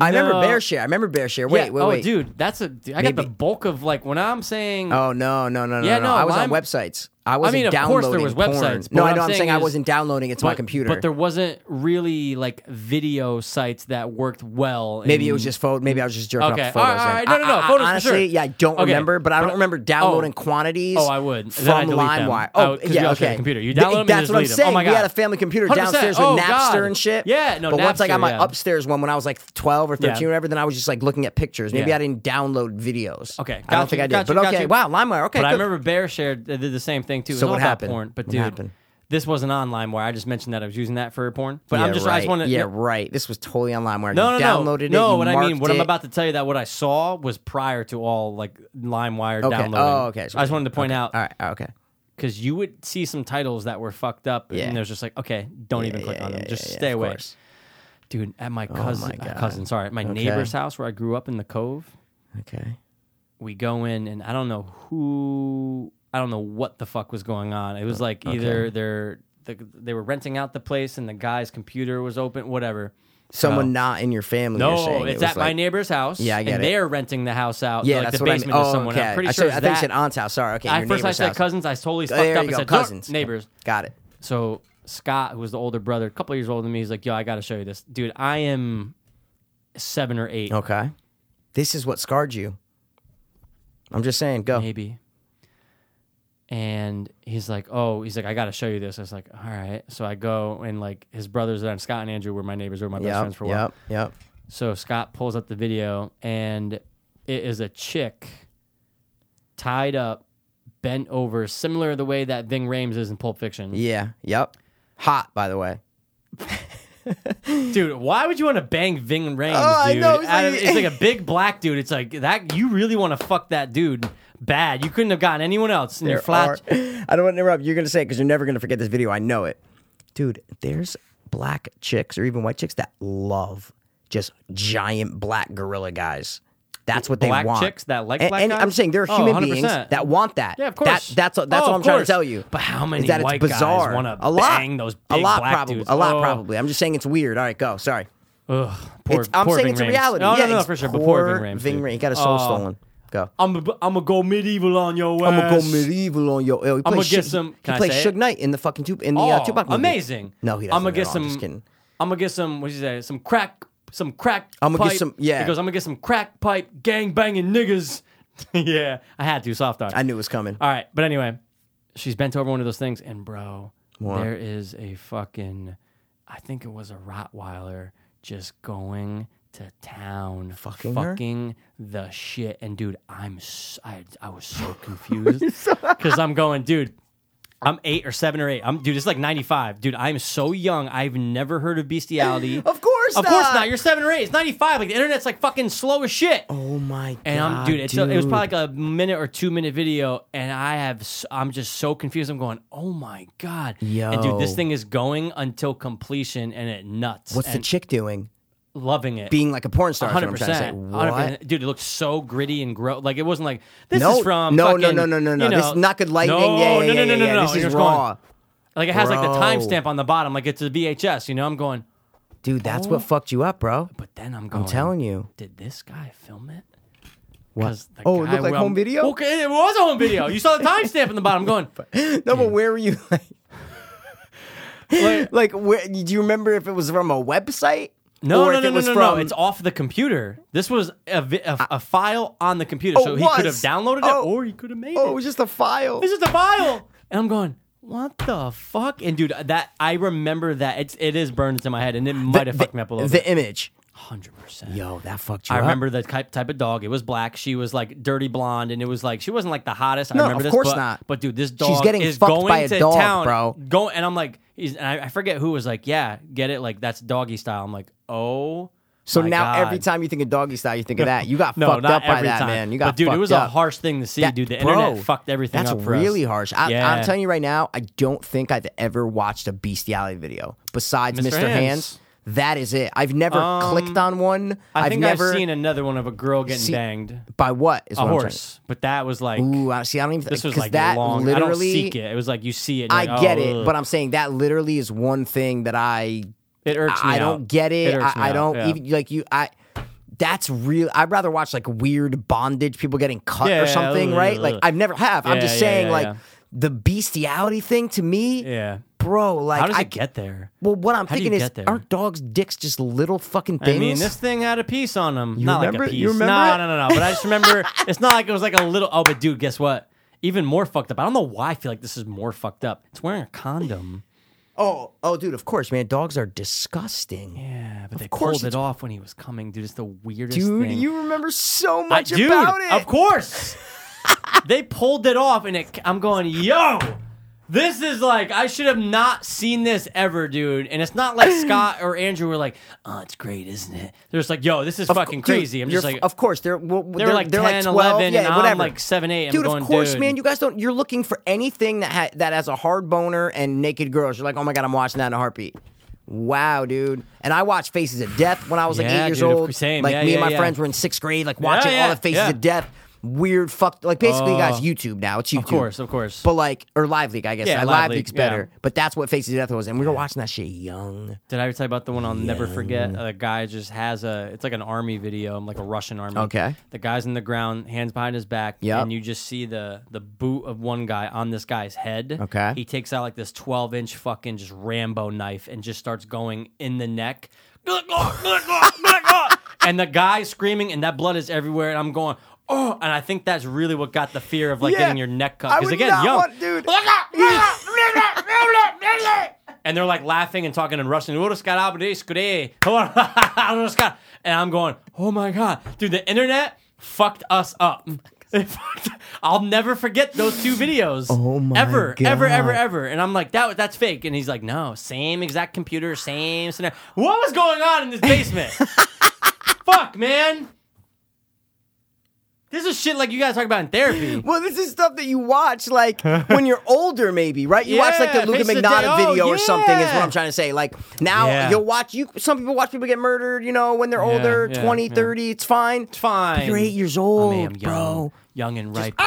I remember
No.
BearShare. I remember BearShare. Wait,
Yeah,
wait,
oh,
wait.
dude, that's a. I got the
Maybe.
bulk of like when I'm saying.
Oh no, no, no, no,
Yeah,
no!
no,
I was
Lime-
on websites. I wasn't
mean, of
downloading
course there was
porn.
websites, but
No,
what
I
I'm
know. I'm saying,
saying
I
is-
wasn't downloading. It's my
but-
computer.
But there wasn't really like video sites that worked well.
Maybe it
in-
was just photo. Maybe I was just jerking
Okay.
off photos.
All right, all
in.
right. No, no, no.
I- I-
Photos for
honestly,
sure.
yeah, I don't
Okay.
remember, but I
But-
don't remember downloading quantities.
Oh, I would.
from
Then I delete them.
LimeWire.
I
Oh,
would- 'cause we
yeah,
all share
okay.
a computer. You
Th-
download 'em and
That's
just
what I'm
delete 'em. Oh
saying.
my
We
God.
had a family computer
100%.
downstairs with
Oh,
Napster
God.
and shit.
Yeah, no,
But once I got
Napster,
my
yeah.
upstairs one when I was like 12 or 13
Yeah.
or whatever, then I was just like looking at pictures. Maybe
Yeah.
I didn't download videos.
Okay,
I don't
got
think
you,
I did.
got you,
But
got
okay,
you.
wow, LimeWire. Okay,
But I
good.
remember Bear shared they did the same thing too. It was
So what
all about
happened?
Porn, but
What
dude,
happened?
this wasn't on LimeWire. I just mentioned that I was using that for porn. But
Yeah,
I'm just
right.
I just want to
yeah, right. This was totally on LimeWire.
No,
you
no, no.
downloaded it.
no,
you
what I mean,
marked
what I'm
it.
about to tell you that what I saw was prior to all like LimeWire
Okay.
downloading.
Oh, okay.
I just wanted to point out
All right. Okay.
because you would see some titles that were fucked up,
Yeah.
and there's just like, okay, don't even click
yeah,
on them,
yeah,
just
yeah, yeah,
stay
of
away,
course. Oh
dude. At my cousin, uh,
God.
cousin, sorry, at my neighbor's house where I grew up in the Cove,
Okay.
we go in, and I don't know who, I don't know what the fuck was going on. It
Uh,
was like either they're the, they were renting out the place, and the guy's computer was open, whatever.
Someone not in your family. you're
Oh. No,
saying. It
it's
was
at my
like-
neighbor's house.
Yeah, I get
and
it.
They're renting the house out.
Yeah,
like
that's
the
what I
basement
mean.
to
Oh,
someone.
okay.
I'm pretty
I
sure.
said, I think you
that-
said aunt's house. Sorry. Okay.
I
your
first I
neighbor's
said
house. Oh,
cousins. I totally
There
fucked
you
up. and
go,
said "No,
cousins.
neighbors.
Got it.
So Scott, who was the older brother, a couple years older than me, he's like, "Yo, I got to show you this, dude. I am seven or eight,
Okay. This is what scarred you. I'm just saying. Go.
maybe." And he's like, "Oh, he's like, I got to show you this." I was like, "All right." So I go and like his brothers and Scott and Andrew were my neighbors, were my best
Yep.
friends for a while.
Yep. Yep.
So Scott pulls up the video, and it is a chick tied up, bent over, similar to the way that Ving Rhames is in Pulp Fiction.
Yeah. Yep. Hot, by the way.
Dude, why would you want to bang Ving Rhames,
Oh, I
dude?
know, it's
Out of-
like-
It's like, a big black dude. It's like that. You really want to fuck that dude bad. You couldn't have gotten anyone else. And you're
There
flat.
are- I don't want to interrupt. You're going to say it because you're never going to forget this video. I know it. Dude, there's black chicks or even white chicks that love just giant black gorilla guys. That's what
Black
they want.
chicks that like
and,
black
and
guys?
I'm saying there are
Oh,
human beings
100%.
that want that.
Yeah, of
That-
course.
that's what- that's
Oh,
what I'm
of
trying to
course.
tell you.
But how
is
many
that
white
it's
guys
bizarre.
wanna
a lot,
bang those
a
big
lot
black
probably,
dudes?
A lot
Oh.
probably. I'm just saying it's weird. All right, go. Sorry.
Ugh, poor,
It's- I'm
poor
saying
Ving
it's a
Rhames. Oh,
reality.
No,
yeah,
no, no,
it's
for sure. But poor
Poor
Ving Rhames.
Ving
dude.
Rhames. He got his soul
Oh,
stolen. Go.
I'm a, I'm gonna go medieval on your ass.
I'm gonna go medieval on your. Yo, he
I'ma
plays
get
Shug-
some-
He
can I
plays
say
Suge
it?
Knight in the fucking Tup- in the
Oh,
uh, Tupac movie.
amazing.
No, he doesn't.
I'm gonna get
at all.
some.
I'm just kidding.
I'm gonna get some. What you say? Some crack. Some crack.
I'ma get
pipe.
some- yeah.
Because I'm gonna get some crack pipe gang banging niggas. yeah, I had to soft on.
I knew it was coming.
All right, but anyway, she's bent over one of those things, and bro, there is a fucking. I think it was a Rottweiler just going to town,
Fucking her?
fucking the shit. And dude, I'm s- I, I was so confused because I'm going, dude. I'm eight or seven or eight. I'm dude. It's like ninety five, dude. I'm so young. I've never heard of bestiality.
Of course
of course
not.
not. You're seven or eight. It's ninety five. Like the internet's like fucking slow as shit.
Oh my god,
And I'm, dude, it's A, it was probably like a minute or two minute video, and I have, s- I'm just so confused. I'm going, oh my god, and dude,
Yo.
this thing is going until completion, and it nuts.
What's the
and
chick doing?
loving it?
Being like a porn star.
Hundred
Hundred percent.
percent,
What?
dude. It looked so gritty and gross. Like it wasn't like this
No,
is from
no,
fucking,
no, no, no, no, no.
you
This
know-
is not good lightning.
No, no,
yeah, yeah, yeah,
no, no,
yeah,
no,
yeah.
no.
This
And
is
you're going-
raw,
Like it has like the
Bro.
timestamp on the bottom, like it's a VHS. You know, I'm going,
dude.
Oh.
That's what fucked you up, bro.
but then I'm going.
I'm telling you.
did this guy film it?
What?
'Cause the
Oh, it
guy
looked like
where
home
I'm-
video?
Okay, it was a home video. You saw the timestamp in the bottom. I'm going.
No, but where were you? Like,
like,
like where, do you remember if it was from a website?
No,
or
no,
if
no,
it
no,
was
no,
from
no. It's off the computer. This was a, vi- a, a file on the computer,
Oh,
so
it
he could have
was?
downloaded
Oh.
it or he could have made
oh, it
it.
was just a file.
This is a file, and I'm going, what the fuck? And dude, that I remember that it's it is burned into my head, and it might have fucked me up a little
the
bit.
image.
Hundred percent.
Yo, that fucked you
I
up.
remember the type type of dog. It was black. She was like dirty blonde, and it was like she wasn't like the hottest. I
No,
remember
of
this,
course
but,
not.
But dude, this dog
getting
is
fucked
going
by a
to
dog,
town,
bro.
Go and I'm like, he's, and I, I forget who was like, yeah, get it, like that's doggy style. I'm like, oh.
So
my
now
God.
every time you think of doggy style, you think of that. You got
no,
fucked
not
up by
every
that,
time.
man. You got
but dude,
fucked
it was a
up.
harsh thing to see,
That-
dude. The
bro,
internet fucked everything
that's
up for us.
really harsh. I,
Yeah.
I'm telling you right now, I don't think I've ever watched a bestiality video besides
Mr.
Mr.
Hands.
Hands. That is it. I've never
Um,
clicked on one.
I
have
think
never
I've seen another one of a girl getting
See-
banged.
by what is
A
what
horse, but that was like
I'm trying, ooh, I see. I don't even.
this was
'cause
like
that
long. I
Literally,
don't seek it. It was like you see it. and
I
you're like,
get
oh,
it,
ugh.
but I'm saying that literally is one thing that I
it irks me.
I
out.
don't get it.
irks me
I, I
out,
don't
yeah.
even like you. I that's real. I'd rather watch like weird bondage, people getting cut
Yeah,
or something,
ugh,
right?
ugh,
Like
ugh.
I've never have. I'm
Yeah,
just
yeah,
saying,
yeah,
like
yeah.
the bestiality thing to me,
Yeah.
bro. Like
How does
I
it get there?
Well, what I'm
How do you
thinking is,
get there?
aren't dogs' dicks just little fucking
I
things?
mean, this thing had a piece on them. not like
remember
a
it?
piece.
You remember
no,
it?
no, no, no. But I just remember it's not like it was like a little. Oh, but dude, guess what? Even more fucked up. I don't know why I feel like this is more fucked up. It's wearing a condom.
oh, oh, dude, of course, man. Dogs are disgusting.
Yeah, but they
course
pulled it off when he was coming, dude. It's the weirdest
Dude,
thing.
you remember so
I-
much
dude,
about it.
of course. they pulled it off, and it, I'm going, yo, this is like I should have not seen this ever, dude. And it's not like Scott or Andrew were like, oh, it's great, isn't it? They're just like, yo, this is
Of cou-
fucking
dude,
crazy. I'm just
you're f-
like,
of course they're well, they're,
were like
they're
10,
12,
11,
yeah,
and I'm
whatever.
like 7, 8. I'm
Dude,
going,
of course,
dude.
man, you guys don't. You're looking for anything that ha- that has a hard boner and naked girls. You're like, oh my god, I'm watching that in a heartbeat. Wow, dude. And I watched Faces of Death when I was like
Yeah,
eight years
dude, of
old.
course, same.
Like
Yeah,
me and
yeah,
my
yeah.
friends were in sixth grade, like watching
yeah,
all the Faces
yeah.
of Death. Weird, fucked. Like basically,
Oh.
guys, YouTube now. It's YouTube.
of course, of course.
But like, or Live Leak, I guess.
Yeah,
Yeah,
Live
Live
Leak,
Leak's
yeah.
better. But that's what Faces of Death was, and we were watching that shit young.
Did I ever tell you about the one I'll never forget? The guy just has a, it's like an army video, like a Russian army.
Okay.
The guy's in the ground, hands behind his back,
Yep.
and you just see the the boot of one guy on this guy's head.
Okay.
He takes out like this 12 inch fucking just Rambo knife and just starts going in the neck. and the guy screaming, and that blood is everywhere, and I'm going, oh, and I think that's really what got the fear of like
Yeah.
getting your neck cut.
I
Because
would
again,
not
young,
want- dude.
and they're like laughing and talking in Russian. And I'm going, oh my God. Dude, the internet fucked us
Oh
up. It fucked- I'll never forget those two videos.
Oh my
Ever, ever, ever,
God.
ever. And I'm like, that that's fake. And he's like, no, same exact computer, same scenario. What was going on in this basement? Fuck, man. This is shit like you guys talk about in therapy.
Well, this is stuff that you watch like when you're older, maybe, right? You watch like
Yeah,
the Luca
Face of
Magnotta
Death. Oh,
video or something, is
yeah.
what I'm trying to say. Like now
Yeah.
you'll watch you some people watch people get murdered, you know, when they're
Yeah,
older,
yeah,
20,
yeah.
30, it's fine.
It's fine.
But you're eight years
Oh,
old,
man, I'm young,
bro. ah,
young and ripe.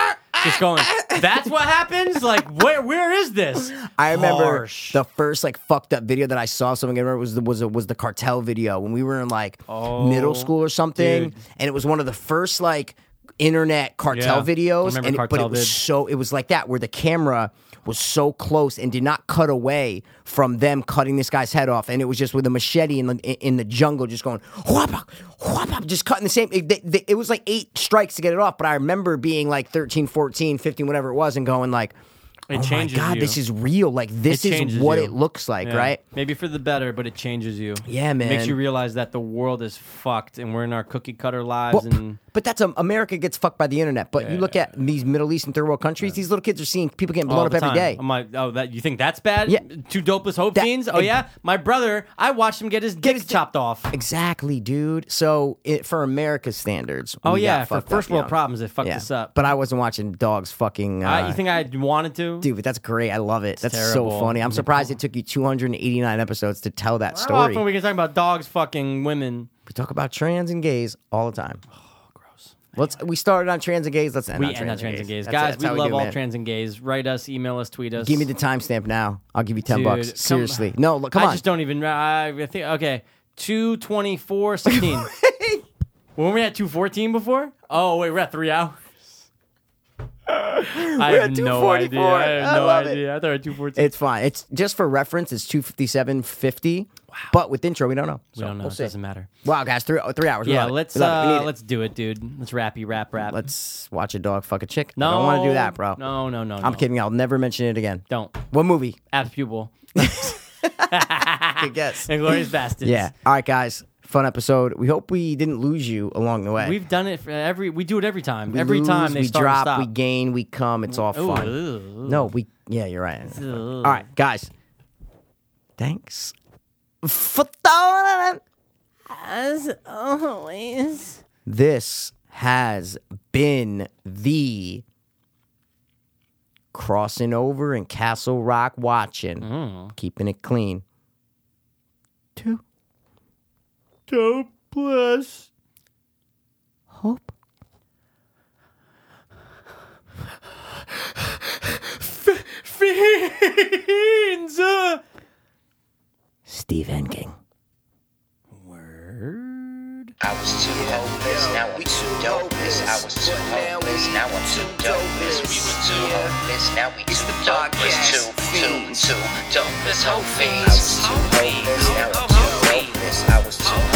Just, going. That's what happens. Like, where where is this?
I remember
Harsh.
the first like fucked up video that I saw someone get remember was the was the, was the cartel video when we were in like middle school or something,
Oh, dude.
and it was one of the first like internet cartel
Yeah, I
videos,
remember
and it- but
cartel
it was
vid.
so it was like that where the camera was so close and did not cut away from them cutting this guy's head off, and it was just with a machete in the in the jungle, just going whop up, whop up, just cutting the same. It, they- they- it was like eight strikes to get it off, but I remember being like 13, 14, 15, whatever it was, and going like.
It
oh
changes
my god,
you.
this is real. Like this
It
is
changes
what
you.
it looks like,
Yeah.
right?
Maybe for the better, but it changes you.
Yeah, man.
Makes you realize that the world is fucked, and we're in our cookie cutter lives.
But,
and
but that's um, America gets fucked by the internet. But you look at these Middle Eastern third world countries; these little kids are seeing people getting blown
all
up
the
every
time.
day.
I'm like, oh, that you think that's bad?
Yeah.
Two dopeless hope
That-
fiends. Oh yeah, my brother. I watched him get his dick chopped off.
Exactly, dude. So it, for America's standards,
Oh
we
yeah,
got
for
fucked
first
up,
world
young.
problems, it fucked
Yeah.
us up.
But I wasn't watching dogs fucking. Uh,
I- you think I wanted to?
Dude, but that's great. I love it. That's
terrible.
so funny. I'm surprised it took you 289 episodes to tell that
How
story.
often we can talk about dogs fucking women?
We talk about trans and gays all the time. Oh, gross. Let's. We started on trans and gays. Let's end
We
on
end
trans,
on trans and gays.
That's-
Guys,
that's
we
how
love
do,
all
man.
trans and gays. Write us, email us, tweet us.
Give me the timestamp now. I'll give you ten
Dude, come-
bucks. Seriously, no, look, come
I
on.
just don't even. I I think okay, two twenty four sixteen. When we at two fourteen before? Oh wait, we're at three hours. I
We're
have
at
no idea.
244.
I have
I
no
love it.
idea. I thought it was 214.
It's fine. It's just for reference. It's two fifty seven fifty. Wow. But with intro, we don't know.
we
So
don't know.
We'll
it
see.
doesn't matter.
Wow, guys, three oh, three hours. We
Yeah,
love it.
let's
We love it. We need
uh,
it.
let's do it, dude. Let's rappy rap rap.
let's watch a dog fuck a chick.
No,
I don't want to do that, bro.
No, no, no.
I'm
no.
kidding. I'll never mention it again.
Don't.
What movie?
Abs pupil. Ah.
Good guess.
Inglorious Bastards.
yeah. All right, guys. Fun episode. We hope we didn't lose you along the way.
We've done it for every. We do it every time.
We
every
lose,
time they
we
start
drop,
and stop.
we gain, we come. It's all
Ooh,
fun.
ooh,
No, we. Yeah, you're right. All right, guys. Thanks. For
As always.
this has been the crossing over and Castle Rock watching,
Mm.
keeping it clean. Two.
God bless.
Hope.
Fiends.
Stephen King.
I was too hopeless, now I'm too dopeless. I was too hopeless, now I'm too dopeless. We were too hopeless, now we too dopeless. Two, two, two, dopeless, hope fiends. I was too hopeless, now I'm too hopeless. I was too